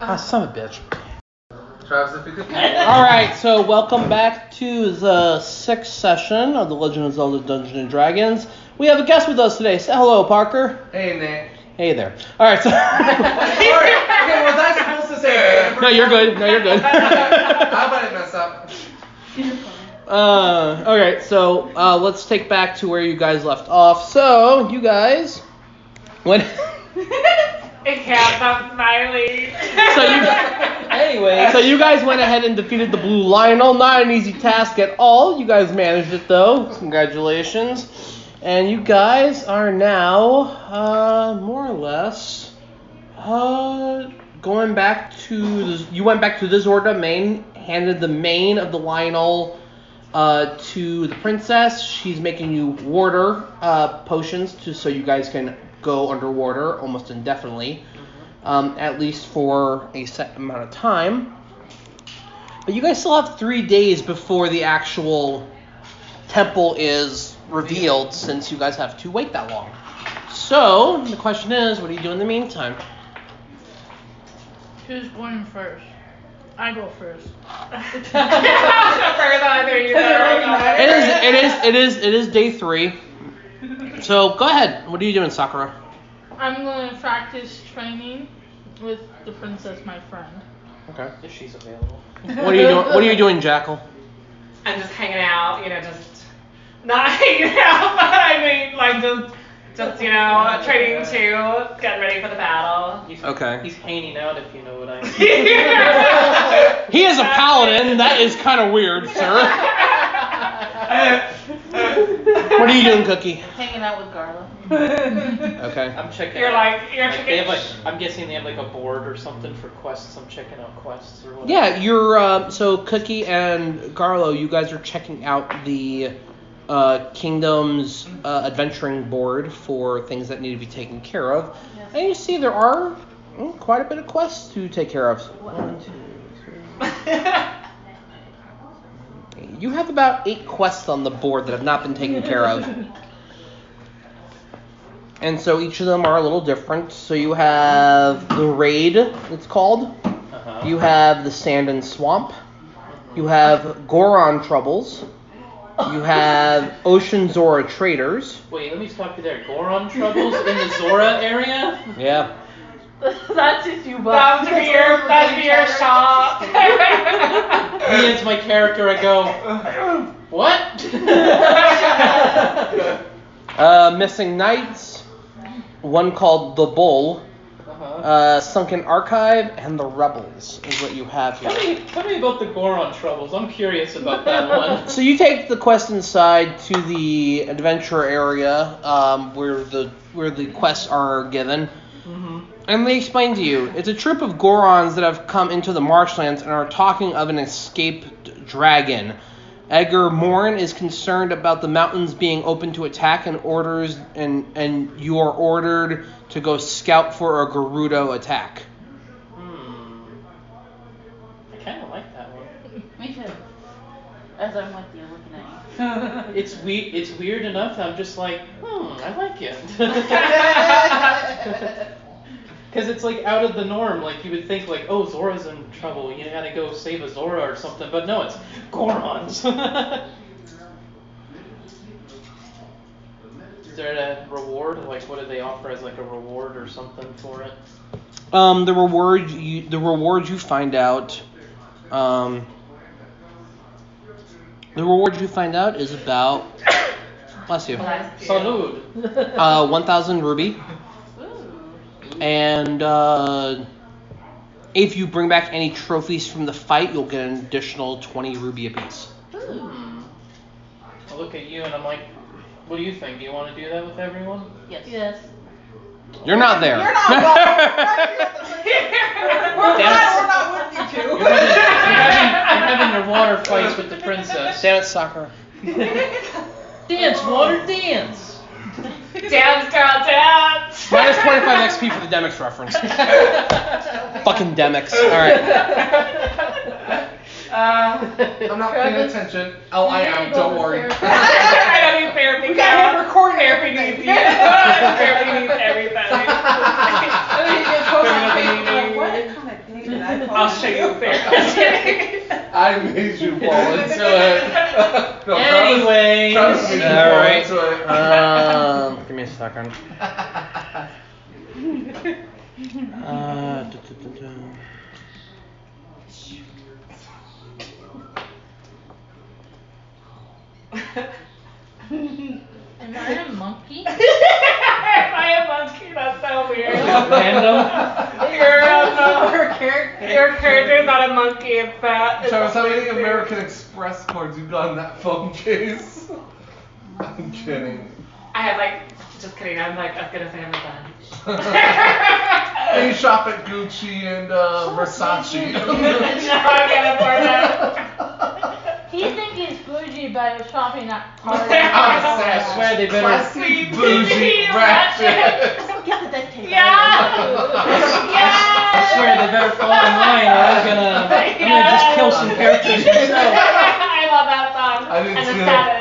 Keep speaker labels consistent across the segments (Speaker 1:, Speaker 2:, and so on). Speaker 1: Ah, son of a bitch.
Speaker 2: Travis, if you could.
Speaker 1: All right, so welcome back to the sixth session of the Legend of Zelda: Dungeons and Dragons. We have a guest with us today. Say hello, Parker.
Speaker 2: Hey, Nate.
Speaker 1: Hey there. All right, so
Speaker 2: Sorry. Okay, was I supposed to say Nate?
Speaker 1: no, you're good. No, you're good.
Speaker 2: How about I mess up?
Speaker 1: Uh, all right, so uh, let's take back to where you guys left off. So you guys, when
Speaker 3: It counts. I'm smiling.
Speaker 1: so you anyway, so you guys went ahead and defeated the blue lionel. Not an easy task at all. You guys managed it though. Congratulations. And you guys are now uh, more or less uh, going back to this, you went back to this order main handed the mane of the lionel uh, to the princess. She's making you water uh, potions to so you guys can go underwater almost indefinitely, um, at least for a set amount of time. But you guys still have three days before the actual temple is revealed, since you guys have to wait that long. So the question is, what do you do in the meantime?
Speaker 4: Who's going first? I go first.
Speaker 1: It is, it is, it is, it is day three. So go ahead. What are you doing, Sakura?
Speaker 4: I'm going to practice training with the princess, my friend.
Speaker 1: Okay.
Speaker 5: If she's available.
Speaker 1: What are you doing? What are you doing, Jackal?
Speaker 3: I'm just hanging out, you know, just not hanging out, but I mean, like just, just you know, training to get ready for the battle.
Speaker 5: He's,
Speaker 1: Okay.
Speaker 5: He's hanging out if you know what I mean.
Speaker 3: yeah.
Speaker 1: He is a paladin. That is kind of weird, sir. What are you doing, Cookie?
Speaker 6: Hanging out with Garla.
Speaker 1: Okay.
Speaker 5: I'm checking
Speaker 3: You're
Speaker 5: out.
Speaker 3: like you're
Speaker 5: Like,
Speaker 3: chicken.
Speaker 5: they have like, I'm guessing they have like a board or something for quests. I'm checking out quests or whatever.
Speaker 1: Yeah, you're uh, so Cookie and Garlo. You guys are checking out the uh, kingdom's uh, adventuring board for things that need to be taken care of, and you see there are mm, quite a bit of quests to take care of. One, two, three. You have about eight quests on the board that have not been taken care of. And so each of them are a little different. So you have the raid, it's called.
Speaker 5: Uh-huh.
Speaker 1: You have the sand and swamp. You have Goron troubles. You have Ocean Zora traitors.
Speaker 5: Wait, let me stop you there. Goron troubles in the Zora area?
Speaker 1: Yeah.
Speaker 6: That's just you, bud.
Speaker 3: That's for your that's for your shop.
Speaker 5: He is my character. I go, what?
Speaker 1: Uh, missing knights. One called the Bull.
Speaker 5: uh-huh.
Speaker 1: Uh, Sunken Archive and the Rebels is what you have
Speaker 5: Tell
Speaker 1: here.
Speaker 5: me, tell me about the Goron troubles. I'm curious about that one.
Speaker 1: So you take the quest inside to the adventure area um, where the where the quests are given. And they explain to you, it's a troop of Gorons that have come into the marshlands and are talking of an escaped dragon. Edgar Morin is concerned about the mountains being open to attack and orders and and you are ordered to go scout for a Gerudo attack.
Speaker 5: Hmm. I kind of like that one.
Speaker 6: Me too. As I'm with you, looking at you.
Speaker 5: It's we it's weird enough that I'm just like, hmm, I like it. Cause it's like out of the norm. Like you would think like, oh, Zora's in trouble. You gotta go save a Zora or something. But no, it's Gorons. Is there a reward? Like, what do they offer as like a reward or something for it?
Speaker 1: Um, the reward you the reward you find out, um, the reward you find out is about bless you,
Speaker 5: Salud.
Speaker 1: uh, one thousand ruby,
Speaker 6: Ooh.
Speaker 1: and uh, if you bring back any trophies from the fight, you'll get an additional twenty ruby apiece.
Speaker 5: Hmm. I look at you and I'm like, what do you think? Do you want to do that with everyone?
Speaker 6: Yes.
Speaker 4: Yes.
Speaker 1: You're not there.
Speaker 7: You're not welcome. We're glad we're not
Speaker 5: You're
Speaker 7: with you
Speaker 5: having,
Speaker 7: two.
Speaker 5: you're having, you're having your water fights with the princess.
Speaker 1: Damn it, soccer.
Speaker 5: Dance, water, dance.
Speaker 3: Dance, girl, dance.
Speaker 1: Minus twenty five XP for the Demix reference. Fucking Demix. All right.
Speaker 3: Uh,
Speaker 2: I'm not paying attention. Oh, I am. Don't worry.
Speaker 3: I don't need therapy.
Speaker 7: We got
Speaker 3: now.
Speaker 7: him recording
Speaker 3: Therapy needs you.
Speaker 7: everything.
Speaker 3: therapy needs everything.
Speaker 7: And then you get posted on Facebook, like, what? kind of thing did I call
Speaker 3: I'll show you a bear.
Speaker 2: I made you fall into it. No,
Speaker 5: Anyway.
Speaker 2: Travis, Travis made you
Speaker 1: All
Speaker 2: fall
Speaker 1: right.
Speaker 2: into it.
Speaker 1: Um, give me a second. Uh, duh, duh, duh, duh.
Speaker 4: Am I a monkey?
Speaker 3: if I am monkey, that's so weird.
Speaker 5: Random.
Speaker 3: You're a,
Speaker 7: her character.
Speaker 3: your character's not a monkey, it's that. it's
Speaker 2: Travis, how many
Speaker 3: amazing.
Speaker 2: American Express cards you got in that phone case? I'm kidding.
Speaker 3: I have like, just kidding. I'm like, I was gonna say I'm a bun.
Speaker 2: They shop at Gucci and uh, Versace.
Speaker 3: no, I can't afford that.
Speaker 4: He thinks he's bougie by shopping at
Speaker 2: I
Speaker 4: Target.
Speaker 5: swear they better-
Speaker 2: Classy, bougie,
Speaker 3: Bougie,
Speaker 2: ratchet.
Speaker 6: Yeah, but that table.
Speaker 3: Yeah. yeah.
Speaker 5: I swear they better fall in line or I'm gonna, I'm gonna just kill some characters myself.
Speaker 3: I love that song.
Speaker 2: I do
Speaker 3: and
Speaker 2: too.
Speaker 3: the Savage.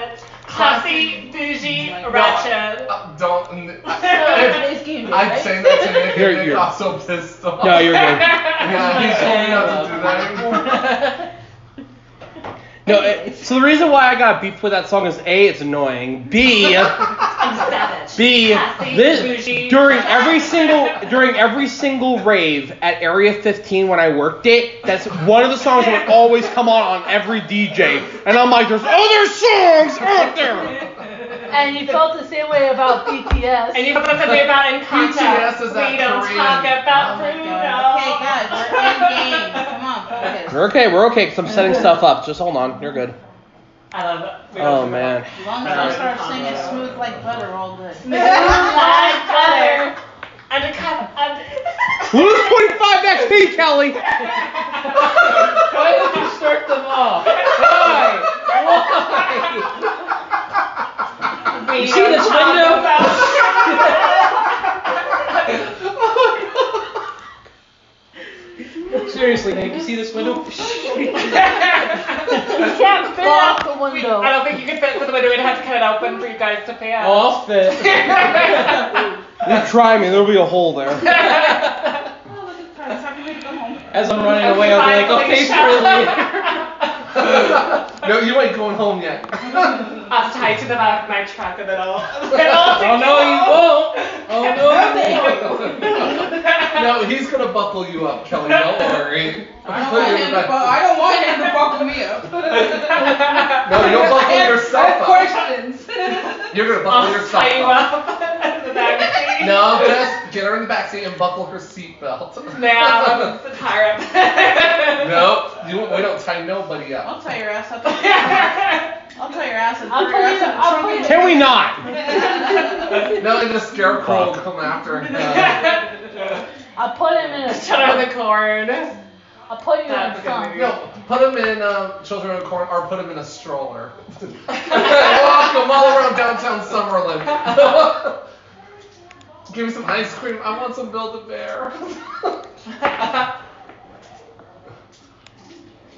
Speaker 3: Classy, bougie, ratchet.
Speaker 2: Uh, Don't. n-
Speaker 6: So
Speaker 2: I-
Speaker 6: today's game day,
Speaker 2: I'd
Speaker 6: right?
Speaker 2: say that to Nick,
Speaker 1: You're-
Speaker 2: and Nick
Speaker 1: you're-
Speaker 2: got so pissed off.
Speaker 1: No, you're good.
Speaker 2: Yeah, he's told me not to do that anymore.
Speaker 1: No, it, so the reason why I got beef with that song is A, it's annoying. B,
Speaker 3: I'm savage.
Speaker 1: B,
Speaker 3: Classy,
Speaker 1: this
Speaker 3: bougie.
Speaker 1: during every single during every single rave at Area 15 when I worked it, that's one of the songs that would always come on on every DJ, and I'm like, there's other songs out there.
Speaker 4: And you felt the same way about BTS.
Speaker 3: And you have something about in
Speaker 2: BTS
Speaker 3: contact.
Speaker 2: is that
Speaker 3: we don't
Speaker 2: Korean.
Speaker 3: talk
Speaker 7: Oh
Speaker 3: about
Speaker 7: my
Speaker 3: Bruno.
Speaker 7: god. Okay, guys, we're in game. Come on, focus.
Speaker 1: We're okay, we're okay, cause I'm setting stuff up. Just hold on, you're good.
Speaker 3: I love it. We don't
Speaker 1: Oh
Speaker 3: talk
Speaker 1: man.
Speaker 7: As long as I start singing smooth like butter, all good.
Speaker 3: about- Like butter. Undercut. Under.
Speaker 1: Lose 25 XP, Kelly.
Speaker 5: Why did you start them off? Why? Why?
Speaker 3: We
Speaker 5: You see
Speaker 3: don't
Speaker 5: this
Speaker 3: talk
Speaker 5: window? Seriously, Nick, you see this window?
Speaker 3: about-
Speaker 4: you can't fit out the window.
Speaker 3: I don't think you could fit with the window. We'd have to cut it open for you guys to pay out.
Speaker 5: Off the.
Speaker 1: You try me, there'll be a hole there.
Speaker 7: Oh, look at Travis. I can make it go home.
Speaker 5: As I'm running away, I'll be like, okay, Shirley.
Speaker 2: No, you ain't going home yet.
Speaker 3: I'll tie to the back of my truck and then I'll.
Speaker 5: Oh no, you won't. Oh no.
Speaker 2: No, he's gonna buckle you up, Kelly. Don't worry.
Speaker 7: I don't want him to bu- I don't want him to buckle me up.
Speaker 2: No, you'll buckle
Speaker 7: I have
Speaker 2: yourself up.
Speaker 7: questions.
Speaker 2: You're gonna buckle
Speaker 3: I'll
Speaker 2: yourself
Speaker 3: tie you
Speaker 2: up.
Speaker 3: up in the back seat.
Speaker 2: No, just get her in the backseat and buckle her seatbelt.
Speaker 3: Now I'm the tire up.
Speaker 2: Nope, you, we don't tie nobody up.
Speaker 7: I'll tie your ass up. I'll tie your ass up.
Speaker 4: I'll
Speaker 7: Throw your
Speaker 4: tell you-
Speaker 7: ass in the
Speaker 4: I'll
Speaker 7: trunk
Speaker 4: tell
Speaker 1: Can
Speaker 4: you-
Speaker 7: and-
Speaker 1: we not?
Speaker 2: No, and the scarecrow will come after him.
Speaker 4: I'll put him in a
Speaker 3: Shut out the corn.
Speaker 4: I'll put you in
Speaker 3: That's
Speaker 4: a
Speaker 3: a
Speaker 4: trunk.
Speaker 3: good movie.
Speaker 2: No, put him in um, Children of Corn or put him in a stroller. Walk him all around downtown Summerlin. Give me some ice cream. I want some Build-A-Bear.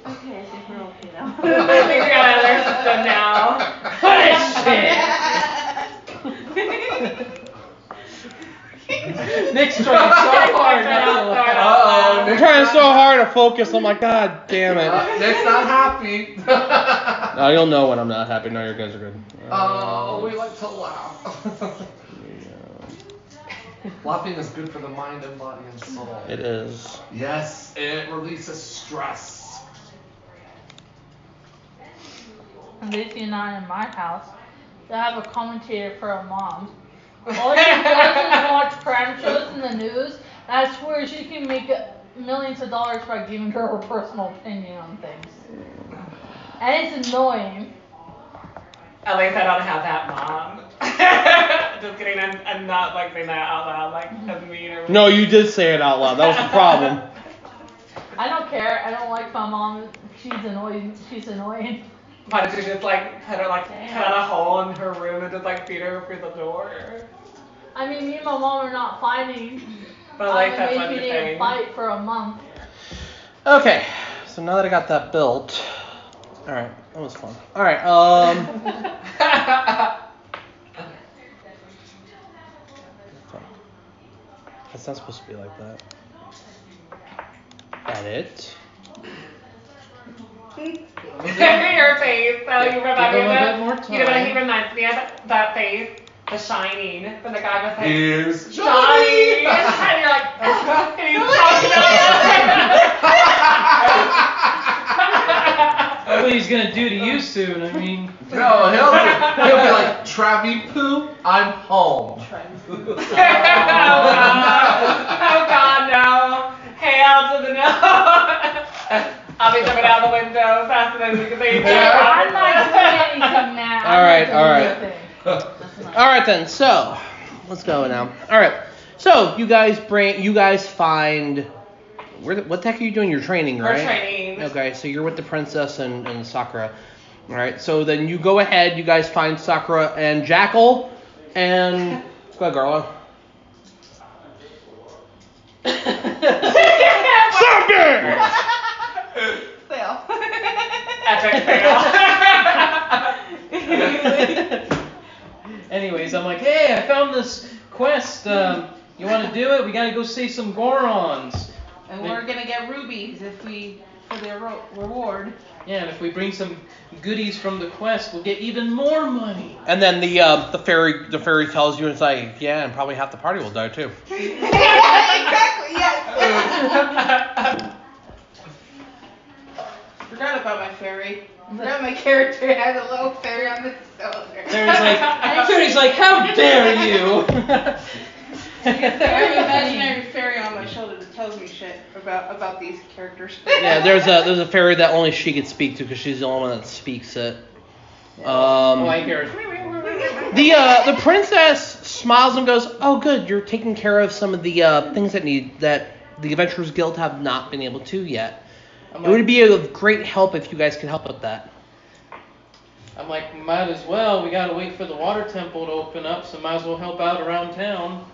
Speaker 6: Okay, I think we're okay now.
Speaker 3: I think we got out of their system now.
Speaker 5: Nick's trying so hard not to.
Speaker 2: Uh-oh,
Speaker 1: I'm
Speaker 2: Nick's
Speaker 1: trying so
Speaker 2: not-
Speaker 1: hard to focus. I'm like, God damn it.
Speaker 2: Uh, Nick's not happy.
Speaker 1: No, Uh, you'll know when I'm not happy. No, your guys are good.
Speaker 2: Oh, we like to laugh. Laughing is good for the mind and body and soul.
Speaker 1: It is.
Speaker 2: Yes, it releases stress.
Speaker 4: Lacey and I in my house. They have a commentator for a mom. All she does is watch crime shows and the news. And I swear she can make millions of dollars by giving her her personal opinion on things. And it's annoying.
Speaker 3: At least I don't have that mom. Just kidding, I'm, I'm not like saying that out loud, like as mean or
Speaker 1: No, you did say it out loud. That was the problem.
Speaker 4: I don't care. I don't like my mom. She's annoying. She's annoying.
Speaker 3: Why did you just like put her like cut out a hole in her room and just like feed her through the door?
Speaker 4: I mean, me and my mom are not fighting.
Speaker 3: But like
Speaker 4: I
Speaker 3: that's
Speaker 4: mean,
Speaker 3: what
Speaker 4: we
Speaker 3: you're
Speaker 4: didn't
Speaker 3: saying.
Speaker 4: fight for a month.
Speaker 1: Okay, so now that I got that built, all right, that was fun. All right, um, fuck. that's not supposed to be like that. planet.
Speaker 3: Your face, though, you
Speaker 5: Give him a
Speaker 3: remember
Speaker 5: bit more
Speaker 3: that? You know, he
Speaker 5: time.
Speaker 3: reminds me of that face, The Shining, when the guy was like,
Speaker 2: Here's
Speaker 3: Johnny!
Speaker 2: Johnny.
Speaker 3: and you're like, and he's talking about
Speaker 5: That's what he's gonna do to you soon. I mean,
Speaker 2: no, he'll be, he'll be like, Trappy Poo, I'm home.
Speaker 3: oh, God. oh God, no. Hail to the no. I'll be jumping out the window faster than you can see.
Speaker 4: I'm not doing anything, man.
Speaker 1: All right, all right.
Speaker 6: That's not-
Speaker 1: All right then. So let's go now. All right. So you guys bring you guys find where the, what the heck are you doing? You're training,
Speaker 3: We're
Speaker 1: right?
Speaker 3: training.
Speaker 1: Okay, so you're with the princess and, and Sakura. All right, so then you go ahead. You guys find Sakura and Jackal, and go ahead, Garlo. Sucker!
Speaker 7: Fail.
Speaker 3: Epic fail.
Speaker 5: anyways, I'm like, hey, I found this quest. Um, you want to do it? We gotta go save some Gorons.
Speaker 7: And we're gonna get rubies if we for their ro- reward.
Speaker 5: Yeah, and if we bring some goodies from the quest, we'll get even more money.
Speaker 1: And then the uh, the fairy the fairy tells you it's like yeah, and probably half the party will die too.
Speaker 7: exactly. Yes. Forgot about my fairy. Forgot my character had a little fairy on the shoulder.
Speaker 5: Fairy's like, Fairy's like, how dare you?
Speaker 7: Every imaginary fairy on my shoulder that tells me shit about about these characters.
Speaker 1: Yeah, there's a there's a fairy that only she can speak to because she's the only one that speaks it. Um,
Speaker 5: oh, I hear it.
Speaker 1: The uh, the princess smiles and goes, "Oh, good, you're taking care of some of the uh, things that need that the Adventurers Guild have not been able to yet.
Speaker 5: I'm
Speaker 1: It would
Speaker 5: like,
Speaker 1: be a great help if you guys could help with that."
Speaker 5: I'm like, might as well. We gotta wait for the water temple to open up, so might as well help out around town.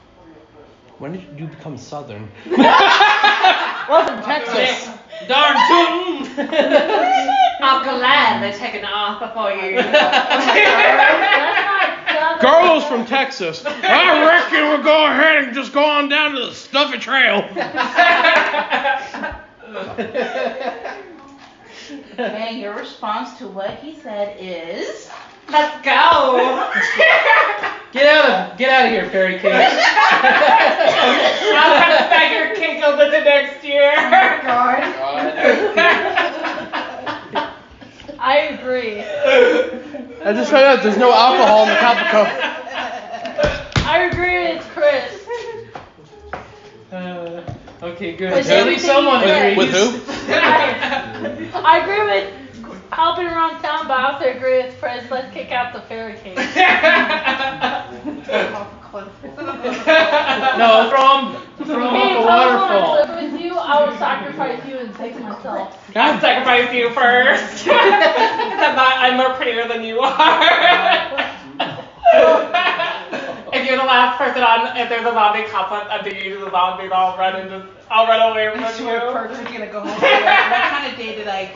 Speaker 1: When did you become Southern?
Speaker 4: We're from Texas.
Speaker 5: Darn tootin'!
Speaker 3: I'm glad they're taking it off before you.
Speaker 4: That's not
Speaker 1: Garlo's from Texas. I reckon we'll go ahead and just go on down to the stuffy trail.
Speaker 6: And your response to what he said is.
Speaker 3: Let's go.
Speaker 5: get out of get out of here, fairy king.
Speaker 3: I'll come back your kinkles into next year.
Speaker 7: God.
Speaker 4: I agree.
Speaker 1: I just found out there's no alcohol in the Capricorn.
Speaker 4: I agree. It's Chris.
Speaker 5: Uh, okay, good.
Speaker 4: Was
Speaker 5: At
Speaker 4: everything
Speaker 5: least someone
Speaker 4: you said-
Speaker 1: With
Speaker 5: agrees.
Speaker 1: who?
Speaker 4: I agree with helping around town, but I also agree with Chris. Let's kick out the fairy king.
Speaker 7: Off a cliff.
Speaker 5: No, from
Speaker 3: Oh,
Speaker 5: from
Speaker 4: Hey,
Speaker 5: the
Speaker 4: if I was on a
Speaker 5: waterfall.
Speaker 4: cliff with you, I would sacrifice you and take myself.
Speaker 3: I'll sacrifice you first. 'Cause I'm, not, I'm more prettier than you are. if you're the last person on, if there's a zombie conflict, I think you're the zombie, I'll run and just, I'll run away
Speaker 7: I
Speaker 3: from
Speaker 7: swear,
Speaker 3: you.
Speaker 7: Perk's gonna go home. and be like, What kind of day did I?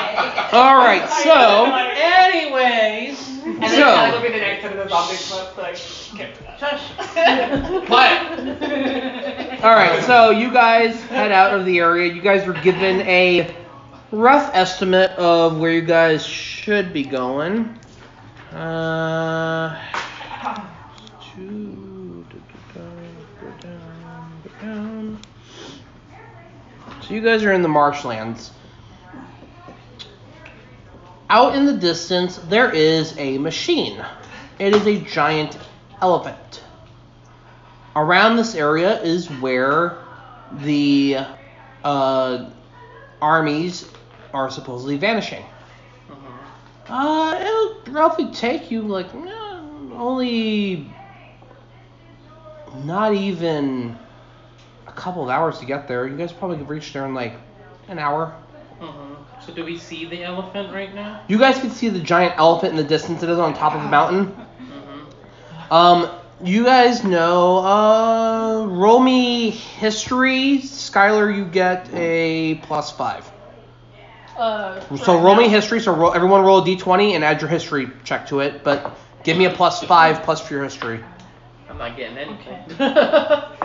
Speaker 7: Okay.
Speaker 1: All right, so
Speaker 3: Like,
Speaker 5: Anyways,
Speaker 3: and then
Speaker 1: So-
Speaker 3: Kelly will be the next to the zombie clip, like, get rid of that.
Speaker 2: What?
Speaker 1: all right, so you guys head out of the area. You guys were given a rough estimate of where you guys should be going. Uh, two, da, da, da, go down, go down. So you guys are in the marshlands. Out in the distance, there is a machine. It is a giant elephant. Around this area is where the uh, armies are supposedly vanishing. Uh, it'll roughly take you like eh, only not even a couple of hours to get there. You guys probably could reach there in like an hour.
Speaker 5: Mhm. so do we see the elephant right now?
Speaker 1: You guys can see the giant elephant in the distance. It is on top of the mountain. Um, you guys know. Uh, roll me history, Skylar. You get a plus five.
Speaker 4: Uh,
Speaker 1: So
Speaker 4: right
Speaker 1: roll
Speaker 4: now.
Speaker 1: me history. So roll, everyone roll a d20 and add your history check to it. But give me a plus five plus for your history.
Speaker 5: I'm not getting anything.
Speaker 4: Can I,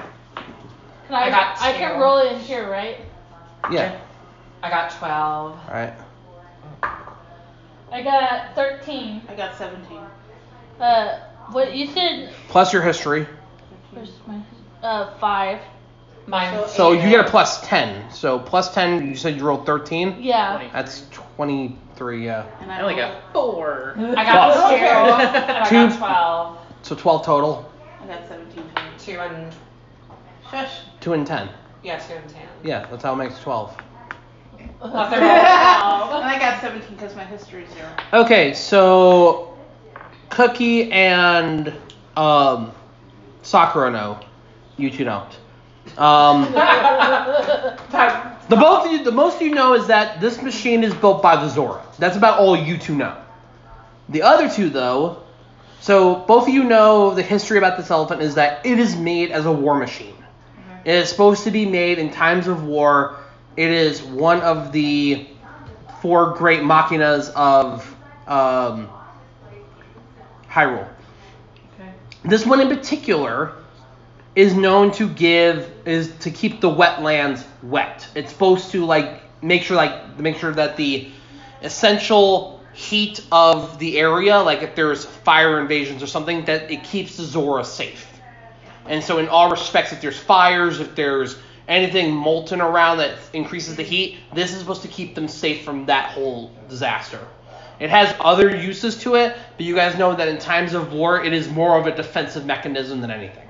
Speaker 3: I got
Speaker 4: I can
Speaker 3: two.
Speaker 4: roll it in here, right?
Speaker 1: Yeah.
Speaker 3: I got 12.
Speaker 1: All right.
Speaker 4: I got 13.
Speaker 7: I got 17.
Speaker 4: Uh, what you said
Speaker 1: Plus your history.
Speaker 4: was my, uh, 5.
Speaker 3: Mine's
Speaker 1: So you get a plus 10. So plus 10, you said you rolled 13?
Speaker 4: Yeah.
Speaker 1: That's 23, yeah.
Speaker 7: And
Speaker 5: I only got four.
Speaker 3: I got
Speaker 1: Plus.
Speaker 3: two. I
Speaker 1: Two.
Speaker 3: got 12.
Speaker 1: So 12 total.
Speaker 7: I got 17.
Speaker 3: Two and,
Speaker 7: Shush.
Speaker 1: 2 and 10.
Speaker 3: yeah, two and 10.
Speaker 1: Yeah, that's how it makes 12.
Speaker 3: Plus they're all 12.
Speaker 7: And I got 17 because my history is zero.
Speaker 1: Okay, so Cookie and um, Sakura know. You two don't. Um, the both of you, the most you know is that this machine is built by the Zora. That's about all you two know. The other two, though, so both of you know the history about this elephant is that it is made as a war machine. It is supposed to be made in times of war. It is one of the four great machinas of um, Hyrule.
Speaker 7: Okay.
Speaker 1: This one in particular is known to give is to keep the wetlands wet. It's supposed to like make sure like make sure that the essential heat of the area, like if there's fire invasions or something, that it keeps the Zora safe. And so in all respects, if there's fires, if there's anything molten around that increases the heat, this is supposed to keep them safe from that whole disaster. It has other uses to it, but you guys know that in times of war, it is more of a defensive mechanism than anything.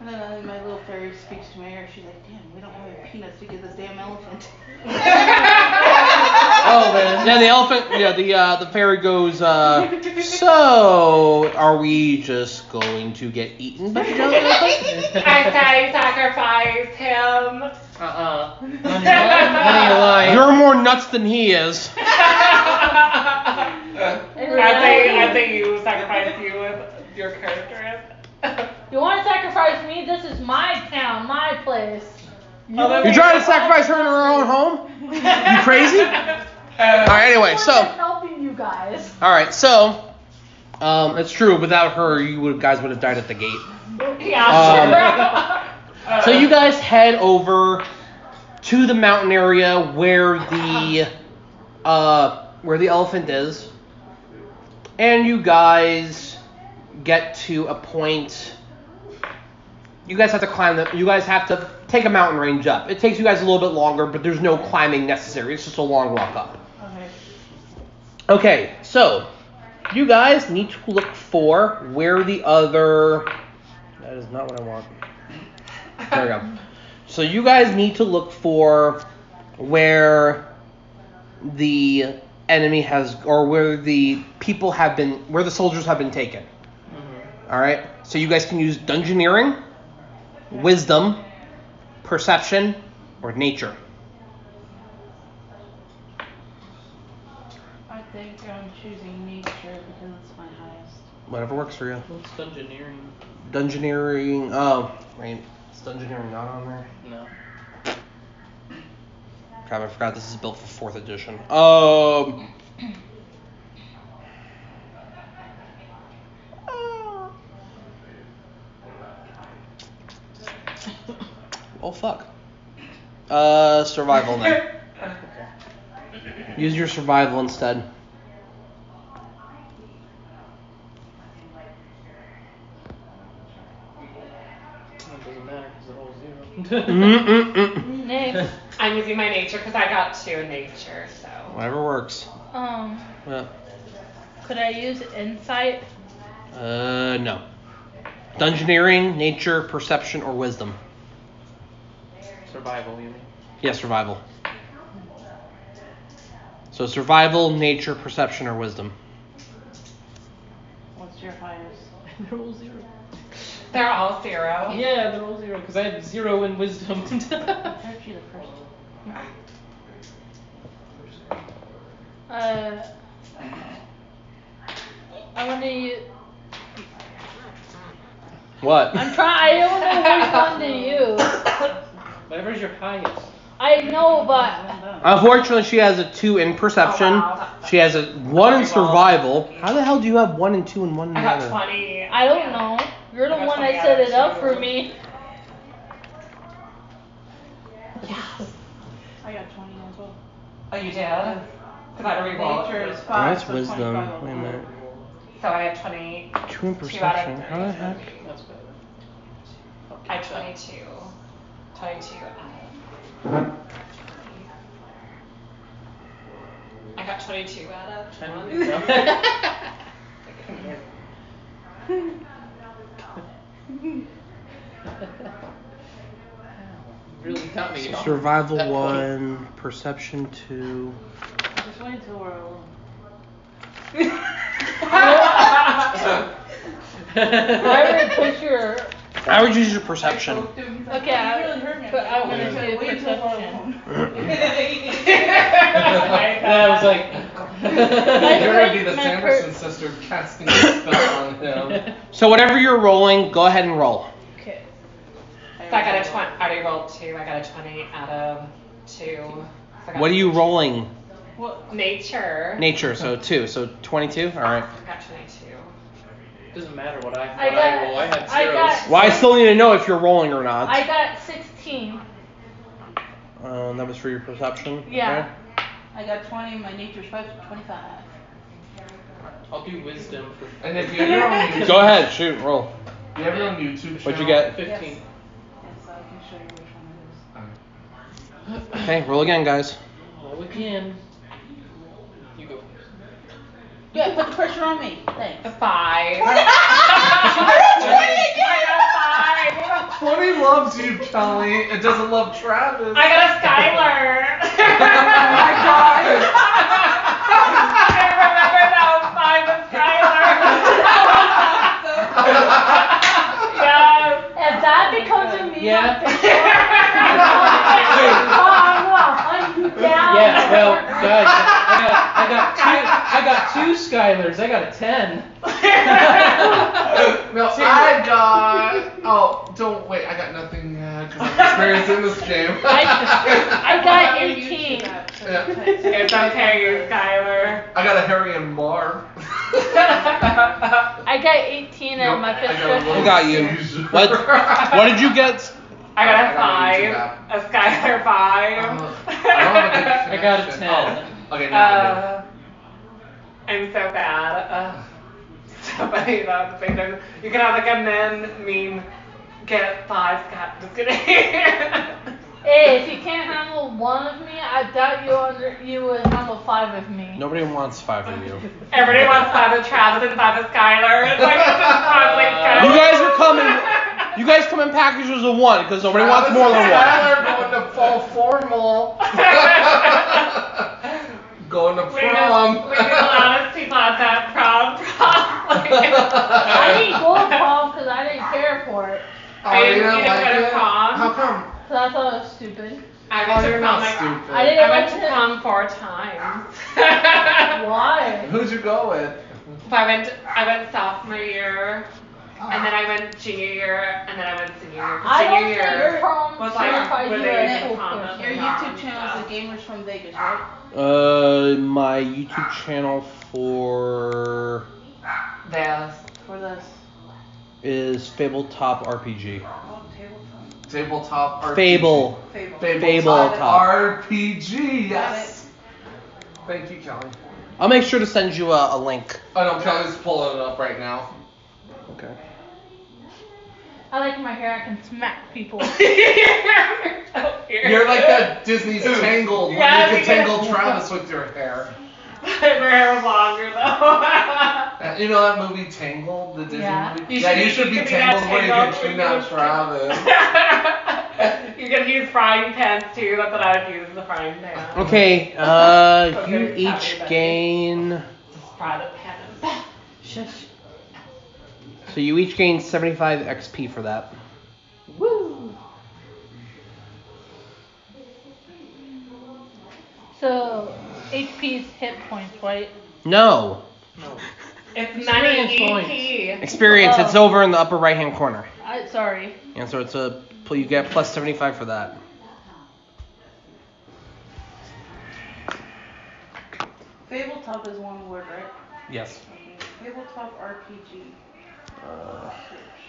Speaker 7: And then uh, my little fairy speaks to my ear. She's like, damn, we don't have peanuts to get this damn elephant.
Speaker 1: Oh man. Yeah, the elephant. Yeah, the uh, the fairy goes. Uh, so, are we just going to get eaten by the giant elephant?
Speaker 3: I say sacrifice him.
Speaker 5: Uh-uh. None of your- none of your lies.
Speaker 1: You're more nuts than he is.
Speaker 3: I say, I say you sacrifice you with your character.
Speaker 4: You want to sacrifice me? This is my town, my place.
Speaker 1: You're trying to sacrifice her in her own home? You crazy? All right. Anyway,
Speaker 4: I'm
Speaker 1: so.
Speaker 4: helping you guys.
Speaker 1: All right, so um, it's true. Without her, you would guys would have died at the gate.
Speaker 3: Yeah,
Speaker 1: Uh,
Speaker 3: sure.
Speaker 1: So you guys head over to the mountain area where the uh, where the elephant is, and you guys get to a point. You guys have to climb the. You guys have to take a mountain range up. It takes you guys a little bit longer, but there's no climbing necessary. It's just a long walk up.
Speaker 7: Okay.
Speaker 1: Okay, so you guys need to look for where the other. That is not what I want. There we go. So you guys need to look for where the enemy has, or where the people have been, where the soldiers have been taken. All right. So you guys can use dungeoneering, wisdom, perception, or nature.
Speaker 7: I think I'm choosing nature because it's my highest.
Speaker 1: Whatever works for you.
Speaker 5: What's dungeoneering?
Speaker 1: Dungeoneering. Oh, wait. Is Dungeoneering not on there?
Speaker 5: No.
Speaker 1: Crap, I forgot this is built for fourth edition. Um. oh fuck. Uh, survival then. Use your survival instead.
Speaker 5: It doesn't matter because the whole zero.
Speaker 1: Mm-mm-mm.
Speaker 4: Next,
Speaker 3: I'm using my nature because I got two in nature, so.
Speaker 1: Whatever works.
Speaker 4: um,
Speaker 1: Yeah.
Speaker 4: could I use insight?
Speaker 1: Uh, no. Dungeoneering, nature, perception, or wisdom.
Speaker 5: Survival, you mean?
Speaker 1: Yeah, survival. So survival, nature, perception, or wisdom.
Speaker 7: What's your highest?
Speaker 5: They're all zero.
Speaker 3: They're all zero.
Speaker 5: Yeah, they're all zero because I had zero in wisdom.
Speaker 7: I heard you the first.
Speaker 4: Uh, I want to use.
Speaker 1: What?
Speaker 4: I'm trying. I don't know which one to use.
Speaker 5: Whatever's your highest.
Speaker 4: I know, but
Speaker 1: Unfortunately, she has a two in perception.
Speaker 3: Oh, wow.
Speaker 1: She has a one in survival. How the hell do you have one and two and one in
Speaker 3: I
Speaker 1: the
Speaker 3: got
Speaker 1: other?
Speaker 3: 20.
Speaker 4: I don't know. You're the
Speaker 3: I got
Speaker 4: one that
Speaker 3: something
Speaker 4: set
Speaker 3: out
Speaker 4: it up
Speaker 3: too.
Speaker 4: for me.
Speaker 3: Yes.
Speaker 7: I got 20 as well.
Speaker 3: Oh, you did? Because I had to re-roll.
Speaker 7: Nature is
Speaker 3: it.
Speaker 7: 5.
Speaker 1: That's
Speaker 7: so
Speaker 1: wisdom.
Speaker 7: 25
Speaker 1: Wait a minute.
Speaker 3: So I had 20.
Speaker 1: True and
Speaker 3: Two out
Speaker 1: perception.
Speaker 3: of
Speaker 1: How the
Speaker 3: three.
Speaker 1: heck?
Speaker 5: That's better.
Speaker 3: I had 22. 22. um, I got 22 out of 20.
Speaker 5: really got me. y'all.
Speaker 1: Survival
Speaker 5: That
Speaker 1: one, perception two.
Speaker 7: Just wait until we're alone.
Speaker 4: I already picture.
Speaker 1: I would use your perception.
Speaker 4: Okay, I,
Speaker 7: You really hurt me.
Speaker 4: but I want
Speaker 7: I
Speaker 4: to
Speaker 7: said,
Speaker 4: do
Speaker 7: wait until we're
Speaker 4: perception.
Speaker 7: alone.
Speaker 5: and I was like,
Speaker 2: You're gonna be the
Speaker 4: My
Speaker 2: Sanderson
Speaker 4: per-
Speaker 2: sister casting a spell on him.
Speaker 1: So whatever you're rolling, go ahead and roll.
Speaker 4: Okay.
Speaker 3: So I got a 20. I already rolled two. I got a 20 out of two. So I got
Speaker 1: What are you rolling?
Speaker 3: Nature.
Speaker 1: Nature, so two, so 22. All right.
Speaker 3: I got 22.
Speaker 5: doesn't matter what I, what
Speaker 4: I
Speaker 5: I,
Speaker 4: got-
Speaker 5: roll. I had zeros.
Speaker 4: I got-
Speaker 1: Well, I still need to know if you're rolling or not.
Speaker 4: I got 16.
Speaker 1: Um, that was for your perception.
Speaker 4: Yeah.
Speaker 7: I got 20. My nature's 5. so 25.
Speaker 5: I'll do wisdom for
Speaker 2: And if you have your own
Speaker 1: okay?
Speaker 2: YouTube,
Speaker 1: Go ahead, shoot, roll.
Speaker 2: You have your own YouTube channel.
Speaker 1: What'd you get?
Speaker 5: 15.
Speaker 7: Yes. Yes, I can show you which one it is.
Speaker 2: Alright.
Speaker 1: Okay, roll again, guys.
Speaker 5: Roll again. You go first.
Speaker 7: Yeah, put the pressure on me. Thanks.
Speaker 3: A five. I got a five.
Speaker 2: 20 loves you, Kelly. It doesn't love Travis.
Speaker 3: I got a Skylar. oh my god. I remember that was five with Skylar. yes.
Speaker 4: If that becomes a meme
Speaker 5: Yeah.
Speaker 4: on Facebook, I'm down.
Speaker 5: Yeah, well, guys, I got, I got two, I got two Skylers. I got a 10.
Speaker 2: no, I got. Oh, don't wait. I got nothing uh, yet. 'cause I'm experiencing this game.
Speaker 4: I got 18.
Speaker 2: Yeah.
Speaker 3: It's okay, you're Skylar.
Speaker 2: I got a Harry and Mar.
Speaker 4: I got 18 at my fifth
Speaker 1: I
Speaker 4: grade.
Speaker 1: got you. What? What did you get?
Speaker 3: I got a
Speaker 2: I
Speaker 3: five.
Speaker 2: got
Speaker 3: A Skylar five.
Speaker 5: I got a 10.
Speaker 2: Oh, okay, now
Speaker 3: Uh, I'm so bad. Uh, so funny though, at the same time. You can have like a men meme get five Scott. Just kidding.
Speaker 4: Hey, if you can't handle one of me, I doubt you under you would handle five of me.
Speaker 1: Nobody wants five of you. You
Speaker 3: Everybody wants five of Travis and five of Skylar. It's like it's just constantly Skylar.
Speaker 1: guys are coming. You guys come in packages of one because nobody wants more than one.
Speaker 2: Tyler going to fall formal. going to
Speaker 3: We know,
Speaker 2: prom.
Speaker 3: we know a lot of people at that prom, prom.
Speaker 4: I didn't go to prom because I didn't care for it.
Speaker 2: Oh, you
Speaker 3: You
Speaker 2: didn't
Speaker 3: didn't
Speaker 2: like
Speaker 3: go to
Speaker 2: it?
Speaker 3: prom?
Speaker 2: How come?
Speaker 4: Because I thought it was stupid.
Speaker 3: I
Speaker 2: Oh,
Speaker 3: went to
Speaker 2: you're
Speaker 3: prom
Speaker 2: not
Speaker 3: like
Speaker 2: stupid.
Speaker 4: I didn't
Speaker 3: I
Speaker 4: like
Speaker 3: went to
Speaker 4: it.
Speaker 3: prom four times.
Speaker 4: Why?
Speaker 2: Who'd you go with?
Speaker 3: So I went I went sophomore year, and then I went junior year, and then I went senior year. 'cause
Speaker 4: I
Speaker 3: Senior
Speaker 4: don't think
Speaker 3: year
Speaker 4: your prom
Speaker 3: was like
Speaker 4: certifies
Speaker 3: when
Speaker 4: you
Speaker 3: they
Speaker 4: as
Speaker 3: did
Speaker 4: full
Speaker 3: prom.
Speaker 4: person.
Speaker 7: Your YouTube channel is the Gamers from Vegas, right?
Speaker 1: Uh, my YouTube channel for
Speaker 3: this.
Speaker 7: For this.
Speaker 1: is Fable Top RPG.
Speaker 7: Oh, tabletop.
Speaker 2: Tabletop RPG.
Speaker 1: Fable.
Speaker 7: Fable.
Speaker 1: Tabletop.
Speaker 2: RPG. Yes. Thank you, Kelly.
Speaker 1: I'll make sure to send you a, a link.
Speaker 2: Oh no, Kelly's pulling it up right now.
Speaker 1: Okay.
Speaker 4: I like my hair. I can smack people.
Speaker 2: You're like that Disney's Tangled. when
Speaker 3: Yeah,
Speaker 2: you
Speaker 3: we
Speaker 2: can tangle
Speaker 3: get-
Speaker 2: Travis with your hair.
Speaker 3: Her hair was longer though.
Speaker 2: Uh, You know that movie Tangled, the Disney
Speaker 4: Yeah.
Speaker 2: movie?
Speaker 3: You
Speaker 2: yeah,
Speaker 3: should
Speaker 2: you
Speaker 3: be-
Speaker 2: should be
Speaker 3: you could be that
Speaker 2: tangled when you
Speaker 3: Tangled
Speaker 2: can
Speaker 3: when
Speaker 2: clean
Speaker 3: you
Speaker 2: out
Speaker 3: do-
Speaker 2: Travis.
Speaker 3: you could use frying pans too. That's what I would use as a frying pan.
Speaker 1: Okay. Uh,
Speaker 3: Okay,
Speaker 1: you
Speaker 3: happy
Speaker 1: each
Speaker 3: about it.
Speaker 1: gain.
Speaker 3: Just fry the pan.
Speaker 7: Shush.
Speaker 1: So you each gain 75 XP for that.
Speaker 4: so HP's hit points, right?
Speaker 1: No.
Speaker 3: It's
Speaker 5: Experience points.
Speaker 3: money EP.
Speaker 1: Experience. It's
Speaker 2: Oh.
Speaker 1: over in the upper right hand corner.
Speaker 4: I sorry.
Speaker 1: And so it's a you get plus 75 for that.
Speaker 7: Fabletop is one word, right?
Speaker 1: Yes.
Speaker 7: Okay. Fabletop RPG.
Speaker 1: Uh,
Speaker 7: Search.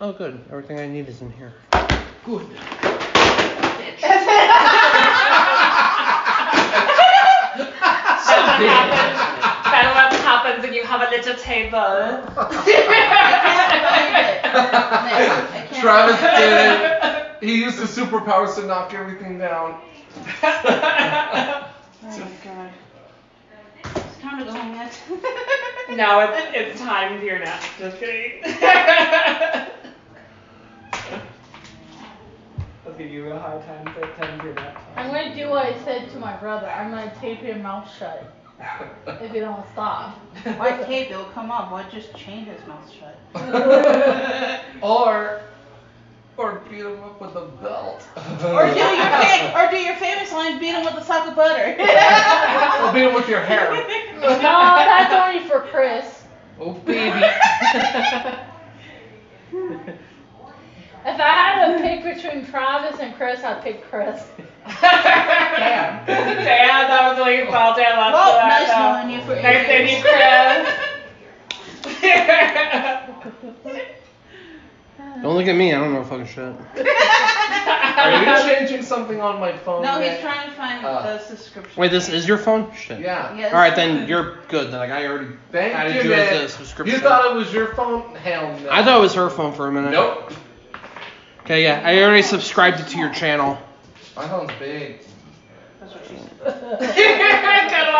Speaker 1: Oh, good. Everything I need is in here.
Speaker 5: Good.
Speaker 3: Then what happens when you have a little table?
Speaker 2: Travis did it. He used his superpowers to knock everything down.
Speaker 7: Oh my god. It's time to go home, guys.
Speaker 3: No, it's, it's time for your nap. Just kidding.
Speaker 8: I'll give you a hard time for time for that.
Speaker 4: I'm gonna do what I said to my brother. I'm gonna tape your mouth shut if you don't stop.
Speaker 7: Why tape? It'll come up. Why just chain his mouth shut?
Speaker 2: or, or beat him up with a belt.
Speaker 7: Or do your fa- or do your famous line, beat him with a sack of butter.
Speaker 2: or beat him with your hair.
Speaker 4: No, that's only for Chris.
Speaker 2: Oh baby.
Speaker 4: If I had to pick between Travis and Chris, I'd pick Chris.
Speaker 3: Damn. Damn, that was the least all day left.
Speaker 7: well,
Speaker 3: that, though.
Speaker 7: nice knowing you for eight
Speaker 3: Nice
Speaker 7: years.
Speaker 3: seeing you, Chris.
Speaker 1: Don't look at me. I don't know fucking shit.
Speaker 2: Are you changing something on my phone?
Speaker 7: No,
Speaker 2: yet?
Speaker 7: he's trying to find
Speaker 2: Uh,
Speaker 7: the subscription.
Speaker 1: Wait, this is your phone? Shit.
Speaker 2: Yeah.
Speaker 7: Yes.
Speaker 1: All right, then you're good. Then like I already
Speaker 2: Thank
Speaker 1: added
Speaker 2: you,
Speaker 1: you as
Speaker 2: Nick.
Speaker 1: a subscription.
Speaker 2: You thought it was your phone? Hell no.
Speaker 1: I thought it was her phone for a minute.
Speaker 2: Nope.
Speaker 1: Okay, yeah, I already subscribed it to your channel.
Speaker 2: My phone's big.
Speaker 7: That's what she said.
Speaker 3: Good one,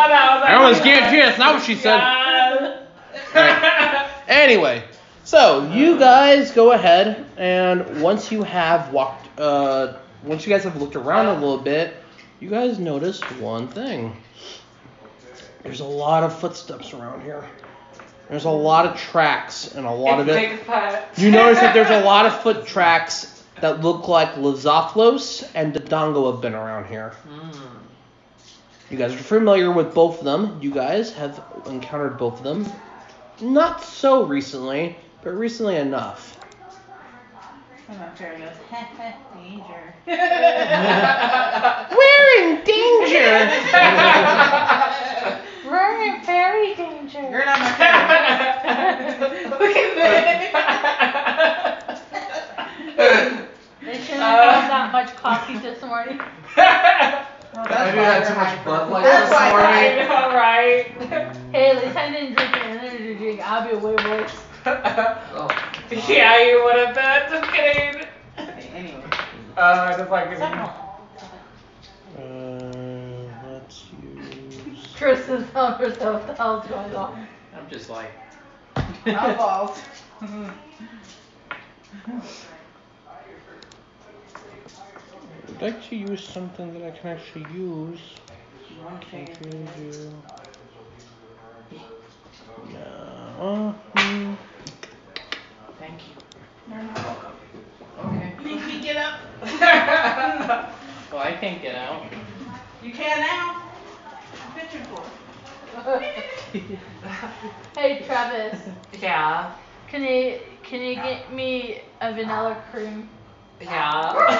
Speaker 3: that was
Speaker 1: I almost can't hear. That's not what she said. Anyway, so you guys go ahead and once you have walked, uh, once you guys have looked around a little bit, you guys notice one thing. There's a lot of footsteps around here. There's a lot of tracks and a lot of it. You notice that there's a lot of foot tracks that look like Lizoplos and Dodongo have been around here.
Speaker 5: Hmm.
Speaker 1: You guys are familiar with both of them. You guys have encountered both of them. Not so recently, but recently enough.
Speaker 7: I'm not fair. He goes, danger.
Speaker 1: We're in danger!
Speaker 4: We're in very danger.
Speaker 7: You're not my favorite.
Speaker 3: Look at
Speaker 4: They shouldn't have had that much coffee this morning.
Speaker 3: that.
Speaker 7: Well, that's
Speaker 2: Have you
Speaker 7: why
Speaker 2: had
Speaker 7: you're
Speaker 2: too much
Speaker 7: hyper.
Speaker 2: Bud Light
Speaker 7: That's
Speaker 2: this
Speaker 7: why you're
Speaker 2: morning?
Speaker 3: I know, right?
Speaker 4: Hey, at least I didn't drink an energy drink. I'll be way worse.
Speaker 2: Oh.
Speaker 3: Yeah, you would have been. Just kidding.
Speaker 7: hyper. Anyway.
Speaker 8: Uh, just like
Speaker 7: Is that
Speaker 1: Uh,
Speaker 7: normal?
Speaker 1: let's use.
Speaker 4: Chris is on herself. What the hell's going on?
Speaker 5: I'm just like.
Speaker 7: I'm bald.
Speaker 1: I'd like to use something that I can actually use. I
Speaker 7: Okay.
Speaker 1: can do. No. hmm.
Speaker 5: Thank you.
Speaker 7: Pinky, get up.
Speaker 5: Well, I can't get out.
Speaker 7: You can now. I'm pitching for it.
Speaker 4: Hey, Travis.
Speaker 3: Yeah.
Speaker 4: Can you can you get me a vanilla cream?
Speaker 3: Yeah. Or you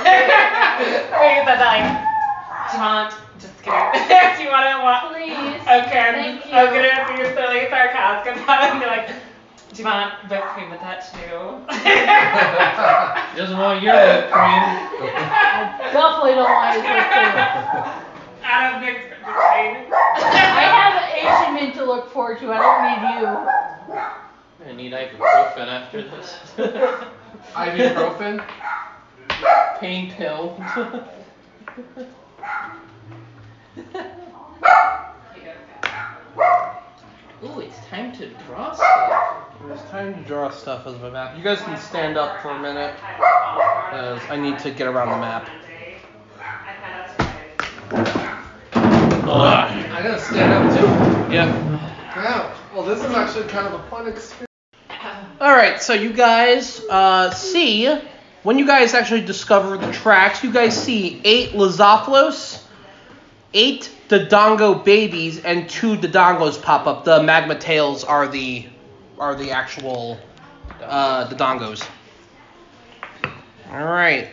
Speaker 3: said that like, do you want, just kidding. do you want to want?
Speaker 4: Please.
Speaker 3: Okay, I'm,
Speaker 4: Thank
Speaker 3: I'm
Speaker 4: you.
Speaker 3: gonna be really sarcastic about it and be like, do you want whipped cream with that too?
Speaker 5: He doesn't want your lip cream.
Speaker 4: Definitely don't want it to cream.
Speaker 3: Out of mixed cream.
Speaker 4: I have Asian mint to look forward to. I don't need you.
Speaker 5: I need ibuprofen after this.
Speaker 2: Ibuprofen?
Speaker 5: Pain pill. Ooh, it's time to draw stuff.
Speaker 1: It's time to draw stuff as my map. You guys can stand up for a minute, as I need to get around the map.
Speaker 2: I gotta stand up too.
Speaker 1: Yeah.
Speaker 2: Yeah. Well, this is actually kind of a fun experience.
Speaker 1: All right. So you guys uh, see when you guys actually discover the tracks, you guys see eight Lizoplos, eight Dodongo babies, and two Dodongos pop up. The magma tails are the are the actual uh, Dodongos. All right.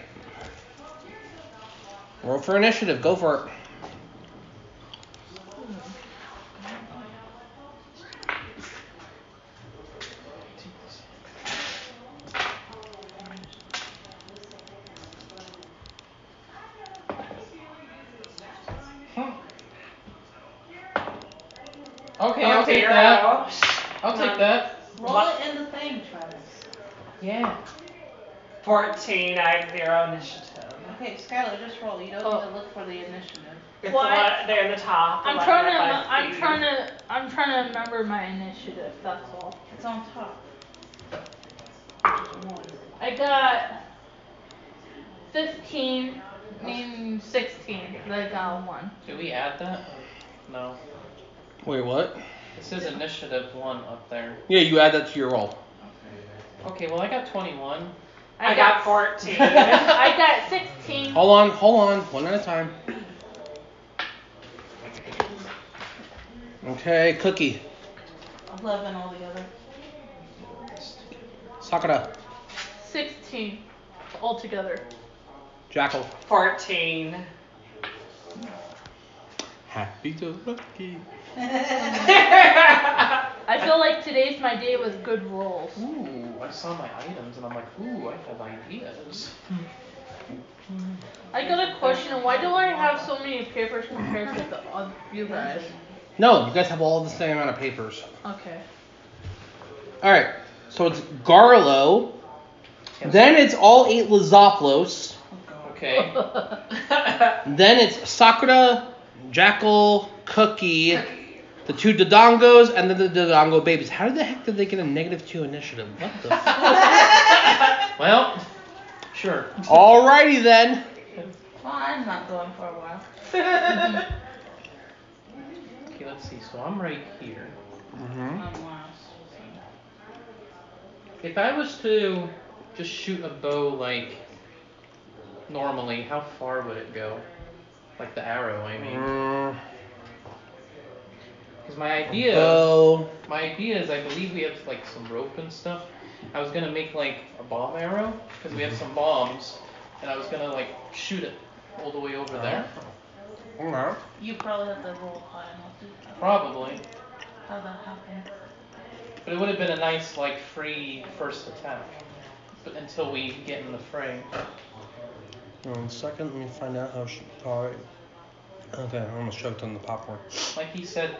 Speaker 1: Roll for initiative. Go for it.
Speaker 5: Okay,
Speaker 3: Oh,
Speaker 5: I'll take
Speaker 3: dear.
Speaker 5: that. I'll take that.
Speaker 7: Roll
Speaker 3: What?
Speaker 7: it in the thing, Travis.
Speaker 5: Yeah.
Speaker 3: 14, I have zero initiative.
Speaker 7: Okay, Skylar, just roll. You don't need to look for the initiative.
Speaker 3: It's
Speaker 4: What?
Speaker 3: what? They're in the top.
Speaker 4: I'm trying to. I'm trying to. I'm trying to remember my initiative. That's all.
Speaker 7: It's on top.
Speaker 4: I got 15, mean 16. and I got one.
Speaker 5: Do we add that? or- No.
Speaker 1: Wait, what?
Speaker 5: This is initiative one up there.
Speaker 1: Yeah, you add that to your roll.
Speaker 5: Okay, well I got 21.
Speaker 3: I got 14.
Speaker 4: I got 16.
Speaker 1: Hold on, hold on, one at a time. Okay, Cookie,
Speaker 7: 11 altogether.
Speaker 1: Sakura,
Speaker 4: 16 altogether.
Speaker 1: Jackal.
Speaker 3: 14.
Speaker 1: Happy to lucky.
Speaker 4: I feel like today's my day with good rolls.
Speaker 5: Ooh, I saw my items and I'm like, ooh, I have ideas.
Speaker 4: I got a question. Why do I have so many papers compared to the other you guys?
Speaker 1: No, you guys have all the same amount of papers.
Speaker 4: Okay.
Speaker 1: All right, so it's Garlo. Then it's all eight Lizoplos.
Speaker 5: Okay.
Speaker 1: Then it's Sakura, Jackal, Cookie, the two Dodongos, and then the Dodongo babies. How the heck did they get a negative two initiative? What the? f-
Speaker 5: Well, sure.
Speaker 1: Alrighty then.
Speaker 7: Well, I'm not going for a while.
Speaker 5: Okay, let's see. So I'm right here.
Speaker 1: Mm-hmm.
Speaker 7: I'm last.
Speaker 5: If I was to just shoot a bow like normally, how far would it go? Like the arrow, I
Speaker 1: Mm.
Speaker 5: mean. Because my idea.
Speaker 1: Bow.
Speaker 5: My idea is I believe we have like some rope and stuff. I was gonna make like a bomb arrow because we have some bombs, and I was gonna like shoot it all the way over there.
Speaker 1: Okay.
Speaker 7: You probably have to roll high enough. to-
Speaker 5: Probably,
Speaker 7: How that happened.
Speaker 5: but it would have been a nice like free first attack. But until we get in the fray,
Speaker 1: One second, let me find out how she. Probably. Okay, I almost choked on the popcorn.
Speaker 5: like he said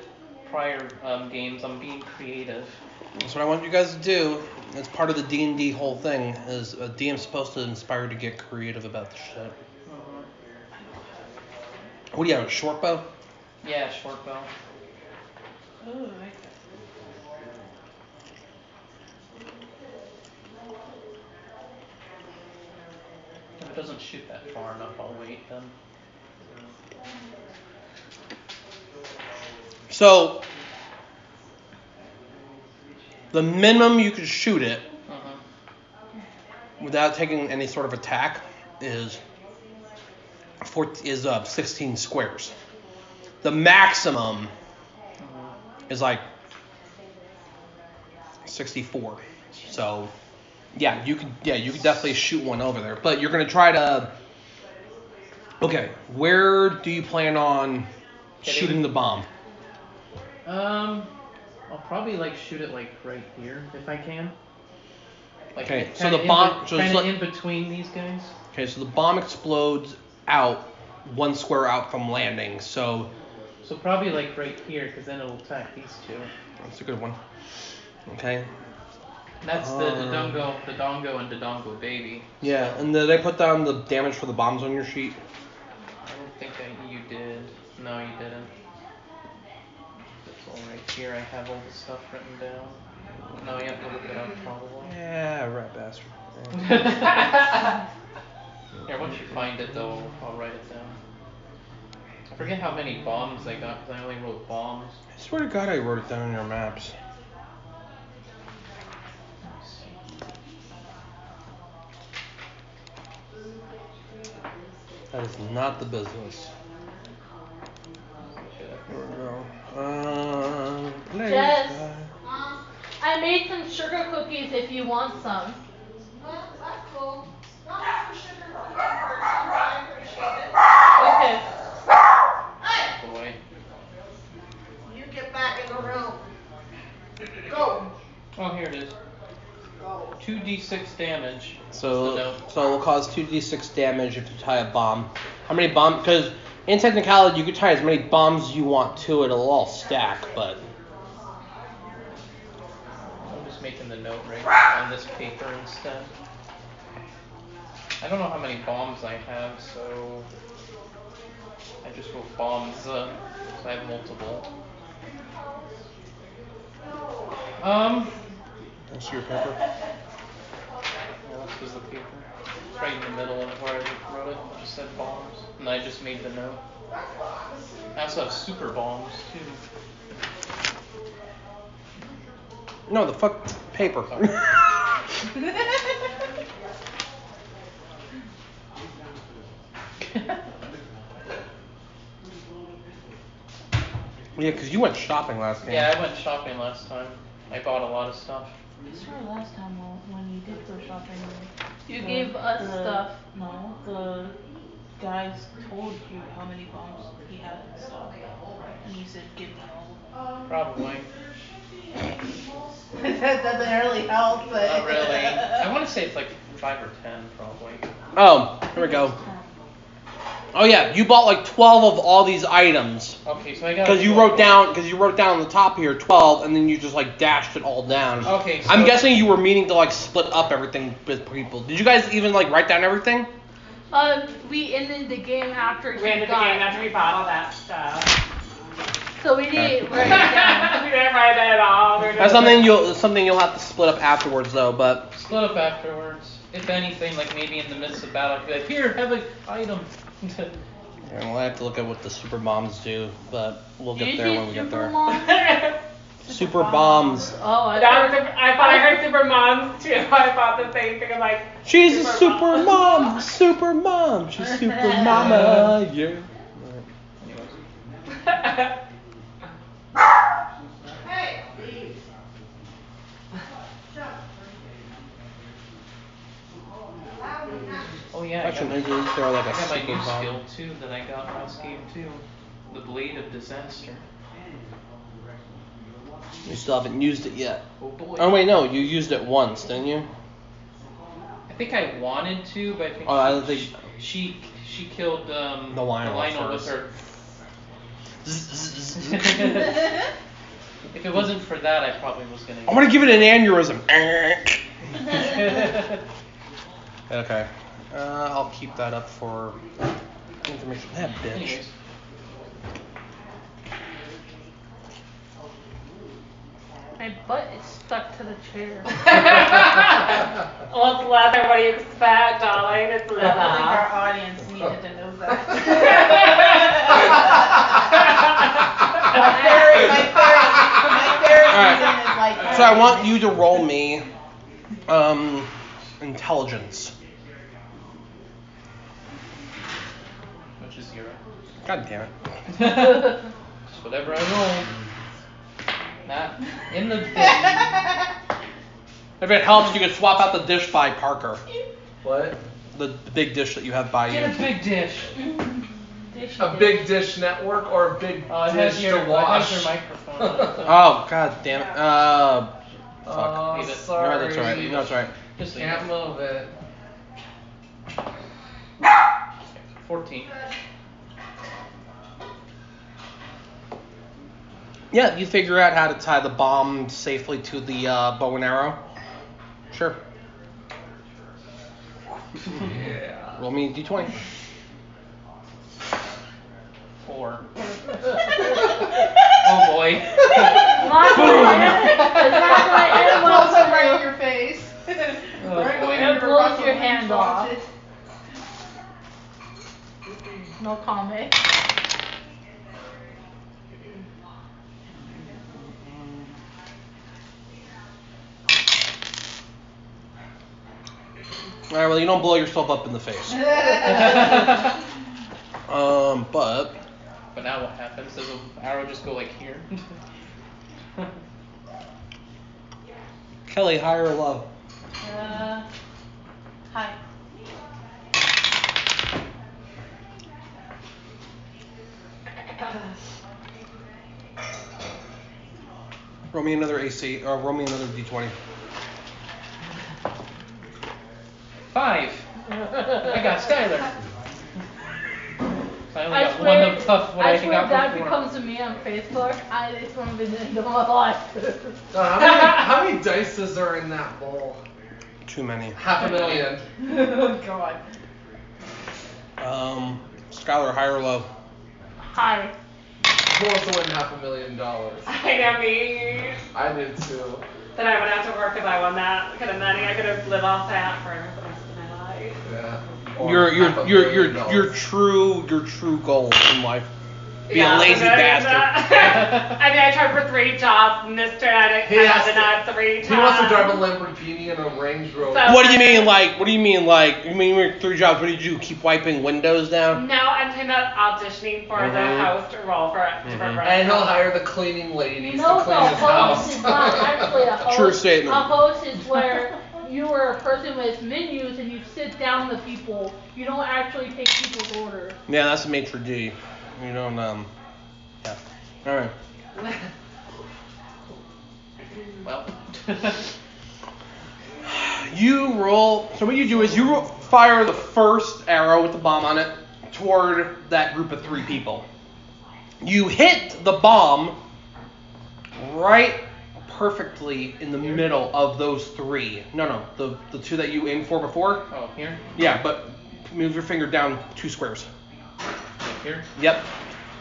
Speaker 5: prior um, games, I'm being creative.
Speaker 1: That's what I want you guys to do. It's part of the D and D whole thing. Is a DM's supposed to inspire to get creative about the shit. What do you have? A short bow?
Speaker 5: Yeah, short bow.
Speaker 7: Ooh, I
Speaker 5: If it doesn't shoot that far enough, I'll wait then.
Speaker 1: So the minimum you can shoot it
Speaker 5: Mhm.
Speaker 1: without taking any sort of attack is four, is uh, 16 squares. The maximum is like 64. So yeah, you could yeah you could definitely shoot one over there, but you're gonna try to. Okay, where do you plan on shooting the bomb?
Speaker 5: Um, I'll probably like shoot it like right here if I can.
Speaker 1: Okay, so
Speaker 5: kinda
Speaker 1: the
Speaker 5: in
Speaker 1: bomb-
Speaker 5: be-
Speaker 1: so it's
Speaker 5: kinda
Speaker 1: like-
Speaker 5: in between these guys.
Speaker 1: Okay, so the bomb explodes out one square out from landing. So
Speaker 5: So probably like right here, because then it'll attack these two.
Speaker 1: that's a good one. Okay.
Speaker 5: And that's the
Speaker 1: Um.
Speaker 5: Dodongo, the Dongo, and Dodongo baby.
Speaker 1: Yeah, and did I put down the damage for the bombs on your sheet?
Speaker 5: I don't think I, you did. No, you didn't. It's all right here. I have all the stuff written down. No, you have to look it up probably.
Speaker 1: Yeah, rat bastard.
Speaker 5: Here, once you find it though, I'll write it down. I forget how many bombs I got because I only rolled bombs.
Speaker 1: I swear to God, I wrote it down in your maps. That is not the business. Here we go. Uh, play
Speaker 4: Jess.
Speaker 1: sky.
Speaker 4: I made some sugar cookies if you want some. Okay.
Speaker 5: Boy.
Speaker 9: You get back in the room. Go.
Speaker 5: Oh, here it is.
Speaker 9: Go.
Speaker 5: 2d6 damage.
Speaker 1: So,
Speaker 5: no.
Speaker 1: so it'll cause 2d6 damage if you tie a bomb. How many bomb? Because in technicality, you could tie as many bombs as you want to. It'll all stack, but
Speaker 5: just making the note right on this paper instead. I don't know how many bombs I have, so I just wrote bombs. Uh, so I have multiple. Um,
Speaker 1: That's your pepper.
Speaker 5: yeah, this was the paper. It's right in the middle of where I wrote it. It just said bombs, and I just made the note. I also have super bombs too.
Speaker 1: No, the fuck paper. yeah, because you went shopping last game.
Speaker 5: Yeah, I went shopping last time. I bought a lot of stuff.
Speaker 6: I swear last time when- when you did go shopping.
Speaker 4: You
Speaker 7: Mm.
Speaker 6: the-
Speaker 4: gave us
Speaker 6: the-
Speaker 4: stuff.
Speaker 6: No, the guys told you how many bombs he had in stock. And you said, give me all.
Speaker 5: Probably.
Speaker 7: that doesn't really help, but.
Speaker 5: Not really. I want to say it's like five or ten, probably.
Speaker 1: Oh, here we go. Oh yeah, you bought like 12 of all these items.
Speaker 5: Okay, so I got.
Speaker 1: Because you wrote down, because you wrote down on the top here 12, and then you just like dashed it all down.
Speaker 5: Okay, so
Speaker 1: I'm guessing you were meaning to like split up everything with people. Did you guys even like write down everything?
Speaker 4: Uh, we ended the game after
Speaker 3: We
Speaker 4: you
Speaker 3: ended the
Speaker 4: got
Speaker 3: game after we bought all that stuff.
Speaker 4: So we didn't
Speaker 3: we
Speaker 4: write it down.
Speaker 3: didn't write that at all. We were
Speaker 1: That's
Speaker 3: just-
Speaker 1: something you'll something you'll have to split up afterwards though. But
Speaker 5: Split up afterwards. If anything, like maybe in the midst of battle, I'd be like, here, have an item.
Speaker 1: yeah, we'll have to look at what the super bombs do. But we'll
Speaker 4: Did
Speaker 1: get
Speaker 4: you
Speaker 1: there
Speaker 4: see
Speaker 1: when we get
Speaker 4: Super
Speaker 1: there.
Speaker 4: Mom?
Speaker 1: Super bombs.
Speaker 4: Oh, I
Speaker 3: That was
Speaker 4: thought.
Speaker 3: super, I thought I heard super moms too. I thought the same thing. I'm like,
Speaker 1: She's a super mom. Super mom. She's super mama. Yeah.
Speaker 5: Anyways.
Speaker 9: Hey, please. Shut up. Allow me not
Speaker 5: Oh yeah, I got,
Speaker 1: Actually,
Speaker 5: my,
Speaker 1: maybe we throw like
Speaker 5: I
Speaker 1: a
Speaker 5: got my
Speaker 1: super
Speaker 5: new
Speaker 1: bomb.
Speaker 5: skill too that I got last game too. The Blade of Disaster.
Speaker 1: You still haven't used it yet.
Speaker 5: Oh boy.
Speaker 1: Oh wait, no, you used it once, didn't you?
Speaker 5: I think I wanted to, but I think,
Speaker 1: Oh, I don't
Speaker 5: she,
Speaker 1: think-
Speaker 5: she she killed um,
Speaker 1: The Lionel
Speaker 5: with
Speaker 1: first.
Speaker 5: her.
Speaker 1: I
Speaker 5: if it wasn't for that, I probably was gonna.
Speaker 1: want to give it an aneurysm.
Speaker 5: to.
Speaker 1: okay. Uh, I'll keep that up for information. That bitch.
Speaker 5: Anyways.
Speaker 4: My butt is stuck to the chair.
Speaker 3: well, it's leather. What do you expect, darling? It's
Speaker 7: I don't think
Speaker 3: leather.
Speaker 7: our audience needed to know that. my theory, my theory, my
Speaker 1: Alright.
Speaker 7: theory season is like.
Speaker 1: So I want you to roll me, um, intelligence.
Speaker 5: Which is zero.
Speaker 1: God damn it.
Speaker 5: Just whatever I roll. Not in the bin.
Speaker 1: If it helps, you can swap out the dish by Parker.
Speaker 2: What?
Speaker 1: The, the big dish that you have by
Speaker 5: Get a
Speaker 1: you.
Speaker 5: big dish.
Speaker 4: Dish
Speaker 2: A
Speaker 4: it.
Speaker 2: big dish network or a big
Speaker 5: Uh, it
Speaker 2: dish
Speaker 5: has your,
Speaker 2: to
Speaker 5: it
Speaker 2: wash?
Speaker 5: has your microphone. on it.
Speaker 1: Oh, god damn it. Uh,
Speaker 2: Oh,
Speaker 5: Leave it.
Speaker 2: sorry.
Speaker 1: no, that's alright. No, that's alright.
Speaker 5: Just leave
Speaker 2: Can't
Speaker 5: it.
Speaker 2: move it.
Speaker 5: 14.
Speaker 1: Yeah, you figure out how to tie the bomb safely to the uh, bow and arrow. Sure.
Speaker 2: Yeah.
Speaker 1: Roll me a d20.
Speaker 5: 4. oh boy.
Speaker 4: Not It's not my
Speaker 7: It blows
Speaker 4: animal.
Speaker 7: up right in your face.
Speaker 5: Oh,
Speaker 7: right
Speaker 5: boy.
Speaker 7: when
Speaker 4: It
Speaker 7: you're
Speaker 4: blows
Speaker 7: ruffling
Speaker 4: your hand off.
Speaker 7: it.
Speaker 4: No comment.
Speaker 1: Alright, well, you don't blow yourself up in the face. Um, but.
Speaker 5: but now what happens? Does an arrow just go like here?
Speaker 1: Kelly, high or low?
Speaker 7: Uh, hi.
Speaker 1: Roll me another AC, or roll me another d20.
Speaker 5: 5. I got Skylar. So I only
Speaker 4: I
Speaker 5: got
Speaker 4: swear
Speaker 5: one of tough what I,
Speaker 4: I
Speaker 5: hang
Speaker 4: swear
Speaker 5: out
Speaker 4: if that
Speaker 5: before.
Speaker 4: becomes a me on Facebook, I it's one of the end of my life.
Speaker 2: Uh, how, many, how many dices are in that bowl?
Speaker 1: Too many.
Speaker 2: Half a million.
Speaker 4: oh god.
Speaker 1: Um, Skylar, high or low?
Speaker 4: Hi.
Speaker 2: Who wants to win half a million dollars?
Speaker 3: I know me.
Speaker 2: I did too.
Speaker 3: Then I would have to work if I won that kind of money. I could have lived off that for the rest of my life.
Speaker 2: Yeah. Or
Speaker 1: Your
Speaker 2: half
Speaker 1: your your
Speaker 2: a million
Speaker 1: your
Speaker 2: dollars.
Speaker 1: your true your true goal in life. Be
Speaker 3: Yeah,
Speaker 1: a lazy
Speaker 3: but I mean,
Speaker 1: bastard.
Speaker 3: that- I mean, I tried for three jobs, and this turned out I
Speaker 2: He has
Speaker 3: had
Speaker 2: to-
Speaker 3: not three times.
Speaker 2: He wants to drive a Lamborghini and a Range Rover.
Speaker 3: So-
Speaker 1: What do you mean like? What do you mean like? You mean you work three jobs? What do you do? Keep wiping windows down?
Speaker 3: No, I'm talking about auditioning for
Speaker 1: Mhm.
Speaker 3: the host role for for
Speaker 1: Mhm.
Speaker 3: restaurant.
Speaker 2: Mm-hmm. and he'll hire the cleaning ladies to
Speaker 4: No, the
Speaker 2: clean his
Speaker 4: host
Speaker 2: house.
Speaker 4: is not actually a host.
Speaker 1: True statement.
Speaker 4: A host is where you are a person with menus and you sit down with people. You don't actually take people's orders.
Speaker 1: Yeah, that's a maitre d. You don't um. Yeah. All right.
Speaker 5: Well,
Speaker 1: You roll. So what you do is you ro- fire the first arrow with the bomb on it toward that group of three people. You hit the bomb right perfectly in the middle of those three. No, no, the the two that you aimed for before.
Speaker 5: oh here,
Speaker 1: Yeah, but move your finger down two squares.
Speaker 5: Like here,
Speaker 1: Yep.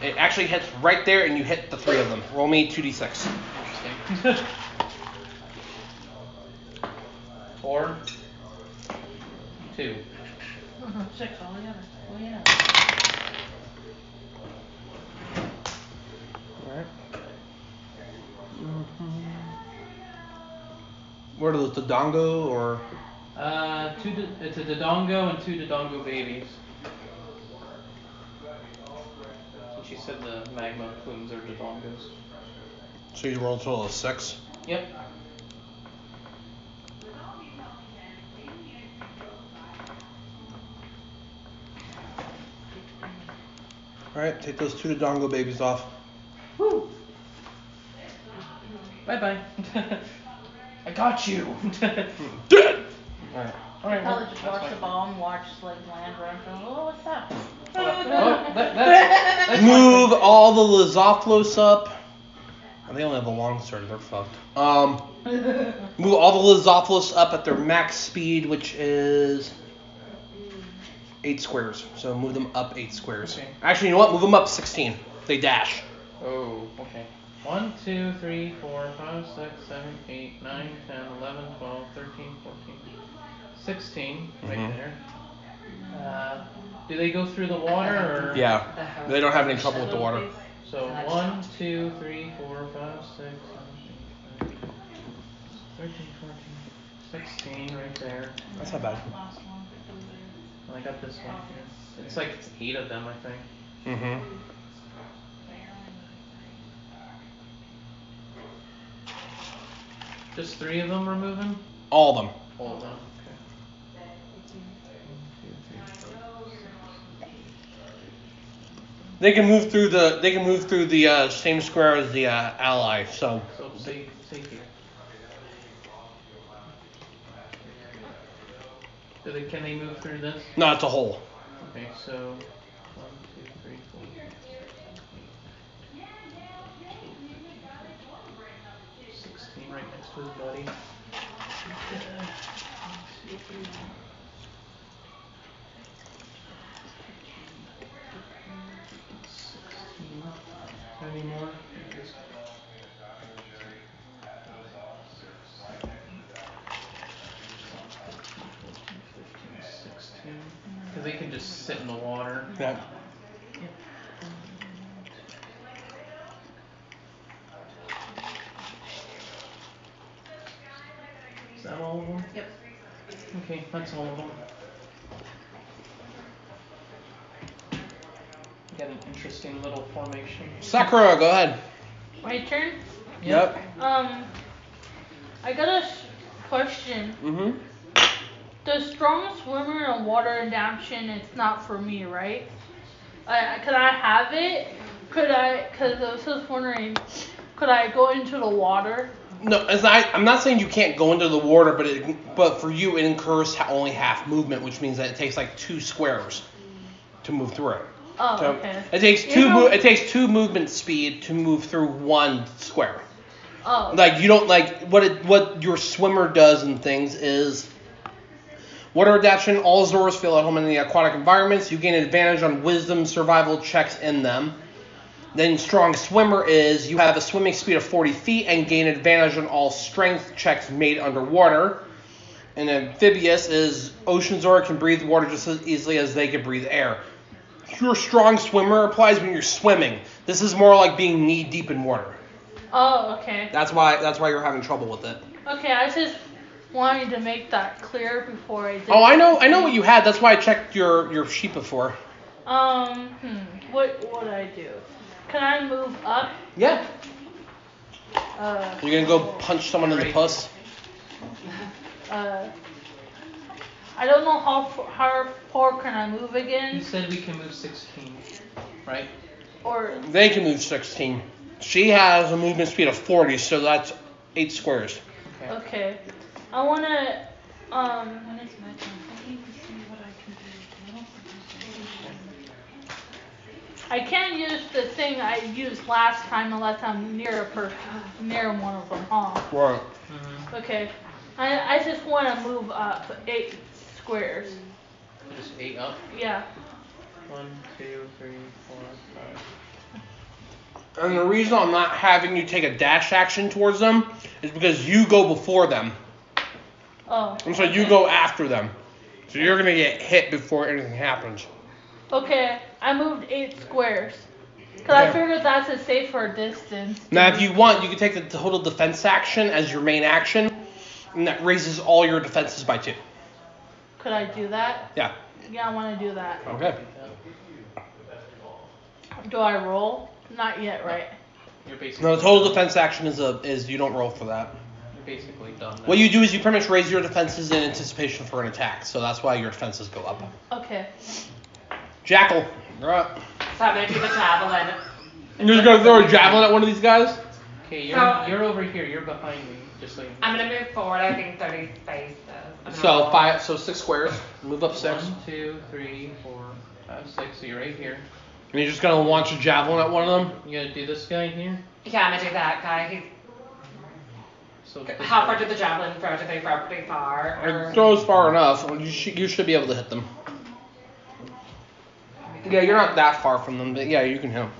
Speaker 1: It actually hits right there, and you hit the three of them. Roll me two d6.
Speaker 5: interesting. Four, two.
Speaker 6: Six altogether. Well, yeah.
Speaker 1: Mm-hmm. What are those, the dongo or?
Speaker 5: Uh, two. D- it's a Dodongo and two Dodongo babies. And she said the magma plumes are Dodongos.
Speaker 1: So you roll a total of six.
Speaker 5: Yep.
Speaker 1: All right, take those two Dodongo babies off.
Speaker 5: Woo. Bye bye. I got you.
Speaker 1: Dead. All right.
Speaker 5: All right.
Speaker 6: Probably
Speaker 5: well,
Speaker 6: just
Speaker 5: that's
Speaker 6: watch the
Speaker 5: fine.
Speaker 6: bomb, watch like land run, and go, oh, what's that?
Speaker 5: Oh, that, that's, that's
Speaker 1: Move all the Lizoplos up. Oh, They only have a long sword. They're fucked. Um, move all the Lizoplos up at their max speed, which is eight squares. So move them up eight squares.
Speaker 5: Okay.
Speaker 1: Actually, you know what? Move them up 16. They dash.
Speaker 5: Oh, okay. 1, 2, 3, 4, 5, 6, 7, 8, 9, 10, 11, 12, 13, 14, 16, right
Speaker 1: Mhm.
Speaker 5: there. Uh, do they go through the water or?
Speaker 1: Yeah. They don't have any trouble with the water.
Speaker 5: So 1, 2, 3, 4, 5, 6, 7, 8, 9, 13, 14, 16, right there.
Speaker 1: That's not bad.
Speaker 5: And I got this one here. It's like 8 of them, I think.
Speaker 1: Mm-hmm.
Speaker 5: Just 3 of them we're moving?
Speaker 1: All of them.
Speaker 5: Hold on.
Speaker 1: They can move through the. They can move through the uh, same square as the uh, ally. So
Speaker 5: So stay, stay here. Do they, can they move through this?
Speaker 1: no, it's a hole.
Speaker 5: Okay, so one, two, three, four. Sixteen right next to his buddy. Sixteen. Any more? Just- Sixteen. Cause they can just sit in the water.
Speaker 1: Yeah.
Speaker 5: Is that all of them?
Speaker 6: Yep.
Speaker 5: Okay, that's all of them. Got an interesting little formation.
Speaker 1: Sakura, go ahead.
Speaker 4: My turn.
Speaker 1: Yep.
Speaker 4: Um, I got a s- question.
Speaker 1: Mm-hmm.
Speaker 4: The strong swimmer and water adaptation, it's not for me, right? I, could I have it? Could I? Because I was just wondering, could I go into the water?
Speaker 1: No, it's not, I'm not saying you can't go into the water, but it, but for you it incurs ha- only half movement, which means that it takes like two squares to move through it.
Speaker 4: Oh,
Speaker 1: So
Speaker 4: okay.
Speaker 1: it takes
Speaker 4: You
Speaker 1: two.
Speaker 4: know-
Speaker 1: Mo- it takes two movement speed to move through one square.
Speaker 4: Oh.
Speaker 1: Like you don't like what it what your swimmer does and things is. Water adaptation. All Zoras feel at home in the aquatic environments. You gain an advantage on Wisdom survival checks in them. Then strong swimmer is you have a swimming speed of 40 feet and gain advantage on all strength checks made underwater. And amphibious is ocean zora can breathe water just as easily as they can breathe air. Your strong swimmer applies when you're swimming. This is more like being knee deep in water.
Speaker 4: Oh, okay.
Speaker 1: That's why that's why you're having trouble with it.
Speaker 4: Okay, I just wanted to make that clear before I did.
Speaker 1: Oh, I know I know what you had. That's why I checked your your sheet before.
Speaker 4: Um, hmm. What would I do? Can I move up?
Speaker 1: Yeah.
Speaker 4: Uh,
Speaker 1: You're gonna go punch someone in the puss.
Speaker 4: uh, I don't know how f- how far can I move
Speaker 5: You
Speaker 4: again,
Speaker 5: said we can move 16, right?
Speaker 4: or
Speaker 1: They can move 16. She has a movement speed of 40, so that's eight squares.
Speaker 4: okay, I wanna um.
Speaker 6: When it's my turn, let me see what I can do. I don't think
Speaker 4: I can't use the thing I used last time unless I'm near a per- near one of them, huh?
Speaker 1: Right.
Speaker 4: Okay. I I just want to move up eight squares.
Speaker 5: Just 8 up.
Speaker 4: Yeah.
Speaker 5: One, two, three, four, five.
Speaker 1: And the reason I'm not having you take a dash action towards them is because you go before them.
Speaker 4: Oh.
Speaker 1: And so you go after them. So you're gonna get hit before anything happens.
Speaker 4: Okay. I moved eight squares. Cause
Speaker 1: Yeah.
Speaker 4: I figured that's a safer distance.
Speaker 1: Now, if you want, you can take the total defense action as your main action, and that raises all your defenses by two.
Speaker 4: Could I do that?
Speaker 1: Yeah.
Speaker 4: Yeah, I want to do that.
Speaker 1: Okay.
Speaker 4: Do I roll? Not yet, right?
Speaker 5: You're basically,
Speaker 1: No, the total defense action is a is you don't roll for that.
Speaker 5: you're basically done.
Speaker 1: What you do is you pretty much raise your defenses in anticipation for an attack, so that's why your defenses go up.
Speaker 4: Okay.
Speaker 1: Jackal, you're up.
Speaker 3: So I'm gonna do the javelin.
Speaker 1: You're just gonna throw a javelin at one of these guys?
Speaker 5: Okay, you're,
Speaker 3: So-
Speaker 5: you're over here. You're behind me. Just so you know.
Speaker 3: I'm gonna move forward. I think 30 spaces. I'm gonna
Speaker 1: So
Speaker 3: roll.
Speaker 1: five, so six squares. Move up six,
Speaker 5: One, two, three, four, five, six. So you're right here.
Speaker 1: and you're just gonna launch a javelin at one of them.
Speaker 5: You gotta do this guy here.
Speaker 3: Yeah, I'm gonna do that guy. He's
Speaker 5: So
Speaker 3: how far did the javelin throw? Did they throw pretty far? Or...
Speaker 1: It throws far enough. You should, you should be able to hit them. Yeah, you're not that far from them, but yeah, you can hit them.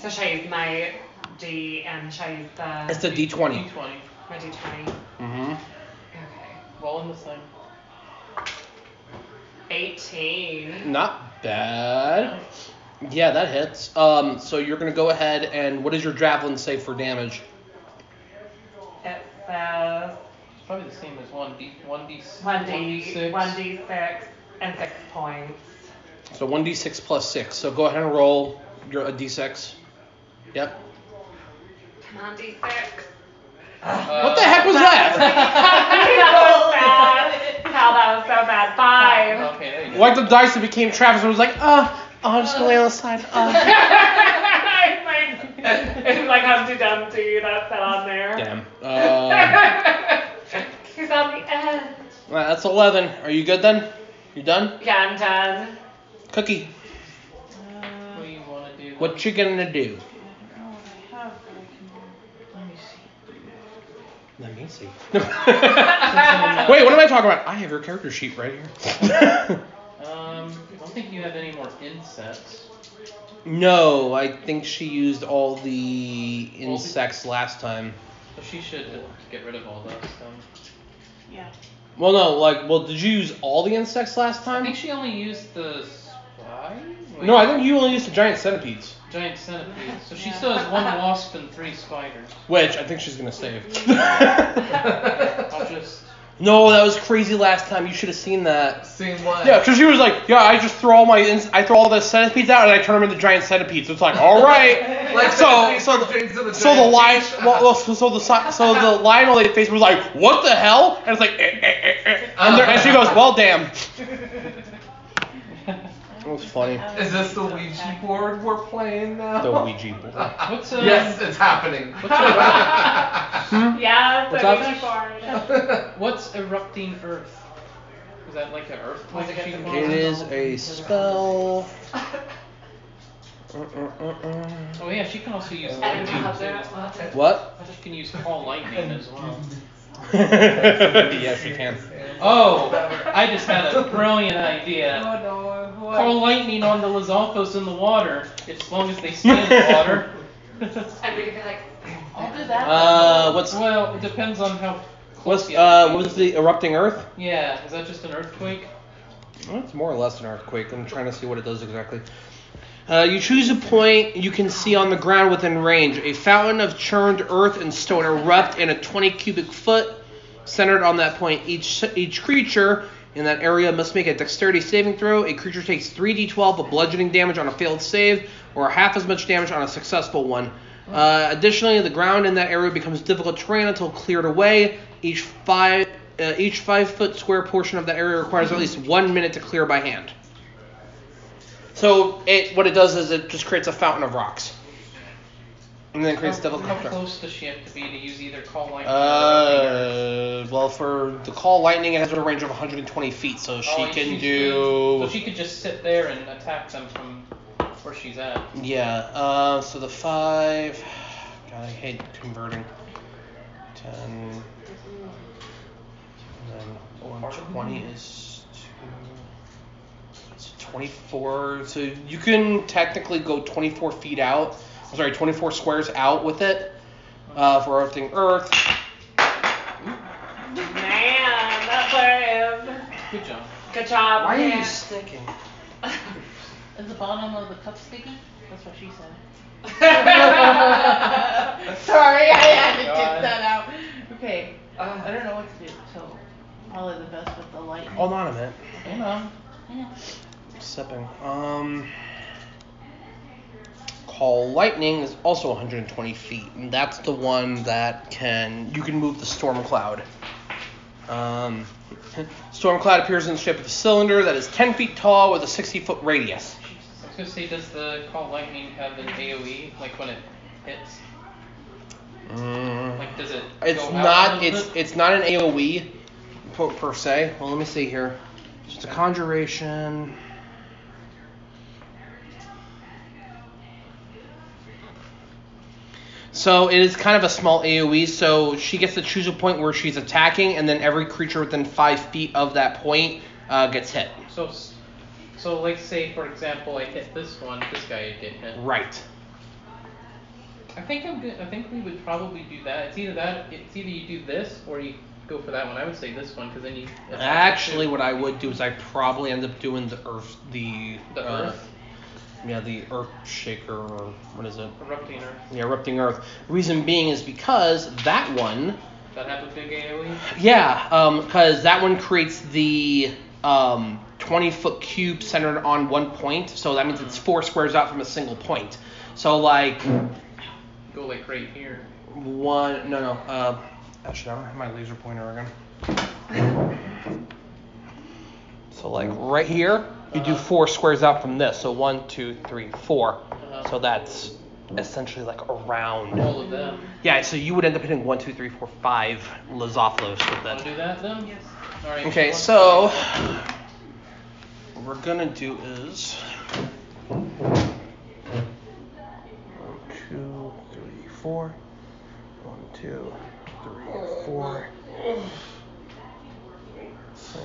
Speaker 3: So should I use my D and should I use the
Speaker 1: It's the D20.
Speaker 5: D20.
Speaker 3: my D20?
Speaker 1: Mm-hmm.
Speaker 3: Okay.
Speaker 5: Roll in this thing.
Speaker 3: 18.
Speaker 1: Not bad. Yeah, that hits. Um, so you're gonna go ahead and what does your javelin say for damage?
Speaker 3: It says
Speaker 5: It's probably the same as one D. One D.
Speaker 3: 1D,
Speaker 5: six.
Speaker 3: 1D6, and 6 points.
Speaker 1: So 1d6 plus six. So go ahead and roll your a d6. Yep.
Speaker 3: Come on, D6.
Speaker 5: Uh,
Speaker 1: what the heck was that?
Speaker 3: that was bad. How that was so bad. Five.
Speaker 5: Okay, there you go.
Speaker 1: Wiped the dice and became Travis and was like, uh, oh, I'm just gonna lay on the side. Uh.
Speaker 3: It's like- it's like Humpty Dumpty that fell on there.
Speaker 1: Damn. Uh,
Speaker 3: He's on the edge.
Speaker 1: well, that's 11. Are you good then? You done?
Speaker 3: Yeah, I'm done.
Speaker 1: Cookie,
Speaker 5: What do you wanna do?
Speaker 1: what you gonna do?
Speaker 6: I don't know what I have, but I can do. Let me see.
Speaker 1: Let me see. Wait, what am I talking about? I have your character sheet right here.
Speaker 5: Um, I don't think you have any more insects.
Speaker 1: no, I think she used all the insects last time.
Speaker 5: So she should get rid of all those. Then.
Speaker 6: Yeah.
Speaker 1: Well, no, like, well, did you use all the insects last
Speaker 5: I
Speaker 1: time?
Speaker 5: think she only used the spy. Wait,
Speaker 1: No, I think you only used the giant centipedes,
Speaker 5: giant centipede. So she
Speaker 6: Yeah.
Speaker 5: still has one wasp and three spiders.
Speaker 1: which I think she's gonna save.
Speaker 5: I'll just.
Speaker 1: no, that was crazy last time. You should have seen that.
Speaker 2: Seeing what?
Speaker 1: Yeah, because she was like, yeah, I just throw all my ins- I throw all the centipedes out and I turn them into giant centipedes. It's like, all right.
Speaker 2: Like
Speaker 1: So- so the-
Speaker 2: Jinx and the
Speaker 1: So the
Speaker 2: Giant
Speaker 1: lion,
Speaker 2: Peach.
Speaker 1: well, well, so, so the si- so the lionel they faced was like, what the hell? And it's like, eh, eh, eh, eh. And, they're- and she goes, well, damn. That was funny.
Speaker 2: Is this the Ouija board we're playing now?
Speaker 1: The Ouija board.
Speaker 5: What's uh?
Speaker 2: Yes, it's happening.
Speaker 3: Yeah,
Speaker 1: What's
Speaker 3: so
Speaker 1: up?
Speaker 3: unicorn.
Speaker 5: What's erupting earth? Is that like an earthquake?
Speaker 3: Was it
Speaker 5: she
Speaker 3: the
Speaker 5: calls
Speaker 1: It is a spell.
Speaker 5: Oh yeah, she can also use
Speaker 3: I don't know
Speaker 5: lightning
Speaker 3: how
Speaker 5: too.
Speaker 3: that works.
Speaker 1: What?
Speaker 5: She can use call lightning as well.
Speaker 1: yes, you can.
Speaker 5: Oh, I just had a brilliant idea.
Speaker 6: no, what?
Speaker 5: Call lightning on the Lizalcos in the water, as long as they stay in the water.
Speaker 3: And we could be like,
Speaker 4: I'll do that.
Speaker 1: Uh, what's
Speaker 5: well, it depends on how.
Speaker 1: what's uh what's the erupting Earth?
Speaker 5: Yeah, is that just an earthquake?
Speaker 1: Well, it's more or less an earthquake. I'm trying to see what it does exactly. Uh, you choose a point you can see on the ground within range. A fountain of churned earth and stone erupt in a 20 cubic foot centered on that point. Each each creature in that area must make a dexterity saving throw. A creature takes 3d12 of bludgeoning damage on a failed save, or half as much damage on a successful one. Uh, additionally, the ground in that area becomes difficult terrain until cleared away. Each five uh, each five foot square portion of that area requires at least one minute to clear by hand. So it what it does is it just creates a fountain of rocks, and then creates
Speaker 5: How,
Speaker 1: difficult
Speaker 5: how
Speaker 1: terrain.
Speaker 5: close does she have to be to use either call lightning?
Speaker 1: Uh, well, for the call lightning, it has a range of 120 feet, so she
Speaker 5: Oh, and
Speaker 1: can
Speaker 5: she's-
Speaker 1: do.
Speaker 5: So she could just sit there and attack them from where she's at.
Speaker 1: yeah. Uh, so the five. God, I hate converting. Ten. And then one twenty is two. It's twenty-four. So you can technically go twenty-four feet out. I'm sorry, twenty-four squares out with it. Uh, for everything Earth.
Speaker 3: man, that was
Speaker 5: Good job.
Speaker 3: good job.
Speaker 1: Why are
Speaker 3: man.
Speaker 1: you sticking?
Speaker 6: Is the bottom of the cup sticky? That's what she said.
Speaker 7: Sorry, I had to
Speaker 5: God.
Speaker 7: dig that out. Okay,
Speaker 6: I don't know what to do, so probably the best with the light.
Speaker 1: Hold on a minute.
Speaker 5: Hang on.
Speaker 1: Sipping. Um. Call lightning is also 120 feet, and that's the one that can you can move the storm cloud. Um, storm cloud appears in the shape of a cylinder that is 10 feet tall with a 60 foot radius.
Speaker 5: I was gonna say, does the call lightning have an AOE? Like when it hits?
Speaker 1: Mm.
Speaker 5: Like does it?
Speaker 1: It's
Speaker 5: go out a
Speaker 1: not.
Speaker 5: little
Speaker 1: It's
Speaker 5: bit?
Speaker 1: it's not an AOE per, per se. Well, let me see here. Just a conjuration. So it is kind of a small AOE. So she gets to choose a point where she's attacking, and then every creature within five feet of that point uh, gets hit.
Speaker 5: So, s- so like say for example, I hit this one. This guy would get hit.
Speaker 1: Right.
Speaker 5: I think I'm good. I think we would probably do that. It's either that. It's either you do this or you go for that one. I would say this one because then you.
Speaker 1: Actually, what I would do is I probably end up doing the earth, the,
Speaker 5: The
Speaker 1: uh,
Speaker 5: earth?
Speaker 1: yeah, the earth shaker or what is it?
Speaker 5: Erupting Earth.
Speaker 1: the erupting earth. Reason being is because that one,
Speaker 5: That have a E? big AOE.
Speaker 1: yeah, because that one creates the um, 20 foot cube centered on one point. So that means it's four squares out from a single point. So like
Speaker 5: Go like right here.
Speaker 1: one, no, no. Uh, actually, I don't have my laser pointer again. So like right here, you do
Speaker 5: Uh-huh.
Speaker 1: four squares out from this. So one, two, three, four.
Speaker 5: Uh-huh.
Speaker 1: So that's essentially like around.
Speaker 5: All of them.
Speaker 1: Yeah, so you would end up hitting one, two, three, four, five Lizophlos with
Speaker 5: Want to
Speaker 1: that.
Speaker 5: do that then?
Speaker 6: Yes.
Speaker 5: All right.
Speaker 1: Okay,
Speaker 5: one-
Speaker 1: so what we're gonna do is one, two, three, four. One, two, three, four. One, two,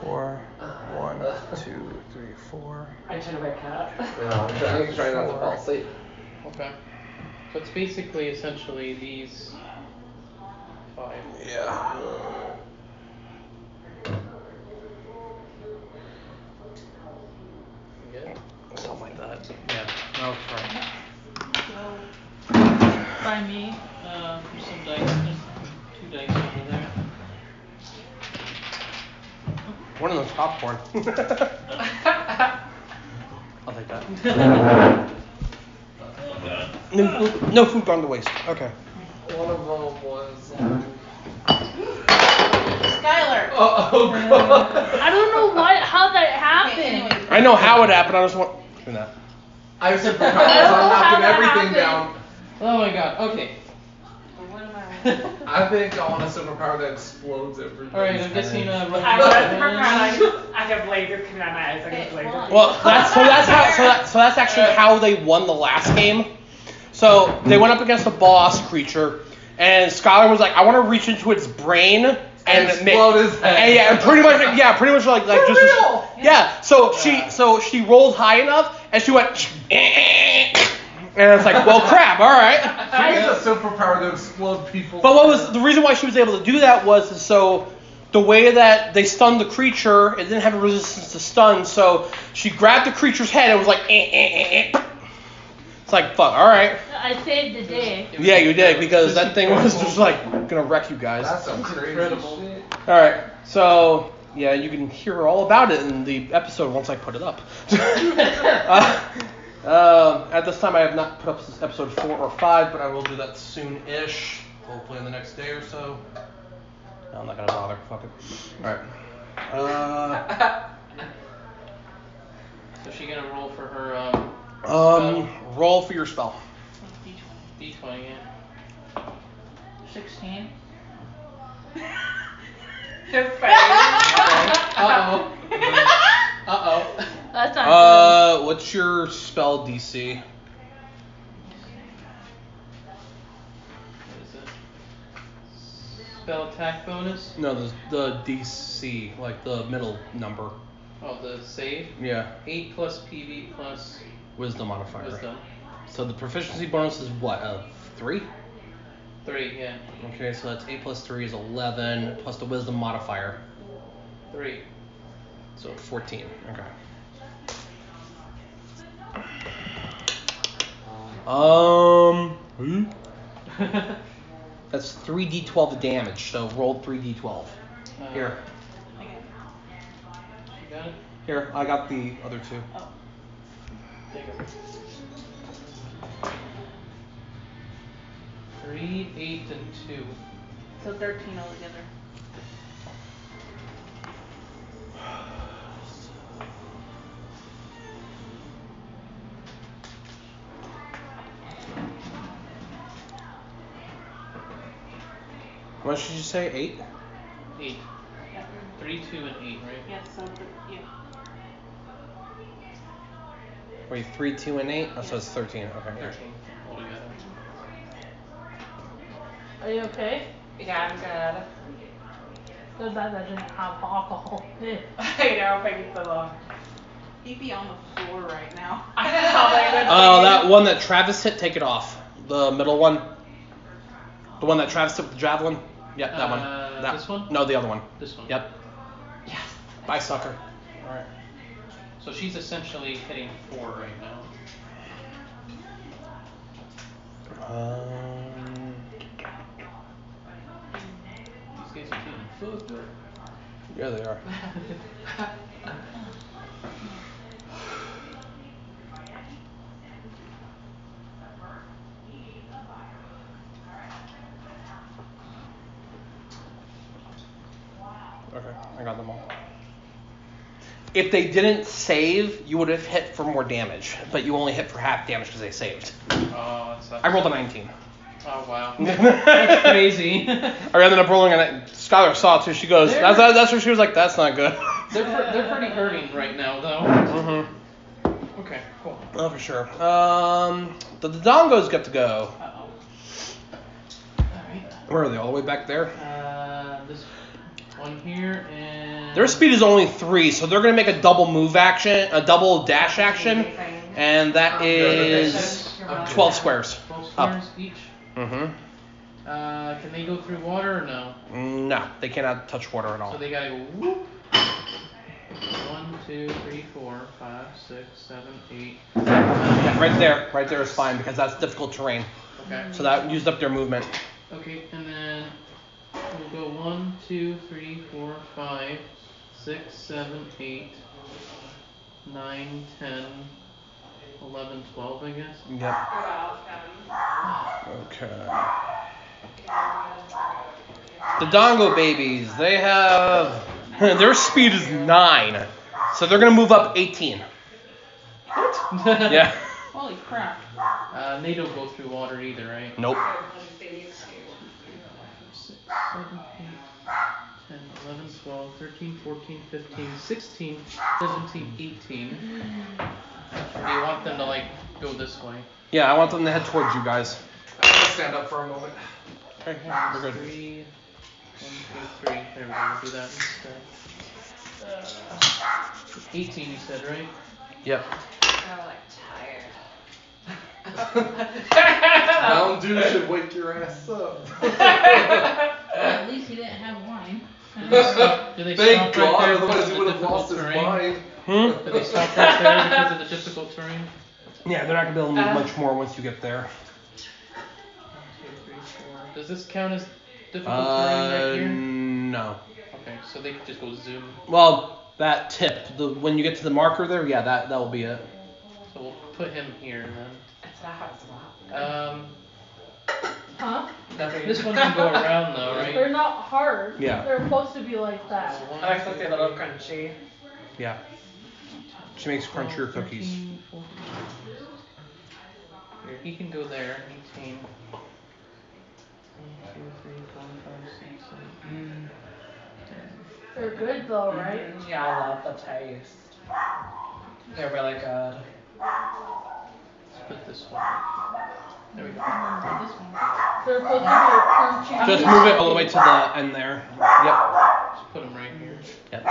Speaker 1: four. One, two, three, four.
Speaker 3: I'm trying to wake up.
Speaker 2: No, I'm trying I'm trying not to fall asleep.
Speaker 5: Okay. So it's basically essentially these five.
Speaker 1: Yeah.
Speaker 5: Yeah.
Speaker 1: Something like that. Yeah. No, sorry.
Speaker 4: By me.
Speaker 5: Uh, there's some dice. There's two dice over there.
Speaker 1: One of them's popcorn. I'll take that. No, food- no food gone to waste. Okay.
Speaker 2: One of them was. Um,
Speaker 7: Skylar.
Speaker 2: oh, oh god.
Speaker 4: I don't know what how that happened.
Speaker 7: Okay, anyway,
Speaker 1: I know how it happened. I just want. No.
Speaker 2: I said for
Speaker 4: I
Speaker 2: comments,
Speaker 4: don't know
Speaker 2: I'm
Speaker 4: Oh, how
Speaker 2: knocking
Speaker 4: that
Speaker 2: everything
Speaker 4: happened.
Speaker 2: down.
Speaker 5: Oh my god. Okay.
Speaker 7: what am I?
Speaker 2: I think I want a superpower that explodes everything.
Speaker 5: Alright, I'm guessing uh, Russian
Speaker 3: I was super
Speaker 5: violins.
Speaker 3: proud. I have laser coming out of my eyes. I
Speaker 4: Okay,
Speaker 3: have laser.
Speaker 4: well-
Speaker 1: Well, that's so that's how so, that, so that's actually how they won the last game. So they went up against a boss creature, and Skylar was like, "I want to reach into its brain and, make-
Speaker 2: explode his head.
Speaker 1: and yeah, and pretty much yeah, pretty much like like
Speaker 2: For
Speaker 1: just
Speaker 2: real?
Speaker 1: yeah. So she so she rolled high enough, and she went, and it's like, well, crap, all right.
Speaker 2: She needs a superpower to explode people.
Speaker 1: But what was the reason why she was able to do that was so the way that they stunned the creature, it didn't have a resistance to stun, so she grabbed the creature's head and was like, eh, eh, eh, eh. it's like fuck, all right,
Speaker 4: I saved the day.
Speaker 1: yeah, you did because that thing was just like gonna wreck you guys.
Speaker 2: That's some crazy
Speaker 5: incredible.
Speaker 2: shit.
Speaker 1: All right, so yeah, you can hear all about it in the episode once I put it up. Uh, um, at this time, I have not put up this episode four or five, but I will do that soon-ish. Hopefully, in the next day or so. No, I'm not gonna bother. Fuck it. All right. Uh,
Speaker 5: So she gonna roll for her um,
Speaker 1: um, roll for your spell.
Speaker 6: D20.
Speaker 5: d20 yeah.
Speaker 6: 16.
Speaker 3: Just saying.
Speaker 5: Uh oh. uh oh.
Speaker 4: That's not
Speaker 1: Uh, what's your spell DC?
Speaker 5: What is it? Spell attack bonus?
Speaker 1: No, the, the DC, like the middle number.
Speaker 5: Oh, the save.
Speaker 1: Yeah.
Speaker 5: 8 plus PV plus
Speaker 1: Wisdom modifier.
Speaker 5: wisdom.
Speaker 1: So the proficiency bonus is what? Uh, three.
Speaker 5: 3, yeah.
Speaker 1: Okay, so that's eight plus three is eleven, plus the wisdom modifier,
Speaker 5: 3.
Speaker 1: so fourteen. Okay. Um, hmm? that's three d12 damage. So roll three d12.
Speaker 5: Uh,
Speaker 1: Here,
Speaker 5: You got it?
Speaker 1: here, I got the other two.
Speaker 6: oh,
Speaker 5: Take it. 3, 8, and 2.
Speaker 6: So 13 altogether.
Speaker 1: What did you say? Eight.
Speaker 5: 8.
Speaker 6: Yeah.
Speaker 5: 3, 2, and 8, right?
Speaker 6: Yeah, so th- yeah.
Speaker 1: Wait, three, two, and eight. Oh, so it's thirteen. Okay. yeah.
Speaker 5: 13 altogether.
Speaker 4: good. Are you okay?
Speaker 3: yeah,
Speaker 4: Good that I didn't have alcohol.
Speaker 3: I'm good. I know, thank you so much.
Speaker 6: He'd be on the floor right now.
Speaker 3: I probably would
Speaker 1: Oh,
Speaker 3: be.
Speaker 1: that one that Travis hit, take it off. The middle one. The one that Travis hit with the javelin. Yep, that one.
Speaker 5: Uh,
Speaker 1: That-
Speaker 5: this one?
Speaker 1: No, the other one.
Speaker 5: This one.
Speaker 1: Yep.
Speaker 3: Yes.
Speaker 1: Bye, sucker.
Speaker 5: So she's essentially hitting 4 right now.
Speaker 1: Um,
Speaker 5: These guys are feeling fucked up.
Speaker 1: yeah, they are. Okay, I got them all. If they didn't save, you would have hit for more damage, but you only hit for half damage because they saved.
Speaker 5: Oh, that's
Speaker 1: I rolled a 19.
Speaker 5: Oh wow.
Speaker 1: That's
Speaker 5: Crazy.
Speaker 1: I ended up rolling on it. Skylar saw it too. She goes, that's, that's where she was like, that's not good.
Speaker 5: They're, pre- they're pretty hurting right now, though.
Speaker 1: hmm
Speaker 5: Okay, cool.
Speaker 1: Oh, for sure. Um, the, the Dongos get to go.
Speaker 5: Uh-oh. Alright.
Speaker 1: Where are they? All the way back there?
Speaker 5: Uh, this one here and...
Speaker 1: Their speed is only three, so they're gonna make a double move action, a double dash action, and that
Speaker 3: Um, Is
Speaker 1: is twelve squares.
Speaker 5: 12
Speaker 1: up.
Speaker 5: squares each.
Speaker 1: Mm-hmm.
Speaker 5: Uh, can they go through water or no?
Speaker 1: No, they cannot touch water at
Speaker 5: So
Speaker 1: all.
Speaker 5: they gotta go whoop. One, two, three, four, five, six, seven, eight.
Speaker 1: Yeah, right there, right there is fine because that's difficult terrain.
Speaker 5: Okay.
Speaker 1: So that used up their movement.
Speaker 5: Okay, and then we'll go one, two, three, four, five, six, seven, eight, nine, ten, eleven, twelve, I guess.
Speaker 1: Yep. Okay. The Dongo babies, they have their speed is nine, so they're gonna move up 18. Yeah.
Speaker 6: Holy crap.
Speaker 5: Uh, they don't go through water either, right?
Speaker 1: Nope.
Speaker 5: seven, eight, ten, eleven, twelve, thirteen, fourteen, fifteen, sixteen, seventeen, eighteen. Or do you want them to like go this way?
Speaker 1: Yeah, I want them to head towards you guys.
Speaker 2: I'm gonna stand up for a moment.
Speaker 1: Okay, yeah, we're good.
Speaker 5: Three, one, two, three. There we go. We'll do that instead. Uh, Eighteen, you said, right?
Speaker 1: Yep.
Speaker 3: Oh, like tired.
Speaker 2: Mountain Dew should wake your ass up.
Speaker 4: At least he didn't have wine.
Speaker 5: Do they
Speaker 2: Thank
Speaker 5: stop right
Speaker 2: God,
Speaker 5: there
Speaker 2: otherwise
Speaker 5: because
Speaker 2: he
Speaker 5: of
Speaker 2: would
Speaker 5: the
Speaker 2: have lost
Speaker 5: difficult
Speaker 2: his
Speaker 5: terrain?
Speaker 2: mind.
Speaker 1: Hmm?
Speaker 5: Do they stop right there because of the difficult terrain? One,
Speaker 1: Yeah, they're not gonna be able to move
Speaker 3: Uh.
Speaker 1: much more once you get there.
Speaker 5: two, three, four. Does this count as difficult
Speaker 1: Uh,
Speaker 5: terrain
Speaker 1: no.
Speaker 5: right here? Okay, so they could just go zoom.
Speaker 1: Well, that tip, the when you get to the marker there, yeah, that that will be it.
Speaker 5: So we'll put him here then.
Speaker 3: That's not how it's about.
Speaker 5: Um,
Speaker 4: Huh?
Speaker 8: Nothing.
Speaker 5: this one can go around though, right?
Speaker 4: They're not hard.
Speaker 1: Yeah.
Speaker 4: They're supposed to be like that.
Speaker 5: One,
Speaker 8: I expect
Speaker 5: two,
Speaker 8: a little
Speaker 5: three,
Speaker 8: crunchy.
Speaker 1: Yeah. She makes crunchier cookies.
Speaker 5: 13, 14. Here, he can go there. 18. 1, 2, 3, 4, 5, 6, 7,
Speaker 4: They're good though, right?
Speaker 8: Yeah, I love the taste. They're really good.
Speaker 5: Let's put this one. There we go.
Speaker 4: They're supposed to be like crunchy.
Speaker 1: Just move it all the way to the end there. Yep.
Speaker 5: Let's put him right here.
Speaker 1: Yep.
Speaker 6: I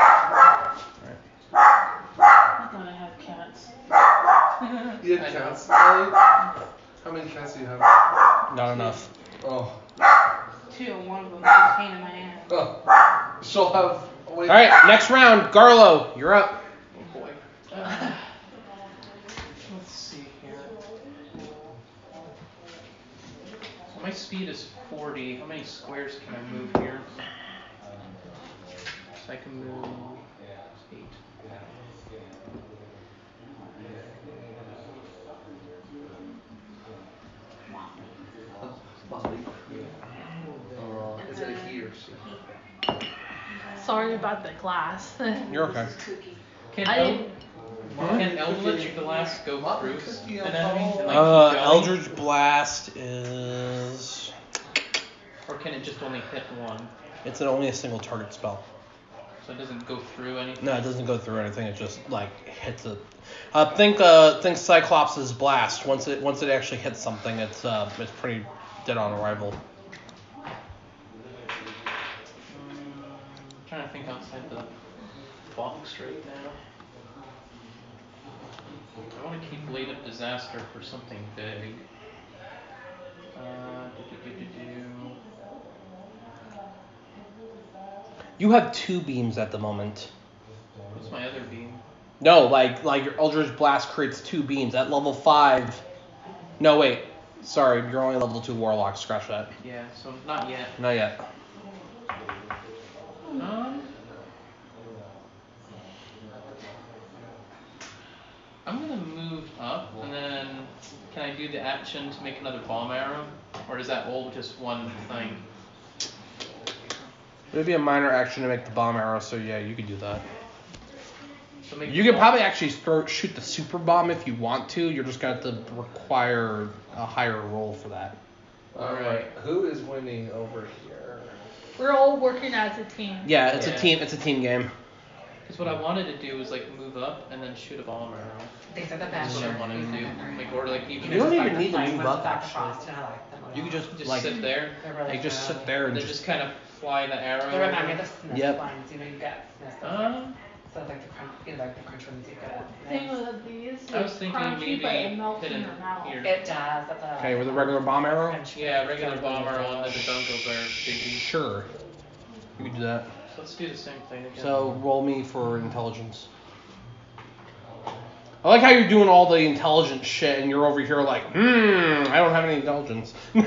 Speaker 6: thought I had cats.
Speaker 2: You
Speaker 5: I
Speaker 2: had
Speaker 5: know.
Speaker 2: cats, Ellie? How many cats do you have?
Speaker 1: Not enough.
Speaker 2: Oh.
Speaker 6: Two, one of them is a pain in my ass.
Speaker 2: oh. She'll have. Wait.
Speaker 1: All right, next round, Garlo, you're up.
Speaker 5: Oh boy. Uh, let's see here. So my speed is 40. How many squares can I move here? So I can move 8.
Speaker 2: Oh, is it a he or she?
Speaker 4: Sorry about the glass.
Speaker 1: You're okay.
Speaker 5: Can
Speaker 4: I
Speaker 5: El-
Speaker 4: didn't.
Speaker 5: can Eldritch Glass go
Speaker 2: Mom,
Speaker 5: through
Speaker 2: cookie
Speaker 5: an
Speaker 2: on
Speaker 5: enemy?
Speaker 2: top.
Speaker 5: and, like,
Speaker 1: Uh,
Speaker 5: keep going?
Speaker 1: Eldritch Blast is.
Speaker 5: Or can it just only hit one?
Speaker 1: It's an, only a single target spell.
Speaker 5: So it doesn't go through anything?
Speaker 1: No, it doesn't go through anything. It just like hits it. Uh, think uh, think Cyclops' blast. Once it once it actually hits something, it's uh, it's pretty dead on arrival.
Speaker 5: Mm, I'm trying to think outside the box right now. I want to keep Blade of Disaster for something big. Uh, do-do-do-do-do.
Speaker 1: You have two beams at the moment.
Speaker 5: What's my other beam?
Speaker 1: No, like like your Eldritch Blast creates two beams at level five. No wait, sorry, you're only level two Warlock. Scratch that.
Speaker 5: Yeah, so not yet.
Speaker 1: Not yet.
Speaker 5: Um, I'm gonna move up, and then can I do the action to make another bomb arrow, or is that all just one thing?
Speaker 1: It would be a minor action to make the bomb arrow, so yeah, you could do that.
Speaker 5: So make
Speaker 1: You
Speaker 5: the
Speaker 1: could
Speaker 5: bomb-
Speaker 1: probably actually throw, shoot the super bomb if you want to. You're just gonna have to require a higher roll for that.
Speaker 2: All right. Who is winning over here?
Speaker 4: We're all working as a team.
Speaker 1: Yeah, it's
Speaker 5: Yeah.
Speaker 1: a team. It's a team game.
Speaker 5: Because what I wanted to do was like move up and then shoot a bomb arrow.
Speaker 3: These are the
Speaker 5: That's
Speaker 3: best.
Speaker 5: what I
Speaker 3: shirts.
Speaker 5: wanted to
Speaker 3: These
Speaker 5: do.
Speaker 3: are very
Speaker 5: Like
Speaker 3: good.
Speaker 5: or like even
Speaker 1: You don't
Speaker 5: if I
Speaker 1: even need to
Speaker 3: Like,
Speaker 1: move
Speaker 3: with
Speaker 1: up,
Speaker 3: Dr.
Speaker 1: actually.
Speaker 3: Frost, and I like them a lot.
Speaker 1: You could just,
Speaker 5: just
Speaker 1: like,
Speaker 5: sit there
Speaker 3: They're really
Speaker 1: like just
Speaker 3: good.
Speaker 1: sit there
Speaker 5: and
Speaker 1: and
Speaker 5: then
Speaker 1: just.
Speaker 5: just kind of fly the arrow.
Speaker 3: They remind me of the Smith
Speaker 1: Yep. Uh-huh.
Speaker 3: ones, you know, you get Smith.
Speaker 5: Um,
Speaker 3: so like the crunch, you know, like the crunch ones you get.
Speaker 4: Same with these.
Speaker 5: I was
Speaker 4: it's
Speaker 5: thinking
Speaker 4: crunchy,
Speaker 5: maybe
Speaker 4: but it melts
Speaker 5: hit
Speaker 4: in
Speaker 5: in
Speaker 4: your mouth.
Speaker 5: here.
Speaker 3: It does. That's what I
Speaker 1: Okay,
Speaker 3: like.
Speaker 1: with a regular bomb arrow.
Speaker 3: Crunch
Speaker 5: Yeah,
Speaker 3: ones,
Speaker 5: regular
Speaker 3: so
Speaker 5: bomb
Speaker 3: really
Speaker 5: arrow and then
Speaker 3: good.
Speaker 5: the Dunkels are biggie.
Speaker 1: Sure. You could do that.
Speaker 5: So let's do the same thing again.
Speaker 1: So roll me for intelligence. I like how you're doing all the intelligence shit and you're over here like, hmm, I don't have any intelligence. no,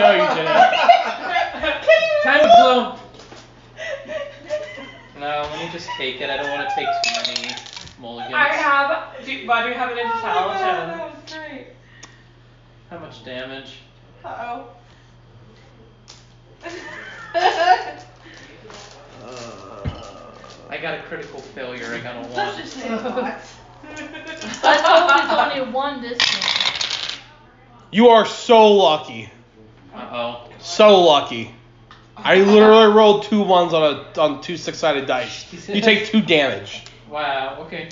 Speaker 5: Uh,
Speaker 1: you didn't.
Speaker 5: Time to blow. No, let me just take it. I don't want to take too many mulligans.
Speaker 3: I have. Do, why do you have an
Speaker 6: Oh my god,
Speaker 3: intelligence?
Speaker 6: that was great.
Speaker 5: How much damage?
Speaker 6: Uh
Speaker 5: I got a critical failure. I got a
Speaker 6: oh.
Speaker 5: one.
Speaker 6: Just say a lot.
Speaker 4: I hope it's only one this time.
Speaker 1: You are so lucky.
Speaker 5: Uh oh.
Speaker 1: So lucky. I literally rolled two ones on a on two six sided dice. You take two damage.
Speaker 5: Wow. Okay.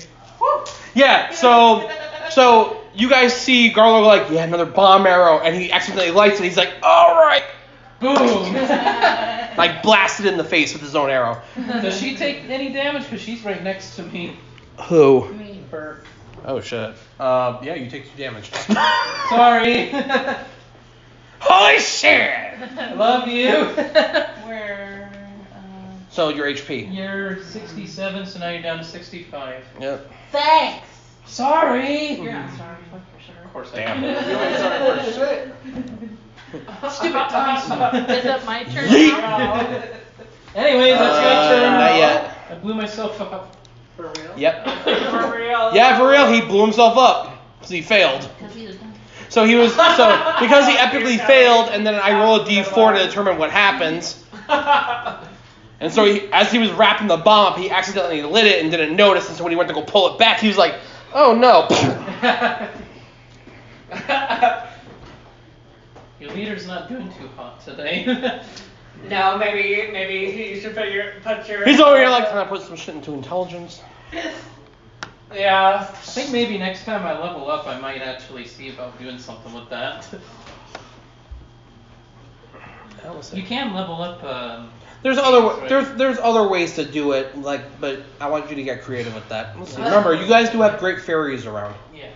Speaker 1: Yeah, so so you guys see Garlo like, yeah, another bomb arrow, and he accidentally lights it. He's like, all right,
Speaker 5: Boom.
Speaker 1: like blasted in the face with his own arrow.
Speaker 5: Does she take any damage? Cause she's right next to me.
Speaker 1: Who?
Speaker 5: Burp.
Speaker 1: Oh shit. Uh, yeah, you take two damage.
Speaker 5: Sorry.
Speaker 1: Holy shit!
Speaker 5: Love you.
Speaker 6: Where? Uh,
Speaker 1: So your HP.
Speaker 5: You're 67, so now you're down to 65.
Speaker 1: Yep.
Speaker 4: Thanks.
Speaker 5: Sorry.
Speaker 6: you're not sorry, fuck for sure.
Speaker 5: Of course
Speaker 1: Damn.
Speaker 5: I am.
Speaker 2: You ain't sorry for shit.
Speaker 5: Stupid dice.
Speaker 4: Is it my turn?
Speaker 1: Yeet.
Speaker 5: Anyways, that's my
Speaker 1: Uh,
Speaker 5: turn.
Speaker 1: not yet.
Speaker 5: I blew myself up.
Speaker 2: For real?
Speaker 1: Yep.
Speaker 3: For real.
Speaker 1: Yeah, for real, he blew himself up. So he failed.
Speaker 4: Because he was done.
Speaker 1: So he was so because he epically failed, and then I roll a d4 to determine what happens. And so he, as he was wrapping the bomb up, he accidentally lit it and didn't notice. And so when he went to go pull it back, he was like, "Oh no!"
Speaker 5: Your leader's not doing too hot today.
Speaker 3: No, maybe maybe you should put your put your.
Speaker 1: He's over here like, "Can I put some shit into intelligence?"
Speaker 3: Yeah.
Speaker 5: I think maybe next time I level up, I might actually see about doing something with that.
Speaker 1: That was
Speaker 5: You
Speaker 1: it.
Speaker 5: can level up. Um,
Speaker 1: There's other wa- there's there's other ways to do it, like, but I want you to get creative with that. Let's see. Remember, you guys do have great fairies around.
Speaker 5: yeah.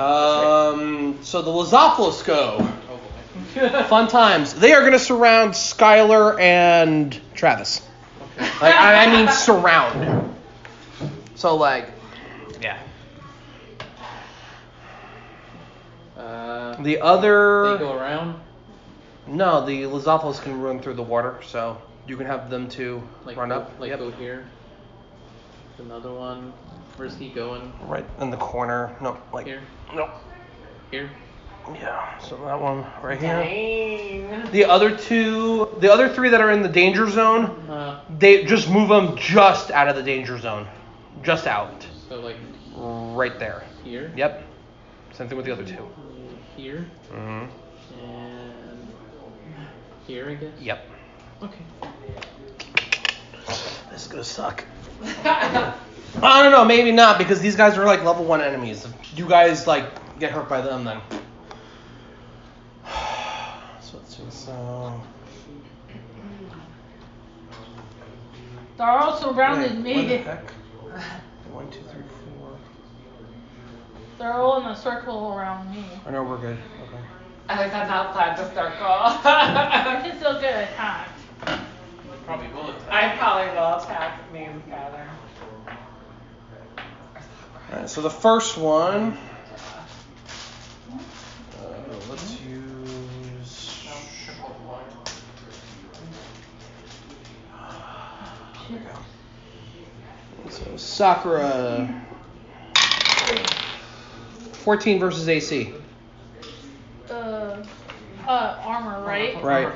Speaker 1: Um, so the Lazopolis go.
Speaker 5: Oh boy.
Speaker 1: Fun times. They are going to surround Skylar and Travis.
Speaker 5: Okay.
Speaker 1: Like, I, I mean, surround. So, like, yeah.
Speaker 5: Uh, they
Speaker 1: The other.
Speaker 5: go around
Speaker 1: no, the Lazopolis can run through the water, so you can have them two
Speaker 5: like
Speaker 1: run
Speaker 5: go,
Speaker 1: up.
Speaker 5: like
Speaker 1: Yep.
Speaker 5: go here. Another one. Where's he going?
Speaker 1: Right in the corner. No, like.
Speaker 5: Here.
Speaker 1: Nope.
Speaker 5: Here.
Speaker 1: Yeah, so that one right here.
Speaker 3: Dang.
Speaker 1: The other two, the other three that are in the danger zone,
Speaker 5: Uh,
Speaker 1: they just move them just out of the danger zone, just out,
Speaker 5: so like
Speaker 1: right there.
Speaker 5: here.
Speaker 1: Yep. Same thing with the other 2
Speaker 5: Here
Speaker 1: Mm-hmm.
Speaker 5: and here, I guess.
Speaker 1: Yep.
Speaker 5: Okay.
Speaker 1: This is gonna suck. I don't know, maybe not because these guys are like level one enemies. If you guys like get hurt by them, then. so let's see. So.
Speaker 4: They're all surrounded
Speaker 1: Wait,
Speaker 4: me.
Speaker 1: what the heck? One, two, three, four.
Speaker 4: They're all in a circle around me.
Speaker 1: I know we're good. Okay.
Speaker 3: I think that's outside the circle.
Speaker 4: I can still get attacked.
Speaker 5: Probably bullet.
Speaker 3: I probably will attack me and Skylar.
Speaker 1: Alright, so the first one. Uh, let's use. There we go. So Sakura. 14 versus AC.
Speaker 4: Uh, uh, armor, right?
Speaker 1: Right.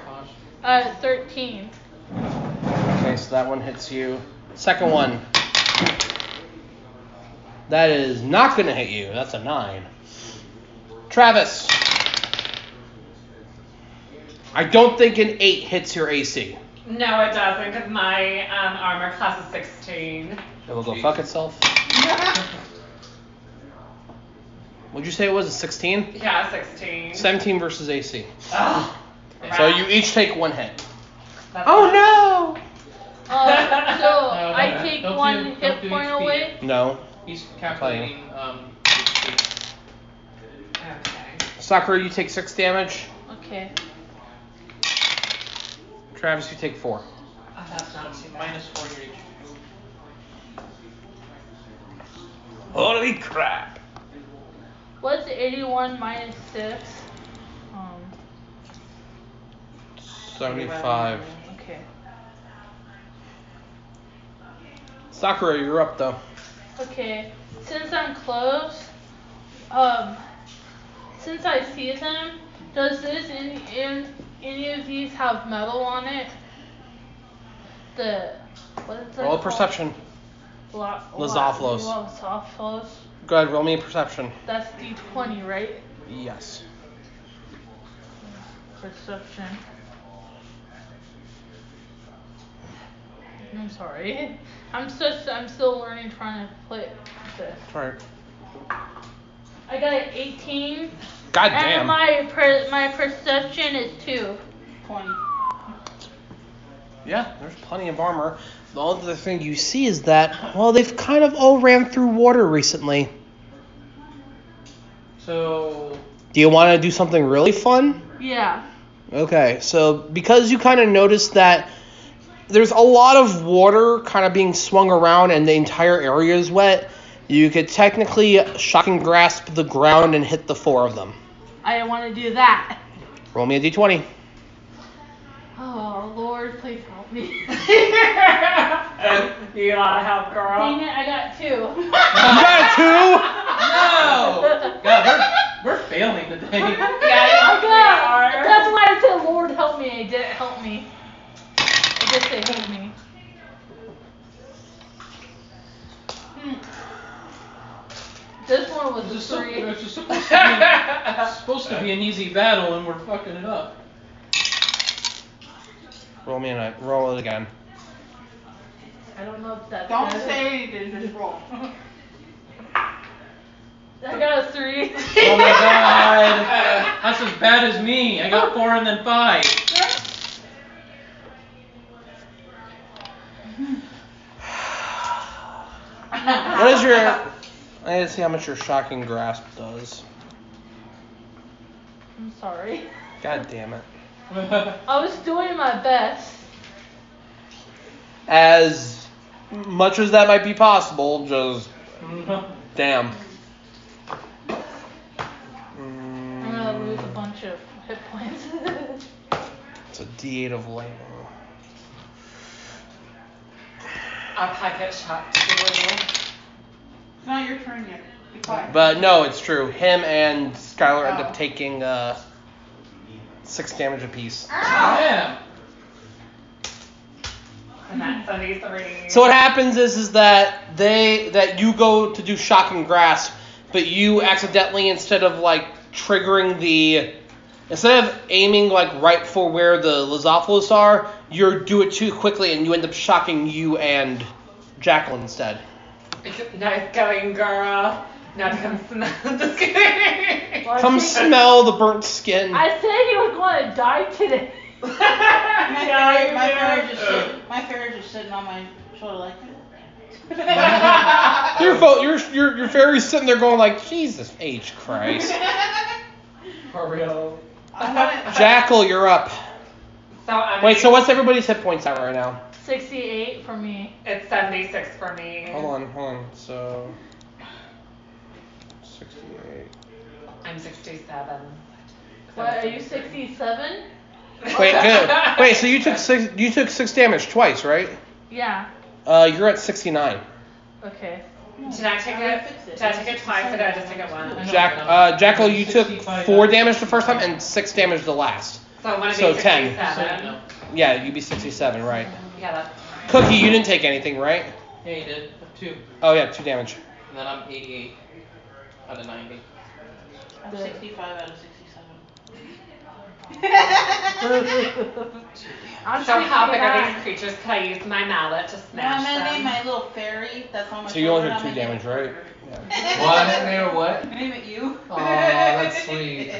Speaker 4: Uh, 13.
Speaker 1: Okay, so that one hits you. Second one. That is not going to hit you. That's a 9. Travis. I don't think an 8 hits your AC.
Speaker 3: No, it doesn't, because my um, armor class is 16.
Speaker 1: It will go fuck itself. Would you say it was a 16?
Speaker 3: Yeah, 16.
Speaker 1: 17 versus AC.
Speaker 3: Ugh.
Speaker 1: So
Speaker 3: Crap.
Speaker 1: you each take one hit.
Speaker 3: That's
Speaker 1: Oh
Speaker 4: Uh, so
Speaker 5: No,
Speaker 6: Oh,
Speaker 4: I
Speaker 5: don't-
Speaker 4: take
Speaker 5: don't do-
Speaker 4: one
Speaker 5: don't
Speaker 4: hit
Speaker 5: do
Speaker 4: point
Speaker 5: HP.
Speaker 4: away.
Speaker 1: no! No.
Speaker 5: He's calculating. Um. HP.
Speaker 3: Okay.
Speaker 1: Sakura, you take 6 damage.
Speaker 4: Okay.
Speaker 1: Travis, you take 4.
Speaker 3: Oh, that's not too bad.
Speaker 5: Minus four your HP.
Speaker 1: Holy crap.
Speaker 4: What's 81 minus 6? Um,
Speaker 1: 75.
Speaker 4: okay.
Speaker 1: Sakura, you're up though.
Speaker 4: Okay. Since I'm close, um, since I see them, does this in, in any of these have metal on it? The what is that?
Speaker 1: Roll a
Speaker 4: called?
Speaker 1: perception.
Speaker 4: La- la-
Speaker 1: Lizophilos.
Speaker 4: Lizophilos.
Speaker 1: Go ahead, roll me a perception.
Speaker 4: That's D20, right?
Speaker 1: Yes.
Speaker 4: Perception. I'm sorry. I'm just I'm still learning trying to play this.
Speaker 1: All right.
Speaker 4: I got an 18
Speaker 1: God
Speaker 4: and
Speaker 1: damn.
Speaker 4: my per, my perception is 2.
Speaker 6: 20.
Speaker 1: Yeah, there's plenty of armor. The only other thing you see is that, well, they've kind of all ran through water recently.
Speaker 5: So
Speaker 1: Do you want to do something really fun?
Speaker 4: Yeah.
Speaker 1: Okay, so because you kind of noticed that there's a lot of water kind of being swung around and the entire area is wet, you could technically shock and grasp the ground and hit the four of them.
Speaker 4: I want to do that.
Speaker 1: Roll me a d20.
Speaker 4: Oh, Lord, please help me. Dang
Speaker 3: you gotta help, girl.
Speaker 4: it, I got 2.
Speaker 1: You got a
Speaker 5: no. God, we're, we're failing today.
Speaker 3: Yeah,
Speaker 4: Oh, God.
Speaker 3: you are.
Speaker 4: That's why I said, Lord, help me. It didn't help me. It just said, help me. Hmm. This one was
Speaker 5: This
Speaker 4: a
Speaker 5: is so-
Speaker 4: three.
Speaker 5: this is supposed to be it's supposed to be an easy battle, and we're fucking it up.
Speaker 1: two. Roll me a roll it again.
Speaker 4: I don't know if that's
Speaker 7: Don't
Speaker 4: good.
Speaker 7: say anything, just roll.
Speaker 4: I got a three.
Speaker 5: Oh my god, that's as bad as me. I got four and then five.
Speaker 1: What is your? I need to see how much your shocking grasp does.
Speaker 4: I'm sorry.
Speaker 1: God damn it.
Speaker 4: I was doing my best.
Speaker 1: As much as that might be possible, just damn.
Speaker 4: I'm gonna lose a bunch of hit points.
Speaker 1: Mm, It's a D8 of lightning.
Speaker 3: I pocket shot to the room.
Speaker 7: It's not your turn yet. Be quiet.
Speaker 1: But no, it's true. Him and Skylar end
Speaker 7: Oh.
Speaker 1: up taking uh, six damage apiece.
Speaker 5: Damn.
Speaker 3: And that's a D3.
Speaker 1: So what happens is is that they that you go to do shock and grasp, but you accidentally instead of like triggering the instead of aiming like right for where the Lizophilus are, you do it too quickly and you end up shocking you and Jacqueline instead.
Speaker 3: Nice going, girl. Now to come smell. Just kidding.
Speaker 4: Well, I
Speaker 1: Come
Speaker 4: think-
Speaker 1: smell the burnt skin.
Speaker 4: I said he was gonna die today.
Speaker 7: My
Speaker 3: yeah,
Speaker 7: fairy,
Speaker 3: you
Speaker 7: my
Speaker 3: do.
Speaker 7: fairy just sit, my fairy just sitting on my shoulder like
Speaker 1: Your fo- your your your fairy's sitting there going like, Jesus H Christ.
Speaker 2: For real.
Speaker 7: I want it.
Speaker 1: Jackal, you're up.
Speaker 3: So I'm
Speaker 1: Wait, so what's everybody's hit points at right now?
Speaker 4: 68 for me.
Speaker 3: It's 76 for me.
Speaker 1: Hold on, hold on. So, sixty-eight.
Speaker 3: I'm 67.
Speaker 4: What, are you 67?
Speaker 1: Wait, good. Wait, so you took six. You took six damage twice, right?
Speaker 4: Yeah.
Speaker 1: Uh, you're at sixty-nine.
Speaker 4: Okay.
Speaker 3: Did I take it? Did I take it twice or did I just take it once?
Speaker 1: Jack, uh, Jackal, you took four damage the first time and six damage the last.
Speaker 3: So I'm gonna
Speaker 1: So
Speaker 3: be
Speaker 1: 10.
Speaker 3: 67.
Speaker 5: So, you know.
Speaker 1: Yeah, you'd be sixty-seven, right?
Speaker 3: Yeah, that's
Speaker 1: Cookie, you didn't take anything, right?
Speaker 5: Yeah, you did. Two.
Speaker 1: Oh yeah, two damage.
Speaker 5: And then I'm 88 out of 90.
Speaker 7: I'm 65 out of 67.
Speaker 4: I'm
Speaker 3: So how big are
Speaker 4: 69.
Speaker 3: these creatures? Can I use my mallet to
Speaker 7: Now I'm
Speaker 3: smash
Speaker 7: gonna name
Speaker 3: them?
Speaker 7: my little fairy that's on my
Speaker 1: So you only
Speaker 7: shoulder,
Speaker 1: took two
Speaker 7: I'm gonna
Speaker 1: damage,
Speaker 7: name it-
Speaker 1: right? Yeah.
Speaker 2: What? Name it what?
Speaker 7: I'm gonna Name it you.
Speaker 2: Aw, that's sweet.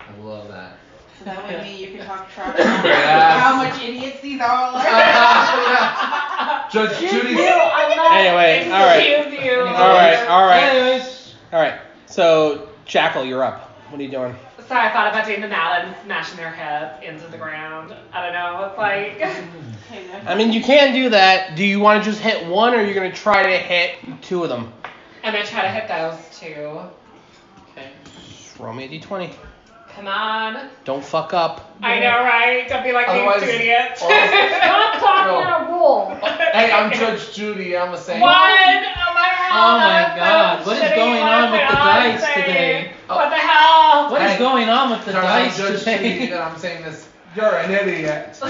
Speaker 2: I love that.
Speaker 7: So that way me, you can talk trash.
Speaker 2: Yes.
Speaker 7: How much idiots these all are.
Speaker 2: Ah, yeah. Judge Judy.
Speaker 1: Anyway, all right,
Speaker 3: Excuse you.
Speaker 1: all right, all right,
Speaker 5: Anyways,
Speaker 1: all right. So, Jackal, you're up. What are you doing?
Speaker 3: So I thought about doing the mallet and smashing their heads into the ground. I don't know. It's like.
Speaker 7: Okay, now-
Speaker 1: I mean, you can do that. Do you want to just hit one, or are you gonna try to hit two of them?
Speaker 3: I'm gonna try to hit those two.
Speaker 5: okay.
Speaker 1: Just roll me a d20.
Speaker 3: Come on.
Speaker 1: Don't fuck up.
Speaker 3: I know, right? Don't be like
Speaker 2: Otherwise-
Speaker 3: these two idiots.
Speaker 2: or else-
Speaker 4: Stop talking out of roll.
Speaker 2: Hey, I'm Judge Judy. I'm a saint.
Speaker 3: One! Oh my god!
Speaker 5: Oh my
Speaker 3: that's
Speaker 5: God,
Speaker 3: so
Speaker 5: what is
Speaker 3: shitty.
Speaker 5: going
Speaker 3: What
Speaker 5: on
Speaker 3: is
Speaker 5: with
Speaker 3: my
Speaker 5: the
Speaker 3: eyes
Speaker 5: dice
Speaker 3: saying?
Speaker 5: today? Oh.
Speaker 3: What the hell?
Speaker 5: What is
Speaker 2: Hey.
Speaker 5: going on with the
Speaker 2: Sorry,
Speaker 5: dice
Speaker 2: I'm Judge Judy,
Speaker 5: today?
Speaker 2: and I'm saying this. You're an idiot.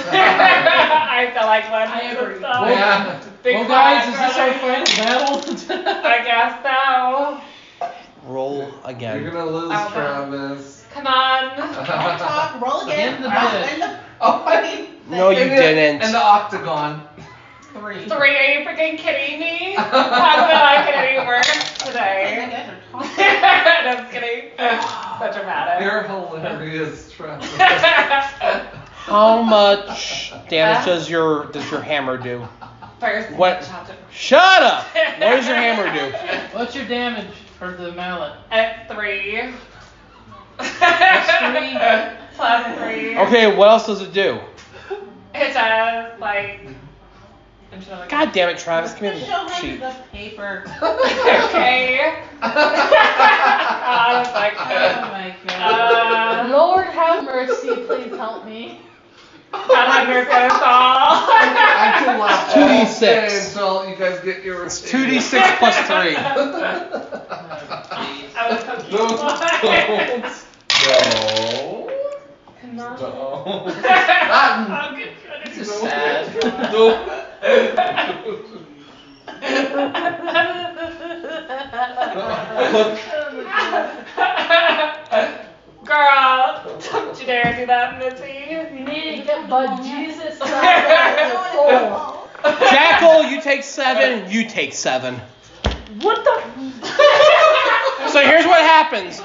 Speaker 3: I feel like one
Speaker 6: I agree.
Speaker 3: stuff.
Speaker 2: yeah.
Speaker 3: Big
Speaker 5: Well, guys,
Speaker 3: fat
Speaker 5: is this our
Speaker 3: girl.
Speaker 5: final battle?
Speaker 3: I guess so.
Speaker 1: Roll
Speaker 2: You're
Speaker 1: again.
Speaker 2: gonna lose,
Speaker 3: Oh, no.
Speaker 2: Travis.
Speaker 3: Come on.
Speaker 9: Don't talk, roll again.
Speaker 5: Hit the
Speaker 9: Roll
Speaker 5: bit.
Speaker 9: in the
Speaker 2: Oh, I-
Speaker 9: fucking
Speaker 1: No, you
Speaker 2: and the-
Speaker 1: didn't.
Speaker 2: And the octagon.
Speaker 9: three.
Speaker 3: Three, are you freaking kidding me? How did I get any work
Speaker 7: You
Speaker 3: today?
Speaker 7: guys are
Speaker 3: no,
Speaker 7: talking.
Speaker 3: I'm just kidding. So dramatic.
Speaker 2: You're hilarious, Travis.
Speaker 1: How much damage does your does your hammer do?
Speaker 3: First,
Speaker 1: What?
Speaker 3: chopped it.
Speaker 1: Shut up! What does your hammer do?
Speaker 5: What's your damage for the mallet?
Speaker 3: At three.
Speaker 5: three.
Speaker 3: Plus three.
Speaker 1: Okay, what else does it do?
Speaker 3: It does, like. I'm trying to look-
Speaker 1: God damn it, Travis, give me
Speaker 7: Just
Speaker 1: the
Speaker 7: show him
Speaker 1: sheet.
Speaker 7: the paper. Oh
Speaker 3: okay. I was like,
Speaker 6: Oh
Speaker 3: uh,
Speaker 6: my god.
Speaker 3: uh,
Speaker 4: Lord have mercy, please help me.
Speaker 3: God have mercy on us all.
Speaker 2: I can laugh
Speaker 1: 2d6.
Speaker 2: all day until you guys get your.
Speaker 1: It's 2d6 plus 3.
Speaker 3: I was so cute.
Speaker 2: Don't.
Speaker 3: Come on.
Speaker 2: Don't.
Speaker 3: I'll get you under
Speaker 2: Don't.
Speaker 3: control. Girl, don't you dare do that, Missy.
Speaker 4: You need to get but Jesus out of your soul.
Speaker 1: Jackal, you take 7, you take 7.
Speaker 3: What the?
Speaker 1: So here's what happens.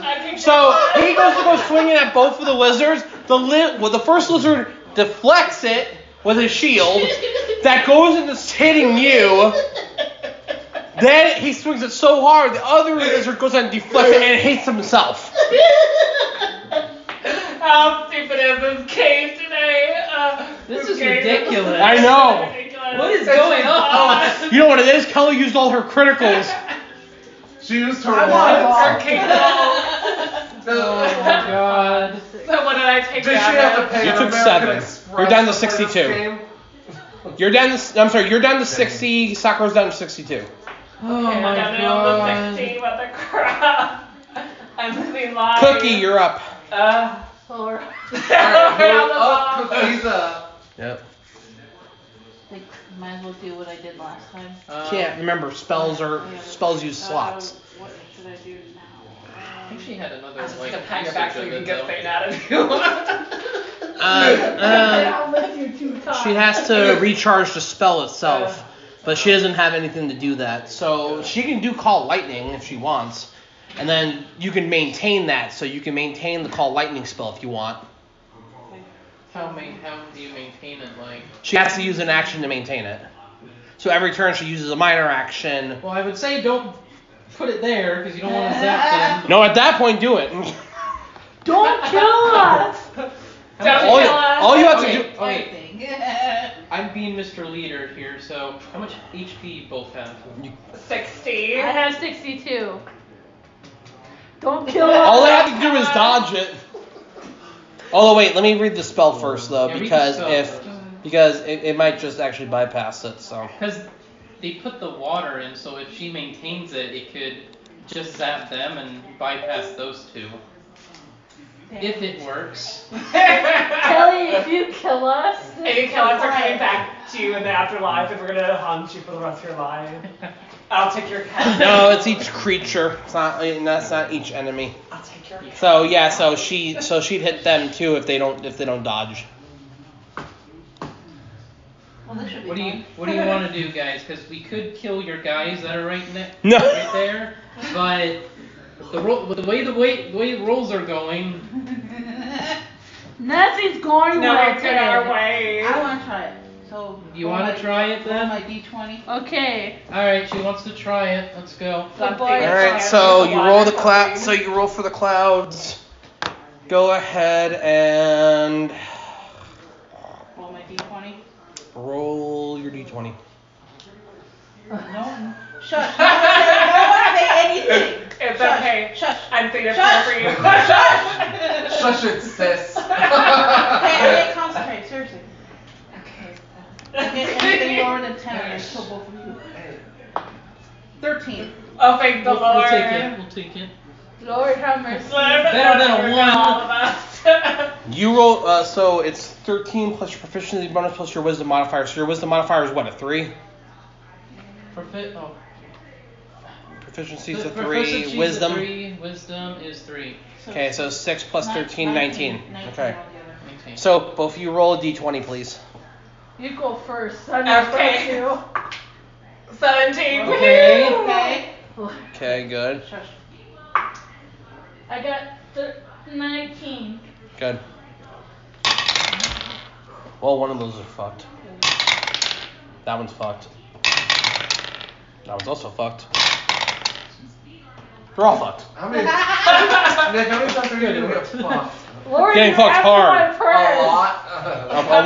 Speaker 1: So he goes to go swinging at both of the lizards. The li- well, the first lizard deflects it with his shield that goes into hitting you. Then he swings it so hard, the other lizard goes and deflects it and hits himself.
Speaker 3: How stupid is this cave today? Uh,
Speaker 5: This is
Speaker 3: game
Speaker 5: ridiculous.
Speaker 1: I know.
Speaker 3: ridiculous. "Oh,
Speaker 5: What is going on?
Speaker 1: You know what it is? Kelly used all her criticals.
Speaker 2: She used her Oh
Speaker 9: I want
Speaker 2: one.
Speaker 3: Her cable.
Speaker 5: Oh my god.
Speaker 3: So what did I take
Speaker 2: Did she
Speaker 3: down?
Speaker 2: have to pay
Speaker 1: You
Speaker 2: an
Speaker 1: took
Speaker 2: American
Speaker 1: seven.
Speaker 2: Express
Speaker 1: You're down to
Speaker 2: play this
Speaker 1: 62.
Speaker 2: game?
Speaker 1: You're down to, I'm sorry, you're down to 60, Sakura's down to 62.
Speaker 5: Oh
Speaker 3: Okay,
Speaker 5: my
Speaker 3: I'm down to
Speaker 5: god.
Speaker 3: almost 16 what the crap. I'm losing live.
Speaker 1: Cookie, you're up.
Speaker 3: Uh,
Speaker 4: Lord.
Speaker 2: Alright, hold
Speaker 3: Round the
Speaker 2: up,
Speaker 3: ball.
Speaker 2: cookies up.
Speaker 1: Yep.
Speaker 7: Like, might as well do what I did last time.
Speaker 5: Um,
Speaker 1: Can't remember spells or spells use slots.
Speaker 7: Uh, what should I do now?
Speaker 5: I think she had another
Speaker 3: I was just
Speaker 5: like.
Speaker 3: gonna pat your back so you can
Speaker 5: usage of
Speaker 3: get
Speaker 5: it,
Speaker 3: Fane out of you.
Speaker 1: Uh, uh,
Speaker 4: I'll you two times.
Speaker 1: she has to recharge the spell itself, but she doesn't have anything to do that. So she can do call lightning if she wants, and then you can maintain that. So you can maintain the call lightning spell if you want.
Speaker 5: though. How, ma- how do you maintain it? Like,
Speaker 1: She has to use an action to maintain it. So every turn she uses a minor action.
Speaker 5: well, I would say don't put it there because you don't want to zap them.
Speaker 1: No, at that point, do it.
Speaker 4: Don't kill us!
Speaker 3: Don't
Speaker 1: All you,
Speaker 3: kill us.
Speaker 1: all you have to
Speaker 5: okay,
Speaker 1: do.
Speaker 5: okay.
Speaker 7: Thing.
Speaker 5: I'm being Mr. Leader here, so how much HP you both have?
Speaker 3: 60.
Speaker 4: I have 62. Don't kill us!
Speaker 1: All I have to do is dodge it. Although wait, let me read the spell first though,
Speaker 5: Yeah, read the
Speaker 1: because
Speaker 5: spell
Speaker 1: if
Speaker 5: first.
Speaker 1: because it, it might just actually bypass it. So.
Speaker 5: Because they put the water in, so if she maintains it, it could just zap them and bypass those two. If it works.
Speaker 4: Kelly, if you kill us.
Speaker 3: If you kill us, we're coming back to you in the afterlife and we're gonna haunt you for the rest of your life. I'll take your cat.
Speaker 1: No, it's each creature. It's not. and That's not each enemy.
Speaker 3: I'll take your cat.
Speaker 1: So yeah, so she, so she'd hit them too if they don't, if they don't dodge.
Speaker 7: Well, this should be
Speaker 5: What do you
Speaker 7: fun.
Speaker 5: What do you want to do, guys? Because we could kill your guys that are right ne-
Speaker 1: No.
Speaker 5: right there, but the ro- the way the way the way the rolls are going,
Speaker 4: Nothing's going
Speaker 3: No,
Speaker 4: well
Speaker 3: it's in our
Speaker 4: today.
Speaker 3: way.
Speaker 7: I want to try it. So.
Speaker 5: you
Speaker 7: roll
Speaker 5: want
Speaker 7: my-
Speaker 5: to try it
Speaker 7: roll
Speaker 5: then?
Speaker 7: My D20.
Speaker 4: Okay.
Speaker 5: All right, she wants to try it. Let's go.
Speaker 4: Good boy.
Speaker 1: All right, so you roll the cloud. So you roll for the clouds. Go ahead and
Speaker 7: Roll my D20.
Speaker 1: roll your d20.
Speaker 7: No. Shush. No one say, no one say anything.
Speaker 3: It's
Speaker 7: Shush.
Speaker 3: okay.
Speaker 7: Shush.
Speaker 3: I'm saying
Speaker 7: Shush.
Speaker 3: for you.
Speaker 2: Shush it, sis.
Speaker 7: Okay, I can't concentrate. Seriously.
Speaker 3: okay.
Speaker 7: I get anything lower than 10 and I kill both of you. 13.
Speaker 3: Oh, thank the
Speaker 5: We'll,
Speaker 3: Lord.
Speaker 5: we'll take it. We'll take it.
Speaker 4: Lord have mercy.
Speaker 5: Better than a one.
Speaker 3: All of us.
Speaker 1: You roll. Uh, so it's 13 plus your proficiency bonus plus your wisdom modifier. So your wisdom modifier is what a three.
Speaker 5: Profi- oh.
Speaker 1: Proficiency's a
Speaker 5: Proficiency's
Speaker 1: three.
Speaker 5: a
Speaker 1: Wisdom.
Speaker 5: three, Wisdom is three.
Speaker 1: Okay, so six plus
Speaker 4: Nine-
Speaker 1: 13, 19.
Speaker 4: 19
Speaker 1: Okay.
Speaker 4: altogether.
Speaker 5: Nineteen.
Speaker 1: So both of you roll a d20, please.
Speaker 4: You go first. I'm not
Speaker 3: Okay.
Speaker 4: you.
Speaker 3: 17.
Speaker 1: Okay.
Speaker 3: Woohoo!
Speaker 7: Okay.
Speaker 1: Okay, good,
Speaker 7: Shush.
Speaker 4: I got thir- 19.
Speaker 1: good. Well, one of those are fucked. That one's fucked. That one's also fucked. They're all fucked.
Speaker 2: How many? Nick, how many times are you gonna get fucked?
Speaker 4: Lori,
Speaker 1: Getting
Speaker 4: you
Speaker 1: fucked
Speaker 4: asked
Speaker 1: hard.
Speaker 4: for
Speaker 2: A
Speaker 4: my prayers.
Speaker 2: lot.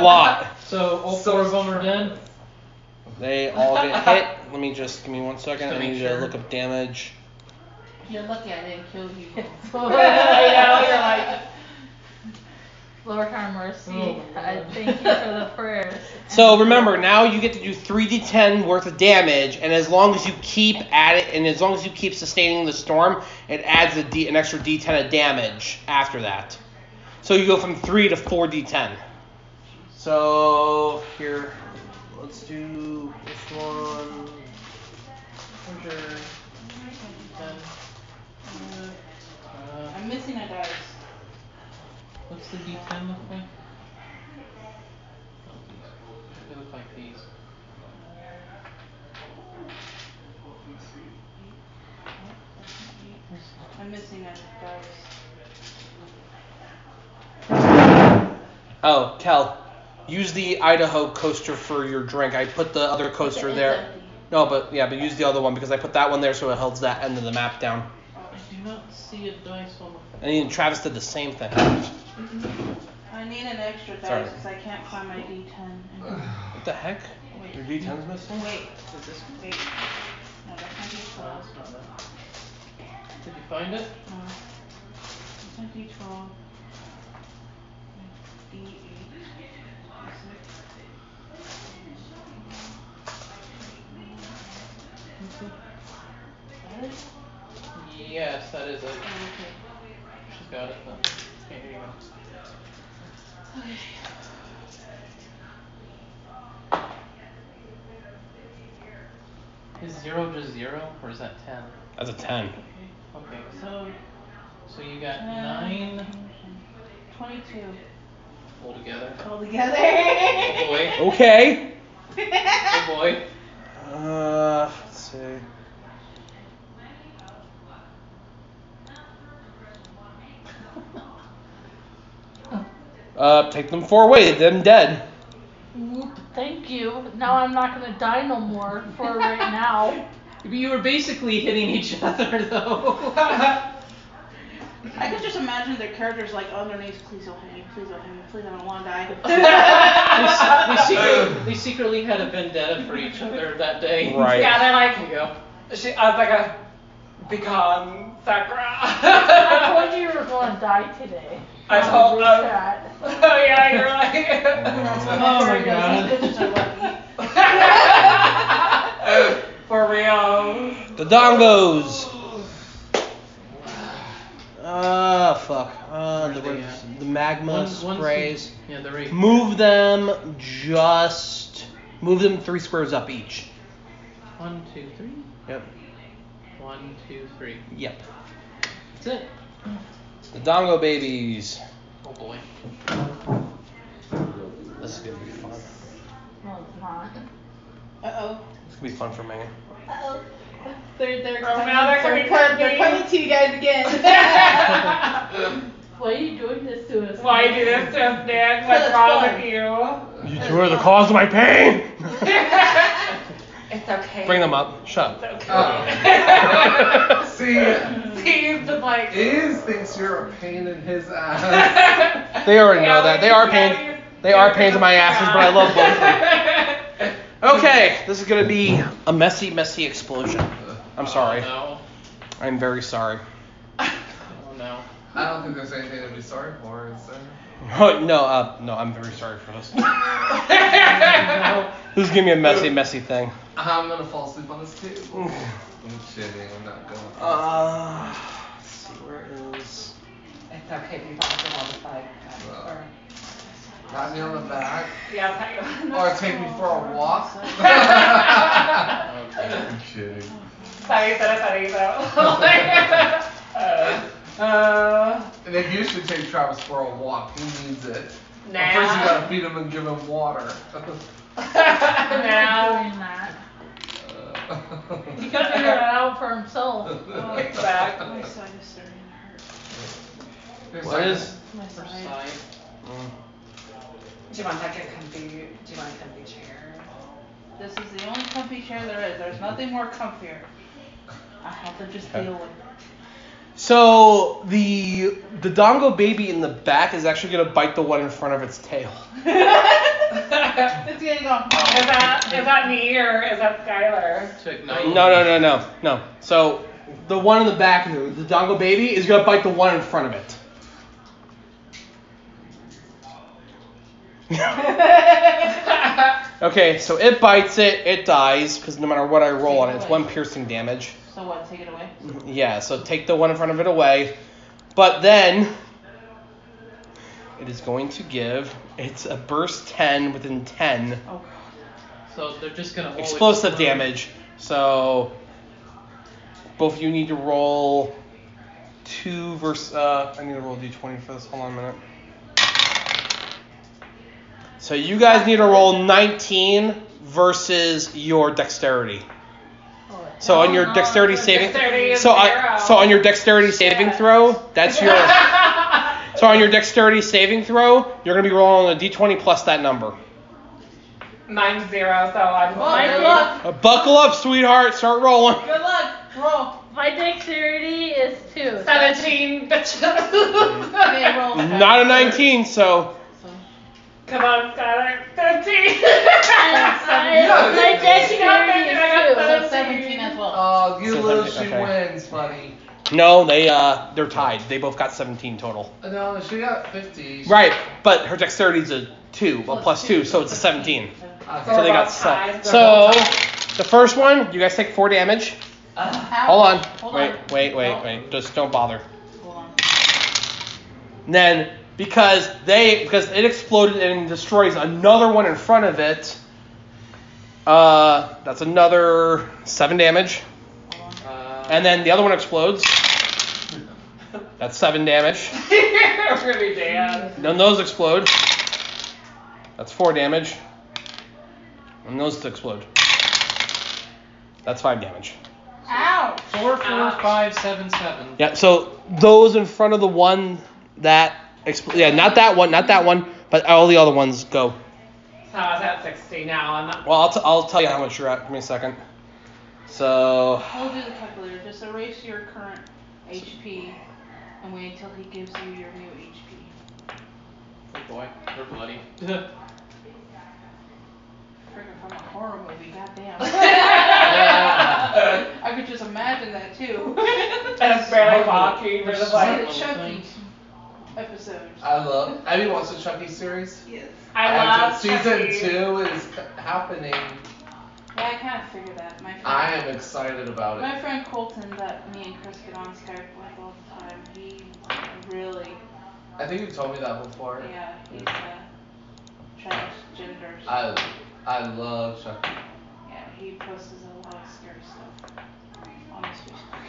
Speaker 1: A, a lot.
Speaker 5: So all
Speaker 2: So
Speaker 5: four of them are dead.
Speaker 1: They all get hit. Let me just give me one second.
Speaker 5: Just
Speaker 1: I
Speaker 5: to
Speaker 1: need
Speaker 5: make
Speaker 1: to
Speaker 5: sure.
Speaker 1: look up damage.
Speaker 7: You're lucky I didn't kill you.
Speaker 4: I know, you're like, Lord have mercy.
Speaker 5: Oh,
Speaker 4: I
Speaker 5: Lord.
Speaker 4: thank you for the prayers.
Speaker 1: So remember, now you get to do 3d10 worth of damage, and as long as you keep at it, and as long as you keep sustaining the storm, it adds a D, an extra d10 of damage after that. So you go from 3 to 4d10. So here, let's do this one.
Speaker 5: Hundred, ten, uh,
Speaker 7: I'm missing a dice.
Speaker 5: What's the D10 look like? They look like these.
Speaker 7: I'm missing a dice.
Speaker 1: Oh, Kel, use the Idaho coaster for your drink. I put the other coaster
Speaker 7: It's
Speaker 1: there.
Speaker 7: empty.
Speaker 1: No, but yeah, but use the other one because I put that one there so it holds that end of the map down.
Speaker 5: I do not see a dice on the.
Speaker 1: And even Travis did the same thing.
Speaker 7: I need an extra
Speaker 1: Sorry.
Speaker 7: dice because I can't find my D10.
Speaker 1: What the heck?
Speaker 7: Wait.
Speaker 1: Your D10's missing?
Speaker 7: Wait,
Speaker 5: Is this?
Speaker 7: wait. No, that's my
Speaker 5: No,
Speaker 7: D12.
Speaker 5: it's not that. Did you find it?
Speaker 7: No. That's my D12. My D8. Is it? Is it?
Speaker 5: Yes, that is it.
Speaker 7: Oh, okay.
Speaker 5: She's got it. Then. Okay, here you go. Is zero just zero, or is that ten?
Speaker 1: That's a 10.
Speaker 5: Okay,
Speaker 7: So,
Speaker 5: so you got
Speaker 7: uh,
Speaker 5: nine
Speaker 7: 22
Speaker 5: altogether.
Speaker 7: altogether.
Speaker 5: Oh boy.
Speaker 1: Okay.
Speaker 5: Oh boy.
Speaker 1: Uh, let's see. Uh, take them four away, them dead.
Speaker 4: Whoop, Thank you. Now I'm not gonna die no more for right now.
Speaker 5: You were basically hitting each other though.
Speaker 7: I could just imagine their characters like underneath, please don't hit me, please don't hit me, please I don't want to die.
Speaker 5: we, se- we, secretly, we secretly had a vendetta for each other that day.
Speaker 1: Right.
Speaker 3: Yeah, they're
Speaker 5: There you
Speaker 3: like,
Speaker 5: go.
Speaker 3: she, I was like a, become Sakura.
Speaker 4: I
Speaker 3: I
Speaker 4: told you you were gonna die today.
Speaker 3: told
Speaker 4: Group
Speaker 3: them.
Speaker 4: chat.
Speaker 3: Oh yeah, you're like.
Speaker 5: Oh my
Speaker 7: These
Speaker 5: god.
Speaker 7: bitches are lucky.
Speaker 3: For real.
Speaker 1: The dongos. Ah, fuck. Uh, the,
Speaker 5: Where'd they at?
Speaker 1: the magma
Speaker 5: Once- once you-
Speaker 1: sprays.
Speaker 5: Yeah, they're right.
Speaker 1: Move them just. Move them three squares up each.
Speaker 5: One, two, three.
Speaker 1: Yep.
Speaker 5: One, two, three.
Speaker 1: Yep.
Speaker 5: That's it.
Speaker 1: The dongo babies.
Speaker 5: Oh boy.
Speaker 1: This is gonna be fun.
Speaker 4: No, it's not.
Speaker 7: Uh-oh.
Speaker 1: It's gonna be fun for Megan.
Speaker 7: Uh-oh. They're, they're,
Speaker 3: Oh,
Speaker 7: coming,
Speaker 3: now they're
Speaker 7: they're,
Speaker 3: coming
Speaker 7: co-
Speaker 3: for me.
Speaker 7: they're coming to you guys again.
Speaker 4: Why are you doing this to us?
Speaker 3: Why you do this to us, Nick? What's
Speaker 7: That's
Speaker 3: wrong
Speaker 7: fun.
Speaker 3: with you?
Speaker 1: You two are the cause of my pain.
Speaker 3: It's okay.
Speaker 1: Bring them up. Shut
Speaker 3: It's
Speaker 1: up.
Speaker 3: okay.
Speaker 2: Oh. See,
Speaker 3: He's just like.
Speaker 2: Iz thinks you're a pain in his ass.
Speaker 1: They already know that. They are pain.
Speaker 3: pains.
Speaker 1: They are pains in my asses, but I love both of Okay, this is gonna be a messy, messy explosion. I'm sorry.
Speaker 5: Oh
Speaker 1: I'm very sorry.
Speaker 5: no. Oh no.
Speaker 2: I don't think there's anything to be sorry for, is there?
Speaker 1: No, no, uh, no, I'm very sorry for this. This is gonna be a messy, messy thing.
Speaker 2: I'm gonna fall asleep on this table. I'm shitting, I'm not going.
Speaker 1: Uh, let's see where is.
Speaker 8: It's okay, we bought them on the side. Or-
Speaker 2: Pat me on the back,
Speaker 3: Yeah, I'll tell you.
Speaker 2: or take me for a walk.
Speaker 5: Okay.
Speaker 2: I'm kidding.
Speaker 3: Funny, so funny, so. Uh,
Speaker 2: And if you should take Travis for a walk, he needs it. But First, you
Speaker 3: now.
Speaker 2: gotta feed him and give him water.
Speaker 3: now.
Speaker 4: doing that. He can figure it
Speaker 2: Uh,
Speaker 4: out for himself.
Speaker 3: Exactly.
Speaker 7: My side is starting to hurt.
Speaker 1: What is?
Speaker 7: My
Speaker 5: Her
Speaker 7: side.
Speaker 5: side.
Speaker 1: Mm.
Speaker 3: Do you want like a comfy? Do you want a comfy chair?
Speaker 7: This is the only comfy chair there is. There's nothing more comfier. I have to just deal with it.
Speaker 1: So the the dongo baby in the back is actually gonna bite the one in front of its tail.
Speaker 7: It's getting on.
Speaker 3: Is that is that me or is that Skylar?
Speaker 5: To
Speaker 1: No,
Speaker 5: ignite.
Speaker 1: no, no, no, no. So the one in the back, the, the dongo baby, is gonna bite the one in front of it. Okay, so it bites it, it dies because no matter what I roll on it, it's one piercing damage.
Speaker 7: So what? Take it away.
Speaker 1: Yeah, so take the one in front of it away. But then it is going to give it's a burst 10 within 10
Speaker 7: Oh.
Speaker 5: So they're just gonna hold it
Speaker 1: explosive
Speaker 5: for-
Speaker 1: damage. So both of you need to roll two versus uh, I need to roll d20 for this. Hold on a minute. So you guys need to roll 19 versus your dexterity. So on your
Speaker 4: No,
Speaker 1: dexterity
Speaker 4: no,
Speaker 1: saving
Speaker 3: Dexterity is
Speaker 1: so
Speaker 3: zero.
Speaker 1: on, so on your dexterity saving
Speaker 3: Shit.
Speaker 1: throw, that's your so on your dexterity saving throw, you're gonna be rolling a d20 plus that number.
Speaker 3: Mine's zero, so I'm.
Speaker 4: my
Speaker 7: good
Speaker 4: luck.
Speaker 1: Uh, buckle up, sweetheart. Start rolling.
Speaker 7: Good luck. Roll.
Speaker 4: My dexterity is two.
Speaker 3: Seventeen bitches.
Speaker 7: Okay, roll.
Speaker 1: Not a 19, so
Speaker 3: Come on, Skylar. Seventeen.
Speaker 4: I- My dexterity is
Speaker 7: So 17 as well.
Speaker 2: Uh, you
Speaker 1: So
Speaker 2: lose,
Speaker 1: something-
Speaker 2: she
Speaker 1: okay.
Speaker 2: wins, buddy.
Speaker 1: no, they uh they're tied. They both got 17 total.
Speaker 2: Uh, No, she got 50.
Speaker 1: Right, but her dexterity's a two, a
Speaker 7: Plus
Speaker 1: plus
Speaker 7: two.
Speaker 1: two, so it's a 17.
Speaker 2: Uh,
Speaker 1: So they got
Speaker 3: They're
Speaker 1: seven.
Speaker 3: both
Speaker 1: So
Speaker 3: tied. Uh,
Speaker 1: the first one, you guys take four damage. Hold on. Wait, wait, wait, wait. Just don't bother.
Speaker 7: Hold on.
Speaker 1: And then because they because it exploded and destroys another one in front of it. Uh, that's another seven damage.
Speaker 5: Uh,
Speaker 1: And then the other one explodes. That's seven damage.
Speaker 3: You're really dead.
Speaker 1: Then those explode. That's four damage. And those two explode. That's five damage.
Speaker 4: Ow.
Speaker 5: four, four, five, seven, seven.
Speaker 1: Yeah, so those in front of the one that expl- yeah, not that one, not that one, but all the other ones go.
Speaker 3: So I was at sixty now. I'm not.
Speaker 1: Well, I'll, t- I'll tell you how much you're at. Give me a second. So,
Speaker 7: We'll do the calculator. Just erase your current HP and wait until he gives you your new HP.
Speaker 5: Oh boy, they're bloody.
Speaker 7: Freaking from a horror movie, goddamn. I could just imagine that too.
Speaker 3: And it's barely walking. We're just
Speaker 7: Like
Speaker 3: like.
Speaker 7: a Chucky episode.
Speaker 2: I love. Have you watched the Chucky series?
Speaker 7: Yes.
Speaker 3: I love
Speaker 2: Actually,
Speaker 3: Chucky.
Speaker 2: Season two is c- happening.
Speaker 7: Yeah, I kind of figured that. My friend,
Speaker 2: I am excited about it.
Speaker 7: my friend Colton, that me and Chris get on Skype with all the time, he really,
Speaker 2: I think you told me that before.
Speaker 7: yeah, he's uh, transgender. so-
Speaker 2: I I love Chucky.
Speaker 7: Yeah, he posts a lot of scary stuff on his Facebook.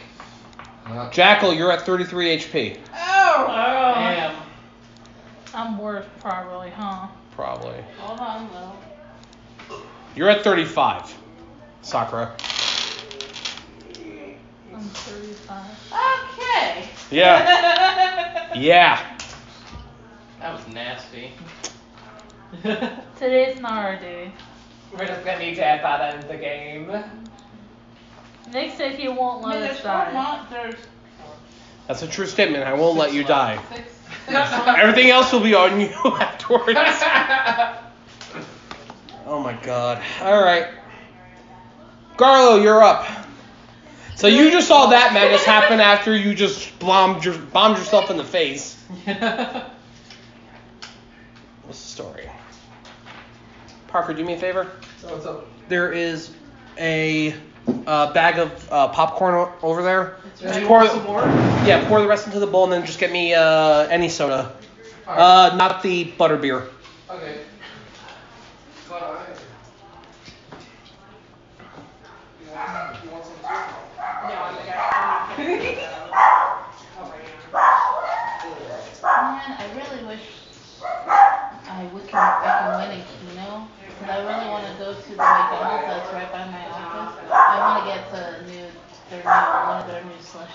Speaker 2: Huh?
Speaker 1: Uh-huh. Jackal, you're at 33 HP.
Speaker 7: Oh!
Speaker 3: Oh.
Speaker 5: Damn.
Speaker 4: I'm worse probably, huh?
Speaker 1: Probably.
Speaker 7: Hold on, Will.
Speaker 1: You're at 35, Sakura.
Speaker 4: I'm 35.
Speaker 7: Okay.
Speaker 1: Yeah. Yeah.
Speaker 5: That was nasty.
Speaker 4: Today's not our day.
Speaker 3: We're just gonna be dead by the end of the game.
Speaker 4: Nick said he won't
Speaker 7: I mean,
Speaker 4: let
Speaker 7: there's
Speaker 4: us
Speaker 7: four
Speaker 4: die.
Speaker 7: months. There's
Speaker 1: That's a true statement. I won't let you die.
Speaker 7: six. six months.
Speaker 1: Everything else will be on you afterwards. oh my god. Alright. Garlo, you're up. So you just saw that madness happen after you just bombed, your, bombed yourself in the face. What's the story? Parker, do me a favor.
Speaker 2: What's up?
Speaker 1: There is a uh, bag of uh, popcorn o- over there.
Speaker 2: Yeah, you
Speaker 1: pour-
Speaker 2: want some more?
Speaker 1: Yeah, pour the rest into the bowl and then just get me uh, any soda.
Speaker 2: Alright.
Speaker 1: Uh, not the butter beer.
Speaker 2: okay. But I. You want, you want some too?
Speaker 9: No, I'm the guy. I'm the kid.
Speaker 7: Man, I really wish I would can, I can win a Kino. Because I really want to go to the McDonald's that's right by my office. I want to get the new, their new, one of their new slushies.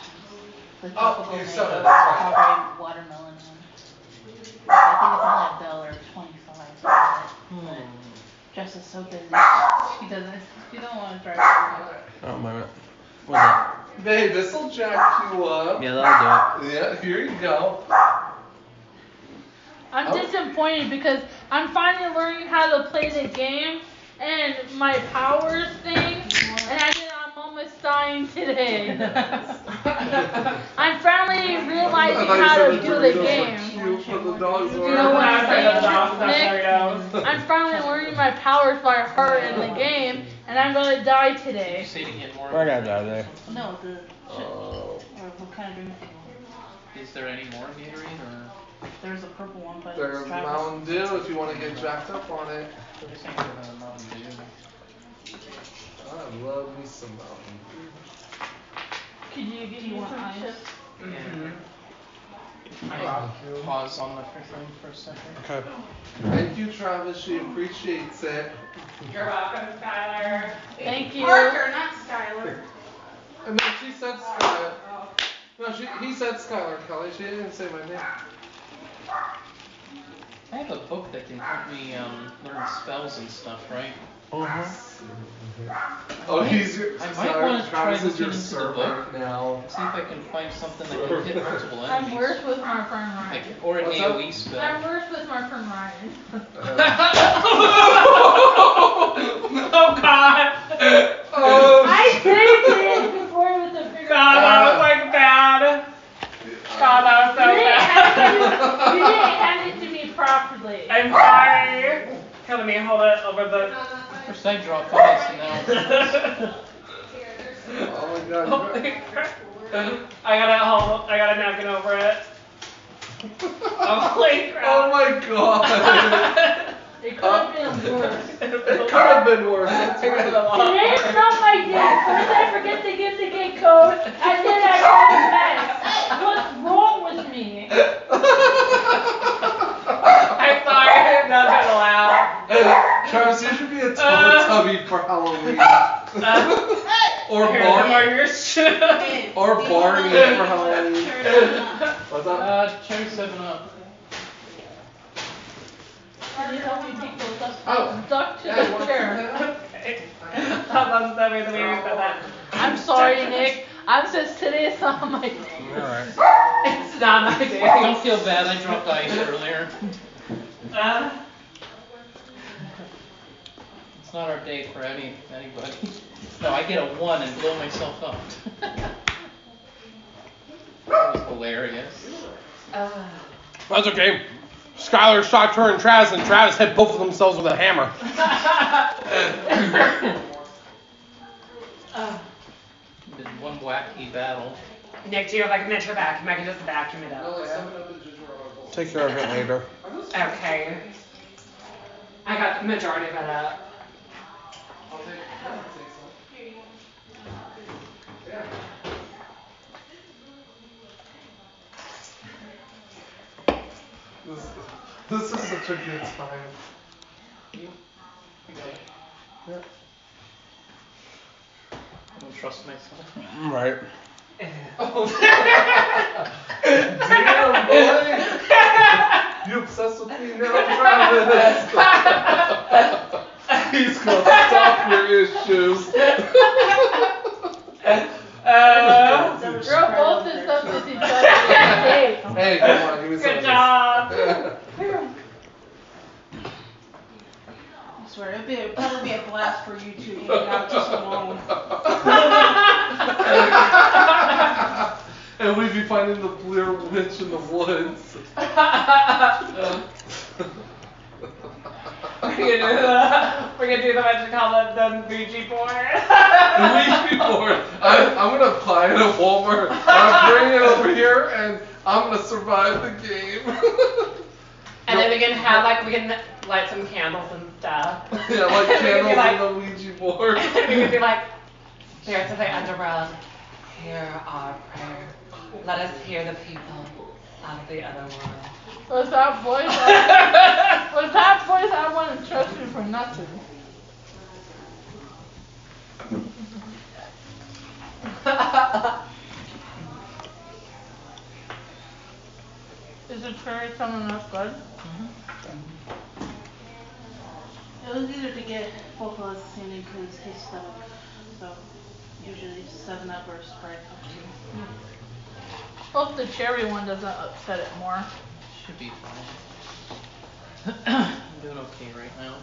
Speaker 7: The tropical
Speaker 2: Oh, you're
Speaker 7: mango,
Speaker 2: so- that's right.
Speaker 7: strawberry watermelon one. I think it's only a dollar twenty-five.
Speaker 5: Hmm.
Speaker 7: Jess is so busy. She doesn't, she don't want to drive. anymore.
Speaker 1: Oh, my God. What's up?
Speaker 2: Hey, this'll jack you up.
Speaker 1: Yeah, that'll
Speaker 2: Yeah, here you go.
Speaker 4: I'm
Speaker 2: Oh.
Speaker 4: disappointed because I'm finally learning how to play the game and my powers thing, and I did it on Mama's sign today. I'm finally realizing
Speaker 2: I
Speaker 4: how
Speaker 2: thought
Speaker 4: to
Speaker 2: you said
Speaker 4: do the
Speaker 2: Doritos were
Speaker 4: game.
Speaker 2: cute, but the dogs
Speaker 4: You know what
Speaker 2: weren't.
Speaker 4: I'm saying?
Speaker 3: Doritos.
Speaker 4: I'm finally learning my powers by heart in the game, and I'm gonna die today.
Speaker 5: Say it again,
Speaker 1: do it.
Speaker 5: Warren.
Speaker 1: I gotta die there.
Speaker 7: No, the, or
Speaker 2: Oh.
Speaker 7: what kind of drink do you want?
Speaker 5: Is there any more Gatorade or?
Speaker 7: There's a purple one, but
Speaker 2: They're
Speaker 7: it's Travis.
Speaker 2: Mountain Dew if you want to get jacked up on it.
Speaker 5: They're just saying they're not Mountain Dew.
Speaker 2: I love me some Mountain Dew.
Speaker 4: Could you give
Speaker 7: Do you want ice?
Speaker 5: Yeah. Pause on the first thing for a second.
Speaker 1: Okay.
Speaker 2: Thank you, Travis. She appreciates it.
Speaker 3: You're welcome, Tyler.
Speaker 4: Thank you.
Speaker 9: Parker, not Skylar.
Speaker 2: And then she said Skylar. No, she, he said Skylar Kelly. She didn't say my name.
Speaker 5: I have a book that can help me um, learn spells and stuff, right?
Speaker 2: Oh, he's
Speaker 5: I might
Speaker 2: sorry.
Speaker 5: wanna try
Speaker 2: Travis is
Speaker 5: looking
Speaker 2: your
Speaker 5: into the
Speaker 2: servant
Speaker 5: book.
Speaker 2: now.
Speaker 5: See if I can find something that can hit multiple
Speaker 4: I'm
Speaker 5: enemies.
Speaker 4: worse with my friend
Speaker 5: Like,
Speaker 4: Ryan.
Speaker 5: or an
Speaker 2: What's up?
Speaker 5: AoE
Speaker 4: I'm
Speaker 5: spell.
Speaker 4: worse with my friend Ryan.
Speaker 2: Uh,
Speaker 3: Oh God.
Speaker 2: oh,
Speaker 4: I did it before with the bigger.
Speaker 3: God, that was like bad. God, that was so
Speaker 4: You didn't,
Speaker 3: bad.
Speaker 4: hand it, you didn't hand it to me properly.
Speaker 3: I'm sorry. Come to me, hold it over
Speaker 5: First I draw five, so now.
Speaker 3: the.
Speaker 2: oh my God.
Speaker 3: Holy crap. I got a hold. I got a napkin over it. Holy crap.
Speaker 2: Oh my God.
Speaker 4: It could have been worse.
Speaker 2: It could have been worse. That's right.
Speaker 4: Today is not my day. First I forget to give the gate code, and then I roll the dice. What's wrong with me?
Speaker 3: I'm sorry. I'm not gonna laugh.
Speaker 2: Hey, Travis, you should be a Teletubby for Halloween. or
Speaker 3: Here's
Speaker 2: Barney.
Speaker 3: more of your shit.
Speaker 2: Or Barney for Halloween. What's up?
Speaker 5: Uh, cherry seven up.
Speaker 4: Can you help me pick those up?
Speaker 2: Oh.
Speaker 4: Duck to
Speaker 2: Yeah, you
Speaker 4: the
Speaker 2: want
Speaker 4: chair.
Speaker 3: I love that way the way you said that.
Speaker 4: I'm sorry, Nick. I'm just today is not my day.
Speaker 1: Alright.
Speaker 3: It's not my day.
Speaker 5: Don't feel bad, I dropped ice earlier.
Speaker 3: Uh,
Speaker 5: It's not our day for any anybody. No, I get a one and blow myself up. that was hilarious.
Speaker 3: uh.
Speaker 1: That's okay. Skylar shot her and Travis, and Travis hit both of themselves with a hammer.
Speaker 3: Uh,
Speaker 5: Been one wacky battle.
Speaker 3: Nick, do you have like a miniature vacuum? I can just vacuum it up.
Speaker 1: Take care of it later.
Speaker 3: Okay. I got the majority of it up.
Speaker 2: This, this is such a good time.
Speaker 5: I don't trust myself.
Speaker 1: Right.
Speaker 2: Damn, boy! you obsessed with me now, Travis! He's gonna stop your issues.
Speaker 3: Uh,
Speaker 2: Oh.
Speaker 4: You're both as up as each other.
Speaker 2: hey, come on, give me some
Speaker 3: good
Speaker 2: of
Speaker 3: job.
Speaker 2: this.
Speaker 7: I swear, it'd be, it'd probably be a blast for you two, not just alone.
Speaker 2: and we'd be finding the Blair Witch in the woods.
Speaker 3: We're gonna do the, we're gonna do the magic called the Ouija board.
Speaker 2: The week before, I, I'm gonna buy it at Walmart. I'm bringing it over here, and I'm gonna survive the game.
Speaker 3: And then we can have like we can light some candles and stuff.
Speaker 2: yeah, like
Speaker 3: We could be
Speaker 2: candles
Speaker 3: like-
Speaker 2: on the Ouija board.
Speaker 3: we could be like, there's the underworld.
Speaker 8: Hear our prayer. Let us hear the people of the other world.
Speaker 4: Was that voice? I, was that voice? I wouldn't trust you for nothing. Is the cherry coming up good?
Speaker 6: It was easier to get both of us in includes his stomach, so usually seven up or spread up to.
Speaker 4: Hope the cherry one doesn't upset it more.
Speaker 5: Should be fine. I'm doing okay right now.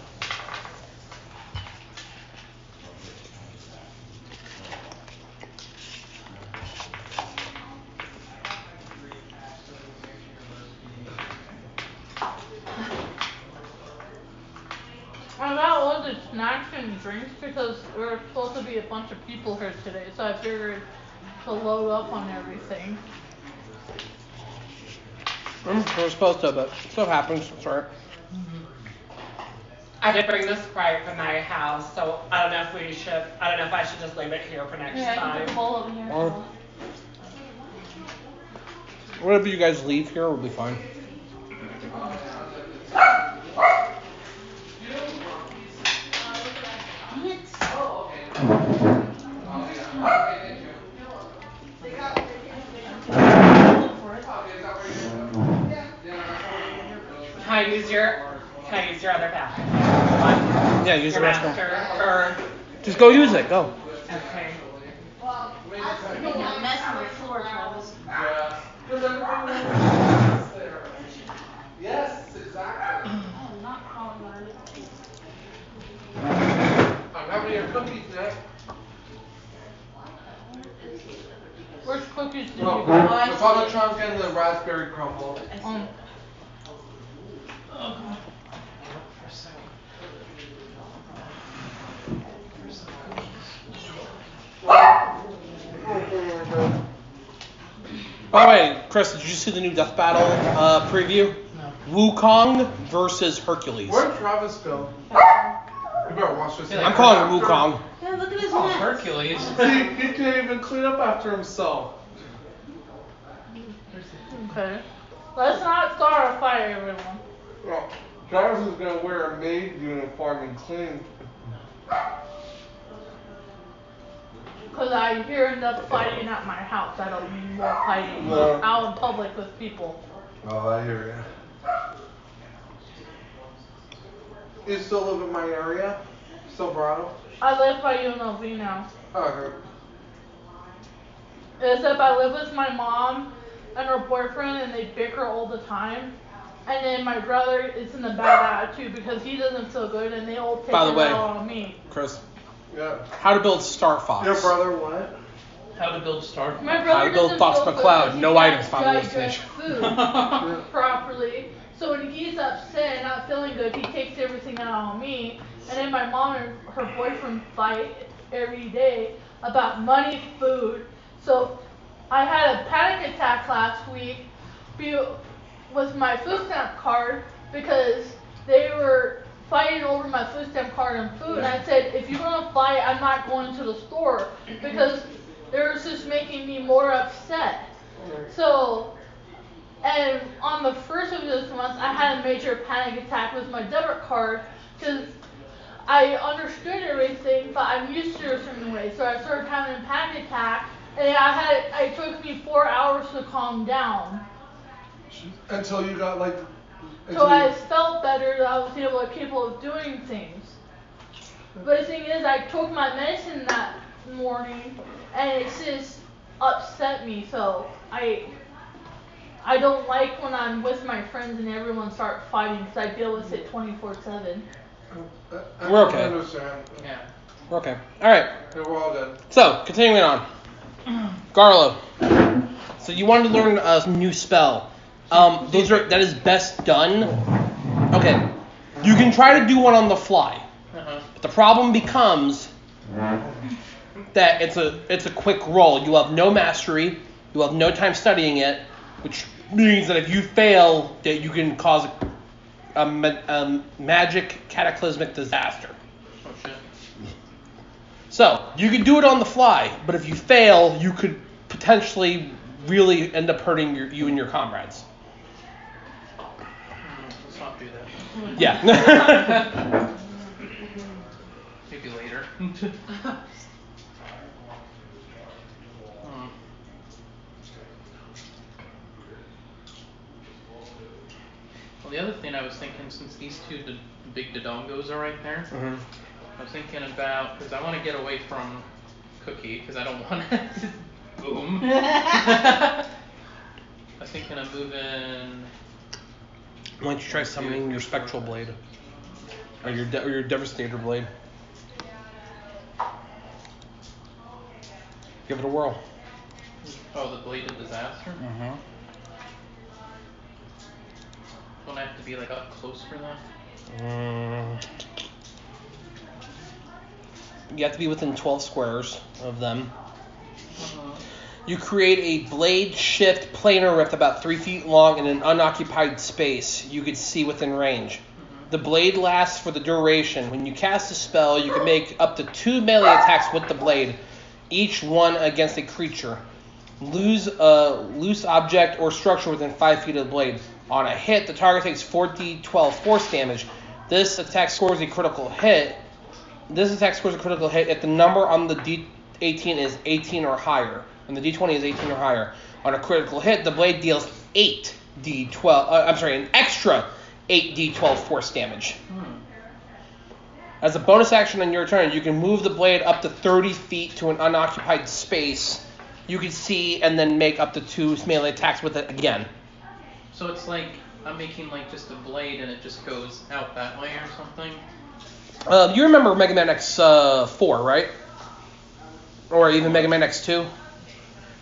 Speaker 4: I got all the snacks and drinks because there were supposed to be a bunch of people here today, so I figured to load up on everything.
Speaker 1: Mm, we're supposed to, but stuff happens. Sorry.
Speaker 3: I did bring this right from my house, so I don't know if we should. I don't know if I should just leave it here for next
Speaker 6: Yeah, I can put a
Speaker 3: time.
Speaker 6: bowl over here. if you
Speaker 1: Or-
Speaker 6: want.
Speaker 1: Whatever you guys leave here, we'll be fine.
Speaker 3: Can I use your? Can I use your other bag? One.
Speaker 1: Yeah, use
Speaker 3: your
Speaker 1: the restroom.
Speaker 3: master or?
Speaker 1: Just go use it. Go.
Speaker 3: Okay.
Speaker 7: I'm messing with the floor, Travis.
Speaker 2: Yes, exactly.
Speaker 6: I am not crawling under the table.
Speaker 2: I'm having your cookies, Nick.
Speaker 4: Where's cookies? Did
Speaker 2: No,
Speaker 4: you
Speaker 2: the
Speaker 4: buy?
Speaker 2: chocolate chunk and the raspberry crumble.
Speaker 4: Um,
Speaker 1: By the way, Chris, did you see the new death battle uh, preview?
Speaker 5: No.
Speaker 1: Wukong versus Hercules.
Speaker 2: Where'd Travis go? You better watch this.
Speaker 5: Yeah,
Speaker 1: I'm calling it Wukong.
Speaker 6: Yeah, look at his
Speaker 5: Oh,
Speaker 6: mess.
Speaker 5: Hercules.
Speaker 2: See, he can't even clean up after himself.
Speaker 4: Oh, okay. Let's not glorify everyone.
Speaker 2: Well, Travis is gonna wear a maid uniform and clean.
Speaker 4: Because I hear enough fighting at my house. I don't need more fighting
Speaker 2: No.
Speaker 4: out in public with people.
Speaker 2: Oh, I hear you. You still live in my area, Silverado?
Speaker 4: I live by UNLV now.
Speaker 1: Oh,
Speaker 2: Okay.
Speaker 4: Except I live with my mom and her boyfriend, and they bicker all the time. And then my brother is in a bad attitude because he doesn't feel good, and they all take it
Speaker 1: By the way-
Speaker 4: out on me.
Speaker 1: Chris,
Speaker 2: Yeah.
Speaker 1: how to build Star Fox.
Speaker 2: Your brother what?
Speaker 5: How to build Star
Speaker 4: My
Speaker 1: How
Speaker 4: brother
Speaker 1: to build
Speaker 4: doesn't
Speaker 1: Fox
Speaker 4: feel good
Speaker 1: McCloud.
Speaker 4: because he
Speaker 1: No
Speaker 4: can't
Speaker 1: items found in this
Speaker 4: digest food
Speaker 5: Fox.
Speaker 4: properly. So when he's upset and not feeling good, he takes everything out on me. And then my mom and her boyfriend fight every day about money, food. So I had a panic attack last week be- with my food stamp card because they were fighting over my food stamp card and food. And I said, if you're gonna fight, I'm not going to the store because they're just making me more upset. So, and on the first of this month, I had a major panic attack with my debit card because I understood everything, but I'm used to it a certain way. So I started having a panic attack, and I had it took me four hours to calm down.
Speaker 2: Until you got like.
Speaker 4: So
Speaker 2: until
Speaker 4: I
Speaker 2: you-
Speaker 4: felt better that I was able capable of doing things. But the thing is, I took my medicine that morning, and it just upset me. So I, I don't like when I'm with my friends and everyone start fighting because I deal with it 24/7.
Speaker 2: I- I
Speaker 1: We're okay.
Speaker 2: understand.
Speaker 5: yeah.
Speaker 1: Okay. All right.
Speaker 2: Yeah, We're all good.
Speaker 1: So, continuing on. Garlo. So you wanted to learn a new spell. Um, those are that is best done. Okay. You can try to do one on the fly.
Speaker 5: Uh-huh.
Speaker 1: But the problem becomes that it's a it's a quick roll. You have no mastery. You have no time studying it, which means that if you fail, that you can cause a, a, ma- a magic cataclysmic disaster.
Speaker 5: Oh shit.
Speaker 1: So you could do it on the fly, but if you fail, you could potentially really end up hurting your, you and your comrades.
Speaker 5: Hmm, Let's not do that.
Speaker 1: Yeah.
Speaker 5: Maybe later. Hmm. Well, the other thing I was thinking, since these two d- big dodongos are right there,
Speaker 1: Mhm.
Speaker 5: I was thinking about because I want to get away from Cookie because I don't want to boom. I was thinking of moving.
Speaker 1: Why don't you try summoning your spectral blade? Or your, de- or your devastator blade. Give it a whirl.
Speaker 5: Oh, the blade of disaster. Don't I have to be like up close for that?
Speaker 1: Mm. You have to be within 12 squares of them. You create a blade shift planar rift about three feet long in an unoccupied space you could see within range. The blade lasts for the duration. When you cast a spell, you can make up to two melee attacks with the blade, each one against a creature. Lose a loose object or structure within five feet of the blade. On a hit, the target takes 4d12 force damage. This attack scores a critical hit. This attack scores a critical hit if the number on the d18 is 18 or higher, and the d20 is 18 or higher. On a critical hit, the blade deals 8d12. Uh, I'm sorry, an extra 8d12 force damage. As a bonus action on your turn, you can move the blade up to 30 feet to an unoccupied space you can see, and then make up to two melee attacks with it again.
Speaker 5: So it's like I'm making like just a blade and it just goes out that way or something.
Speaker 1: Uh, you remember Mega Man X uh, four, right? Or even Mega Man X two.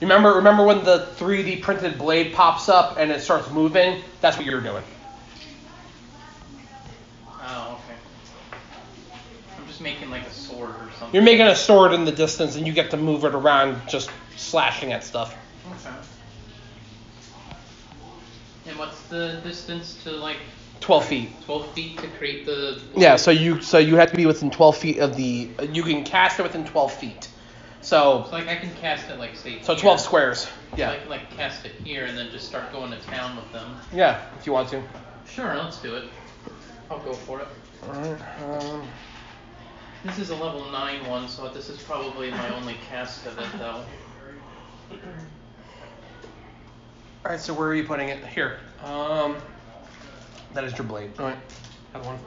Speaker 1: Remember, remember when the 3D printed blade pops up and it starts moving? That's what you're doing.
Speaker 5: Oh, okay. I'm just making like a sword or something.
Speaker 1: You're making a sword in the distance, and you get to move it around, just slashing at stuff.
Speaker 5: Okay. And what's the distance to like
Speaker 1: 12 feet.
Speaker 5: 12 feet to create the?
Speaker 1: Yeah, so you so you have to be within 12 feet of the. You can cast it within 12 feet.
Speaker 5: So
Speaker 1: So
Speaker 5: like I can cast it like say.
Speaker 1: so
Speaker 5: here.
Speaker 1: 12 squares.
Speaker 5: So I
Speaker 1: Yeah.
Speaker 5: can like cast it here and then just start going to town with them.
Speaker 1: Yeah, if you want to.
Speaker 5: Sure, let's do it. I'll go for it.
Speaker 1: Alright. Um,
Speaker 5: This is a level 9 one, so this is probably my only cast of it though.
Speaker 1: All right, so where are you putting it? Here. Um, that is your blade. All right, Uh-huh. have one.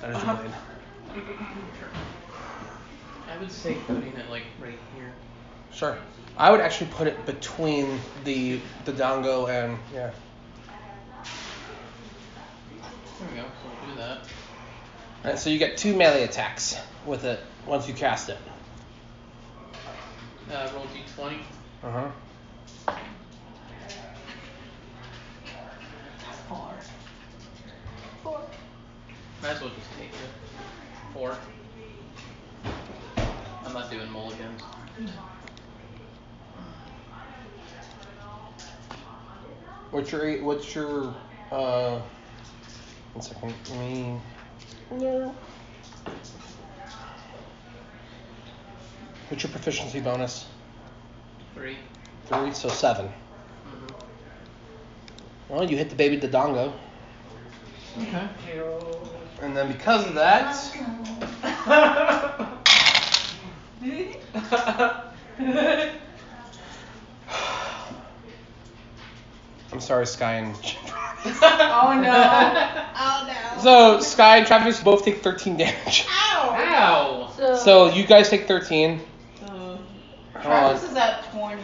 Speaker 1: That is your blade.
Speaker 5: I would say putting it like right here.
Speaker 1: Sure. I would actually put it between the the dango and yeah.
Speaker 5: There we go. So we'll do that.
Speaker 1: And so you get two melee attacks with it once you cast it.
Speaker 5: Uh, roll d20.
Speaker 1: Uh huh.
Speaker 5: Might as well just take it. Four. I'm not doing mulligans.
Speaker 1: What's your eight- what's your uh? One second. Let me. No. What's your proficiency bonus?
Speaker 5: 3
Speaker 1: Three, so seven.
Speaker 5: Mm-hmm.
Speaker 1: Well, you hit the baby Dodongo.
Speaker 5: Okay.
Speaker 1: And then because of that, I'm sorry, Sky and.
Speaker 3: Oh no.
Speaker 9: Oh no.
Speaker 1: so Sky and Travis both take 13 damage.
Speaker 9: Ow!
Speaker 5: Wow.
Speaker 4: So,
Speaker 1: So you guys take 13.
Speaker 7: So,
Speaker 1: Uh,
Speaker 7: Travis is at 20.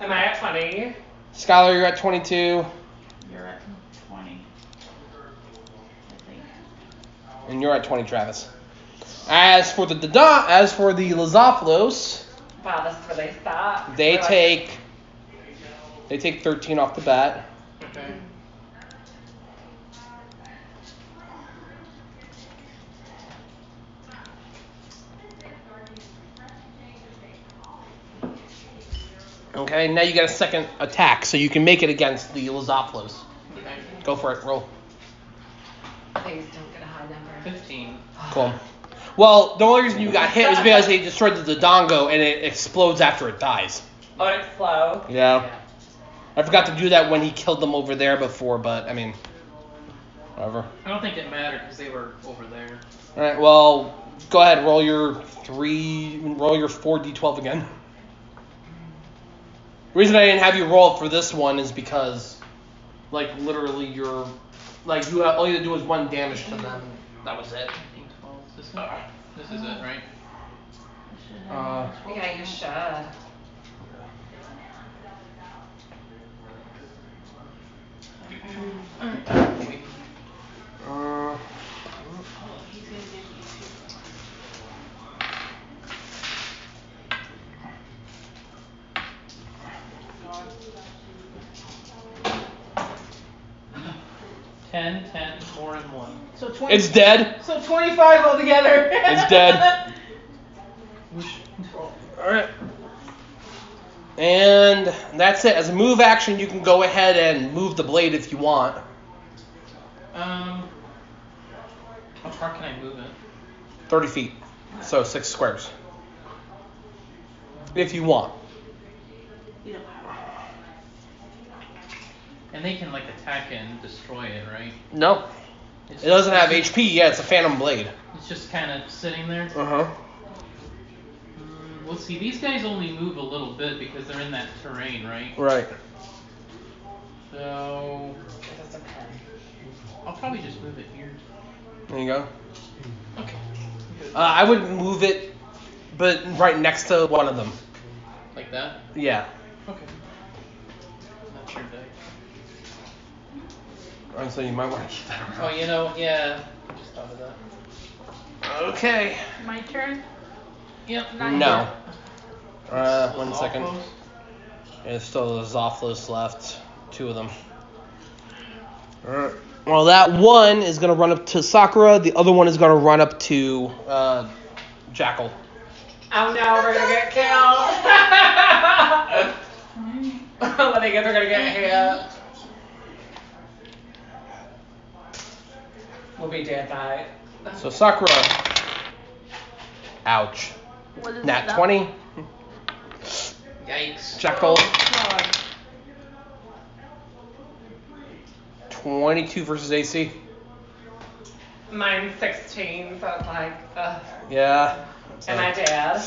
Speaker 3: Am I at 20?
Speaker 1: Skylar, you're at 22,
Speaker 7: You're at 20. I think.
Speaker 1: and you're at 20, Travis. As for the Dodon, as for the Lazophilos,
Speaker 3: Wow, this is where they stop.
Speaker 1: they
Speaker 3: They're like-
Speaker 1: take they take 13 off the bat.
Speaker 5: Okay.
Speaker 1: Okay, now you get a second attack, so you can make it against the Lazophilos.
Speaker 5: Okay.
Speaker 1: Go for it, roll.
Speaker 8: Please don't get a high number.
Speaker 5: 15.
Speaker 1: Cool. Well, the only reason you got hit was because they destroyed the Dodongo and it explodes after it dies.
Speaker 3: Oh, and it's slow.
Speaker 1: Yeah. I forgot to do that when he killed them over there before, but I mean, whatever.
Speaker 5: I don't think it mattered because they were over there.
Speaker 1: All right. Well, go ahead. Roll your three. Roll your four d12 again. The reason I didn't have you roll for this one is because, like, literally, you're, like, you have, all you had to do was one damage to them. That was it.
Speaker 5: 12. This is, this is it, right?
Speaker 1: Uh,
Speaker 8: Yeah, you should.
Speaker 1: uh,
Speaker 6: He's gonna give you
Speaker 5: Ten, ten, four, and 1.
Speaker 4: So 20,
Speaker 1: it's dead.
Speaker 4: So 25 altogether.
Speaker 1: It's dead. All right. And that's it. As a move action, you can go ahead and move the blade if you want.
Speaker 5: Um, how far can I move it?
Speaker 1: 30 feet. So six squares. If you want.
Speaker 6: two. You don't have
Speaker 5: And they can, like, attack it and destroy it, right?
Speaker 1: No.
Speaker 5: It's
Speaker 1: It doesn't
Speaker 5: just-
Speaker 1: have HP. Yeah, it's a phantom blade.
Speaker 5: It's just kind of sitting there.
Speaker 1: Uh huh.
Speaker 5: Mm, Well, see, these guys only move a little bit because they're in that terrain, right?
Speaker 1: Right.
Speaker 5: So I'll probably just move it here.
Speaker 1: There you go.
Speaker 5: Okay.
Speaker 1: Uh, I would move it, but right next to one of them.
Speaker 5: Like that.
Speaker 1: Yeah.
Speaker 5: Okay. That's your dice.
Speaker 1: And so you might want to keep that
Speaker 5: Oh, you know, yeah. I just thought of that.
Speaker 1: around. Okay.
Speaker 4: My turn.
Speaker 5: Yep.
Speaker 4: Not
Speaker 1: No.
Speaker 4: yet.
Speaker 1: Uh,
Speaker 5: This
Speaker 1: one
Speaker 5: was
Speaker 1: second.
Speaker 5: all close.
Speaker 1: There's still the Zophlos left. Two of them. Alright. Well, that one is going to run up to Sakura. The other one is going to run up to uh, Jackal.
Speaker 3: Oh no, we're gonna get killed. Let me guess, we're gonna get hit. We'll be dead by.
Speaker 1: So Sakura. Ouch.
Speaker 4: What is
Speaker 1: Nat
Speaker 4: that?
Speaker 1: 20.
Speaker 5: Yikes.
Speaker 1: Jackal.
Speaker 3: God.
Speaker 1: 22 versus AC.
Speaker 3: Mine's 16, so it's like, ugh.
Speaker 1: Yeah.
Speaker 3: Am I dead?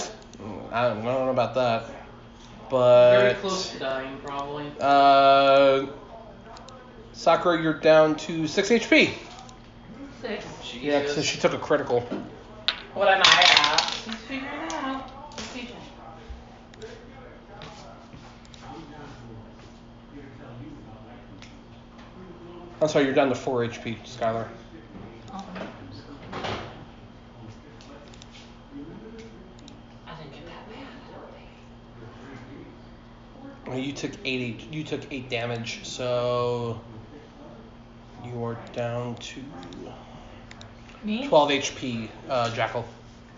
Speaker 1: I don't know about that. But.
Speaker 5: Very close to dying, probably.
Speaker 1: Uh, Sakura, you're down to 6 HP.
Speaker 4: Six.
Speaker 5: Jesus.
Speaker 1: Yeah, because she took a critical.
Speaker 3: What am I at?
Speaker 7: He's figuring it out. He's figuring it out.
Speaker 1: I'm sorry, you're down to 4 HP, Skylar.
Speaker 4: Um,
Speaker 8: I didn't get that bad. I don't think.
Speaker 1: Well, You took 8 H- you took 8 damage, so you are down to
Speaker 4: me?
Speaker 1: 12 HP, uh, Jackal.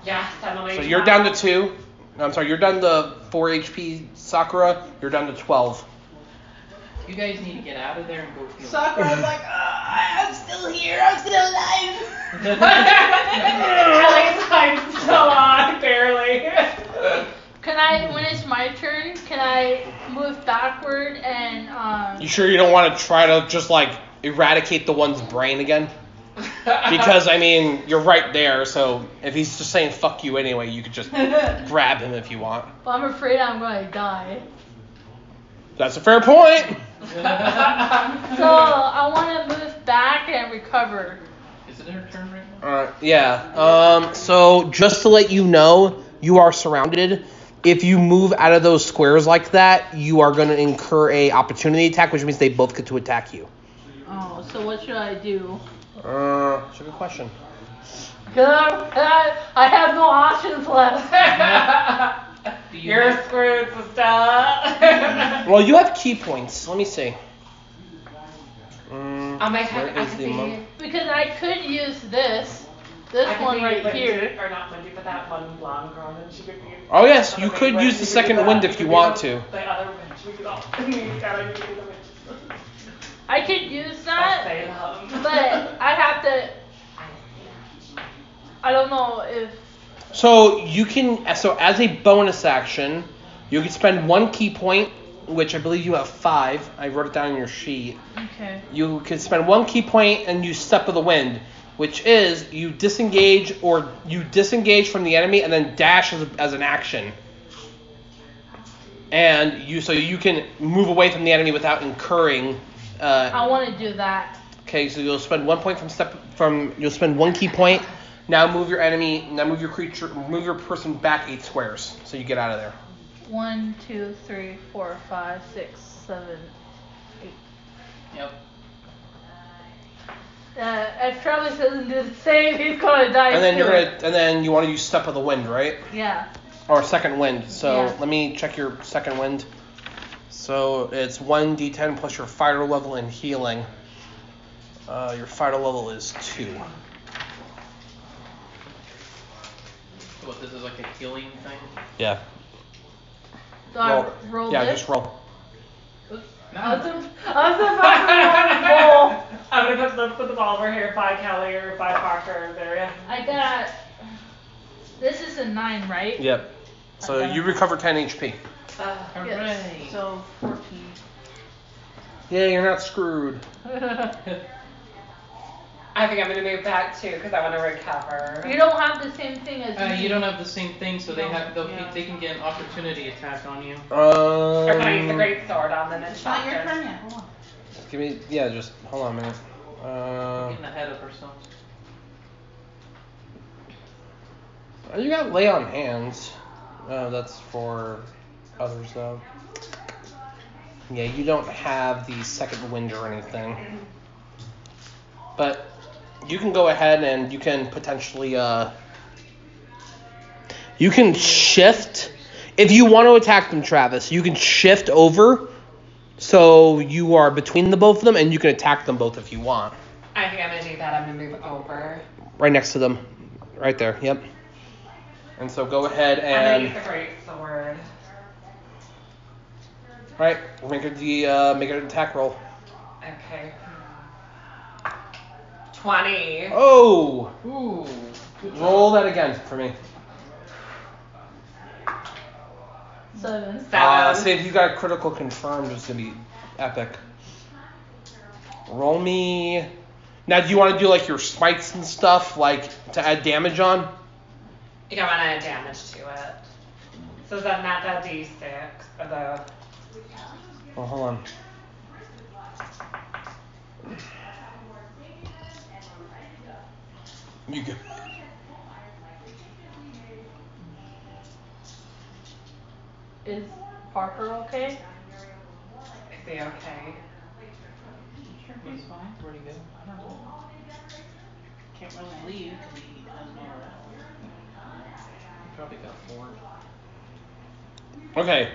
Speaker 3: Yes, I'm only.
Speaker 1: So you're down to 2. No, I'm sorry, you're down to 4 HP, Sakura. You're down to 12.
Speaker 5: You guys need to get out of there and go heal.
Speaker 9: Sakura's like, ah, I'm still here, I'm still alive.
Speaker 3: Ellie's I'm still on, barely.
Speaker 4: Can I, when it's my turn, can I move backward and, um,
Speaker 1: You sure you don't want to try to just like eradicate the one's brain again? Because I mean, you're right there, so if he's just saying fuck you anyway, you could just grab him if you want.
Speaker 4: but I'm afraid I'm going to die.
Speaker 1: That's a fair point.
Speaker 4: So I want to move back and recover.
Speaker 5: Is it her turn right now?
Speaker 1: Alright, yeah. Um so just to let you know, you are surrounded. If you move out of those squares like that, you are gonna incur a opportunity attack, which means they both get to attack you.
Speaker 4: Oh, so what should I do?
Speaker 1: Uh that's a good question.
Speaker 4: Cause I, I have no options left.
Speaker 5: Do you
Speaker 3: You're
Speaker 5: have-
Speaker 3: screwed, sister.
Speaker 1: Well you have key points. Let me see. Mm,
Speaker 3: Oh my god,
Speaker 1: where
Speaker 3: I
Speaker 1: is
Speaker 3: can
Speaker 1: the
Speaker 3: be.
Speaker 1: mon-
Speaker 4: Because I could use this, this
Speaker 3: I could
Speaker 4: one
Speaker 3: be
Speaker 4: right
Speaker 3: Wendy,
Speaker 4: here.
Speaker 3: Or not Wendy, but that one blonde girl, and she could be.
Speaker 1: Oh yes, you
Speaker 3: Okay,
Speaker 1: could
Speaker 3: but
Speaker 1: use the
Speaker 3: could
Speaker 1: second
Speaker 3: do that.
Speaker 1: wind if you
Speaker 3: could
Speaker 1: want
Speaker 3: do
Speaker 1: to.
Speaker 3: The other witch, we could all. Gotta do the witch.
Speaker 4: I could use
Speaker 3: I'll
Speaker 4: that,
Speaker 3: say love.
Speaker 4: but I have to. I don't know if
Speaker 1: So you can so as a bonus action, you can spend one key point, which I believe you have five. I wrote it down on your sheet.
Speaker 4: okay.
Speaker 1: You can spend one key point and use Step of the Wind, which is you disengage or you disengage from the enemy and then dash as, as an action. And you so you can move away from the enemy without incurring.
Speaker 4: I
Speaker 1: Uh,
Speaker 4: want to do that.
Speaker 1: okay, so you'll spend one point from step from you'll spend one key point. Now move your enemy. Now move your creature. Move your person back eight squares, so you get out of there.
Speaker 4: One, two, three, four, five, six, seven, eight.
Speaker 5: Yep.
Speaker 4: Uh, if Travis doesn't do the same, he's gonna die.
Speaker 1: And then
Speaker 4: too.
Speaker 1: you're gonna. And then you want to use step of the wind, right?
Speaker 4: Yeah.
Speaker 1: or second wind. So
Speaker 4: Yeah.
Speaker 1: let me check your second wind. So it's one d10 plus your fire level and healing. Uh, your fire level is two.
Speaker 5: What, this is like a healing thing?
Speaker 1: Yeah.
Speaker 4: So I rolled
Speaker 1: yeah,
Speaker 4: it.
Speaker 1: just roll.
Speaker 4: I was, a- I was about to roll.
Speaker 3: I'm gonna put the, put the ball over here by Cavalier, by Parker, there, yeah.
Speaker 4: I got. This is a nine, right?
Speaker 1: Yep. So you recover 10 HP.
Speaker 5: Hooray!
Speaker 4: Yes.
Speaker 6: So 14.
Speaker 1: Yeah, you're not screwed.
Speaker 3: I think I'm gonna move back too, because I wanna recover.
Speaker 4: you don't have the same thing as
Speaker 5: Uh,
Speaker 4: me.
Speaker 5: you don't have the same thing, so they have they'll,
Speaker 6: Yeah.
Speaker 5: they can get an opportunity attack on you.
Speaker 1: Um,
Speaker 3: Or can I use the great sword on them and
Speaker 6: It's not
Speaker 3: shot
Speaker 6: your
Speaker 3: them?
Speaker 6: turn yet. Hold on.
Speaker 1: Give me. Yeah, just hold on a minute. Uh,
Speaker 5: Getting ahead of ourselves.
Speaker 1: you got lay on hands. Uh, that's for others though. Yeah, you don't have the second wind or anything. But you can go ahead and you can potentially uh you can shift if you want to attack them, Travis, you can shift over so you are between the both of them and you can attack them both if you want.
Speaker 3: I think I'm gonna do that, I'm gonna move over.
Speaker 1: Right next to them. Right there. Yep. And so go ahead
Speaker 3: I'm gonna
Speaker 1: and
Speaker 3: use the great sword.
Speaker 1: Right, make it the uh, make it an attack roll.
Speaker 3: Okay. Twenty.
Speaker 1: Oh,
Speaker 5: Ooh.
Speaker 1: roll that again for me.
Speaker 4: Seven.
Speaker 1: Uh,
Speaker 3: Seven.
Speaker 1: see if you got a critical confirmed. It's gonna be epic. Roll me. Now, do you want to do like your smites and stuff, like to add damage on?
Speaker 3: You don't want to add damage to it. So is that not that d6 or the
Speaker 1: Oh, hold on. You go.
Speaker 4: Is Parker okay?
Speaker 3: is the okay?
Speaker 6: Sure, he's fine.
Speaker 5: Pretty good.
Speaker 6: I don't know. Can't really leave. 'cause he doesn't know.
Speaker 5: You probably got four.
Speaker 1: Okay,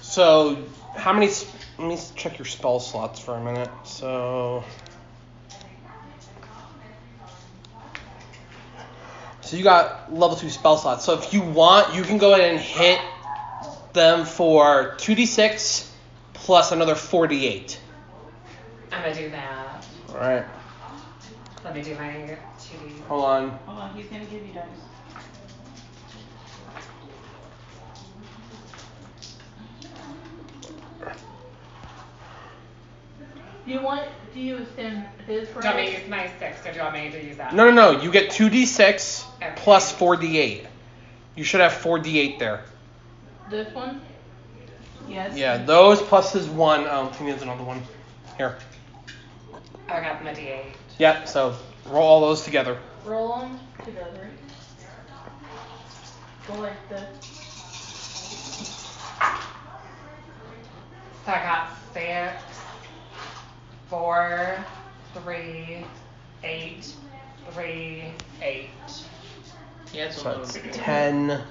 Speaker 1: so how many? s- Let me s- check your spell slots for a minute. So, so you got level two spell slots. So if you want, you can go ahead and hit them for two d six plus another forty eight.
Speaker 3: I'm gonna do that.
Speaker 1: All right,
Speaker 3: Let me do my two d.
Speaker 1: hold on.
Speaker 6: Hold on, he's gonna give you dice.
Speaker 4: Do you want to use him his
Speaker 3: Do you want me to
Speaker 4: right?
Speaker 3: use my six or do you want me to use that?
Speaker 1: No, no, no. You get two d six
Speaker 3: Okay.
Speaker 1: plus four d eight. You should have four d eight there.
Speaker 4: This one?
Speaker 6: Yes.
Speaker 1: Yeah, those plus his one. Um, I think there's another one here.
Speaker 3: I got my d8.
Speaker 1: Yep, so roll all those together.
Speaker 4: Roll them together. Go like this.
Speaker 3: So I got six, four, three, eight, three, eight.
Speaker 5: Yeah, it's a
Speaker 1: So
Speaker 5: little
Speaker 1: it's
Speaker 5: bit.
Speaker 1: 10,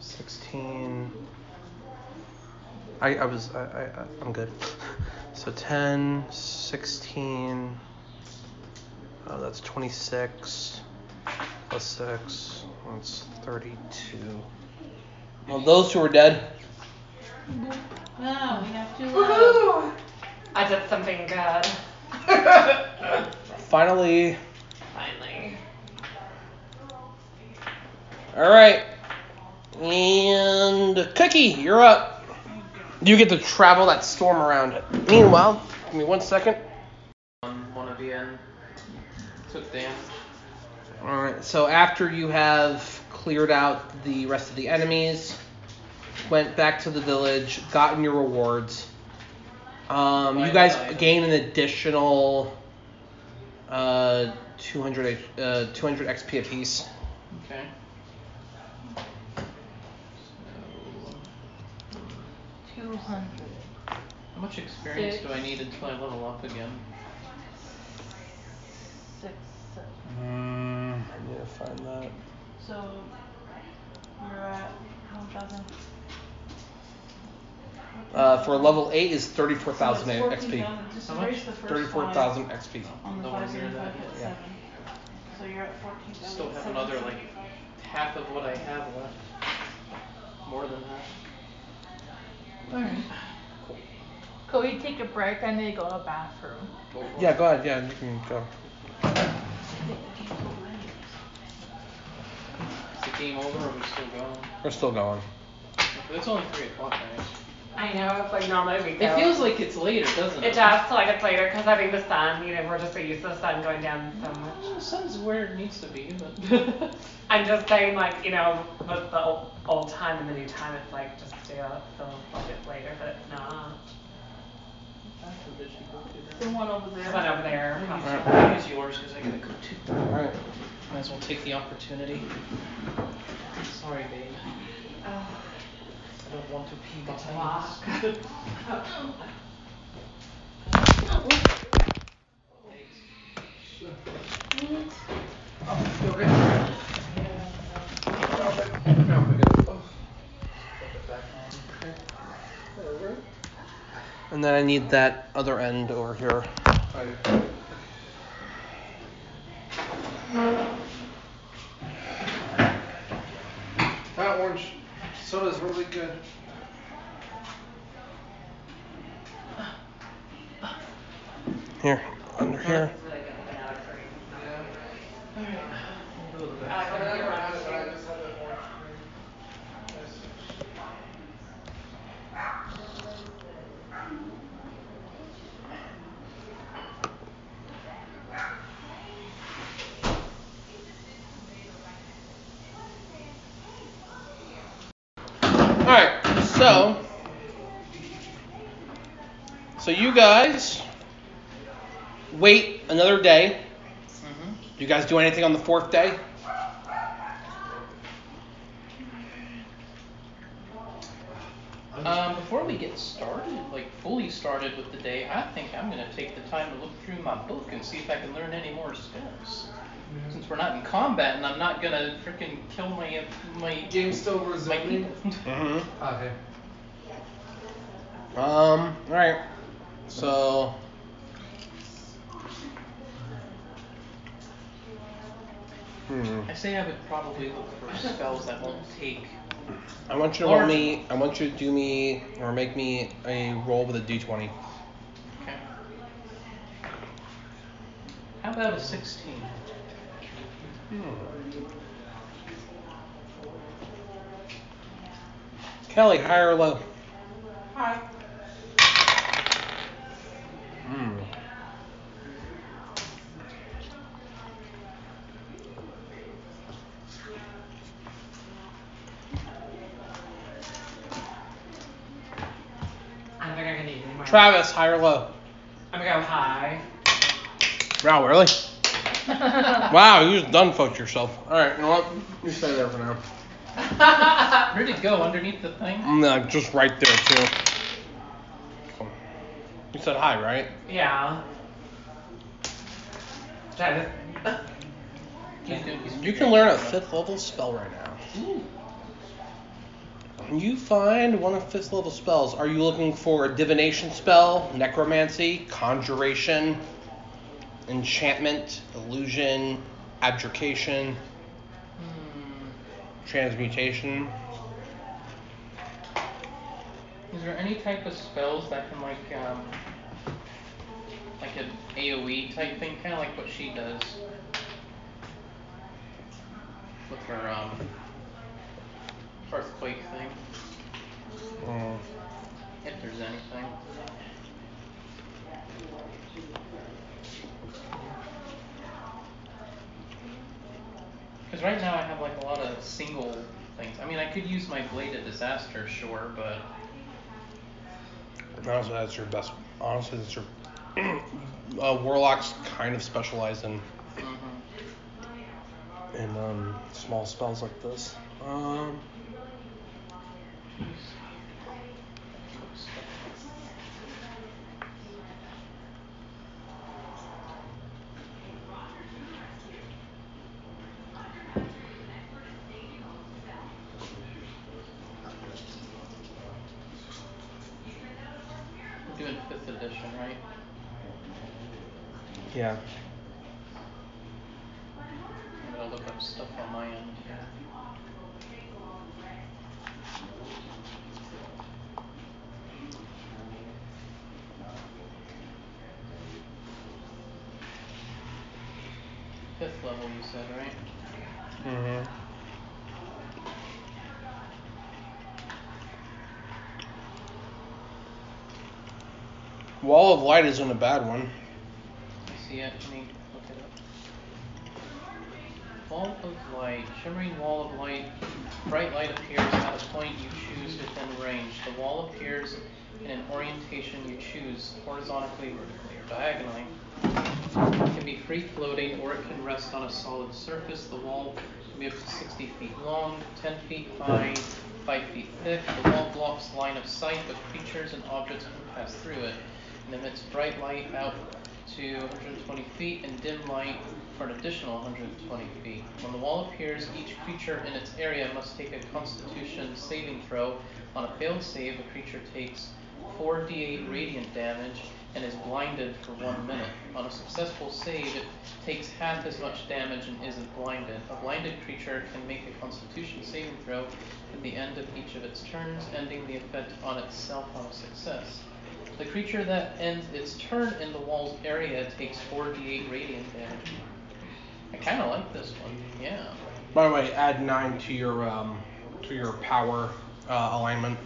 Speaker 1: 16. I, I was, I, I, I- I'm good. So 10, 16. Oh, that's 26. Plus 6. That's 32. Well, those two are dead.
Speaker 6: Wow, we have two. left.
Speaker 3: Woohoo! I did something good.
Speaker 1: Finally,
Speaker 3: Finally.
Speaker 1: All right. And Cookie, you're up. You get to travel that storm around it. Meanwhile, give me one second.
Speaker 5: On one of the end. Took damage.
Speaker 1: All right. So after you have cleared out the rest of the enemies, went back to the village, gotten your rewards. Um, you
Speaker 5: Right,
Speaker 1: guys
Speaker 5: right.
Speaker 1: gain an additional uh, 200 uh, 200 XP apiece.
Speaker 5: Okay. So,
Speaker 4: 200.
Speaker 5: how much experience do I
Speaker 4: Six.
Speaker 5: need until I level up again?
Speaker 4: Six, seven.
Speaker 1: Mm, I need to find that.
Speaker 6: So you're at one thousand.
Speaker 1: Uh, for level 8 is 34,000 XP.
Speaker 6: Just
Speaker 5: How much?
Speaker 6: erase the first line
Speaker 1: 34,000 XP.
Speaker 6: On the
Speaker 5: No one
Speaker 6: five
Speaker 5: near that.
Speaker 6: seventy-five hit
Speaker 1: Yeah.
Speaker 6: seven. So you're at fourteen thousand.
Speaker 5: Still have another like half of what I have left. More than half.
Speaker 4: Could we take a break? I need to go to the bathroom.
Speaker 5: Go for it.
Speaker 1: Yeah, go ahead. Yeah, you can go.
Speaker 5: Is the game over or are we still going?
Speaker 1: We're still going.
Speaker 5: It's only 3 o'clock, guys.
Speaker 3: I know, it's like normally we go.
Speaker 5: It feels like it's later, doesn't it?
Speaker 3: It does, like it's later, because I think the sun, you know, we're just so used to the sun going down so much.
Speaker 5: Well, the sun's where it needs to be, but.
Speaker 3: I'm just saying, like, you know, with the old, old time and the new time, it's like just still it feels like it's later, but it's not.
Speaker 4: The one over
Speaker 3: There's one
Speaker 4: there.
Speaker 3: over there.
Speaker 5: I'll use yours because I gotta go too.
Speaker 1: All right.
Speaker 5: Might as well take the opportunity. Sorry, babe. I don't want to pee my pants.
Speaker 2: Oh,
Speaker 1: And then I need that other end over here.
Speaker 2: That orange soda is really good.
Speaker 1: Here, under here.
Speaker 2: Yeah.
Speaker 3: I
Speaker 2: I
Speaker 3: don't
Speaker 2: never
Speaker 3: know.
Speaker 2: had it, but I just had that orange.
Speaker 1: All right. So, so you guys wait another day. Do you guys do anything on the fourth day?
Speaker 5: Um, before we get started, like fully started with the day, I think I'm gonna take the time to look through my book and see if I can learn any more steps. Since we're not in combat and I'm not gonna freaking kill my my
Speaker 2: Game still
Speaker 5: my
Speaker 2: resuming.
Speaker 5: people.
Speaker 1: Mm-hmm.
Speaker 2: Okay.
Speaker 1: Um. All right. So. Hmm.
Speaker 5: I say I would probably look for spells that won't take.
Speaker 1: I want you to roll me. I want you to do me or make me a roll with a d20.
Speaker 5: Okay. How about a 16?
Speaker 1: Hmm. Kelly, high or low?
Speaker 9: Hi.
Speaker 1: Hmm.
Speaker 3: I don't think I can eat anymore.
Speaker 1: Travis, high or low?
Speaker 3: I'm gonna go high.
Speaker 1: Wow, really? Wow, you just done fucked yourself. All right, you know what? You stay there for now.
Speaker 5: Where'd it go? Underneath the thing?
Speaker 1: I'm uh, just right there too. You said hi, right?
Speaker 3: Yeah. Travis.
Speaker 5: He's doing- he's-
Speaker 1: You can learn a fifth level spell right now.
Speaker 5: Ooh.
Speaker 1: You find one of fifth level spells. Are you looking for a divination spell, necromancy, conjuration, enchantment, illusion, abjuration,
Speaker 5: Hmm.
Speaker 1: transmutation?
Speaker 5: Is there any type of spells that can like um like an AoE type thing, kinda like what she does? With her um
Speaker 1: Hmm.
Speaker 5: right now I have like a lot of single things. I mean, I could use my Blade of Disaster, sure, but
Speaker 1: Honestly, that's your best. Honestly, that's your. uh, warlocks kind of specialize in
Speaker 5: mhm.
Speaker 1: in um, small spells like this. Um,
Speaker 5: I'm doing fifth edition, right?
Speaker 1: yeah.
Speaker 5: I'm gonna look up stuff on my end here. Fifth level, you said, right?
Speaker 1: Mm-hmm. Mm-hmm. Wall of Light isn't a bad one.
Speaker 5: I see it. Let me look it up. Wall of light. Shimmering wall of light. Bright light appears at a point you choose within range. The wall appears in an orientation you choose, horizontally, vertically, or diagonally. It can be free floating or it can rest on a solid surface. The wall can be up to 60 feet long, 10 feet high, 5 feet thick. The wall blocks line of sight, but creatures and objects can pass through it. And emits bright light out to 120 feet and dim light for an additional 120 feet. When the wall appears, each creature in its area must take a constitution saving throw. On a failed save, a creature takes 4d8 radiant damage and is blinded for one minute. On a successful save, it takes half as much damage and isn't blinded. A blinded creature can make a constitution saving throw at the end of each of its turns, ending the effect on itself on a success. The creature that ends its turn in the wall's area takes 4d8 radiant damage. I kind of like this one. Yeah.
Speaker 1: By the way, add nine to your um, to your power uh, alignment.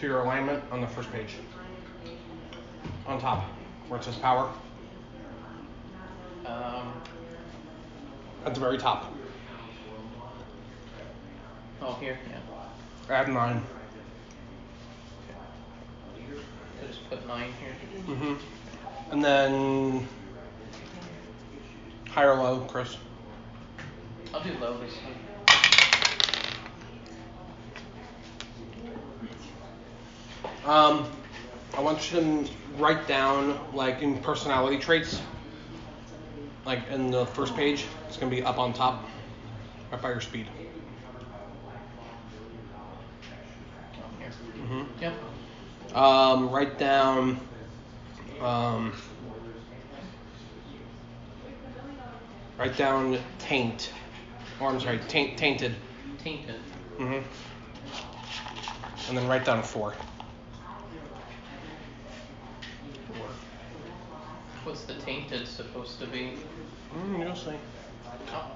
Speaker 1: To your alignment on the first page. On top, where it says power,
Speaker 5: Um,
Speaker 1: at the very top.
Speaker 5: oh, here. Yeah.
Speaker 1: Add nine.
Speaker 5: I just put 9 here.
Speaker 1: Mhm. And then high or low, Chris.
Speaker 5: I'll do low this time.
Speaker 1: Um, I want you to write down like in personality traits, like in the first page. It's gonna be up on top, right by your speed.
Speaker 5: Oh, here.
Speaker 1: Mhm.
Speaker 5: Yep.
Speaker 1: Um, write down. Um, write down taint. Or I'm sorry, taint, tainted.
Speaker 5: Tainted.
Speaker 1: Mhm. And then write down four.
Speaker 5: What's the tainted supposed to be?
Speaker 1: Mm, you'll see.
Speaker 5: Oh.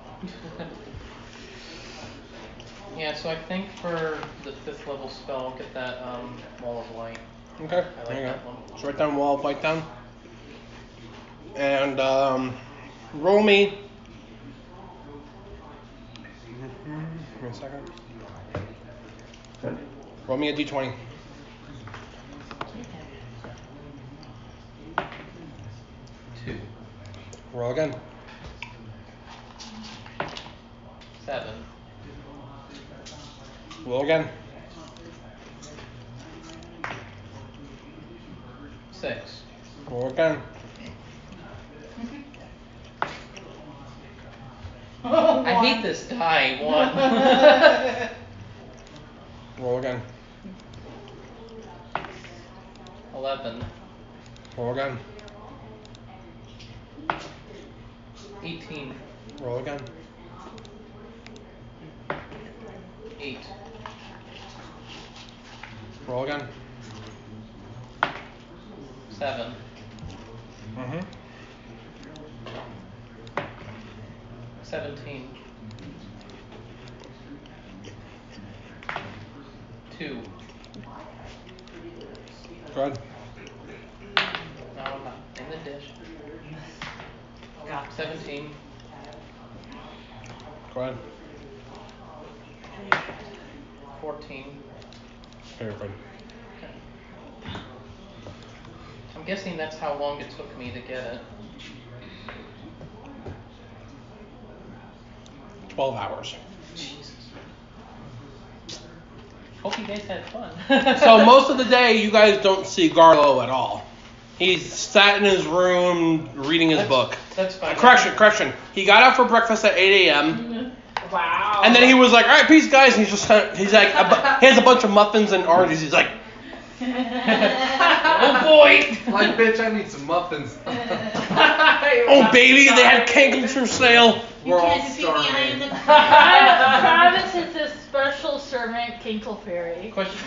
Speaker 5: yeah, so I think for the fifth level spell, I'll get that um, wall of light.
Speaker 1: Okay.
Speaker 5: I like
Speaker 1: there you
Speaker 5: that
Speaker 1: go.
Speaker 5: one.
Speaker 1: So write down wall, bite down. And um, roll me. Give me a second. Roll me a d20.
Speaker 5: Two.
Speaker 1: Roll again.
Speaker 5: Seven.
Speaker 1: Roll again.
Speaker 5: Six.
Speaker 1: Roll again.
Speaker 5: I hate this die. One.
Speaker 1: Roll again.
Speaker 5: Eleven.
Speaker 1: Roll again.
Speaker 5: Eighteen.
Speaker 1: Roll again.
Speaker 5: Eight.
Speaker 1: Roll again.
Speaker 5: Seven.
Speaker 1: Mhm.
Speaker 5: Seventeen. Two.
Speaker 1: Good.
Speaker 5: No, I'm not in the dish. Seventeen.
Speaker 1: Brian.
Speaker 5: Fourteen.
Speaker 1: Here, Brian.
Speaker 5: Okay. I'm guessing that's how long it took me to get it.
Speaker 1: 12 hours.
Speaker 5: Jesus. Hope you guys had fun.
Speaker 1: so most of the day, you guys don't see Garlo at all. He's sat in his room reading his
Speaker 5: That's-
Speaker 1: book.
Speaker 5: That's fine.
Speaker 1: Correction, correction. He got up for breakfast at 8 a.m.
Speaker 3: Wow.
Speaker 1: And then he was like, "All right, peace, guys." And he's just kind of- he's like a bu- he has a bunch of muffins and oranges. He's like,
Speaker 5: Oh boy.
Speaker 2: Like, bitch, I need some muffins.
Speaker 1: "Oh baby, they had cankles for sale."
Speaker 2: We're all
Speaker 7: Can't defeat me, I
Speaker 2: starving.
Speaker 7: am the
Speaker 4: Travis is a special servant, Kinkleberry.
Speaker 5: Question.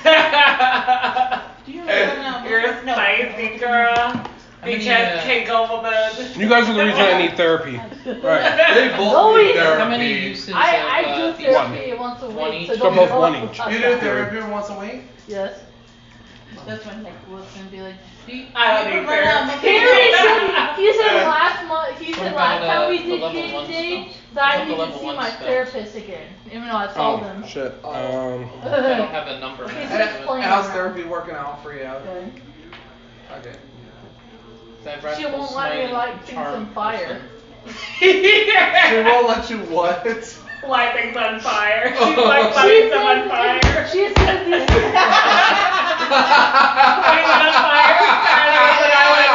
Speaker 3: You're
Speaker 7: Do you remember
Speaker 3: a
Speaker 7: now?
Speaker 3: spicy girl.
Speaker 5: many,
Speaker 3: Because
Speaker 5: uh,
Speaker 3: Kingle woman.
Speaker 1: You guys are the reason I need therapy. Right.
Speaker 2: They both
Speaker 4: Oh,
Speaker 2: need
Speaker 4: yeah.
Speaker 2: therapy.
Speaker 5: How many uses?
Speaker 4: I,
Speaker 5: of,
Speaker 4: I
Speaker 5: uh,
Speaker 4: do therapy once a
Speaker 5: One
Speaker 4: week,
Speaker 5: each.
Speaker 4: so
Speaker 5: So
Speaker 4: don't
Speaker 1: both
Speaker 4: be-
Speaker 1: one each.
Speaker 2: You do therapy once a week?
Speaker 4: Yes.
Speaker 7: That's when Nick was gonna be like, do you,
Speaker 3: I don't
Speaker 7: you
Speaker 3: need
Speaker 7: prefer not
Speaker 4: He
Speaker 7: making
Speaker 4: said, he said last month, he said
Speaker 5: What
Speaker 4: last
Speaker 5: about,
Speaker 4: time we
Speaker 5: uh,
Speaker 4: did
Speaker 5: the level one
Speaker 4: game day
Speaker 5: spells?
Speaker 4: that I
Speaker 5: What about the
Speaker 4: needed to
Speaker 5: level
Speaker 4: see
Speaker 5: one
Speaker 4: my
Speaker 5: spells?
Speaker 4: therapist again, even though I saw
Speaker 1: Oh
Speaker 4: them.
Speaker 1: shit. Um.
Speaker 5: I don't have a number.
Speaker 4: Okay, so-
Speaker 2: And-
Speaker 4: Just playing
Speaker 2: How's
Speaker 4: around.
Speaker 2: therapy working out for you?
Speaker 4: Good.
Speaker 2: Okay.
Speaker 4: She won't let me like things on fire.
Speaker 2: She won't let you what?
Speaker 3: Lightning's on fire. She's like lighting someone on fire.
Speaker 4: She said these.
Speaker 3: Lighting on fire.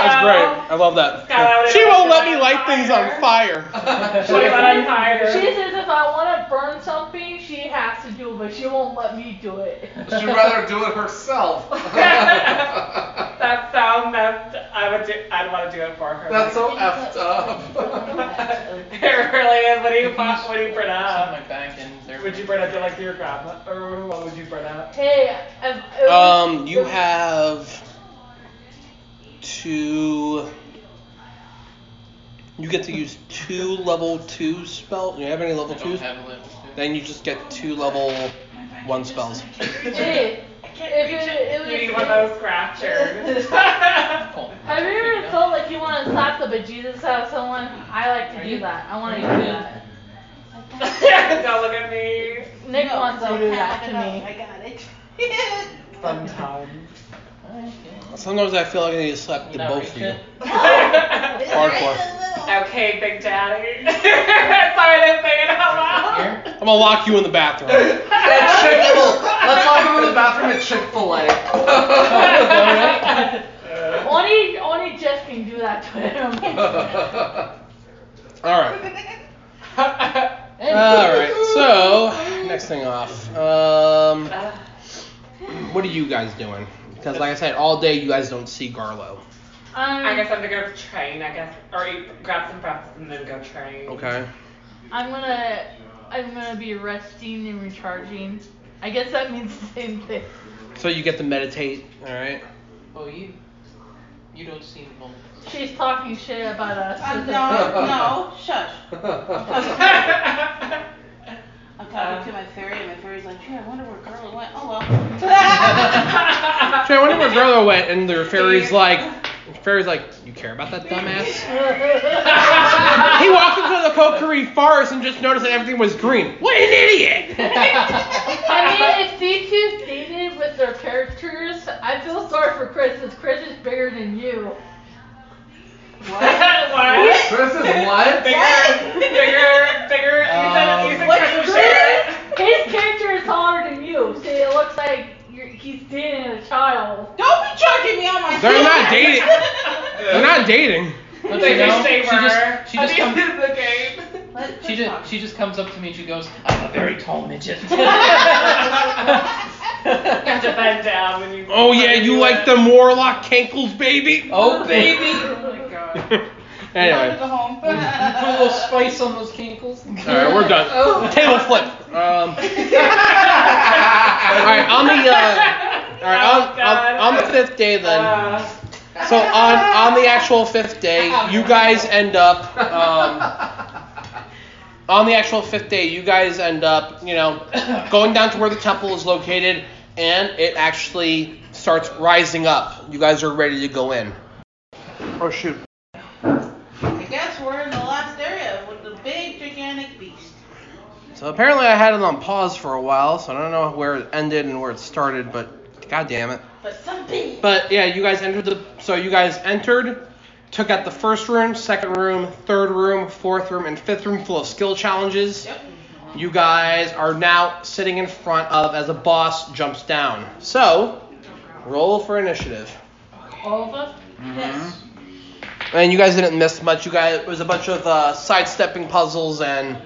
Speaker 1: That's great. I love that.
Speaker 3: Skylight
Speaker 1: She
Speaker 3: it
Speaker 1: won't
Speaker 3: up.
Speaker 1: let me light things on fire.
Speaker 3: Lighting on
Speaker 4: She
Speaker 3: fire.
Speaker 4: says if I want to burn something, she has to do it, but she won't let me do it.
Speaker 2: She'd rather do it herself.
Speaker 3: That sound messed. I would do. I'd want to do it for her.
Speaker 2: That's so effed up.
Speaker 3: it really is. What do you want? What do you burn
Speaker 5: Put my
Speaker 3: up?
Speaker 5: back in there.
Speaker 3: Uh, Would you burn up your like your grandma, or what would you burn up?
Speaker 4: Hey, if it was-
Speaker 1: Um, you have two. You get to use two level two spells. Do you have any
Speaker 5: I
Speaker 1: level
Speaker 5: don't
Speaker 1: twos?
Speaker 5: have a level two.
Speaker 1: Then you just get two level one spells.
Speaker 4: Hey, if it, it was.
Speaker 3: You need one of those scratchers.
Speaker 5: Cool.
Speaker 4: Have you ever felt like you want to slap the bejesus out of someone? I like to do that. I want to do that.
Speaker 3: Don't look at me.
Speaker 4: Nick wants to do that to me.
Speaker 6: I got it.
Speaker 3: Sometimes.
Speaker 1: Sometimes I feel like I need to slap the
Speaker 5: Can I
Speaker 1: both
Speaker 5: reach
Speaker 1: of you.
Speaker 5: it?
Speaker 1: Hardcore.
Speaker 3: Okay, Big Daddy. Sorry, I didn't say it out loud.
Speaker 5: Here?
Speaker 1: I'm gonna lock you in the bathroom.
Speaker 2: That Chick fil Let's all go to the bathroom at Chick fil
Speaker 4: Only, only Jeff can do that to him. Um,
Speaker 2: A.
Speaker 1: All right. All right. So next thing off. Um, what are you guys doing? Because like I said, all day you guys don't see Garlo.
Speaker 3: I
Speaker 4: Um,
Speaker 3: guess I'm gonna go train, I guess, or eat, grab some breakfast and then go train.
Speaker 1: Okay.
Speaker 4: I'm gonna, I'm gonna be resting and recharging. I guess that means the same thing.
Speaker 1: So you get to meditate. All right.
Speaker 5: Oh, you. You don't see the moment.
Speaker 4: She's talking shit about us.
Speaker 7: Uh, no, no, shush. I'm talking to my fairy, and my fairy's like, gee, I wonder where Carla went. Oh well.
Speaker 1: So I wonder where Garlo went, and the fairy's like, fairy's like, you care about that dumbass? he walked into the Kokiri forest and just noticed that everything was green. What an idiot!
Speaker 4: I mean, if these two dated with their characters, I feel sorry for Chris, because Chris is bigger than you.
Speaker 3: what?
Speaker 2: Chris is what?
Speaker 3: Bigger, bigger, bigger. Uh, you said, you said Chris was bigger.
Speaker 4: His character is taller than you, so it looks like you're, he's dating a child.
Speaker 7: Don't be charging me on my
Speaker 1: They're not dating. They're not dating.
Speaker 5: But
Speaker 3: They
Speaker 5: you know,
Speaker 3: just
Speaker 5: she
Speaker 3: savor.
Speaker 5: just, she
Speaker 3: At
Speaker 5: just
Speaker 3: the
Speaker 5: comes,
Speaker 3: end of the game.
Speaker 7: Let's
Speaker 5: she
Speaker 7: just
Speaker 5: just,
Speaker 7: talk.
Speaker 5: she just comes up to me and she goes, I'm a very tall midget.
Speaker 3: You have to bend down when you.
Speaker 1: Oh yeah, you like the Morlock Cankles, baby.
Speaker 5: oh baby.
Speaker 3: Oh my god.
Speaker 7: Time to
Speaker 1: anyway,
Speaker 7: go home.
Speaker 5: Put a little spice on those cankles.
Speaker 1: all right, we're done. Table flip. Um, all right, on the uh, all right, on, on, on the fifth day then.
Speaker 3: Uh,
Speaker 1: So on on the actual fifth day, you guys end up. Um, on the actual fifth day, you guys end up, you know, going down to where the temple is located, and it actually starts rising up. You guys are ready to go in. Oh shoot!
Speaker 7: I guess we're in the last area with the big gigantic beast.
Speaker 1: So apparently I had it on pause for a while, so I don't know where it ended and where it started, but god damn it.
Speaker 6: But some bee.
Speaker 1: But yeah, you guys entered the. So you guys entered, took out the first room, second room, third room, fourth room, and fifth room full of skill challenges.
Speaker 6: Yep.
Speaker 1: You guys are now sitting in front of as a boss jumps down. So roll for initiative.
Speaker 4: All of us?
Speaker 6: Yes.
Speaker 1: And you guys didn't miss much. You guys it was a bunch of uh, sidestepping puzzles and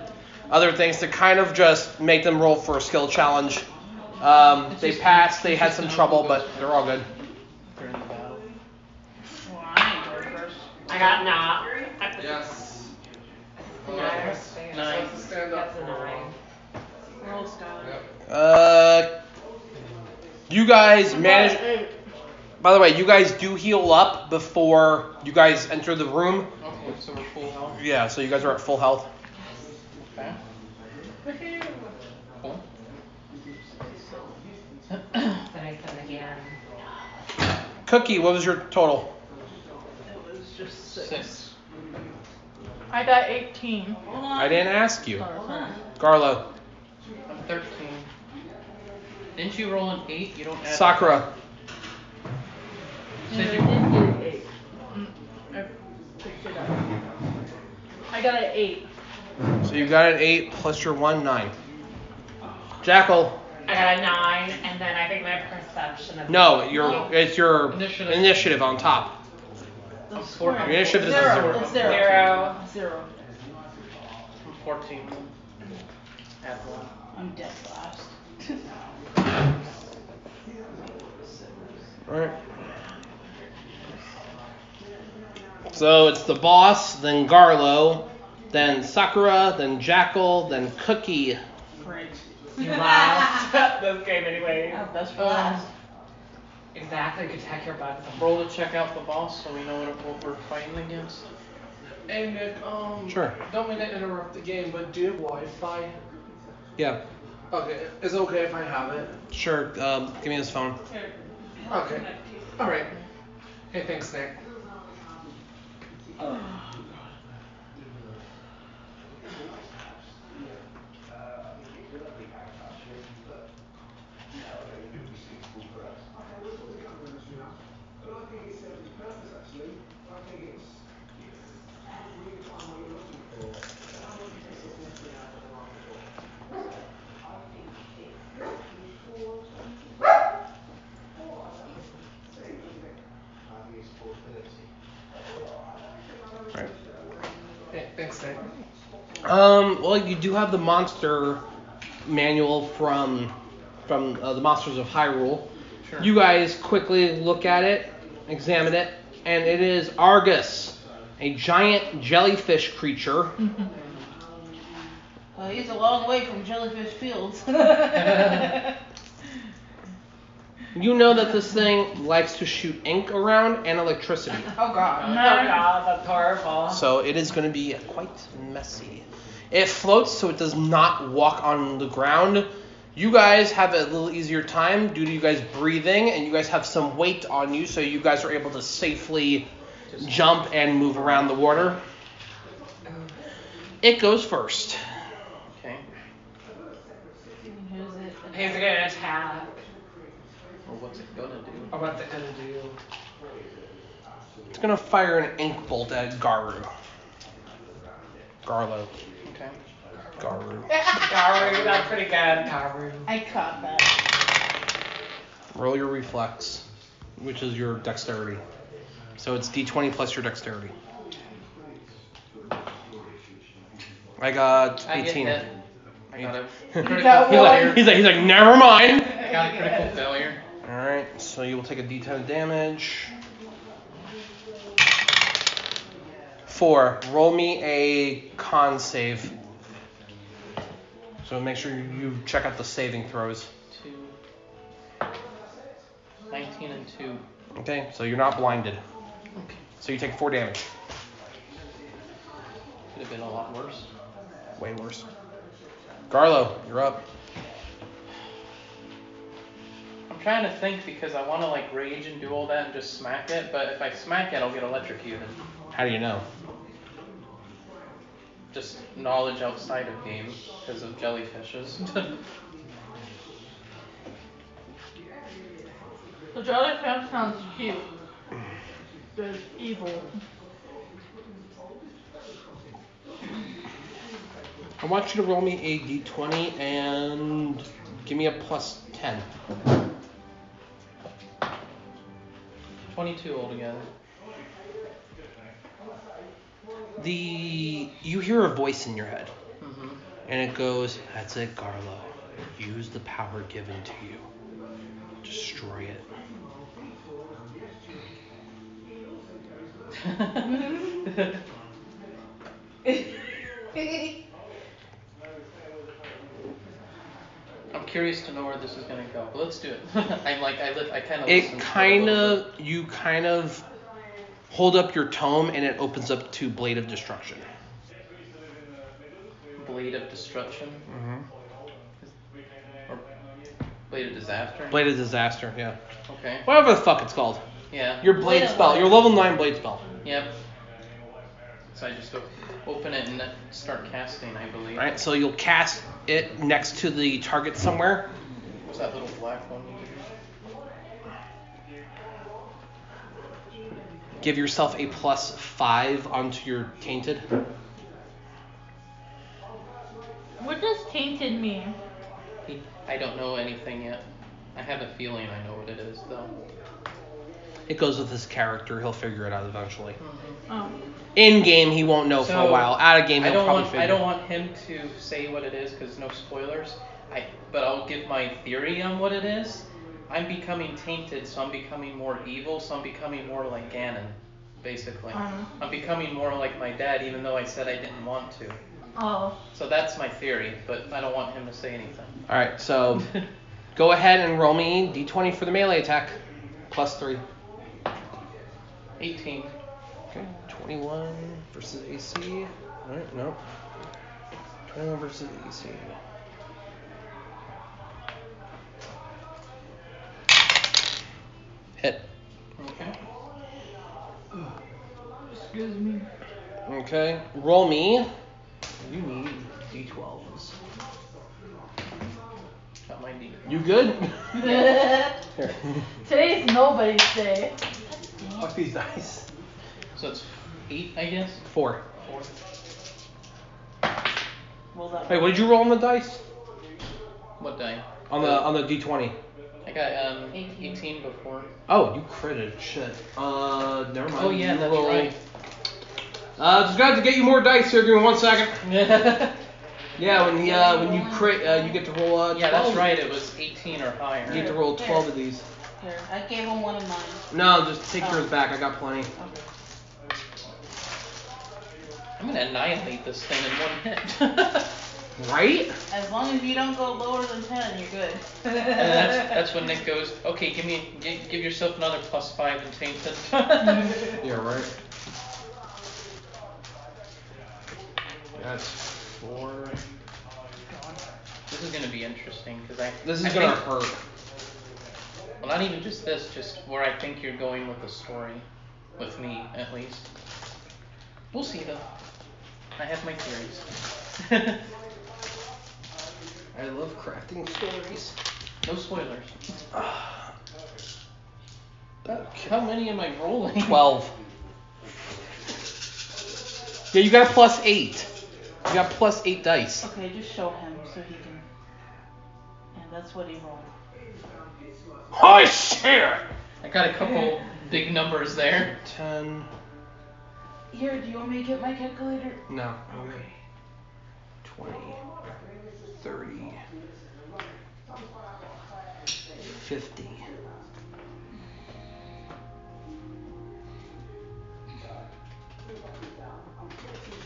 Speaker 1: other things to kind of just make them roll for a skill challenge. Um, they passed. They had some trouble, but they're all good.
Speaker 5: during the battle.
Speaker 6: Well, I ain't going first.
Speaker 3: I got not.
Speaker 2: Yes.
Speaker 5: Nine.
Speaker 2: Let's stand up for a while.
Speaker 6: Roll scholar.
Speaker 2: Yep.
Speaker 1: Uh, you guys manage. By the way, you guys do heal up before you guys enter the room.
Speaker 5: Okay, so we're full health.
Speaker 1: Yeah, so you guys are at full health.
Speaker 5: Okay. Cool.
Speaker 8: Seventy-seven again.
Speaker 1: Cookie, what was your total?
Speaker 6: It was just six.
Speaker 5: Six.
Speaker 4: I got 18.
Speaker 6: Hold on.
Speaker 1: I didn't ask you.
Speaker 4: Sorry,
Speaker 6: Hold
Speaker 4: sorry.
Speaker 6: on.
Speaker 1: Garlo,
Speaker 5: I'm thirteen. Didn't you roll an eight? You don't add.
Speaker 1: Sakura,
Speaker 5: Said you-
Speaker 4: And I did get an 8. Mm, I picked it up. I got an 8.
Speaker 1: so you got an eight plus your one nine. Jackal,
Speaker 3: I got a nine, and then I think my perception of
Speaker 1: no, your it's your
Speaker 5: Initiative.
Speaker 1: initiative on top.
Speaker 6: The
Speaker 5: Four.
Speaker 6: square.
Speaker 1: Your initiative is a
Speaker 6: Zero.
Speaker 1: zero.
Speaker 6: It's zero.
Speaker 3: zero.
Speaker 6: Zero.
Speaker 5: I'm Fourteen. Add one.
Speaker 6: I'm dead last.
Speaker 1: Right. So it's the boss, then Garlo, then Sakura, then Jackal, then Cookie.
Speaker 6: Great.
Speaker 8: You lost.
Speaker 3: this game anyway.
Speaker 6: That's
Speaker 8: Exactly, could check your butt.
Speaker 5: Roll to check out the boss so we know what, what we're fighting against.
Speaker 2: Hey Nick, um,
Speaker 1: Sure.
Speaker 2: don't mean to interrupt the game, but do you have Wi-Fi?
Speaker 1: Yeah,
Speaker 2: Okay, it's okay if I have it.
Speaker 1: sure. Um, give me his phone.
Speaker 2: Okay. All right. Hey, thanks, Nick.
Speaker 1: Right.
Speaker 2: Hey, thanks, Nick.
Speaker 1: Um, well, you do have the monster manual from from uh, the Monsters of Hyrule.
Speaker 5: Sure.
Speaker 1: You guys quickly look at it, examine it, and it is Argus, a giant jellyfish creature.
Speaker 7: Well, he's a long way from Jellyfish Fields. Oh,
Speaker 1: You know that this thing likes to shoot ink around and electricity.
Speaker 7: Oh god.
Speaker 3: Oh god, that's horrible.
Speaker 1: So it is going to be quite messy. It floats, so it does not walk on the ground. You guys have a little easier time due to you guys breathing, and you guys have some weight on you, so you guys are able to safely jump and move around the water. It goes first.
Speaker 5: Okay.
Speaker 7: Who's it?
Speaker 3: He's gonna attack.
Speaker 5: Well, what's it gonna do?
Speaker 2: I'm about to gonna do.
Speaker 1: It's going to fire an ink bolt at Garu. Garlo.
Speaker 5: Okay.
Speaker 1: Garu.
Speaker 3: Garu, that's pretty good. Garu.
Speaker 7: I caught that.
Speaker 1: Roll your reflex, which is your dexterity. So it's d20 plus your dexterity. I got
Speaker 5: I get
Speaker 1: 18.
Speaker 5: hit. I got a critical
Speaker 7: got
Speaker 1: he's,
Speaker 5: failure.
Speaker 1: like, he's like, he's like, never mind.
Speaker 5: I got a critical failure.
Speaker 1: All right, so you will take a d10 of damage. Four. Roll me a con save. So make sure you check out the saving throws.
Speaker 5: Two. Nineteen and two.
Speaker 1: Okay, so you're not blinded. So you take four damage.
Speaker 5: Could have been a lot worse.
Speaker 1: Way worse. Garlo, you're up.
Speaker 5: I'm trying to think because I want to like rage and do all that and just smack it, but if I smack it, I'll get electrocuted.
Speaker 1: How do you know?
Speaker 5: Just knowledge outside of game because of jellyfishes.
Speaker 4: The jellyfish sounds cute. There's evil.
Speaker 1: I want you to roll me a d20 and give me a plus 10.
Speaker 5: 22 altogether.
Speaker 1: The you hear a voice in your head,
Speaker 5: Mm-hmm.
Speaker 1: and it goes, "That's it, Garlo. Use the power given to you. Destroy it."
Speaker 5: I'm curious to know where this is gonna go, but let's do it. I'm like I li- I kind of.
Speaker 1: It kind of you kind of hold up your tome, and it opens up to Blade of Destruction.
Speaker 5: blade of destruction
Speaker 1: Mm-hmm.
Speaker 5: or blade of disaster.
Speaker 1: Blade of Disaster, yeah.
Speaker 5: Okay.
Speaker 1: Whatever the fuck it's called.
Speaker 5: Yeah.
Speaker 1: Your blade
Speaker 7: Blade of
Speaker 1: spell,
Speaker 7: Light.
Speaker 1: your level nine blade spell.
Speaker 5: Yep. So I just go open it and start casting, I believe.
Speaker 1: All right, so you'll cast it next to the target somewhere.
Speaker 5: What's that little black one? you do?
Speaker 1: Give yourself a plus five onto your tainted.
Speaker 4: What does tainted mean?
Speaker 5: He- I don't know anything yet. I have a feeling I know what it is though.
Speaker 1: It goes with his character. He'll figure it out eventually.
Speaker 4: Oh.
Speaker 1: In game, he won't know for a
Speaker 5: So,
Speaker 1: while. Out of game,
Speaker 5: I
Speaker 1: he'll
Speaker 5: don't
Speaker 1: probably
Speaker 5: want
Speaker 1: figure.
Speaker 5: I don't want him to say what it is because no spoilers. I but I'll give my theory on what it is. I'm becoming tainted, so I'm becoming more evil, so I'm becoming more like Ganon, basically.
Speaker 4: Um.
Speaker 5: I'm becoming more like my dad, even though I said I didn't want to.
Speaker 4: Oh.
Speaker 5: So that's my theory, but I don't want him to say anything.
Speaker 1: All right, so go ahead and roll me d20 for the melee attack, plus three.
Speaker 5: 18.
Speaker 1: Okay, 21 versus AC. All right, no. 21 versus AC. Hit.
Speaker 5: Okay.
Speaker 4: Excuse me.
Speaker 1: Okay, roll me. You need d12s.
Speaker 5: Got my D.
Speaker 1: You good? Here.
Speaker 4: Today's nobody's day.
Speaker 1: Fuck these dice.
Speaker 5: So it's 8, I guess?
Speaker 1: Four.
Speaker 5: 4.
Speaker 7: Well, that
Speaker 1: Wait, what did you roll on the dice?
Speaker 5: What die?
Speaker 1: On the on the d20.
Speaker 5: I got um,
Speaker 7: 18.
Speaker 5: 18 before.
Speaker 1: Oh, you critted. Shit. Uh, never mind.
Speaker 5: Oh, yeah,
Speaker 1: You
Speaker 5: that's
Speaker 1: roll-
Speaker 5: right.
Speaker 1: Uh, just got to get you more dice here. Give me one second.
Speaker 5: yeah,
Speaker 1: Yeah, when the, uh, when you crit, uh, you get to roll. Uh, 12.
Speaker 5: that's right. It was 18 or higher.
Speaker 1: You get to roll 12 of these.
Speaker 7: Here, I gave him one of mine.
Speaker 1: No, just take yours back. I got plenty.
Speaker 5: I'm gonna annihilate this thing in one hit. and
Speaker 1: Right?
Speaker 7: As long as you don't go lower than ten, you're good.
Speaker 5: that's, that's when Nick goes, okay, give me, give, give yourself another plus five and tainted.
Speaker 1: Yeah, right. That's four.
Speaker 5: this is gonna be interesting because I.
Speaker 1: This is
Speaker 5: I
Speaker 1: gonna
Speaker 5: think-
Speaker 1: hurt.
Speaker 5: Well, not even just this, just where I think you're going with the story, with me at least. We'll see though. I have my theories.
Speaker 1: I love crafting stories.
Speaker 5: no spoilers.
Speaker 1: Okay.
Speaker 5: How many am I rolling?
Speaker 1: 12. Yeah, you got a plus 8. You got plus 8 dice.
Speaker 7: Okay, just show him so he can. And that's what he rolled.
Speaker 1: Holy shit!
Speaker 5: I got a couple big numbers there.
Speaker 1: 10.
Speaker 7: Here, do you want me to get my calculator?
Speaker 1: No. Okay. 20, 30, 50.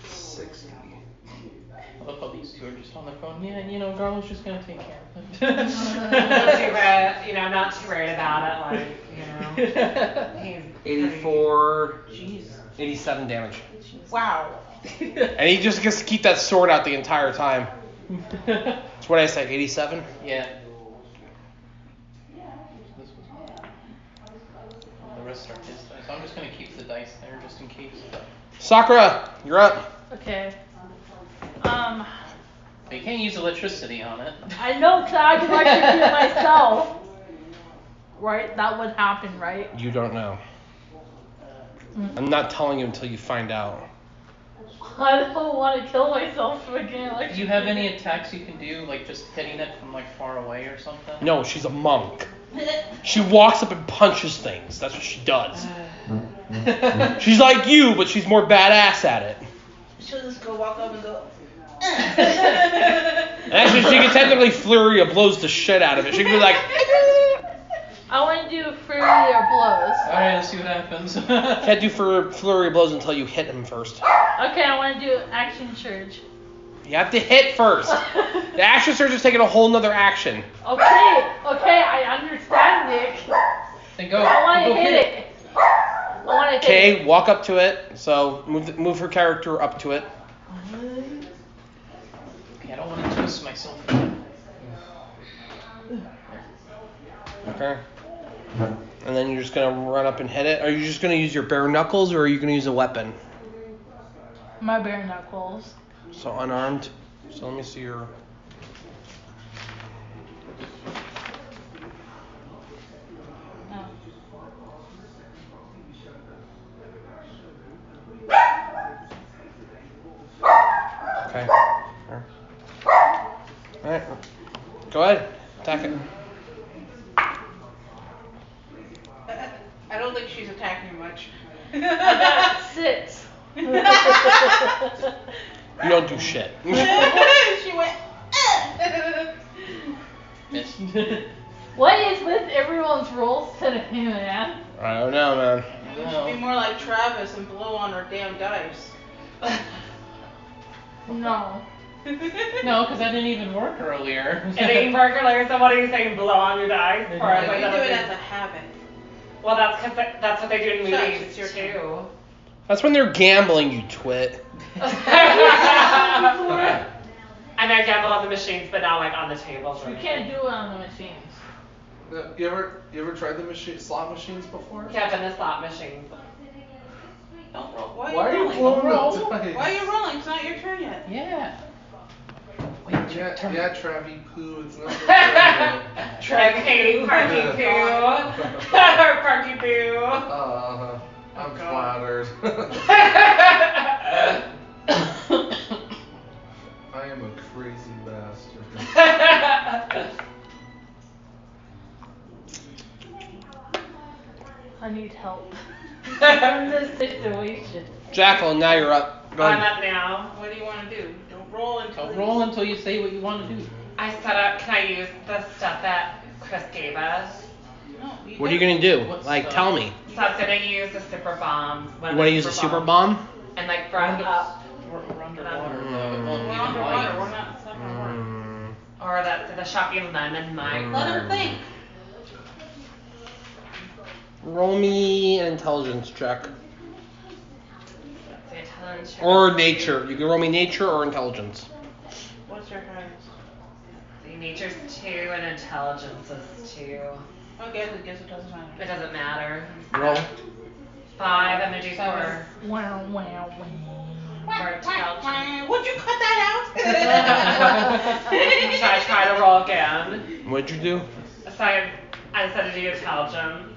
Speaker 1: Sixty.
Speaker 5: I love how these two are just on the phone. Yeah, you know, Garland's just gonna take care
Speaker 3: Not too
Speaker 5: of
Speaker 3: bad, you know, not too worried about it, like, you know. He's
Speaker 5: it.
Speaker 1: Eighty-four.
Speaker 7: Jeez.
Speaker 1: Eighty-seven damage.
Speaker 7: Wow.
Speaker 1: And he just gets to keep that sword out the entire time. That's what I said. Eighty-seven.
Speaker 5: yeah. This was- The rest are his dice. I'm just gonna keep the dice there just in case.
Speaker 1: Sakura, you're up.
Speaker 4: Okay. Um,
Speaker 5: You can't use electricity on it.
Speaker 4: I know, cause I can electrocute myself. Right? That would happen, right?
Speaker 1: You don't know.
Speaker 4: Mm.
Speaker 1: I'm not telling you until you find out.
Speaker 4: I don't want to kill myself if I can't
Speaker 5: Do you have any attacks you can do, like just hitting it from like far away or something?
Speaker 1: No, she's a monk. She walks up and punches things. That's what she does. She's like you, but she's more badass at it.
Speaker 9: She'll just go walk up and go.
Speaker 1: And actually, she can technically flurry of blows the shit out of it. She can be like,
Speaker 4: I want to do further blows.
Speaker 5: Alright, let's see what happens.
Speaker 1: can't do flur- flurry of blows until you hit him first.
Speaker 4: Okay, I want to do action surge.
Speaker 1: You have to hit first. The action surge is taking a whole nother action.
Speaker 4: Okay, okay, I understand, Nick.
Speaker 5: then go.
Speaker 4: I want
Speaker 5: go
Speaker 4: to hit it. I want to hit it.
Speaker 1: Okay, walk up to it. So move the, move her character up to it.
Speaker 5: Okay, I don't want to twist myself. Can
Speaker 1: Okay. And then you're just gonna run up and hit it. Are you just gonna use your bare knuckles, or are you gonna use a weapon?
Speaker 4: My bare knuckles.
Speaker 1: So unarmed. So let me see your.
Speaker 4: No.
Speaker 1: Okay. All right. Go ahead. Attack it.
Speaker 9: I don't think she's attacking much.
Speaker 4: I got six.
Speaker 1: You don't do shit.
Speaker 9: she went. "Eh."
Speaker 4: what is with everyone's rolls today, man?
Speaker 1: I don't know, man.
Speaker 6: Maybe we should be more like Travis and blow on our damn dice.
Speaker 4: No.
Speaker 5: No, because that didn't even work earlier.
Speaker 3: It ain't Parker like somebody saying blow on your dice. Or
Speaker 6: We
Speaker 3: I
Speaker 6: do
Speaker 3: like,
Speaker 6: it
Speaker 3: that would be-
Speaker 6: as a habit.
Speaker 3: Well, that's because that's what they do in
Speaker 6: Shush,
Speaker 3: movies
Speaker 6: it's your
Speaker 3: too.
Speaker 1: That's when they're gambling, you twit.
Speaker 3: and I gamble on the machines, but not like on the tables.
Speaker 4: We can't do it on the machines.
Speaker 2: Uh, You ever you ever tried the machine slot machines before?
Speaker 3: Yeah, I've done the slot machines.
Speaker 6: Don't roll. Why,
Speaker 2: Why are you
Speaker 6: rolling?
Speaker 2: blowing
Speaker 5: Roll.
Speaker 2: the dice?
Speaker 6: Why are you rolling? It's not your turn yet.
Speaker 5: Yeah.
Speaker 2: Yeah, yeah, Travi poo. It's not. your turn.
Speaker 3: Trick hating Parky Poo. Parky Poo.
Speaker 2: Uh, I'm
Speaker 9: Oh,
Speaker 2: flattered.
Speaker 9: God.
Speaker 2: I am a crazy bastard.
Speaker 4: I need help from this situation.
Speaker 1: Jacqueline, now you're up. Go
Speaker 3: I'm
Speaker 1: ahead.
Speaker 3: up now.
Speaker 6: What do you want to do? Don't roll until.
Speaker 5: Don't roll until you say what you want to do.
Speaker 3: I set up. Can I use the stuff that Chris gave us?
Speaker 6: No, you
Speaker 1: What are you gonna
Speaker 6: don't.
Speaker 1: do?
Speaker 5: What's
Speaker 3: uh,
Speaker 1: Like,
Speaker 5: the-
Speaker 1: tell me.
Speaker 3: So I'm gonna use the super bomb. one
Speaker 1: You
Speaker 3: of
Speaker 1: want to
Speaker 3: the
Speaker 1: use a super bomb?
Speaker 3: And like front up,
Speaker 5: We're, we're underwater.
Speaker 1: Mm.
Speaker 5: though. It won't
Speaker 6: We're
Speaker 5: be
Speaker 6: underwater. We're
Speaker 5: lights.
Speaker 6: not. It's not gonna work.
Speaker 1: Mm,
Speaker 3: or the the shocking lemon mic.
Speaker 6: Let him think.
Speaker 1: roll me an intelligence check
Speaker 3: Say a ton of-
Speaker 1: or nature. You can roll me nature or intelligence.
Speaker 6: What's your highest?
Speaker 3: See, nature's two and intelligence is two.
Speaker 6: Okay, I guess it doesn't matter.
Speaker 3: It doesn't matter.
Speaker 1: Roll.
Speaker 3: Five. I'm gonna do four.
Speaker 4: Wow, wow, wow.
Speaker 3: Or intelligence.
Speaker 6: Would you cut that out?
Speaker 3: Should I try to roll again?
Speaker 1: What'd you do?
Speaker 3: So I, I decided to do intelligence.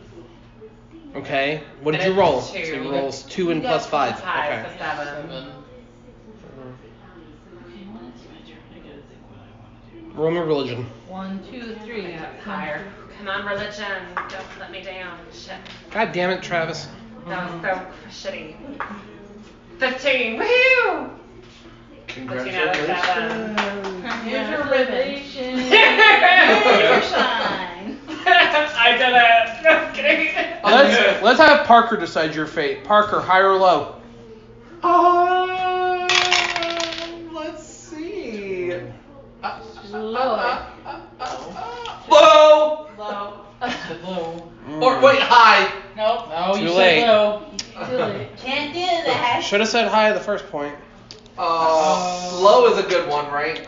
Speaker 1: Okay. What did
Speaker 3: And
Speaker 1: you
Speaker 3: it's
Speaker 1: roll?
Speaker 3: two.
Speaker 1: So you rolls two and plus five.
Speaker 3: Five,
Speaker 1: Okay.
Speaker 3: so seven.
Speaker 5: Seven.
Speaker 1: Roll me religion.
Speaker 4: One, two, three.
Speaker 3: Yeah, higher. Come on, religion. Don't let me down. Shit.
Speaker 1: God damn it, Travis.
Speaker 3: That was so shitty. Fifteen. Woohoo!
Speaker 2: Congratulations.
Speaker 3: uh,
Speaker 6: Here's your ribbon.
Speaker 3: I
Speaker 6: Shine.
Speaker 3: did it. I'm kidding.
Speaker 1: Let's let's have Parker decide your fate. Parker, high or low?
Speaker 2: Uh, Um, let's see. Uh, uh, uh, uh, uh, uh, Low
Speaker 6: Low.
Speaker 5: Said low.
Speaker 2: or wait high.
Speaker 6: Nope.
Speaker 5: No,
Speaker 1: Too
Speaker 5: you
Speaker 1: late.
Speaker 5: said low.
Speaker 6: Can't do that.
Speaker 1: Should have said high at the first point.
Speaker 2: Uh, low is a good one, right?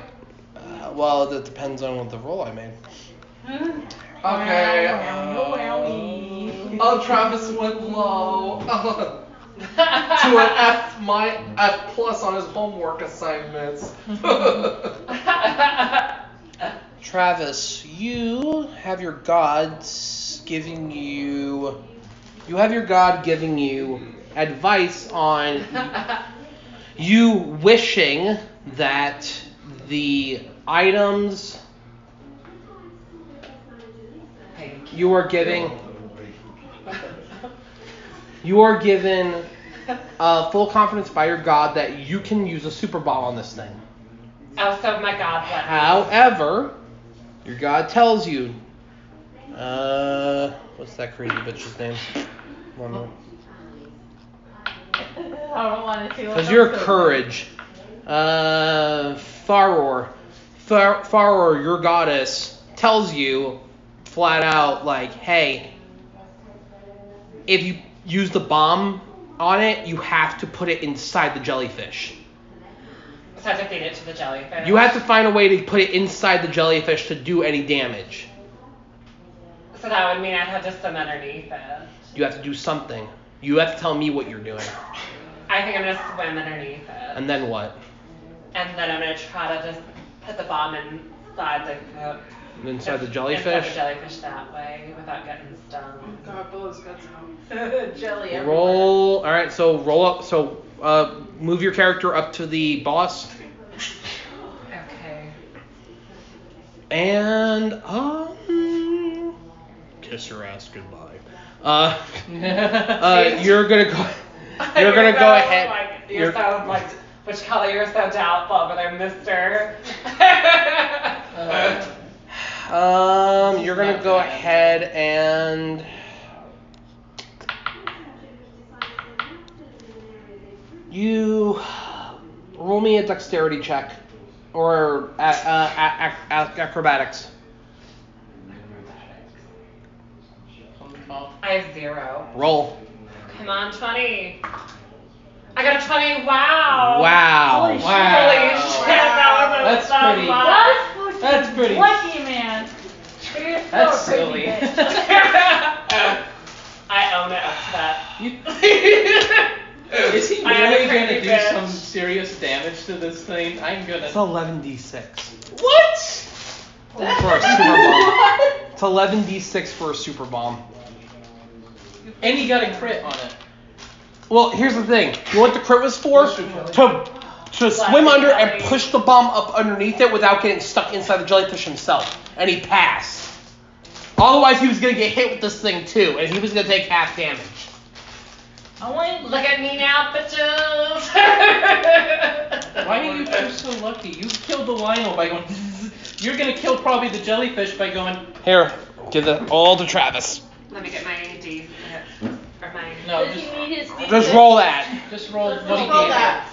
Speaker 1: Uh, well, that depends on what the roll I made.
Speaker 7: Hmm?
Speaker 2: Okay. Oh, Travis went low. to an F my F plus on his homework assignments.
Speaker 1: Travis, you have your gods giving you. You have your god giving you advice on you wishing that the items you are giving. You are given uh, full confidence by your god that you can use a super ball on this thing.
Speaker 3: oh, so my God, what?
Speaker 1: However, your god tells you, uh, what's that crazy bitch's name? One moment.
Speaker 4: I don't want to see what
Speaker 1: Because your
Speaker 4: comes to it.
Speaker 1: courage, uh, Faror, Far- Faror, your goddess, tells you flat out, like, hey, if you use the bomb on it, you have to put it inside the jellyfish.
Speaker 3: So I defeat it to the jellyfish.
Speaker 1: You have to find a way to put it inside the jellyfish to do any damage.
Speaker 3: So that would mean I'd have to swim underneath it.
Speaker 1: You have to do something. You have to tell me what you're doing.
Speaker 3: I think I'm gonna swim underneath it.
Speaker 1: And then what?
Speaker 3: And then I'm gonna try to just put the bomb inside the uh,
Speaker 1: Inside the
Speaker 3: Inside the
Speaker 1: jellyfish?
Speaker 3: jellyfish that way without getting stung.
Speaker 6: God, Bo's got some.
Speaker 3: Jelly
Speaker 1: Roll. All right, so roll up. So uh, move your character up to the boss,
Speaker 3: Okay.
Speaker 1: and um, kiss her ass goodbye. Uh, uh, you're gonna go. You're gonna go
Speaker 3: so,
Speaker 1: ahead.
Speaker 3: Like, Oh you're,
Speaker 1: You're-
Speaker 3: so like which color you're so doubtful over there, Mister.
Speaker 5: Uh,
Speaker 3: Uh,
Speaker 1: Um, you're gonna
Speaker 5: not
Speaker 1: go
Speaker 5: bad.
Speaker 1: ahead and. You roll me a dexterity check or a, uh, ac- ac- acrobatics.
Speaker 5: On the top.
Speaker 3: I have zero.
Speaker 1: Roll.
Speaker 3: Come on, twenty. I got a twenty. Wow.
Speaker 1: Wow.
Speaker 4: Holy
Speaker 5: Wow.
Speaker 3: Oh, Holy shit, that was a
Speaker 5: That's
Speaker 3: fun
Speaker 5: pretty.
Speaker 3: one.
Speaker 4: That's fucking
Speaker 5: That's pretty.
Speaker 4: Lucky man. You're so
Speaker 5: That's
Speaker 4: pretty
Speaker 5: silly.
Speaker 4: bitch.
Speaker 3: I own it up to that.
Speaker 5: You-
Speaker 2: Is
Speaker 5: Is
Speaker 3: I
Speaker 5: he
Speaker 3: am a
Speaker 5: really gonna
Speaker 3: crazy
Speaker 5: do
Speaker 3: bitch.
Speaker 5: some serious damage to this thing? I'm gonna.
Speaker 1: It's 11d6
Speaker 5: What?
Speaker 1: for a super bomb. It's 11d6 for a super bomb.
Speaker 5: And he got a crit on it.
Speaker 1: Well, here's the thing. You know what the crit was for? To to swim under and push the bomb up underneath it without getting stuck inside the jellyfish himself. And he passed. Otherwise, he was gonna get hit with this thing too, and he was gonna take half damage.
Speaker 4: I want
Speaker 3: Look at me now, bitches.
Speaker 5: Why are you two so lucky? You killed the Lionel by going. You're gonna kill probably the jellyfish by going.
Speaker 1: Here, give that all to Travis.
Speaker 3: Let me get my D
Speaker 1: Hmm?
Speaker 3: or my.
Speaker 5: No,
Speaker 4: Does
Speaker 5: just
Speaker 4: he need his be
Speaker 1: Just
Speaker 4: good?
Speaker 1: roll that.
Speaker 5: just roll
Speaker 4: Just
Speaker 5: what he
Speaker 4: roll
Speaker 5: gave you.
Speaker 4: that.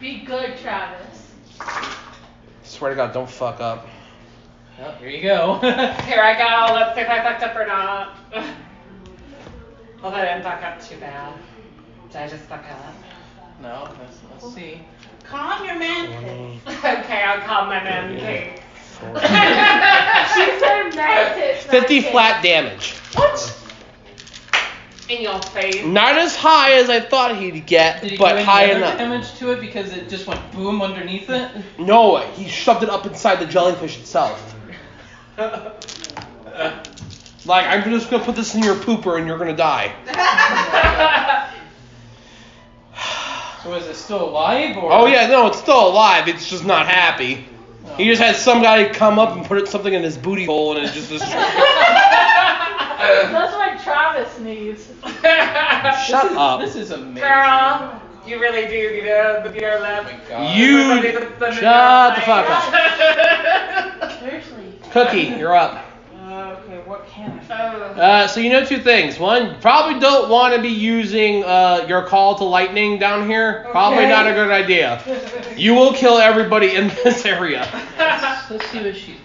Speaker 4: Be good, Travis.
Speaker 1: Swear to God, don't fuck up.
Speaker 5: Well, Oh, here you go.
Speaker 3: Here I go. Let's see if I fucked up or not. well, I didn't fuck up too bad. Did I just fuck up?
Speaker 5: no, let's, let's see.
Speaker 6: Calm your man cave.
Speaker 3: okay, I'll call my man Kate.
Speaker 4: She said nice hit, nice
Speaker 1: 50
Speaker 4: hit.
Speaker 1: flat damage.
Speaker 3: In your face.
Speaker 1: Not as high as I thought he'd get,
Speaker 5: Did he do
Speaker 1: but
Speaker 5: any
Speaker 1: high
Speaker 5: other
Speaker 1: enough.
Speaker 5: damage to it because it just went boom underneath it?
Speaker 1: No, he shoved it up inside the jellyfish itself. Like, I'm just gonna put this in your pooper and you're gonna die.
Speaker 5: So is it still alive or?
Speaker 1: Oh, yeah, no, it's still alive, it's just not happy.
Speaker 5: Oh.
Speaker 1: He just had some guy come up and put something in his booty hole and it just destroyed
Speaker 4: That's what Travis needs.
Speaker 1: Shut
Speaker 5: this is,
Speaker 1: up.
Speaker 5: This is amazing.
Speaker 3: Girl, you really do need a the beer
Speaker 5: Oh my
Speaker 3: left.
Speaker 5: god.
Speaker 1: You shut the fuck up.
Speaker 6: Seriously.
Speaker 1: Cookie, you're up.
Speaker 6: Okay, what can I?
Speaker 3: Oh.
Speaker 1: Uh, so you know two things. One, you probably don't want to be using uh, your call to lightning down here. Probably
Speaker 3: Okay.
Speaker 1: not a good idea. You will kill everybody in this area.
Speaker 3: Oh.
Speaker 5: Let's, let's see what she's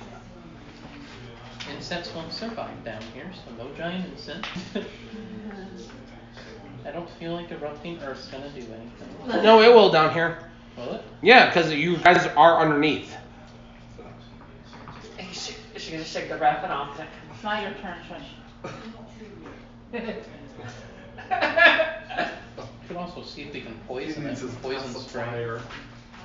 Speaker 5: got. Insects won't survive down here, so no giant insect. I don't feel like erupting Earth's gonna do anything.
Speaker 1: No, it will down here.
Speaker 5: Will it?
Speaker 1: Yeah, because you guys are underneath.
Speaker 3: She, she gonna shake the breath and off it.
Speaker 6: It's not your turn, Shush.
Speaker 5: You can also see if they can
Speaker 2: He
Speaker 5: poison
Speaker 2: needs
Speaker 5: it.
Speaker 2: his
Speaker 5: Poison spray.
Speaker 2: pacifier.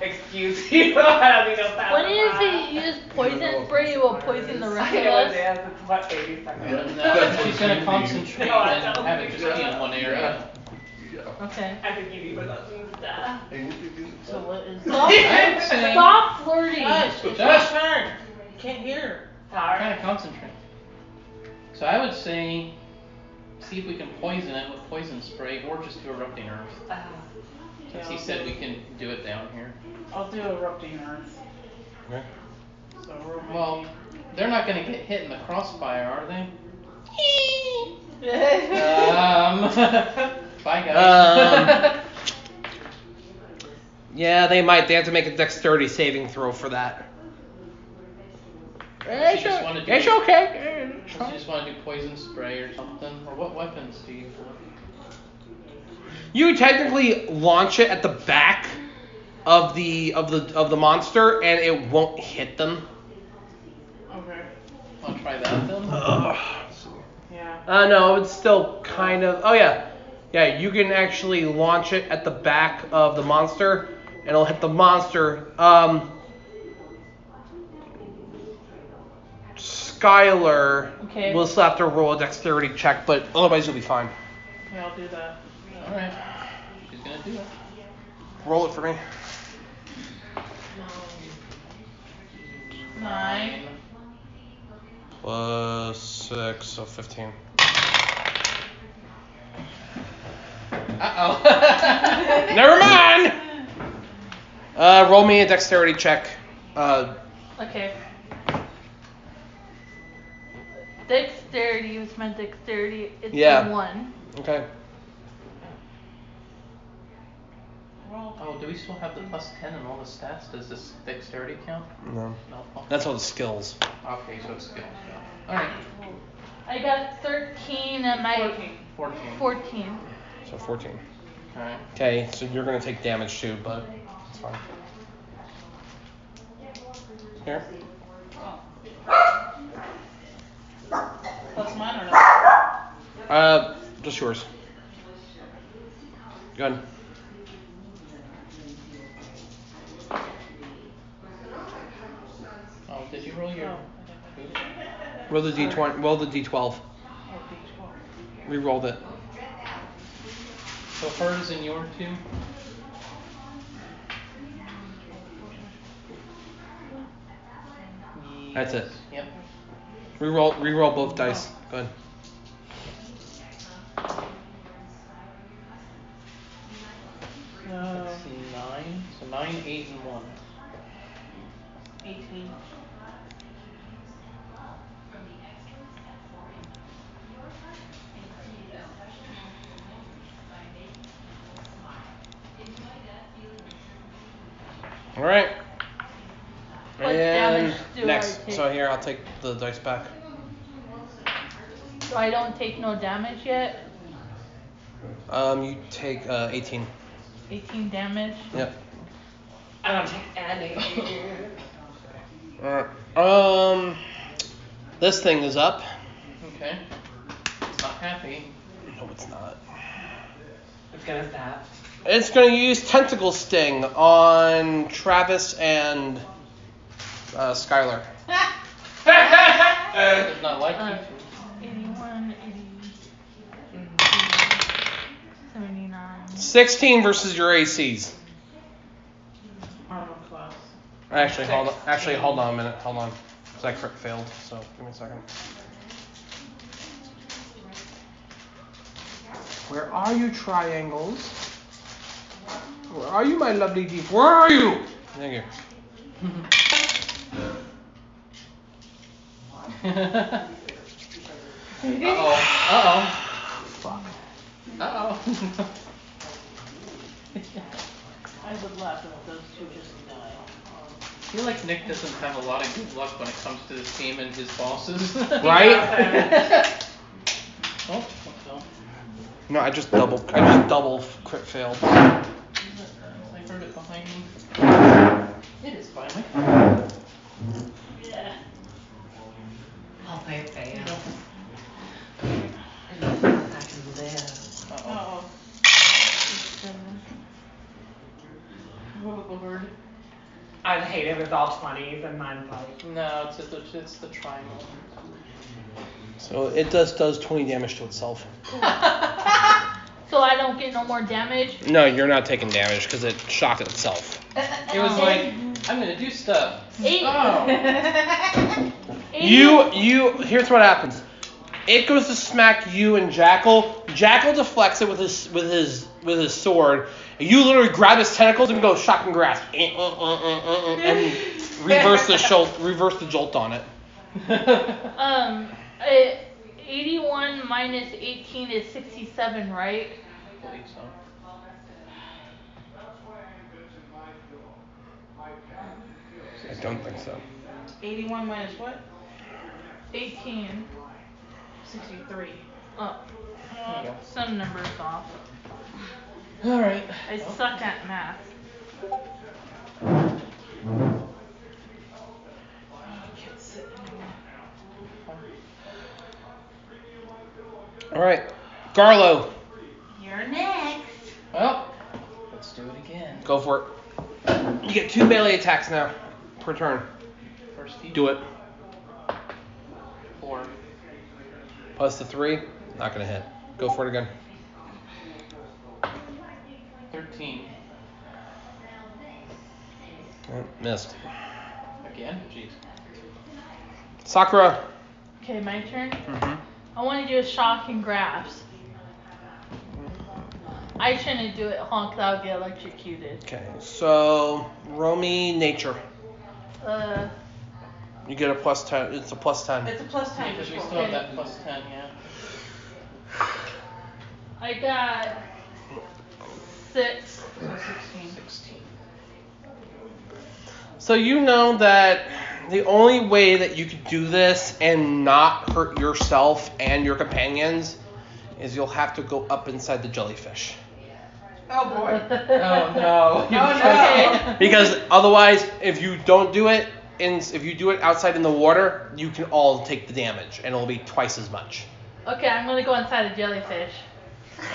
Speaker 3: excuse you. I don't think they'll pass
Speaker 4: What if
Speaker 3: by.
Speaker 4: he used poison spray? It will poison the rest of
Speaker 3: It
Speaker 4: us.
Speaker 3: is, it's what baby suckers.
Speaker 5: And
Speaker 2: That's
Speaker 5: then she's
Speaker 2: what
Speaker 5: gonna
Speaker 2: you
Speaker 5: concentrate
Speaker 3: need. No, I
Speaker 5: and
Speaker 3: don't
Speaker 5: have it just be in
Speaker 2: Yeah.
Speaker 5: one area.
Speaker 2: Yeah.
Speaker 4: Okay.
Speaker 3: I think you need with us and stuff.
Speaker 2: And you can do
Speaker 7: So what is
Speaker 4: Stop, stop flirting.
Speaker 9: Hush, it's
Speaker 5: Josh.
Speaker 9: my turn. You can't hear.
Speaker 5: I'm
Speaker 3: Sorry.
Speaker 5: trying to concentrate. So I would say, see if we can poison it with poison spray or just do erupting earth.
Speaker 8: Uh,
Speaker 3: Um,
Speaker 5: Since he said we can do it down here.
Speaker 9: I'll do erupting earth.
Speaker 1: Okay.
Speaker 9: So we're
Speaker 5: Well, they're not gonna get hit in the crossfire, are they? Um, bye guys.
Speaker 1: Um. Yeah, they might. They have to make a dexterity saving throw for that.
Speaker 5: Does she just wanna do-
Speaker 1: It's okay.
Speaker 5: Unless you just want to do poison spray or something, or what weapons do you have?
Speaker 1: You technically launch it at the back of the of the of the monster, and it won't hit them.
Speaker 9: Okay.
Speaker 5: Want to try that then?
Speaker 9: Yeah.
Speaker 1: Uh, no, it's still kind of. Oh yeah, yeah. You can actually launch it at the back of the monster, and it'll hit the monster. Um, Skylar
Speaker 4: Okay.
Speaker 1: will still have to roll a dexterity check, but otherwise you'll be fine.
Speaker 9: Yeah, I'll do that.
Speaker 5: All right. She's gonna do it.
Speaker 1: Roll it for me.
Speaker 5: Nine.
Speaker 1: Plus six, so fifteen.
Speaker 5: Uh oh.
Speaker 1: Never mind. Uh, roll me a dexterity check. Uh,
Speaker 4: Okay. Dexterity was my dexterity. It's
Speaker 1: Yeah.
Speaker 4: a one.
Speaker 1: okay.
Speaker 5: oh, do we still have the plus ten and all the stats? Does this dexterity count?
Speaker 1: No.
Speaker 5: No.
Speaker 1: That's all the skills.
Speaker 5: Okay, so it's skills. All right.
Speaker 4: I got 13 and my
Speaker 5: Fourteen.
Speaker 4: 14.
Speaker 1: So fourteen.
Speaker 5: All right.
Speaker 1: Okay, so you're gonna take damage too, but it's fine. Here.
Speaker 9: Plus mine or not?
Speaker 1: Uh, just yours. Good.
Speaker 5: Oh, did you roll your? Oops.
Speaker 1: Roll the d20. Roll the d12.
Speaker 9: Oh, D12.
Speaker 1: Rerolled it.
Speaker 5: So hers and your two.
Speaker 1: That's it.
Speaker 5: Yep.
Speaker 1: Reroll. Reroll both dice. Good.
Speaker 9: No.
Speaker 5: Let's see, nine. So nine, eight, and one.
Speaker 9: 18.
Speaker 1: All right.
Speaker 4: What
Speaker 1: and
Speaker 4: damage do I
Speaker 1: next.
Speaker 4: take?
Speaker 1: So here, I'll take the dice back.
Speaker 4: So I don't take no damage yet.
Speaker 1: Um, you take uh, 18.
Speaker 4: 18 damage.
Speaker 1: Yep.
Speaker 3: I don't take any.
Speaker 1: Alright. Um, this thing is up.
Speaker 5: Okay. It's not happy.
Speaker 1: No, it's not.
Speaker 3: It's gonna stop.
Speaker 1: It's gonna use tentacle sting on Travis and uh, Skylar.
Speaker 5: It does not like
Speaker 4: Uh,
Speaker 5: you.
Speaker 4: 81, 80, 79.
Speaker 1: 16 versus your ACs.
Speaker 9: Armor class.
Speaker 1: Actually, hold on. Actually, hold on a minute. Hold on. 'Cause that crit failed. So give me a second. Where are you, triangles? Where are you, my lovely deep? Where are you? Thank you.
Speaker 5: uh oh. Uh oh. Uh oh.
Speaker 9: I would laugh if those two just died.
Speaker 5: I feel like Nick doesn't have a lot of good luck when it comes to this team and his bosses.
Speaker 1: Right?
Speaker 5: oh, what the hell?
Speaker 1: No, I just double. I just double crit failed.
Speaker 5: I heard it behind me. It is finally.
Speaker 8: I'll play it fail. And that's how I can live.
Speaker 5: Uh oh.
Speaker 9: Uh-oh. Oh, Lord.
Speaker 3: it was all 20s and mine's like.
Speaker 5: No, it's the it's the triangle.
Speaker 1: So it does does 20 damage to itself.
Speaker 4: So I don't get no more damage.
Speaker 1: No, you're not taking damage because it shocked itself.
Speaker 5: It was like I'm gonna do stuff.
Speaker 4: Eight.
Speaker 5: Oh,
Speaker 4: eight-
Speaker 1: You you here's what happens. It goes to smack you and Jackal. Jackal deflects it with his with his with his sword. You literally grab his tentacles and go shock and grasp Eh, uh, uh, uh, uh, uh, and reverse the jolt reverse the jolt on it.
Speaker 4: Um, uh, 81 minus 18 is 67, right?
Speaker 5: believe so.
Speaker 1: I don't think so.
Speaker 7: 81 minus what?
Speaker 4: 18.
Speaker 7: 63.
Speaker 4: Oh,
Speaker 5: There you go.
Speaker 4: some numbers off.
Speaker 5: All right.
Speaker 4: I suck at math.
Speaker 1: All right, Garlo,
Speaker 7: You're next.
Speaker 5: Well, let's do it again.
Speaker 1: go for it. You get two melee attacks now per turn.
Speaker 5: First
Speaker 1: Do it.
Speaker 5: Four.
Speaker 1: Plus the three, not gonna hit. Go for it again.
Speaker 5: Thirteen.
Speaker 1: Oh, missed.
Speaker 5: Again? Jeez.
Speaker 1: Sakura.
Speaker 4: Okay, my turn.
Speaker 1: Mm-hmm.
Speaker 4: I want to do a shock and grasp. I shouldn't do it, honk. I'll get electrocuted.
Speaker 1: Okay, so roll me nature.
Speaker 4: Uh,
Speaker 1: You get a plus ten. It's a plus ten.
Speaker 7: It's a plus 10
Speaker 5: Because we
Speaker 7: for
Speaker 5: still have that plus ten, yeah.
Speaker 4: I got six.
Speaker 5: Sixteen.
Speaker 1: So you know that the only way that you could do this and not hurt yourself and your companions is you'll have to go up inside the jellyfish.
Speaker 9: Oh boy.
Speaker 5: Oh no.
Speaker 9: no.
Speaker 1: Because otherwise, if you don't do it, in, if you do it outside in the water, you can all take the damage, and it'll be twice as much.
Speaker 4: Okay, I'm gonna go inside a jellyfish.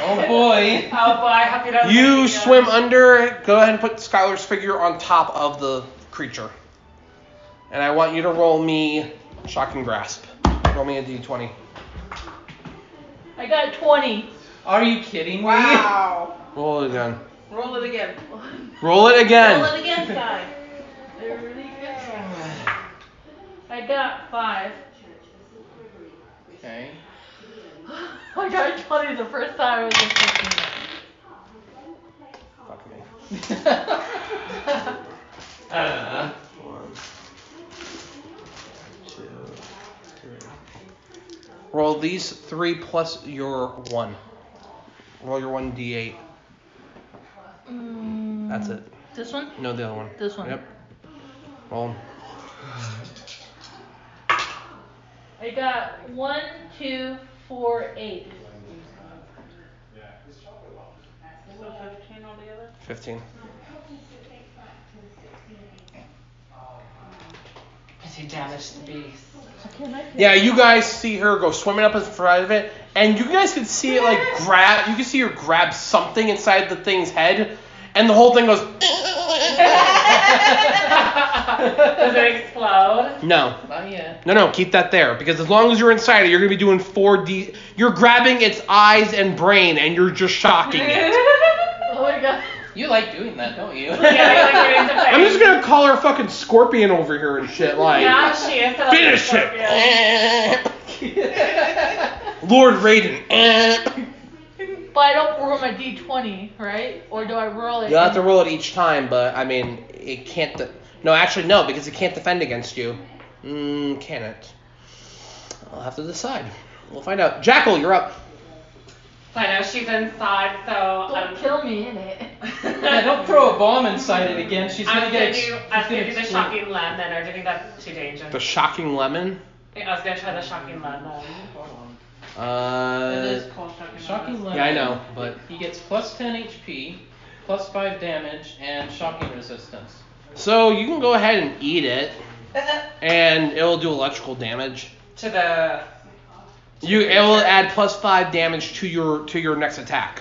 Speaker 5: Oh boy.
Speaker 3: Oh boy, I hope you don't.
Speaker 1: You swim under. Go ahead and put Skylar's figure on top of the creature. And I want you to roll me shocking grasp. Roll me a d20.
Speaker 4: I got 20.
Speaker 5: Are you kidding me?
Speaker 9: Wow.
Speaker 1: Roll it again.
Speaker 7: Roll it again.
Speaker 1: Roll it again.
Speaker 7: Roll it again, Sky.
Speaker 4: I got five.
Speaker 5: Okay.
Speaker 4: I got 20 the first time I was expecting it.
Speaker 1: Fuck me.
Speaker 5: uh,
Speaker 1: One, two, three. Roll these three plus your one. Roll your one d8.
Speaker 4: Mm,
Speaker 1: That's it.
Speaker 4: This one?
Speaker 1: No, the other one.
Speaker 4: This one.
Speaker 1: Yep. Roll 'em.
Speaker 4: I got one, two, four, eight.
Speaker 7: 15 altogether?
Speaker 1: 15.
Speaker 8: Because you damaged the beast.
Speaker 1: Yeah, you guys see her go swimming up in front of it, and you guys can see it like grab. You can see her grab something inside the thing's head, and the whole thing goes.
Speaker 3: Does it explode?
Speaker 1: No,
Speaker 5: not yet.
Speaker 1: no, no. Keep that there because as long as you're inside it, you're gonna be doing 4D. You're grabbing its eyes and brain, and you're just shocking it.
Speaker 4: Oh my god.
Speaker 5: You like doing that, don't you?
Speaker 3: Yeah, like you're in the
Speaker 1: I'm just
Speaker 3: face.
Speaker 1: gonna call her fucking scorpion over here and shit. Like,
Speaker 3: Yeah, she is. the
Speaker 1: finish
Speaker 3: Scorpio.
Speaker 1: it. Lord Raiden.
Speaker 4: But I don't roll my d20, right? Or do I roll it?
Speaker 1: You'll have to roll it each time, but I mean, it can't. De- no, actually, no, because it can't defend against you. Mm, can it? I'll have to decide. We'll find out. Jackal, you're up.
Speaker 3: So I know she's inside, so um,
Speaker 4: Don't
Speaker 3: I'm.
Speaker 4: kill me in it.
Speaker 5: Yeah, don't throw a bomb inside it again. She's
Speaker 3: I
Speaker 5: gonna
Speaker 3: was
Speaker 5: get.
Speaker 3: gonna
Speaker 5: ex-
Speaker 3: do, I was
Speaker 5: she's
Speaker 3: gonna do the
Speaker 5: explode.
Speaker 3: shocking lemon, or do you think that's too dangerous?
Speaker 1: The shocking lemon.
Speaker 3: I was gonna try the shocking lemon.
Speaker 7: It
Speaker 1: Uh,
Speaker 7: is called shocking.
Speaker 5: Shocking
Speaker 7: Lemon.
Speaker 5: lemon.
Speaker 1: yeah, I know, but
Speaker 5: He gets plus 10 HP, plus 5 damage, and shocking resistance.
Speaker 1: so you can go ahead and eat it, and it will do electrical damage.
Speaker 3: To the.
Speaker 1: You it will add plus five damage to your to your next attack.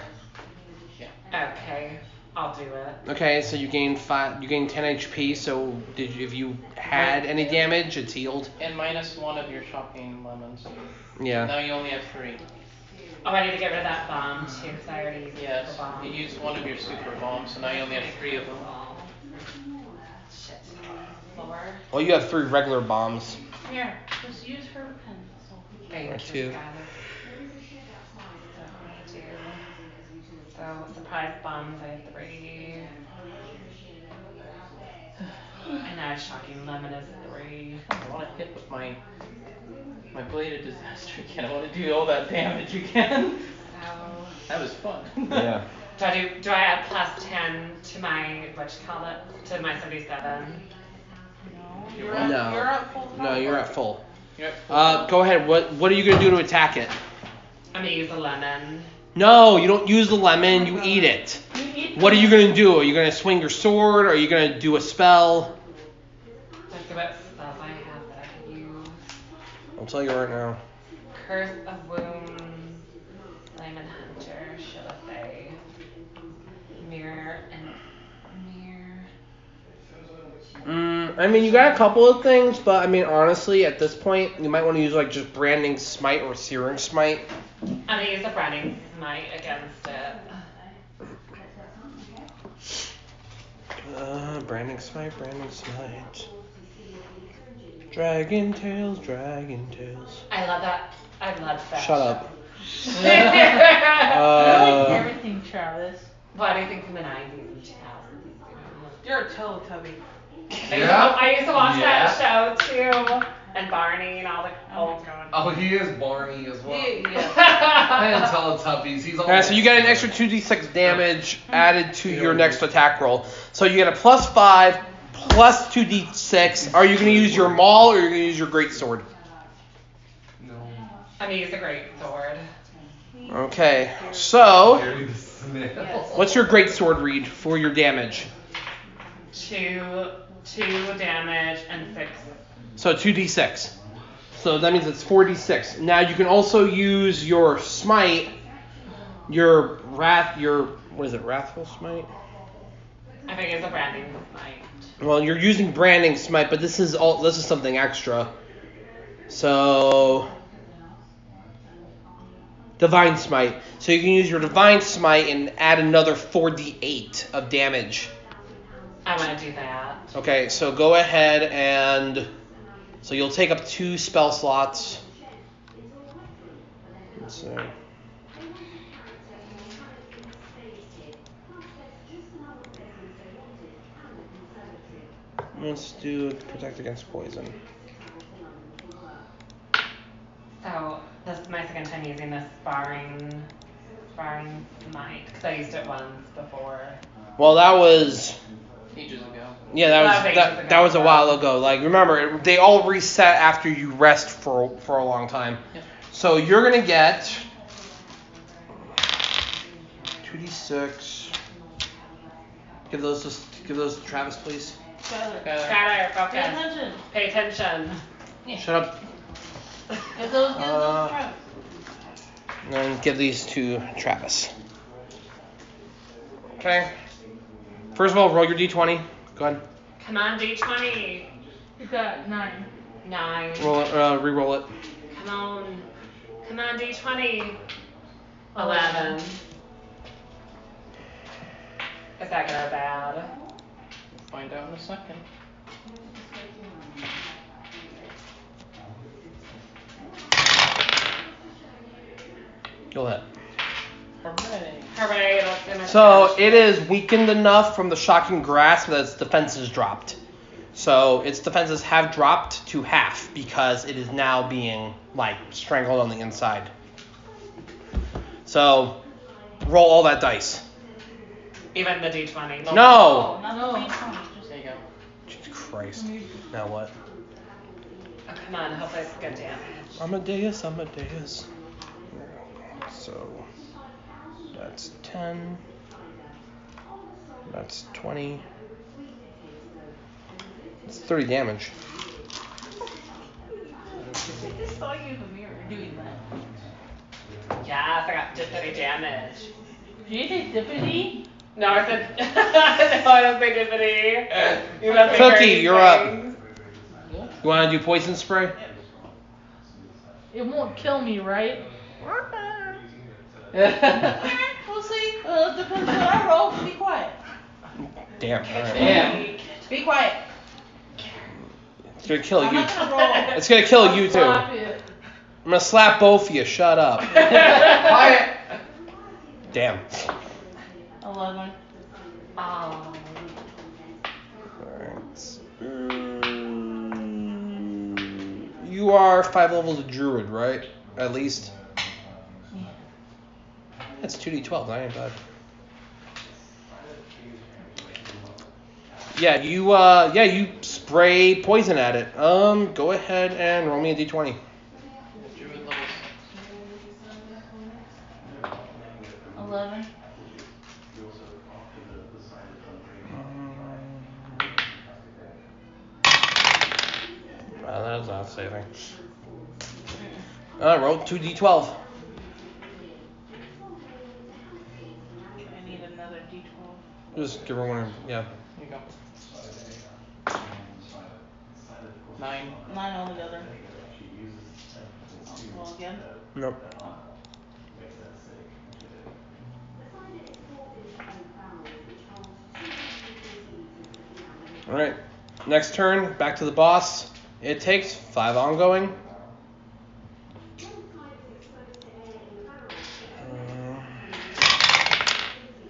Speaker 3: Okay. I'll do it.
Speaker 1: Okay, so you gain five. You gain 10 HP. So did you, if you had any damage, it's healed.
Speaker 5: And minus one of your shopping lemons.
Speaker 1: Yeah.
Speaker 5: Now you only have three.
Speaker 3: Oh, I need to get rid of that bomb too, because I already used
Speaker 5: Yes.
Speaker 3: the bomb.
Speaker 5: You used one of your super bombs, so now you only have three of them.
Speaker 3: Oh. Shit. Lord.
Speaker 1: Well, you have three regular bombs.
Speaker 3: Here.
Speaker 6: Just use her pencil.
Speaker 8: Thank
Speaker 1: Or
Speaker 8: you,
Speaker 1: two.
Speaker 8: Skylar.
Speaker 3: So, so surprise bombs, I have three. And now shocking lemon is three.
Speaker 5: I want to hit with my my bladed disaster again. I want to do all that damage again.
Speaker 3: So.
Speaker 5: That was fun.
Speaker 1: Yeah.
Speaker 3: Do I do, do I add plus 10 to my, what you call it, to my 77?
Speaker 6: No.
Speaker 5: You're
Speaker 6: You're at,
Speaker 1: No.
Speaker 6: you're at full power.
Speaker 1: No, you're at full.
Speaker 5: You're at full
Speaker 1: Uh, go ahead. What What are you gonna do to attack it?
Speaker 3: I'm gonna use a lemon.
Speaker 1: No, you don't use the lemon. You eat it.
Speaker 4: You eat
Speaker 1: What are you gonna do? Are you gonna swing your sword? Are you gonna do a spell?
Speaker 3: Just about stuff I have that I can use.
Speaker 1: I'll tell you right now.
Speaker 3: Curse of Wounds, Lemon Hunter, should I say. Mirror and Mirror.
Speaker 1: Mm, I mean, you got a couple of things, but I mean, honestly, at this point, you might want to use like just branding smite or searing smite.
Speaker 3: I'm gonna use a branding smite against it.
Speaker 1: Uh, branding smite, branding smite. Dragon tails, dragon tails.
Speaker 3: I love that. I love that.
Speaker 1: Shut up.
Speaker 4: I like
Speaker 1: Uh,
Speaker 4: everything, Travis.
Speaker 3: Why do you think from the 90s and 2000s?
Speaker 6: You're a Teletubby.
Speaker 3: I used to-
Speaker 2: Yeah.
Speaker 3: I used to watch
Speaker 2: Yeah.
Speaker 3: that show too, and Barney and all the
Speaker 4: Oh
Speaker 3: old.
Speaker 4: my god.
Speaker 2: Oh, he is Barney as well.
Speaker 6: He, yeah.
Speaker 2: I
Speaker 3: I
Speaker 2: didn't tell the Tuppies. He's all.
Speaker 1: Alright, so you get an extra 2d6 damage added to your next attack roll. So you get a plus 5, plus 2d6. Are you going to use your maul or are you going to use your great sword?
Speaker 2: No.
Speaker 3: mean, he's a great sword.
Speaker 1: Okay, so
Speaker 2: Gary the Snail.
Speaker 6: Yes.
Speaker 1: what's your great sword read for your damage?
Speaker 3: Two, two damage and six.
Speaker 1: So 2d6. So that means it's 4d6. Now you can also use your smite, your wrath, your what is it, wrathful smite?
Speaker 3: I think it's a branding smite.
Speaker 1: Well, you're using branding smite, but this is all this is something extra. So divine smite. So you can use your divine smite and add another 4d8 of damage.
Speaker 3: I want to do that.
Speaker 1: Okay, so go ahead and so you'll take up two spell slots. Let's see. Let's do protect against poison.
Speaker 3: So this is my second time using this sparring, sparring smite because I used it once before.
Speaker 1: Well, that was
Speaker 5: ages ago.
Speaker 1: yeah, that
Speaker 3: That
Speaker 1: was
Speaker 3: makes
Speaker 1: that,
Speaker 3: sense.
Speaker 1: that was a while ago. Like remember, they all reset after you rest for for a long time.
Speaker 5: Yep.
Speaker 1: So you're gonna get two d six. Give those to, give those to Travis, please.
Speaker 6: Skylar.
Speaker 3: Skylar,
Speaker 5: Skylar,
Speaker 6: Pay
Speaker 3: focus.
Speaker 6: attention.
Speaker 3: Pay attention.
Speaker 1: Shut up.
Speaker 6: Get those, get
Speaker 1: Uh,
Speaker 6: those traps.
Speaker 1: And then give these to Travis. Okay. First of all, roll your d20. Go ahead.
Speaker 3: Come on, D20.
Speaker 4: You got nine.
Speaker 3: Nine.
Speaker 1: Roll it. Uh, re-roll it.
Speaker 3: Come on. Come on, D20. 11. Is that gonna bad?
Speaker 5: we'll find out in a second.
Speaker 1: You'll hit.
Speaker 5: Hooray!
Speaker 3: Hooray, that's gonna
Speaker 1: So
Speaker 3: crash.
Speaker 1: it is weakened enough from the shocking grasp that its defenses dropped. So its defenses have dropped to half because it is now being like strangled on the inside. So roll all that dice.
Speaker 3: Even the D20.
Speaker 1: No.
Speaker 4: No.
Speaker 5: There you go.
Speaker 1: Jesus Christ. Now what?
Speaker 3: Oh, come on, hopefully it's good damage.
Speaker 1: Amadeus, Amadeus. So that's 10. That's 20. It's 30 damage.
Speaker 6: I just saw you in the mirror doing that.
Speaker 3: Yes, I got just 30 damage.
Speaker 4: Did you say dippity?
Speaker 3: No, I said no. I don't think it's any. You must be
Speaker 1: Cookie,
Speaker 3: crazy
Speaker 1: you're up.
Speaker 3: things.
Speaker 1: You want to do poison spray?
Speaker 4: It won't kill me, right?
Speaker 6: We'll see. Uh, depends on I roll. Be quiet.
Speaker 1: Damn. All right.
Speaker 5: Damn.
Speaker 6: Be quiet.
Speaker 1: It's gonna kill
Speaker 6: I'm
Speaker 1: you.
Speaker 6: not gonna roll.
Speaker 1: It's gonna kill Oh, you too.
Speaker 4: Slap
Speaker 1: I'm
Speaker 4: it.
Speaker 1: gonna slap both of you. Shut up.
Speaker 2: Quiet.
Speaker 1: Damn.
Speaker 6: Eleven.
Speaker 3: Oh.
Speaker 1: Alright. Mm, You are five levels of druid, right? At least. That's two d twelve. I ain't bad. Yeah, you uh, yeah, you spray poison at it. Um, go ahead and roll me a d twenty.
Speaker 5: Druid level six.
Speaker 6: Eleven.
Speaker 1: Uh, Well, that is not saving. I roll two d12.
Speaker 6: I need another D12.
Speaker 1: Just give her one. Yeah.
Speaker 5: Here you go. Nine.
Speaker 6: Nine altogether. I'll roll again.
Speaker 1: Nope. All right. Next turn, back to the boss. It takes five ongoing.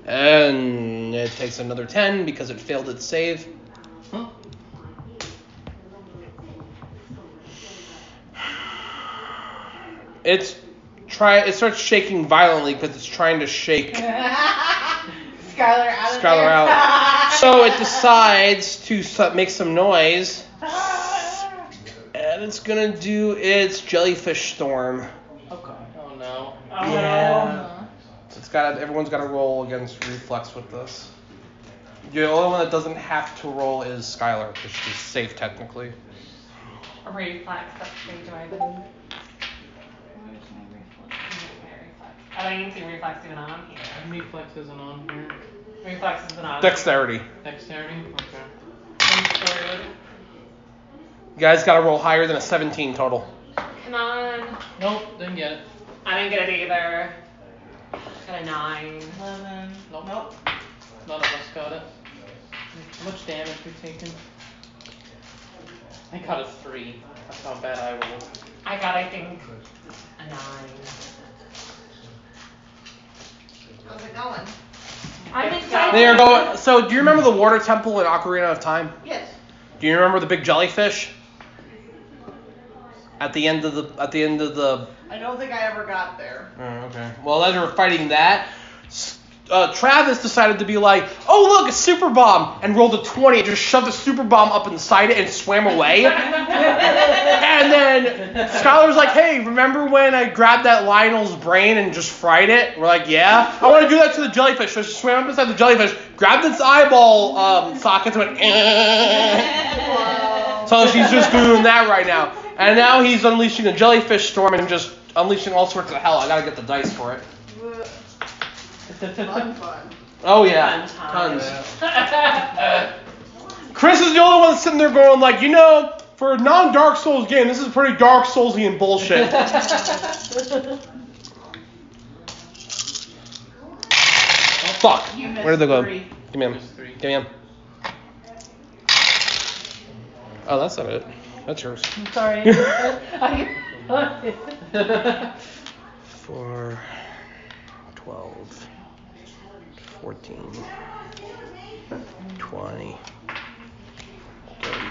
Speaker 1: And it takes another 10 because it failed its save.
Speaker 5: Huh?
Speaker 1: It's try. It starts shaking violently because it's trying to shake
Speaker 6: Skylar out of
Speaker 1: Skylar out. So it decides to su- make some noise, and it's gonna do its jellyfish storm.
Speaker 5: Oh no.
Speaker 3: Oh.
Speaker 1: Yeah. So it's got to everyone's got to roll against reflex with this. The only one that doesn't have to roll is Skylar because she's safe technically.
Speaker 3: Reflex. That's the thing. Do I? Where's my reflex? I don't even see reflex even on here.
Speaker 5: Reflex isn't on here.
Speaker 3: Reflex isn't on.
Speaker 1: Dexterity.
Speaker 5: Dexterity? Okay.
Speaker 3: I'm screwed.
Speaker 1: You guys got to roll higher than a 17 total.
Speaker 3: Come on.
Speaker 5: Nope, didn't get it.
Speaker 3: I didn't get it either. Got a nine.
Speaker 6: Eleven.
Speaker 5: Nope.
Speaker 6: Nope.
Speaker 5: None of us got it. How much damage we taken? I got a three. That's how bad I rolled.
Speaker 3: I got, I think, a nine.
Speaker 9: How's it going?
Speaker 4: I'm
Speaker 3: It's
Speaker 4: excited.
Speaker 1: They are going. So do you remember the water temple in Ocarina of Time?
Speaker 9: Yes.
Speaker 1: Do you remember the big jellyfish? At the end of the at the end of the
Speaker 9: I don't think I ever got there.
Speaker 1: Oh, okay. Well, as we're fighting that, s- uh, Travis decided to be like, "Oh look, a super bomb!" and rolled a twenty and just shoved the super bomb up inside it and swam away. and then Skylar's like, "Hey, remember when I grabbed that Lionel's brain and just fried it?" We're like, "Yeah." I want to do that to the jellyfish. So she swam up inside the jellyfish, grabbed its eyeball um, sockets, and went. "Eh." so she's just doing that right now. And now he's unleashing a jellyfish storm and just unleashing all sorts of hell. I gotta get the dice for it.
Speaker 9: Fun, fun.
Speaker 1: Oh yeah,
Speaker 3: Fun
Speaker 1: tons.
Speaker 3: times.
Speaker 1: Chris is the only one sitting there going like, you know, for a non-Dark Souls game, this is pretty Dark Soulsy and bullshit. Fuck.
Speaker 6: You missed
Speaker 1: Where did they go?
Speaker 6: three.
Speaker 1: Give me him.
Speaker 5: There's three.
Speaker 1: Give me him. Oh, that's not it. That's yours.
Speaker 4: I'm sorry. I-
Speaker 1: Four, twelve, fourteen, twenty, thirty.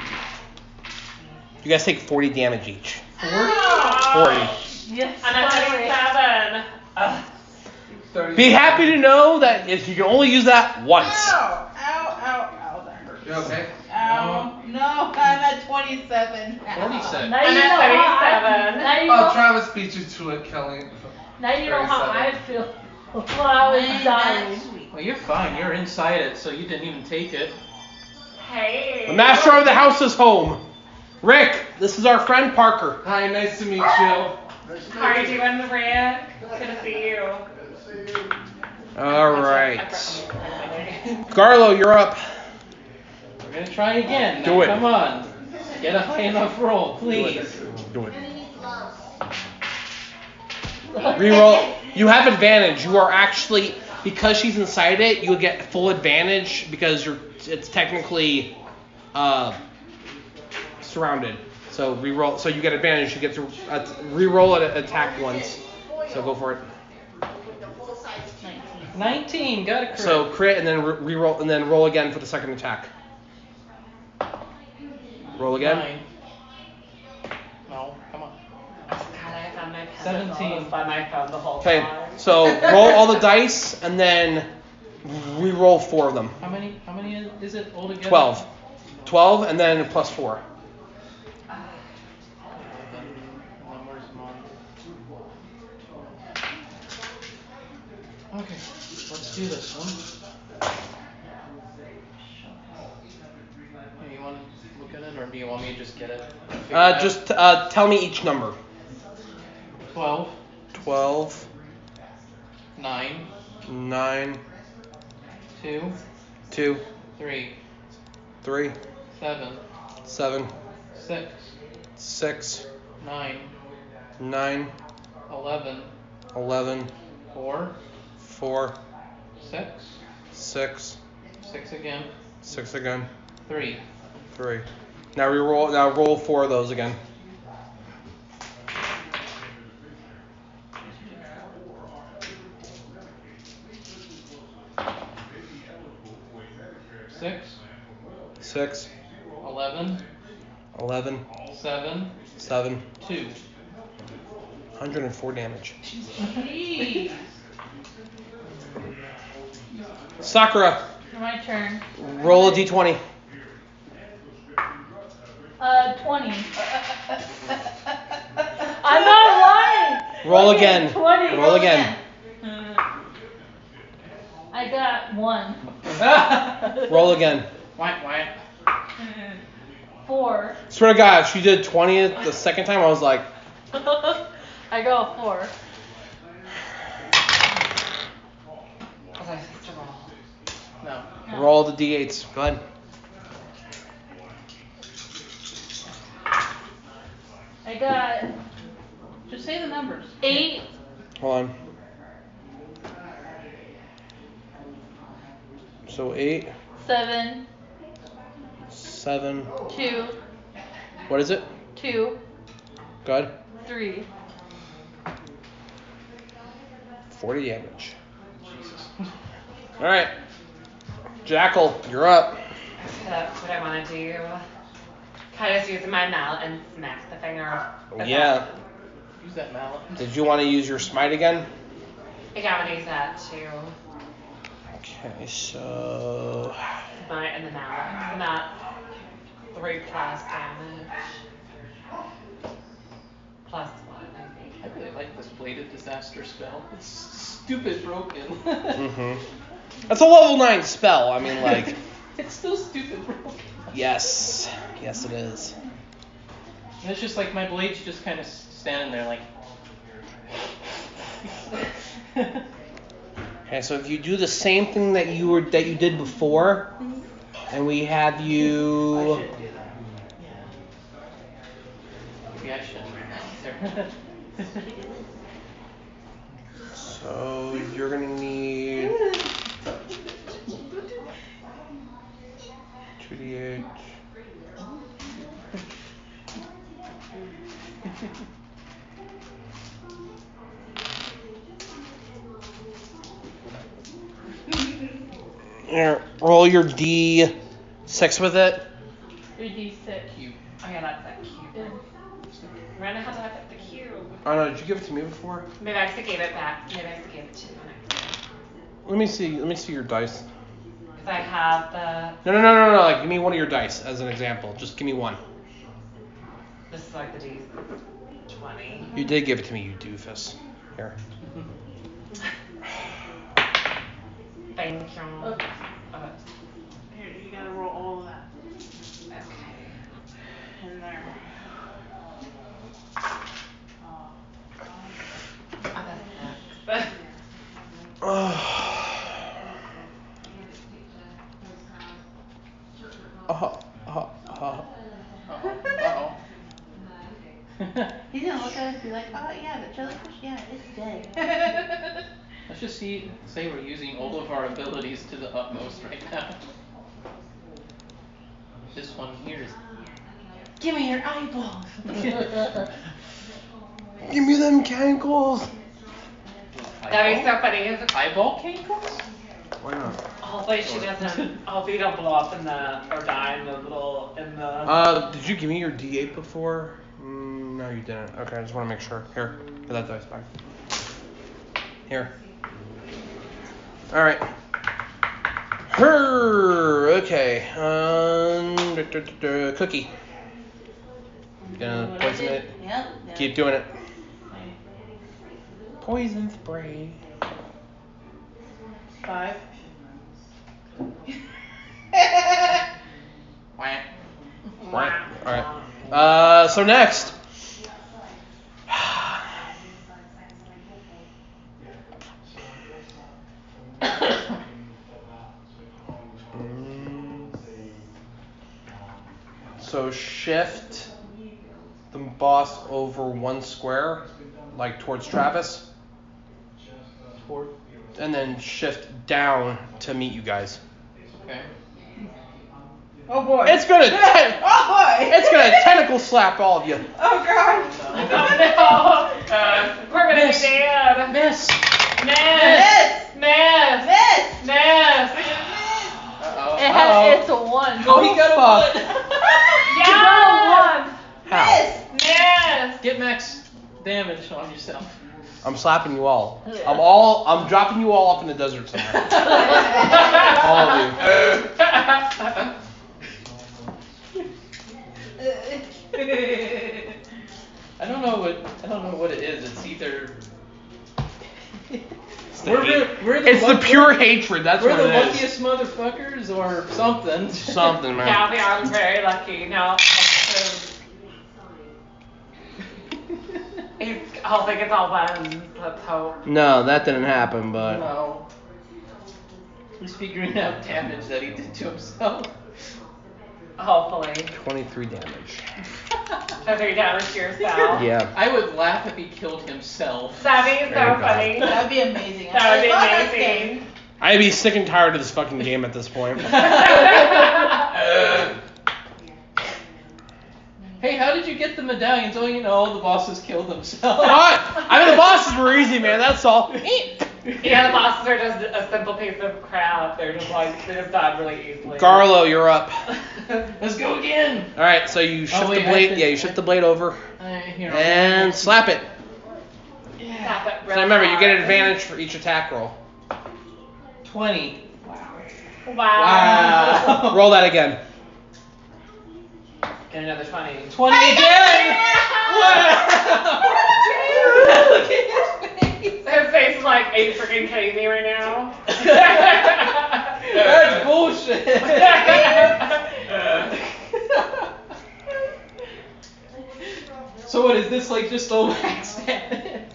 Speaker 1: You guys take 40 damage each. 40.
Speaker 4: yes.
Speaker 3: And I'm
Speaker 4: sorry.
Speaker 3: getting seven. Ugh.
Speaker 1: Be happy to know that if you can only use that once.
Speaker 6: Ow! Ow! Ow! Ow! That hurt.
Speaker 2: You okay?
Speaker 6: Ow! No, I'm at 27. now.
Speaker 5: Forty-six.
Speaker 4: Now you
Speaker 3: I'm at
Speaker 4: know how I,
Speaker 3: 37.
Speaker 4: now you know,
Speaker 2: Oh, Travis beat you to it, Kelly.
Speaker 4: now you know how I
Speaker 2: 37.
Speaker 4: feel while I was
Speaker 6: Man,
Speaker 4: dying.
Speaker 6: that's sweet.
Speaker 5: Well, you're fine. You're inside it, so you didn't even take it.
Speaker 3: Hey.
Speaker 1: The master of the house is home. Rick, this is our friend Parker.
Speaker 2: Hi, nice to meet you.
Speaker 3: How are you doing, Rick? Good to see you.
Speaker 1: All
Speaker 3: I forgot-
Speaker 1: right.
Speaker 3: I forgot- Okay.
Speaker 1: Garlo, you're up.
Speaker 5: We're gonna try again.
Speaker 1: Do it.
Speaker 5: Come on. Get a high enough roll, please.
Speaker 1: Do it.
Speaker 9: need gloves.
Speaker 1: Reroll. You have advantage. You are actually because she's inside it. You get full advantage because you're. It's technically uh, surrounded. So reroll. So you get advantage. You get to uh, reroll and attack once. So go for it.
Speaker 9: With the full size teeth.
Speaker 5: 19. Got a crit.
Speaker 1: So crit and then re- reroll and then roll again for the second attack. Roll again.
Speaker 5: Nine. No, come on.
Speaker 3: God, I had my pen
Speaker 5: Seventeen.
Speaker 3: almost by my phone the whole
Speaker 1: Okay,
Speaker 3: time.
Speaker 1: so roll all the dice and then we roll four of them.
Speaker 5: How many? How many is- is it altogether?
Speaker 1: Twelve. Twelve and then plus four.
Speaker 5: Then where's mine? Okay, let's do this one. Hey, you want to look at it, or do you want me to just get it? Figure it
Speaker 1: Uh,
Speaker 5: out?
Speaker 1: just uh, tell me each number.
Speaker 5: twelve,
Speaker 1: Twelve,
Speaker 5: nine,
Speaker 1: nine,
Speaker 5: two,
Speaker 1: two,
Speaker 5: three,
Speaker 1: three,
Speaker 5: seven,
Speaker 1: seven,
Speaker 5: six,
Speaker 1: six,
Speaker 5: nine,
Speaker 1: nine,
Speaker 5: eleven,
Speaker 1: eleven,
Speaker 5: four,
Speaker 1: four,
Speaker 5: six,
Speaker 1: six,
Speaker 5: six again,
Speaker 1: six again,
Speaker 5: three.
Speaker 1: three. Now we roll. Now roll four of those again.
Speaker 5: Six,
Speaker 1: Six,
Speaker 5: eleven,
Speaker 1: eleven,
Speaker 5: seven,
Speaker 1: seven,
Speaker 5: two.
Speaker 1: 104 damage.
Speaker 4: Jeez.
Speaker 1: Sakura,
Speaker 4: My turn.
Speaker 1: roll a d20.
Speaker 4: Uh, 20. I'm not lying.
Speaker 1: Roll
Speaker 4: Okay,
Speaker 1: again.
Speaker 4: 20.
Speaker 1: Roll again.
Speaker 4: I got one,
Speaker 1: Roll again.
Speaker 5: Whack, whack.
Speaker 4: four.
Speaker 1: Swear to God, if she did 20 the second time, I was like,
Speaker 4: I got a four.
Speaker 8: Was I supposed to roll?
Speaker 5: No.
Speaker 1: roll the d8s. Go ahead.
Speaker 4: I got
Speaker 7: Just say the numbers.
Speaker 4: eight.
Speaker 1: Hold on. So 8,
Speaker 4: Seven,
Speaker 1: 7,
Speaker 4: two,
Speaker 1: what is it?
Speaker 4: two,
Speaker 1: Go ahead.
Speaker 4: three.
Speaker 1: 40 damage. Alright. Jackal, you're up.
Speaker 3: So that's what I want to do. Kind of just using my mallet and smack the finger.
Speaker 1: Oh, yeah.
Speaker 5: Use that mallet.
Speaker 1: Did you want to use your smite again?
Speaker 3: I gotta use that too.
Speaker 1: Okay, so.
Speaker 3: My and the mallet. And that three plus damage. Plus one, I think.
Speaker 5: I really like this bladed disaster spell. It's stupid broken.
Speaker 1: hmm That's a level 9 spell. I mean, like.
Speaker 5: it's still stupid broken.
Speaker 1: Yes. Yes, it is.
Speaker 5: And it's just like my blade's just kind of standing there like.
Speaker 1: Okay, so if you do the same thing that you were that you did before, and we have you.
Speaker 5: Mm-hmm. I should do that. Maybe I shouldn't. Either.
Speaker 1: So you're gonna need. 2d8. Here, roll your d6 with it.
Speaker 4: Three D six.
Speaker 5: Cute.
Speaker 3: Oh yeah, that's that cube. We're gonna have to have the cube.
Speaker 1: Oh no, did you give it to me before?
Speaker 3: Maybe I should gave it back. Maybe I should gave it to you next
Speaker 1: Let me see. Let me see your dice.
Speaker 3: Because I have the.
Speaker 1: No, no, no, no, no. Like, give me one of your dice as an example. Just give me one.
Speaker 3: This is like the D20.
Speaker 1: You did give it to me, you doofus. Here.
Speaker 3: Thank you. Okay.
Speaker 6: Here, you gotta roll all of that in there.
Speaker 3: Oh, that's
Speaker 1: Ugh.
Speaker 3: six.
Speaker 1: uh-huh,
Speaker 6: jellyfish? "Oh, Yeah, it's dead.
Speaker 5: Let's just see, say we're using all of our abilities to the utmost right now. This one here is.
Speaker 6: Give me your eyeballs.
Speaker 1: Give me them cankles.
Speaker 3: That'd be so funny. His
Speaker 5: Eyeball cankles?
Speaker 1: Why not?
Speaker 3: Hopefully she doesn't. Hopefully you don't blow up in the or die in the little in the.
Speaker 1: Uh, did you give me your D8 before? Mm, no, you didn't. Okay, I just want to make sure. Here, put that dice back. Here. All right. Her. Okay. Um. duh, duh, duh, duh, Cookie. Gonna poison it.
Speaker 6: Yep. yeah.
Speaker 1: Keep doing it. Poison spray.
Speaker 6: Five.
Speaker 5: Wah.
Speaker 1: Wow. All right. Uh, so next. Mm. so shift the boss over one square, like towards Travis,
Speaker 5: Four.
Speaker 1: and then shift down to meet you guys.
Speaker 5: Okay.
Speaker 9: Oh boy.
Speaker 1: It's gonna ten-
Speaker 9: oh boy.
Speaker 1: it's gonna tentacle slap all of you.
Speaker 9: Oh god.
Speaker 3: Oh no! Uh, We're gonna
Speaker 1: miss.
Speaker 3: be dead.
Speaker 1: Miss.
Speaker 3: Miss.
Speaker 9: Miss.
Speaker 3: Miss.
Speaker 9: Miss.
Speaker 3: Miss.
Speaker 5: Uh-oh.
Speaker 4: It has,
Speaker 1: Uh-oh.
Speaker 4: it's a one.
Speaker 1: Oh, he got a fuck.
Speaker 3: Yes.
Speaker 1: How?
Speaker 3: Miss.
Speaker 5: Get max damage on yourself.
Speaker 1: I'm slapping you all. I'm all. I'm dropping you all off in the desert somewhere. all of you.
Speaker 5: I don't know what I don't know what it is. It's either
Speaker 1: It's the,
Speaker 5: we're,
Speaker 1: hate-
Speaker 5: we're, we're the
Speaker 1: it's the
Speaker 5: luck-
Speaker 1: pure hatred. That's
Speaker 5: we're
Speaker 1: what
Speaker 5: the
Speaker 1: it is.
Speaker 5: luckiest motherfuckers or something.
Speaker 1: Something, man.
Speaker 3: Yeah, we are very lucky. Now, it's, I don't think it's all ones. Let's hope.
Speaker 1: No, that didn't happen, but
Speaker 5: No. He's figuring out damage that he did to himself.
Speaker 3: Hopefully.
Speaker 1: 23 damage.
Speaker 3: So three damage to yourself.
Speaker 1: Yeah.
Speaker 5: I would laugh if he killed himself.
Speaker 3: That'd be so
Speaker 1: Very
Speaker 3: funny.
Speaker 7: That would be amazing.
Speaker 3: That would be
Speaker 7: I love this
Speaker 3: amazing.
Speaker 7: game.
Speaker 1: I'd be sick and tired of this fucking game at this point.
Speaker 5: Hey, how did you get the medallions? Oh, you know, all the bosses killed themselves.
Speaker 1: Alright, I mean the bosses were easy, man. That's all.
Speaker 3: Yeah, the bosses are just a simple piece of crap. They're just like they just died really easily.
Speaker 1: Garlo, you're up.
Speaker 5: Let's go again.
Speaker 1: All right, so you shift
Speaker 5: wait,
Speaker 1: the
Speaker 5: Oh, I
Speaker 1: blade.
Speaker 5: have to-
Speaker 1: yeah, you shift the blade over
Speaker 5: Uh, here, I'll-
Speaker 1: and slap it.
Speaker 3: Slap it
Speaker 1: And
Speaker 3: real
Speaker 1: remember, you get an
Speaker 3: hard.
Speaker 1: advantage for each attack roll.
Speaker 5: twenty.
Speaker 3: Wow.
Speaker 5: Wow.
Speaker 1: Roll that again.
Speaker 3: Get another twenty.
Speaker 5: Twenty again. Wow. Look at his face.
Speaker 3: Her face is like, are you freaking kidding me right now?
Speaker 5: That's bullshit. so what is this like? Just a wax damage?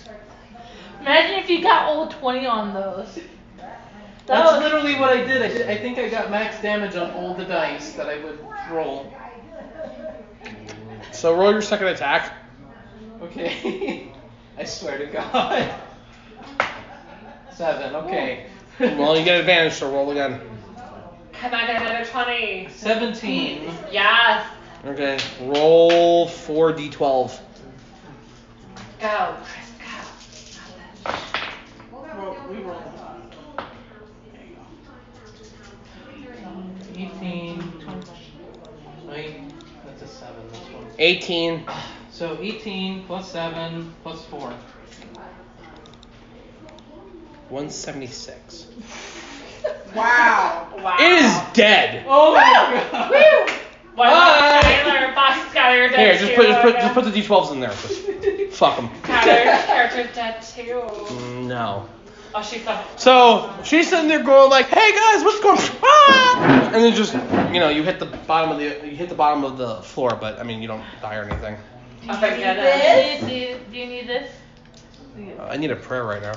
Speaker 4: Imagine if you got all 20 on those. That
Speaker 5: That's
Speaker 4: was-
Speaker 5: literally what I did. I, did- I think I got max damage on all the dice that I would roll.
Speaker 1: So roll your second attack.
Speaker 5: Okay. I swear to God. Seven. Okay.
Speaker 1: Well, you get advantage, so roll again.
Speaker 3: Come on, get another twenty.
Speaker 5: Seventeen.
Speaker 3: Yes.
Speaker 1: Okay, roll 4d12.
Speaker 3: Go, Chris. Go.
Speaker 9: Roll- we roll.
Speaker 5: Eighteen. Wait, that's a seven. This one.
Speaker 1: 18.
Speaker 5: So eighteen plus seven plus four.
Speaker 1: 176.
Speaker 9: Wow.
Speaker 3: Wow.
Speaker 1: It is dead.
Speaker 5: Oh my God.
Speaker 3: What
Speaker 1: Bye.
Speaker 3: about Tyler? Fox Tyler
Speaker 1: Here,
Speaker 3: dead
Speaker 1: just
Speaker 3: too.
Speaker 1: put, just put just put the d12s in there. Just fuck them.
Speaker 3: Tyler's character's dead too.
Speaker 1: No.
Speaker 3: Oh, she's so.
Speaker 1: So she's sitting there going like, "Hey guys, what's going on?" Ah! And then just you know you hit the bottom of the you hit the bottom of the floor, but I mean you don't die or anything.
Speaker 3: I think that
Speaker 4: Um, Do
Speaker 3: is.
Speaker 4: you, do, you, do you need this?
Speaker 1: Uh, I need a prayer right now.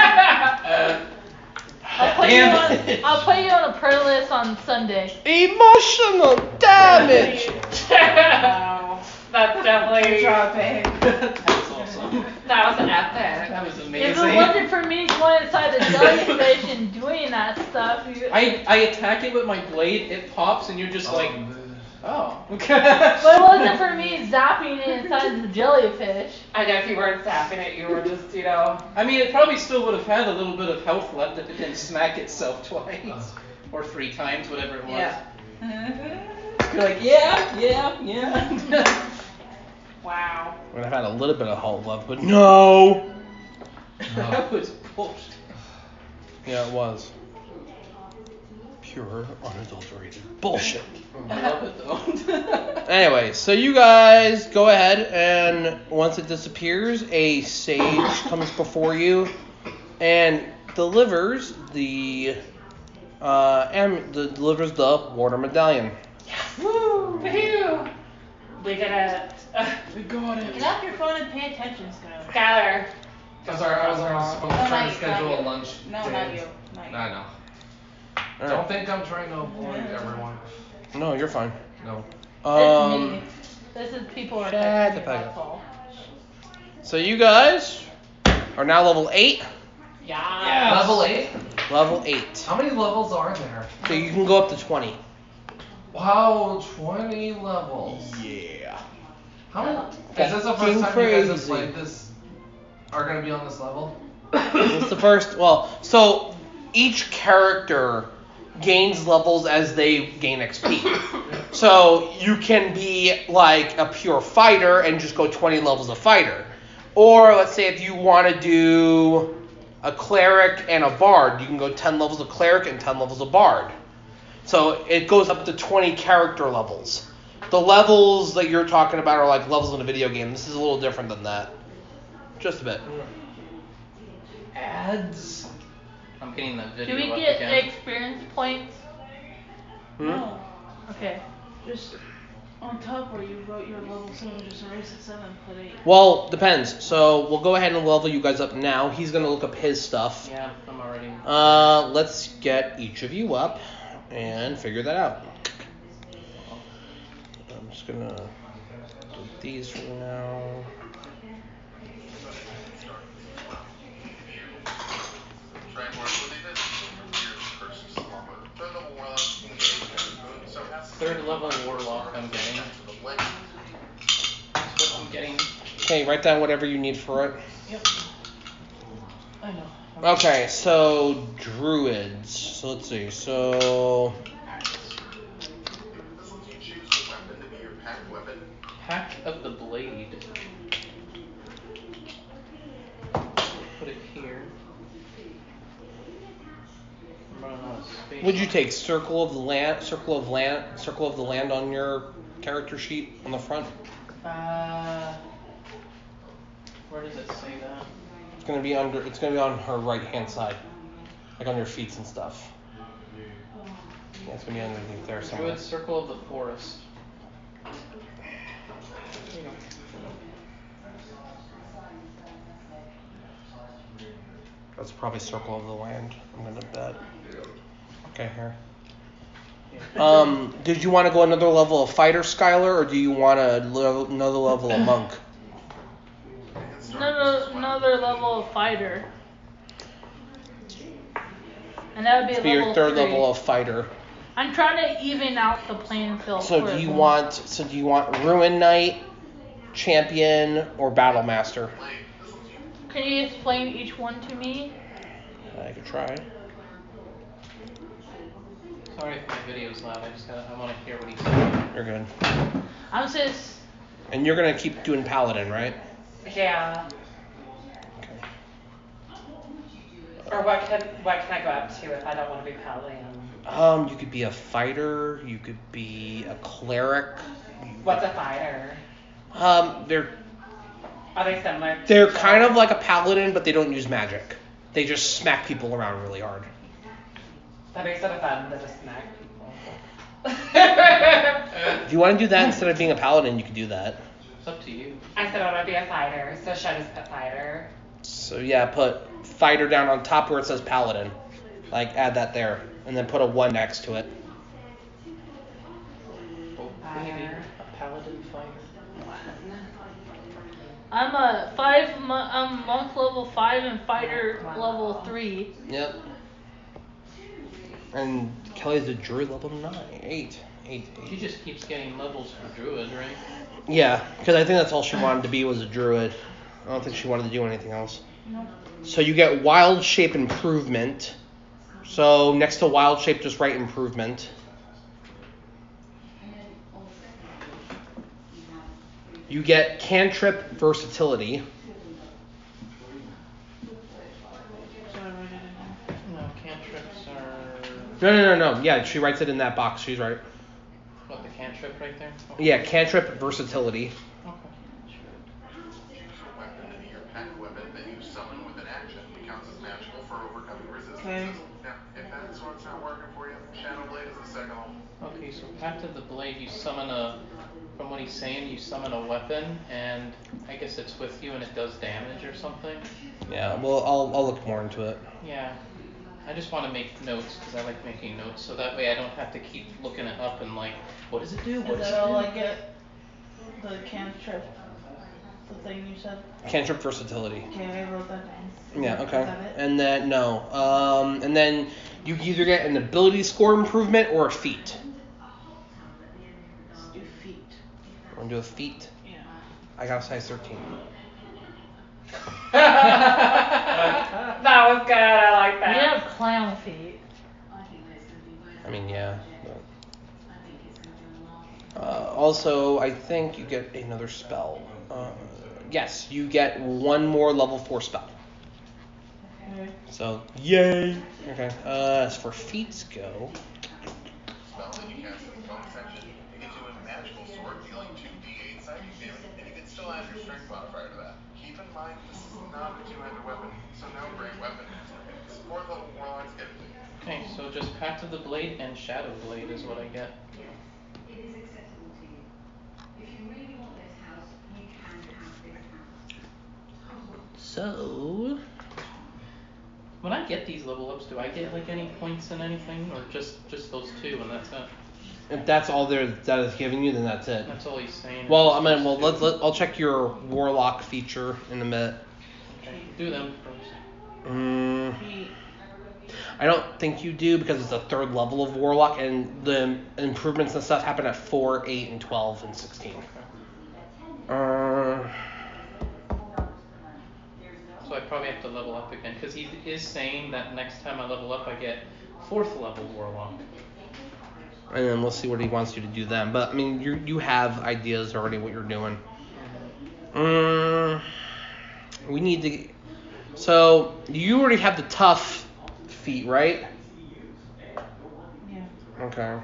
Speaker 4: I'll put, you
Speaker 5: Uh,
Speaker 4: on,
Speaker 5: Damn it.
Speaker 4: I'll put you on a prayer list on Sunday.
Speaker 1: Emotional damage.
Speaker 3: That's definitely.
Speaker 9: Drop it.
Speaker 5: That's awesome.
Speaker 3: That was epic.
Speaker 5: That was
Speaker 4: If
Speaker 5: amazing.
Speaker 4: it wasn't for me going inside the jellyfish and doing that stuff, you,
Speaker 5: I, I attack it with my blade, it pops, and you're just like,
Speaker 2: Um,
Speaker 5: oh.
Speaker 4: but it wasn't for me zapping it inside the jellyfish.
Speaker 3: I know if you weren't zapping it, you were just, you know.
Speaker 5: I mean, it probably still would have had a little bit of health left if it didn't smack itself twice. Or three times, whatever it was. Mm-hmm.
Speaker 3: Yeah.
Speaker 5: You're like, yeah, yeah, yeah.
Speaker 3: Wow.
Speaker 1: Would have had a little bit of hull left, but no.
Speaker 5: that was bullshit.
Speaker 1: Yeah, it was. Pure, unadulterated bullshit.
Speaker 5: I love it though.
Speaker 1: Anyway, so you guys go ahead and once it disappears, a sage comes before you and delivers the uh am- the, delivers the water medallion.
Speaker 3: Woo! Woohoo! We did it.
Speaker 5: we got it.
Speaker 6: Get off your phone and pay attention, Skylar.
Speaker 3: Skylar.
Speaker 2: I'm sorry, I was already supposed to
Speaker 7: No,
Speaker 2: try to
Speaker 7: not you, not
Speaker 2: schedule a
Speaker 7: you.
Speaker 2: lunch.
Speaker 7: No, not you. Not
Speaker 2: I
Speaker 7: you.
Speaker 2: know.
Speaker 1: All
Speaker 2: Don't
Speaker 1: right.
Speaker 2: think I'm trying to avoid everyone.
Speaker 1: No, you're fine.
Speaker 2: No.
Speaker 1: Um,
Speaker 4: it's me. This is people are
Speaker 1: Shut the
Speaker 4: affected,
Speaker 1: fuck
Speaker 4: that's
Speaker 1: up.
Speaker 4: all.
Speaker 1: so you guys are now level eight. Oh.
Speaker 3: Yeah.
Speaker 2: Level 8?
Speaker 1: Level eight.
Speaker 2: How many levels are there?
Speaker 1: So you can go up to twenty.
Speaker 2: Wow, 20 levels.
Speaker 1: Yeah.
Speaker 2: How many? Is this the
Speaker 1: Fucking
Speaker 2: first time you guys have
Speaker 1: crazy.
Speaker 2: played this? Are gonna be on this level?
Speaker 1: It's the first. Well, so each character gains levels as they gain XP. so you can be like a pure fighter and just go 20 levels of fighter. Or let's say if you want to do a cleric and a bard, you can go 10 levels of cleric and 10 levels of bard. So it goes up to 20 character levels. The levels that you're talking about are like levels in a video game. This is a little different than that. Just a bit.
Speaker 5: Ads. I'm getting that
Speaker 4: Do
Speaker 5: video
Speaker 4: we
Speaker 5: up
Speaker 4: get
Speaker 5: again.
Speaker 4: experience points?
Speaker 1: Hmm?
Speaker 6: No.
Speaker 4: Okay.
Speaker 6: Just on top where you wrote your level seven, just erase it seven, put eight.
Speaker 1: Well, depends. So we'll go ahead and level you guys up now. He's gonna look up his stuff.
Speaker 5: Yeah, I'm already.
Speaker 1: Uh, let's get each of you up and figure that out. I'm just gonna delete these for now.
Speaker 5: Third level warlock I'm getting. That's what I'm getting.
Speaker 1: Okay, write down whatever you need for it.
Speaker 5: I know.
Speaker 1: Okay, so druids. So let's see. So
Speaker 5: Pack of the Blade. Put it here. I'm running out of space.
Speaker 1: would you take circle of the land, circle of land, circle of the land on your character sheet on the front?
Speaker 5: Uh, where does it say that?
Speaker 1: It's gonna be under. It's gonna be on her right hand side, like on your feet and stuff. Yeah, it's gonna be underneath there somewhere.
Speaker 5: Druid Circle of the Forest. There you go.
Speaker 1: That's probably circle of the land. I'm gonna bet. Okay, here. Um, did you want to go another level of fighter, Skylar, or do you want to level, another level of monk?
Speaker 4: Another, another level of fighter. And that would be,
Speaker 1: Be
Speaker 4: level
Speaker 1: your third
Speaker 4: three.
Speaker 1: level of fighter.
Speaker 4: I'm trying to even out the playing field.
Speaker 1: So
Speaker 4: for
Speaker 1: do you
Speaker 4: everyone.
Speaker 1: want? So do you want ruin knight, champion, or battle master?
Speaker 4: Can you explain each one to me?
Speaker 1: I could try.
Speaker 5: Sorry if my video's loud. I just gotta. I want to hear what he's saying.
Speaker 1: You're good.
Speaker 4: I'm just
Speaker 1: And you're gonna keep doing paladin, right?
Speaker 3: Yeah.
Speaker 1: Okay.
Speaker 3: Or what can what can I go up to if I don't want to be paladin?
Speaker 1: Um, you could be a fighter. You could be a cleric. you
Speaker 3: What's a fighter?
Speaker 1: could- Um, they're
Speaker 3: Are they similar? to
Speaker 1: they're
Speaker 3: each
Speaker 1: kind
Speaker 3: other?
Speaker 1: of like a paladin, but they don't use magic. They just smack people around really hard.
Speaker 3: That makes it a fun. They're just snack people.
Speaker 1: If you want to do that instead of being a paladin, you could do that.
Speaker 5: It's up to you.
Speaker 3: I said I want to be a fighter, so should I just put fighter?
Speaker 1: So yeah, put fighter down on top where it says paladin. Like add that there, and then put a one next to it.
Speaker 5: Oh,
Speaker 3: Fire.
Speaker 5: maybe a paladin fighter.
Speaker 3: One.
Speaker 4: I'm a five. Mo- I'm monk level five and fighter level three.
Speaker 1: Yep. And Kelly's a druid level nine, eight, eight,
Speaker 5: She
Speaker 1: eight.
Speaker 5: just keeps getting levels for druid, right?
Speaker 1: Yeah, because I think that's all she wanted to be was a druid. I don't think she wanted to do anything else.
Speaker 4: Nope.
Speaker 1: So you get wild shape improvement. So next to wild shape, just write improvement. You get cantrip versatility.
Speaker 6: So I wrote it in.
Speaker 5: No, cantrips are
Speaker 1: No, no, no, no. Yeah, she writes it in that box. She's right.
Speaker 5: what the cantrip right there. Okay.
Speaker 1: Yeah, cantrip versatility.
Speaker 5: Okay.
Speaker 2: Weapon in your pack weapon that you summon with an action counts as magical for overcoming
Speaker 6: Okay.
Speaker 2: resistances. Now, if that sword's not working for you, Shadow Blade is the second one.
Speaker 5: Okay, so Pact of the Blade, you summon a. From what he's saying, you summon a weapon, and I guess it's with you and it does damage or something.
Speaker 1: Yeah, well, I'll, I'll look more into it.
Speaker 5: Yeah. I just want to make notes because I like making notes, so that way I don't have to keep looking it up and like, what does it do? What
Speaker 6: Is
Speaker 5: does
Speaker 6: that
Speaker 5: it do?
Speaker 6: all I get? The cantrip, the thing you said?
Speaker 1: Cantrip versatility.
Speaker 6: Okay, I wrote that down.
Speaker 1: Yeah,
Speaker 6: Is
Speaker 1: okay.
Speaker 6: that it?
Speaker 1: And then, no. Um, and then you either get an ability score improvement or a feat.
Speaker 6: Let's do feet.
Speaker 1: I'm going to do a feat.
Speaker 6: Yeah.
Speaker 1: I got a size 13.
Speaker 3: That was good. I like
Speaker 4: You
Speaker 3: that.
Speaker 4: have clown feet.
Speaker 1: I mean, yeah. but- Uh, also, I think you get another spell. Uh, yes, you get one more level 4 spell.
Speaker 6: Okay.
Speaker 1: So, yay! Okay, uh, as for feats go,
Speaker 2: Spell that you cast as a bonus action to get you a magical sword dealing 2d8 psychic damage, and you can still add your strength modifier to that. Keep in mind, this is not a two-handed weapon, so no great weapon. Support level warlocks get
Speaker 5: Okay, so just Pact of the Blade and Shadow Blade is what I get.
Speaker 1: so.
Speaker 5: When I get these level ups, do I get like any points in anything, or just just those two and that's it?
Speaker 1: If that's all there that is giving you, then that's it.
Speaker 5: That's all he's saying.
Speaker 1: Well, I
Speaker 5: It's
Speaker 1: mean,
Speaker 5: just
Speaker 1: well,
Speaker 5: two.
Speaker 1: let, let, I'll check your warlock feature in a minute.
Speaker 5: Okay, do them first.
Speaker 1: Mm,
Speaker 6: Feet.
Speaker 1: I don't think you do because it's a third level of warlock, and the improvements and stuff happen at four, eight, and twelve, and sixteen. Uh,
Speaker 5: So I probably have to level up again because he is saying that next time I level up, I get fourth level warlock.
Speaker 1: and then we'll see what he wants you to do then. But I mean, you you have ideas already what you're doing. Mm, we need to. So you already have the tough feat, right?
Speaker 6: Yeah.
Speaker 1: Okay.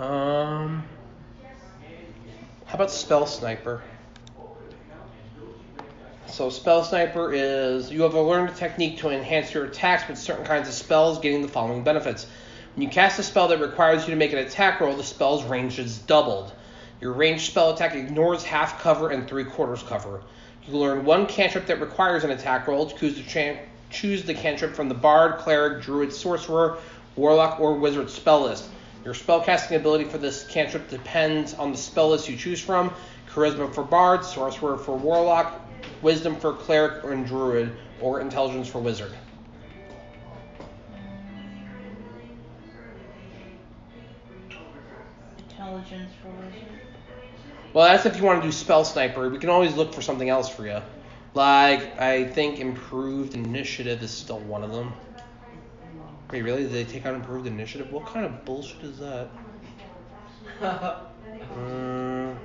Speaker 1: Um. How about spell sniper? So spell sniper is you have a learned technique to enhance your attacks with certain kinds of spells, getting the following benefits. When you cast a spell that requires you to make an attack roll, the spell's range is doubled. Your ranged spell attack ignores half cover and three quarters cover. You learn one cantrip that requires an attack roll. Choose the, tran- choose the cantrip from the bard, cleric, druid, sorcerer, warlock, or wizard spell list. Your spellcasting ability for this cantrip depends on the spell list you choose from charisma for bard, sorcerer for warlock, wisdom for cleric or druid, or intelligence for wizard.
Speaker 6: Intelligence for wizard.
Speaker 1: Well, that's if you want to do spell sniper. We can always look for something else for you. Like, I think improved initiative is still one of them. Wait, really? Did they take out improved initiative? What kind of bullshit is that? Mm.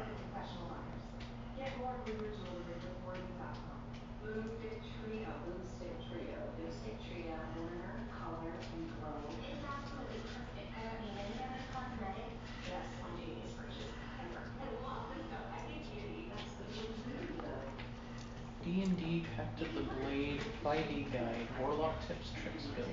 Speaker 5: D and D Pact of the Blade 5e guide warlock tips tricks builds.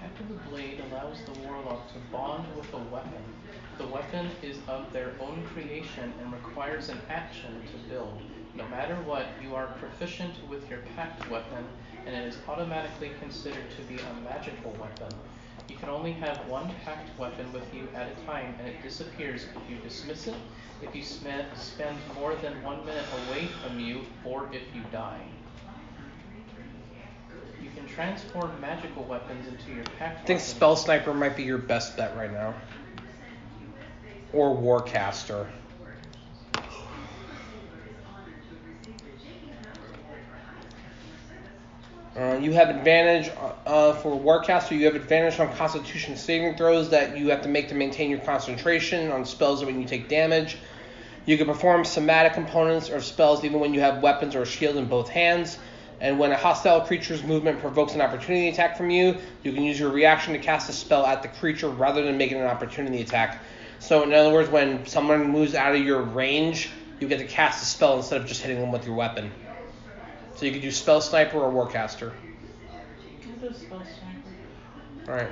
Speaker 5: Pact of the Blade allows allows the warlock to bond with a weapon. The weapon is of their own creation and requires an action to build. No matter what, you are proficient with your packed weapon, and it is automatically considered to be a magical weapon. You can only have one packed weapon with you at a time, and it disappears if you dismiss it, if you sm- spend more than one minute away from you, or if you die. You can transform magical weapons into your packed
Speaker 1: I think
Speaker 5: weapon.
Speaker 1: Spell Sniper might be your best bet right now. Or Warcaster. Uh, you have advantage uh, for Warcaster. You have advantage on Constitution saving throws that you have to make to maintain your concentration on spells when you take damage. You can perform somatic components or spells even when you have weapons or a shield in both hands. And when a hostile creature's movement provokes an opportunity attack from you, you can use your reaction to cast a spell at the creature rather than making an opportunity attack. So, in other words, when someone moves out of your range, you get to cast a spell instead of just hitting them with your weapon. So, you could do Spell Sniper or Warcaster.
Speaker 5: Who does spell sniper?
Speaker 1: Alright.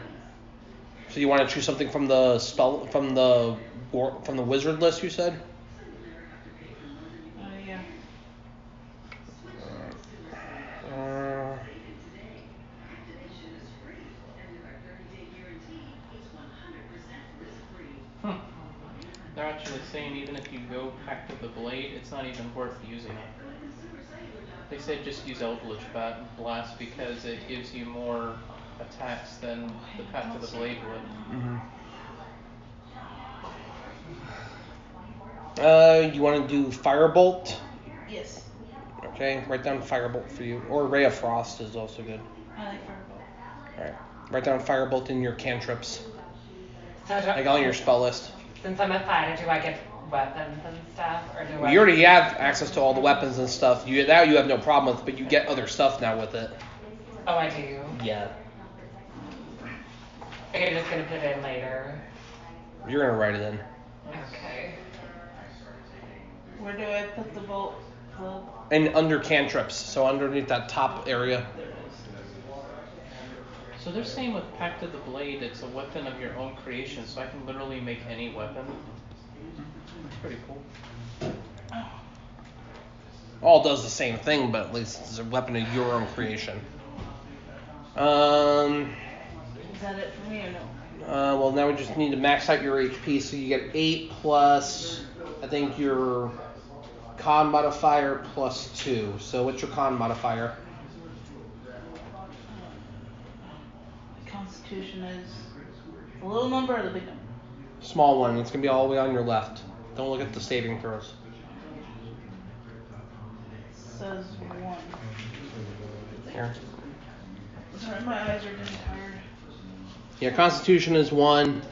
Speaker 1: So, you want to choose something from the spell, from the war, from the wizard list, you said?
Speaker 6: Oh,
Speaker 5: Uh, yeah.
Speaker 1: Uh,
Speaker 5: Hmm. They're actually saying even if you go pack with the blade, it's not even worth using it. They say just use Eldritch Ba- Blast because it gives you more attacks than the pack with the blade would.
Speaker 1: mm-hmm. uh, you want to do Firebolt?
Speaker 6: Yes.
Speaker 1: Okay, write down Firebolt for you. Or Ray of Frost is also good.
Speaker 6: I like Firebolt.
Speaker 1: Alright. Write down Firebolt in your cantrips.
Speaker 3: So do,
Speaker 1: Like on your spell list.
Speaker 3: since I'm a fighter, do I get weapons and stuff, or do I?
Speaker 1: You already have access to all the weapons and stuff. You that you have no problem with, but you get other stuff now with it.
Speaker 3: Oh, I do.
Speaker 1: Yeah.
Speaker 3: Okay, I'm just gonna put it in later.
Speaker 1: You're gonna write it in.
Speaker 3: Okay.
Speaker 6: Where do I put the bolt plug?
Speaker 1: And under cantrips, so underneath that top area.
Speaker 5: So they're saying with Pact of the Blade, it's a weapon of your own creation, so I can literally make any weapon. It's pretty cool.
Speaker 1: All does the same thing, but at least it's a weapon of your own creation. Um.
Speaker 6: Is that it for me or no?
Speaker 1: Uh, well, now we just need to max out your HP, so you get eight plus. I think your con modifier plus two. So what's your con modifier?
Speaker 6: Constitution is the little number or the big number?
Speaker 1: Small one. It's gonna be all the way on your left. Don't look at the saving throws.
Speaker 6: Says one.
Speaker 1: Here.
Speaker 6: Sorry, my eyes are getting tired.
Speaker 1: Yeah, Constitution is one.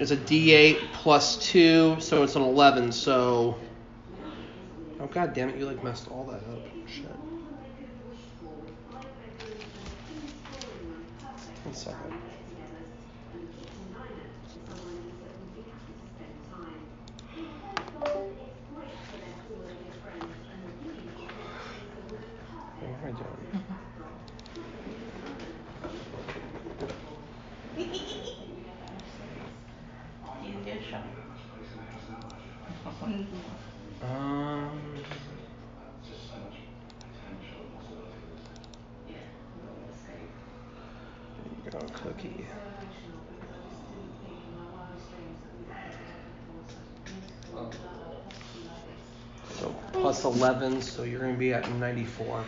Speaker 1: It's a D8 plus two, so it's an 11. So. Oh god damn it! You like messed all that up. Shit. One second. What am I doing?
Speaker 6: You can get a shot.
Speaker 1: Um. There you go, cookie. So plus 11, so you're going to be at 94.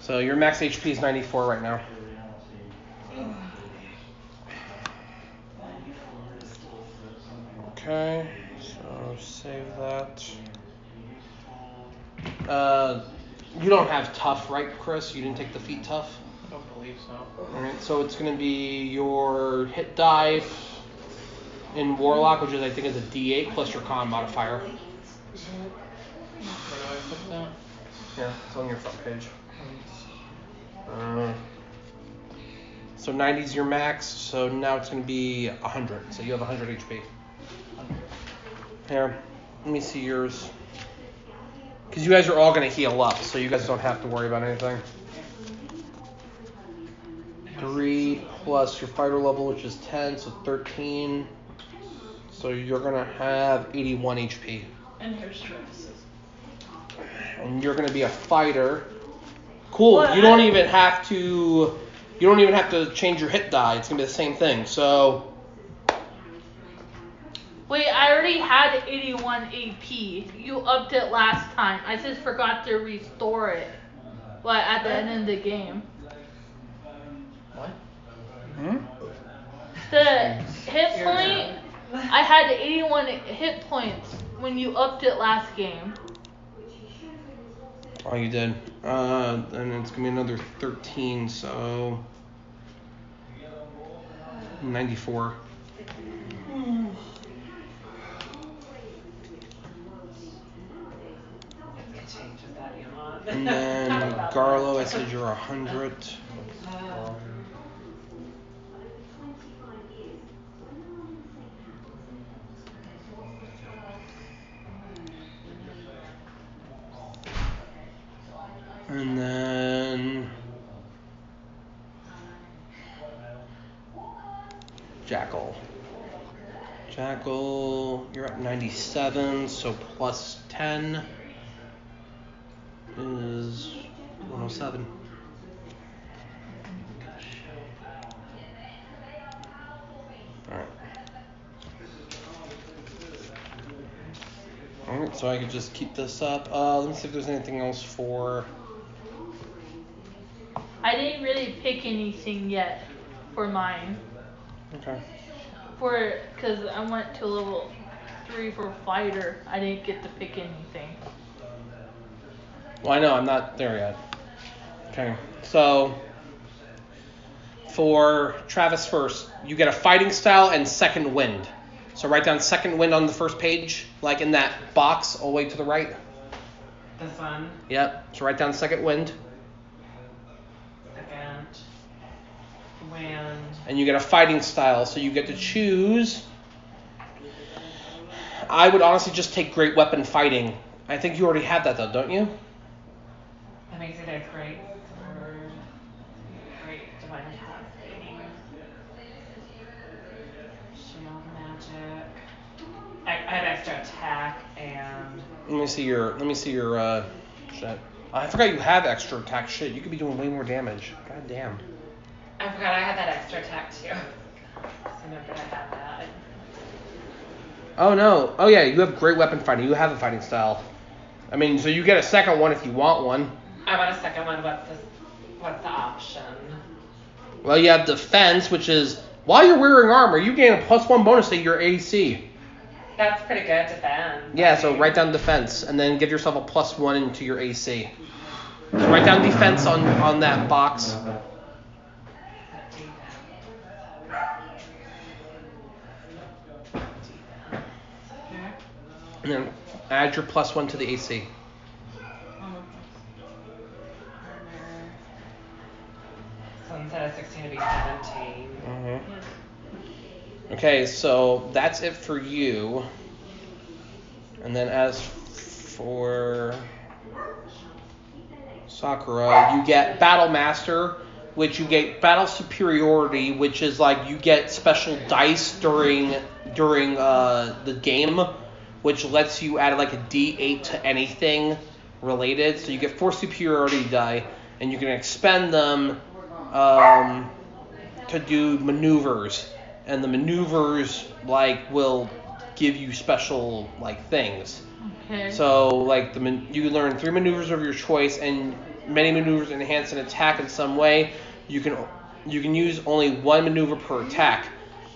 Speaker 1: So your max HP is 94 right now. Okay, so save that. Uh, you don't have tough, right, Chris? You didn't take the feet tough?
Speaker 5: I don't believe so.
Speaker 1: Alright, so it's gonna be your hit die in Warlock, which is I think is a D8 plus your con modifier.
Speaker 5: Where do I put Um, that?
Speaker 1: Yeah, it's on your front page. Uh, so 90 is your max, so now it's gonna be 100. So you have 100 HP. Here, let me see yours. Because you guys are all gonna heal up, so you guys don't have to worry about anything. three plus your fighter level, which is ten, so thirteen. So you're gonna have eighty-one HP,
Speaker 10: And here's Travis's.
Speaker 1: and you're gonna be a fighter. Cool. you don't even have to. You don't even have to change your hit die. It's gonna be the same thing. So
Speaker 4: Wait, I already had 81 AP. You upped it last time. I just forgot to restore it. But at the end of the game,
Speaker 5: What?
Speaker 4: the hit point. I had 81 hit points when you upped it last game.
Speaker 1: Oh, you did. Uh, and it's gonna be another 13, so 94.
Speaker 8: Could change with that, you know.
Speaker 1: And then Garlo, I said you're 100. And then Jackal. Jackal, you're at 97, so plus 10 is 107. Alright. Alright, so I could just keep this up. Uh, let me see if there's anything else for.
Speaker 4: I didn't really pick anything yet for mine.
Speaker 1: Okay.
Speaker 4: For because I went to level three for fighter, I didn't get to pick anything.
Speaker 1: Well, I know I'm not there yet. Okay, so for Travis first, you get a fighting style and second wind. So write down second wind on the first page, like in that box all the way to the right.
Speaker 8: This one,
Speaker 1: Yep. So write down second wind,
Speaker 8: second, wind,
Speaker 1: and you get a fighting style. So you get to choose. I would honestly just take great weapon fighting. I think you already have that though, don't you?
Speaker 8: that makes it a great sword, great divine casting, shield magic. I, I had extra attack and
Speaker 1: Let me see your. Let me see your. Uh, shit. I forgot you have extra attack. Shit, you could be doing way more damage. God damn.
Speaker 8: I forgot I had that extra attack too. I remember I had that.
Speaker 1: Oh no. Oh yeah, you have great weapon fighting. You have a fighting style. I mean, so you get a second one if you want one.
Speaker 8: I want a second one. What's this? What's the option?
Speaker 1: Well, you have defense, which is while you're wearing armor, you gain a plus one bonus to your AC.
Speaker 8: That's pretty good defense.
Speaker 1: Yeah, so write down defense and then give yourself a plus one into your AC. So write down defense on on that box. And then add your plus one to the AC.
Speaker 8: So instead of 16, it'd be 17.
Speaker 1: Oh. Mm-hmm. Okay, so that's it for you. And then as for Sakura, you get Battle Master, which you get Battle Superiority, which is like you get special dice during during uh, the game, which lets you add like a D8 to anything related. So you get four superiority die, and you can expend them um, to do maneuvers, and the maneuvers like will give you special like things.
Speaker 4: Okay.
Speaker 1: So like the man- you learn three maneuvers of your choice, and many maneuvers enhance an attack in some way. You can you can use only one maneuver per attack.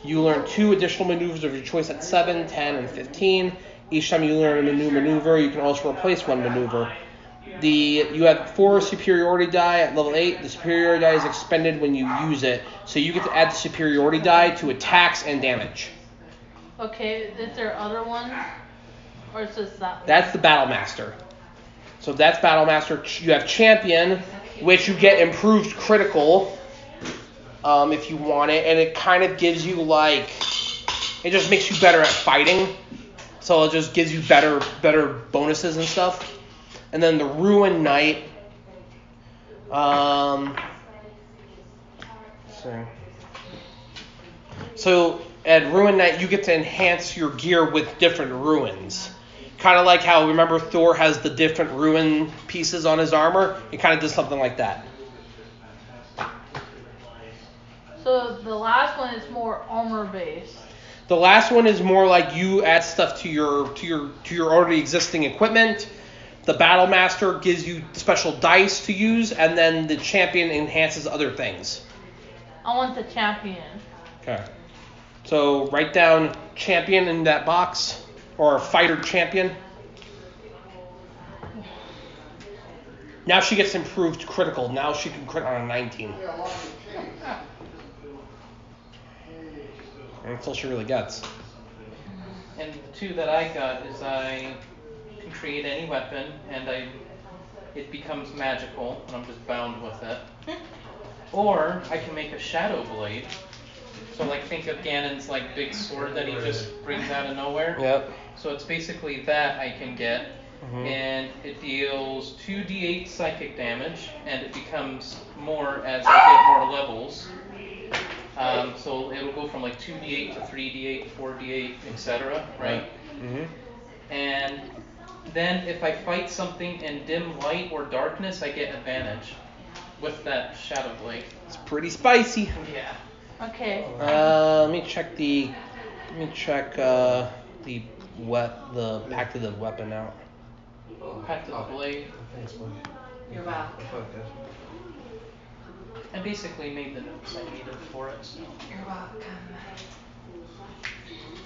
Speaker 1: You learn two additional maneuvers of your choice at 7, 10, and 15. Each time you learn a new maneuver, you can also replace one maneuver. The you have four superiority die at level eight. The superiority die is expended when you use it, so you get to add the superiority die to attacks and damage.
Speaker 4: Okay, is there other ones? Or is this that one?
Speaker 1: That's the battle master. So that's battle master. Ch- You have champion, which you get improved critical, um, if you want it, and it kind of gives you like, it just makes you better at fighting. So it just gives you better better bonuses and stuff. And then the ruin knight. Um, Interesting. So at Ruin Night, you get to enhance your gear with different ruins. Kind of like how remember Thor has the different ruin pieces on his armor. It kind of does something like that.
Speaker 4: So the last one is more armor based.
Speaker 1: The last one is more like you add stuff to your to your to your already existing equipment. The battle master gives you special dice to use, and then the champion enhances other things.
Speaker 4: I want the champion.
Speaker 1: Okay. So write down champion in that box or fighter champion. Now she gets improved critical. Now she can crit on a 19. And that's all she really gets.
Speaker 5: And the two that I got is I can create any weapon and I it becomes magical and I'm just bound with it. or I can make a shadow blade. So like think of Ganon's like big sword that he just brings out of nowhere.
Speaker 1: Yep.
Speaker 5: So it's basically that I can get.
Speaker 1: Mm-hmm.
Speaker 5: And it deals 2d8 psychic damage, and it becomes more as I get more levels. Um, so it'll go from like 2d8 to 3d8, 4d8, etc. Right?
Speaker 1: Mm-hmm.
Speaker 5: And then if I fight something in dim light or darkness, I get advantage with that shadow blade.
Speaker 1: It's pretty spicy.
Speaker 5: Yeah.
Speaker 4: Okay.
Speaker 1: Uh, let me check the. Let me check uh, the what the pack of the weapon out.
Speaker 5: Pack to the blade.
Speaker 8: You're welcome.
Speaker 5: I basically made the notes I needed for it. So.
Speaker 8: You're welcome.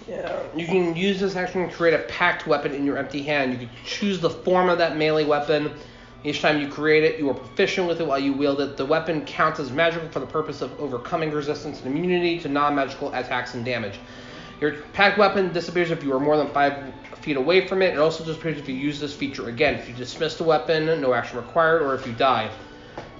Speaker 1: Yeah. You can use this action to create a packed weapon in your empty hand. You can choose the form of that melee weapon. Each time you create it, you are proficient with it while you wield it. The weapon counts as magical for the purpose of overcoming resistance and immunity to non magical attacks and damage. Your packed weapon disappears if you are more than five feet away from it. It also disappears if you use this feature again. If you dismiss the weapon, no action required, or if you die.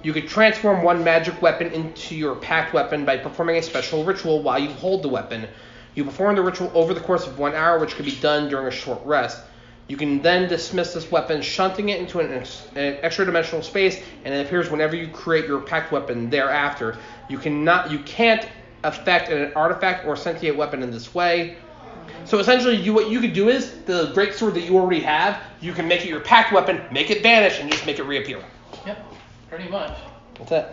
Speaker 1: You could transform one magic weapon into your packed weapon by performing a special ritual while you hold the weapon. You perform the ritual over the course of one hour, which could be done during a short rest. You can then dismiss this weapon, shunting it into an, ex- an extra-dimensional space, and it appears whenever you create your packed weapon. Thereafter, you cannot, you can't affect an artifact or sentient weapon in this way. So essentially, you what you could do is the great sword that you already have, you can make it your packed weapon, make it vanish, and just make it reappear.
Speaker 5: Yep. Pretty much.
Speaker 1: That's it.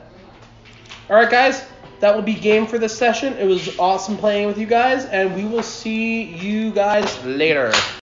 Speaker 1: All right, guys, that will be game for this session. It was awesome playing with you guys, and we will see you guys later.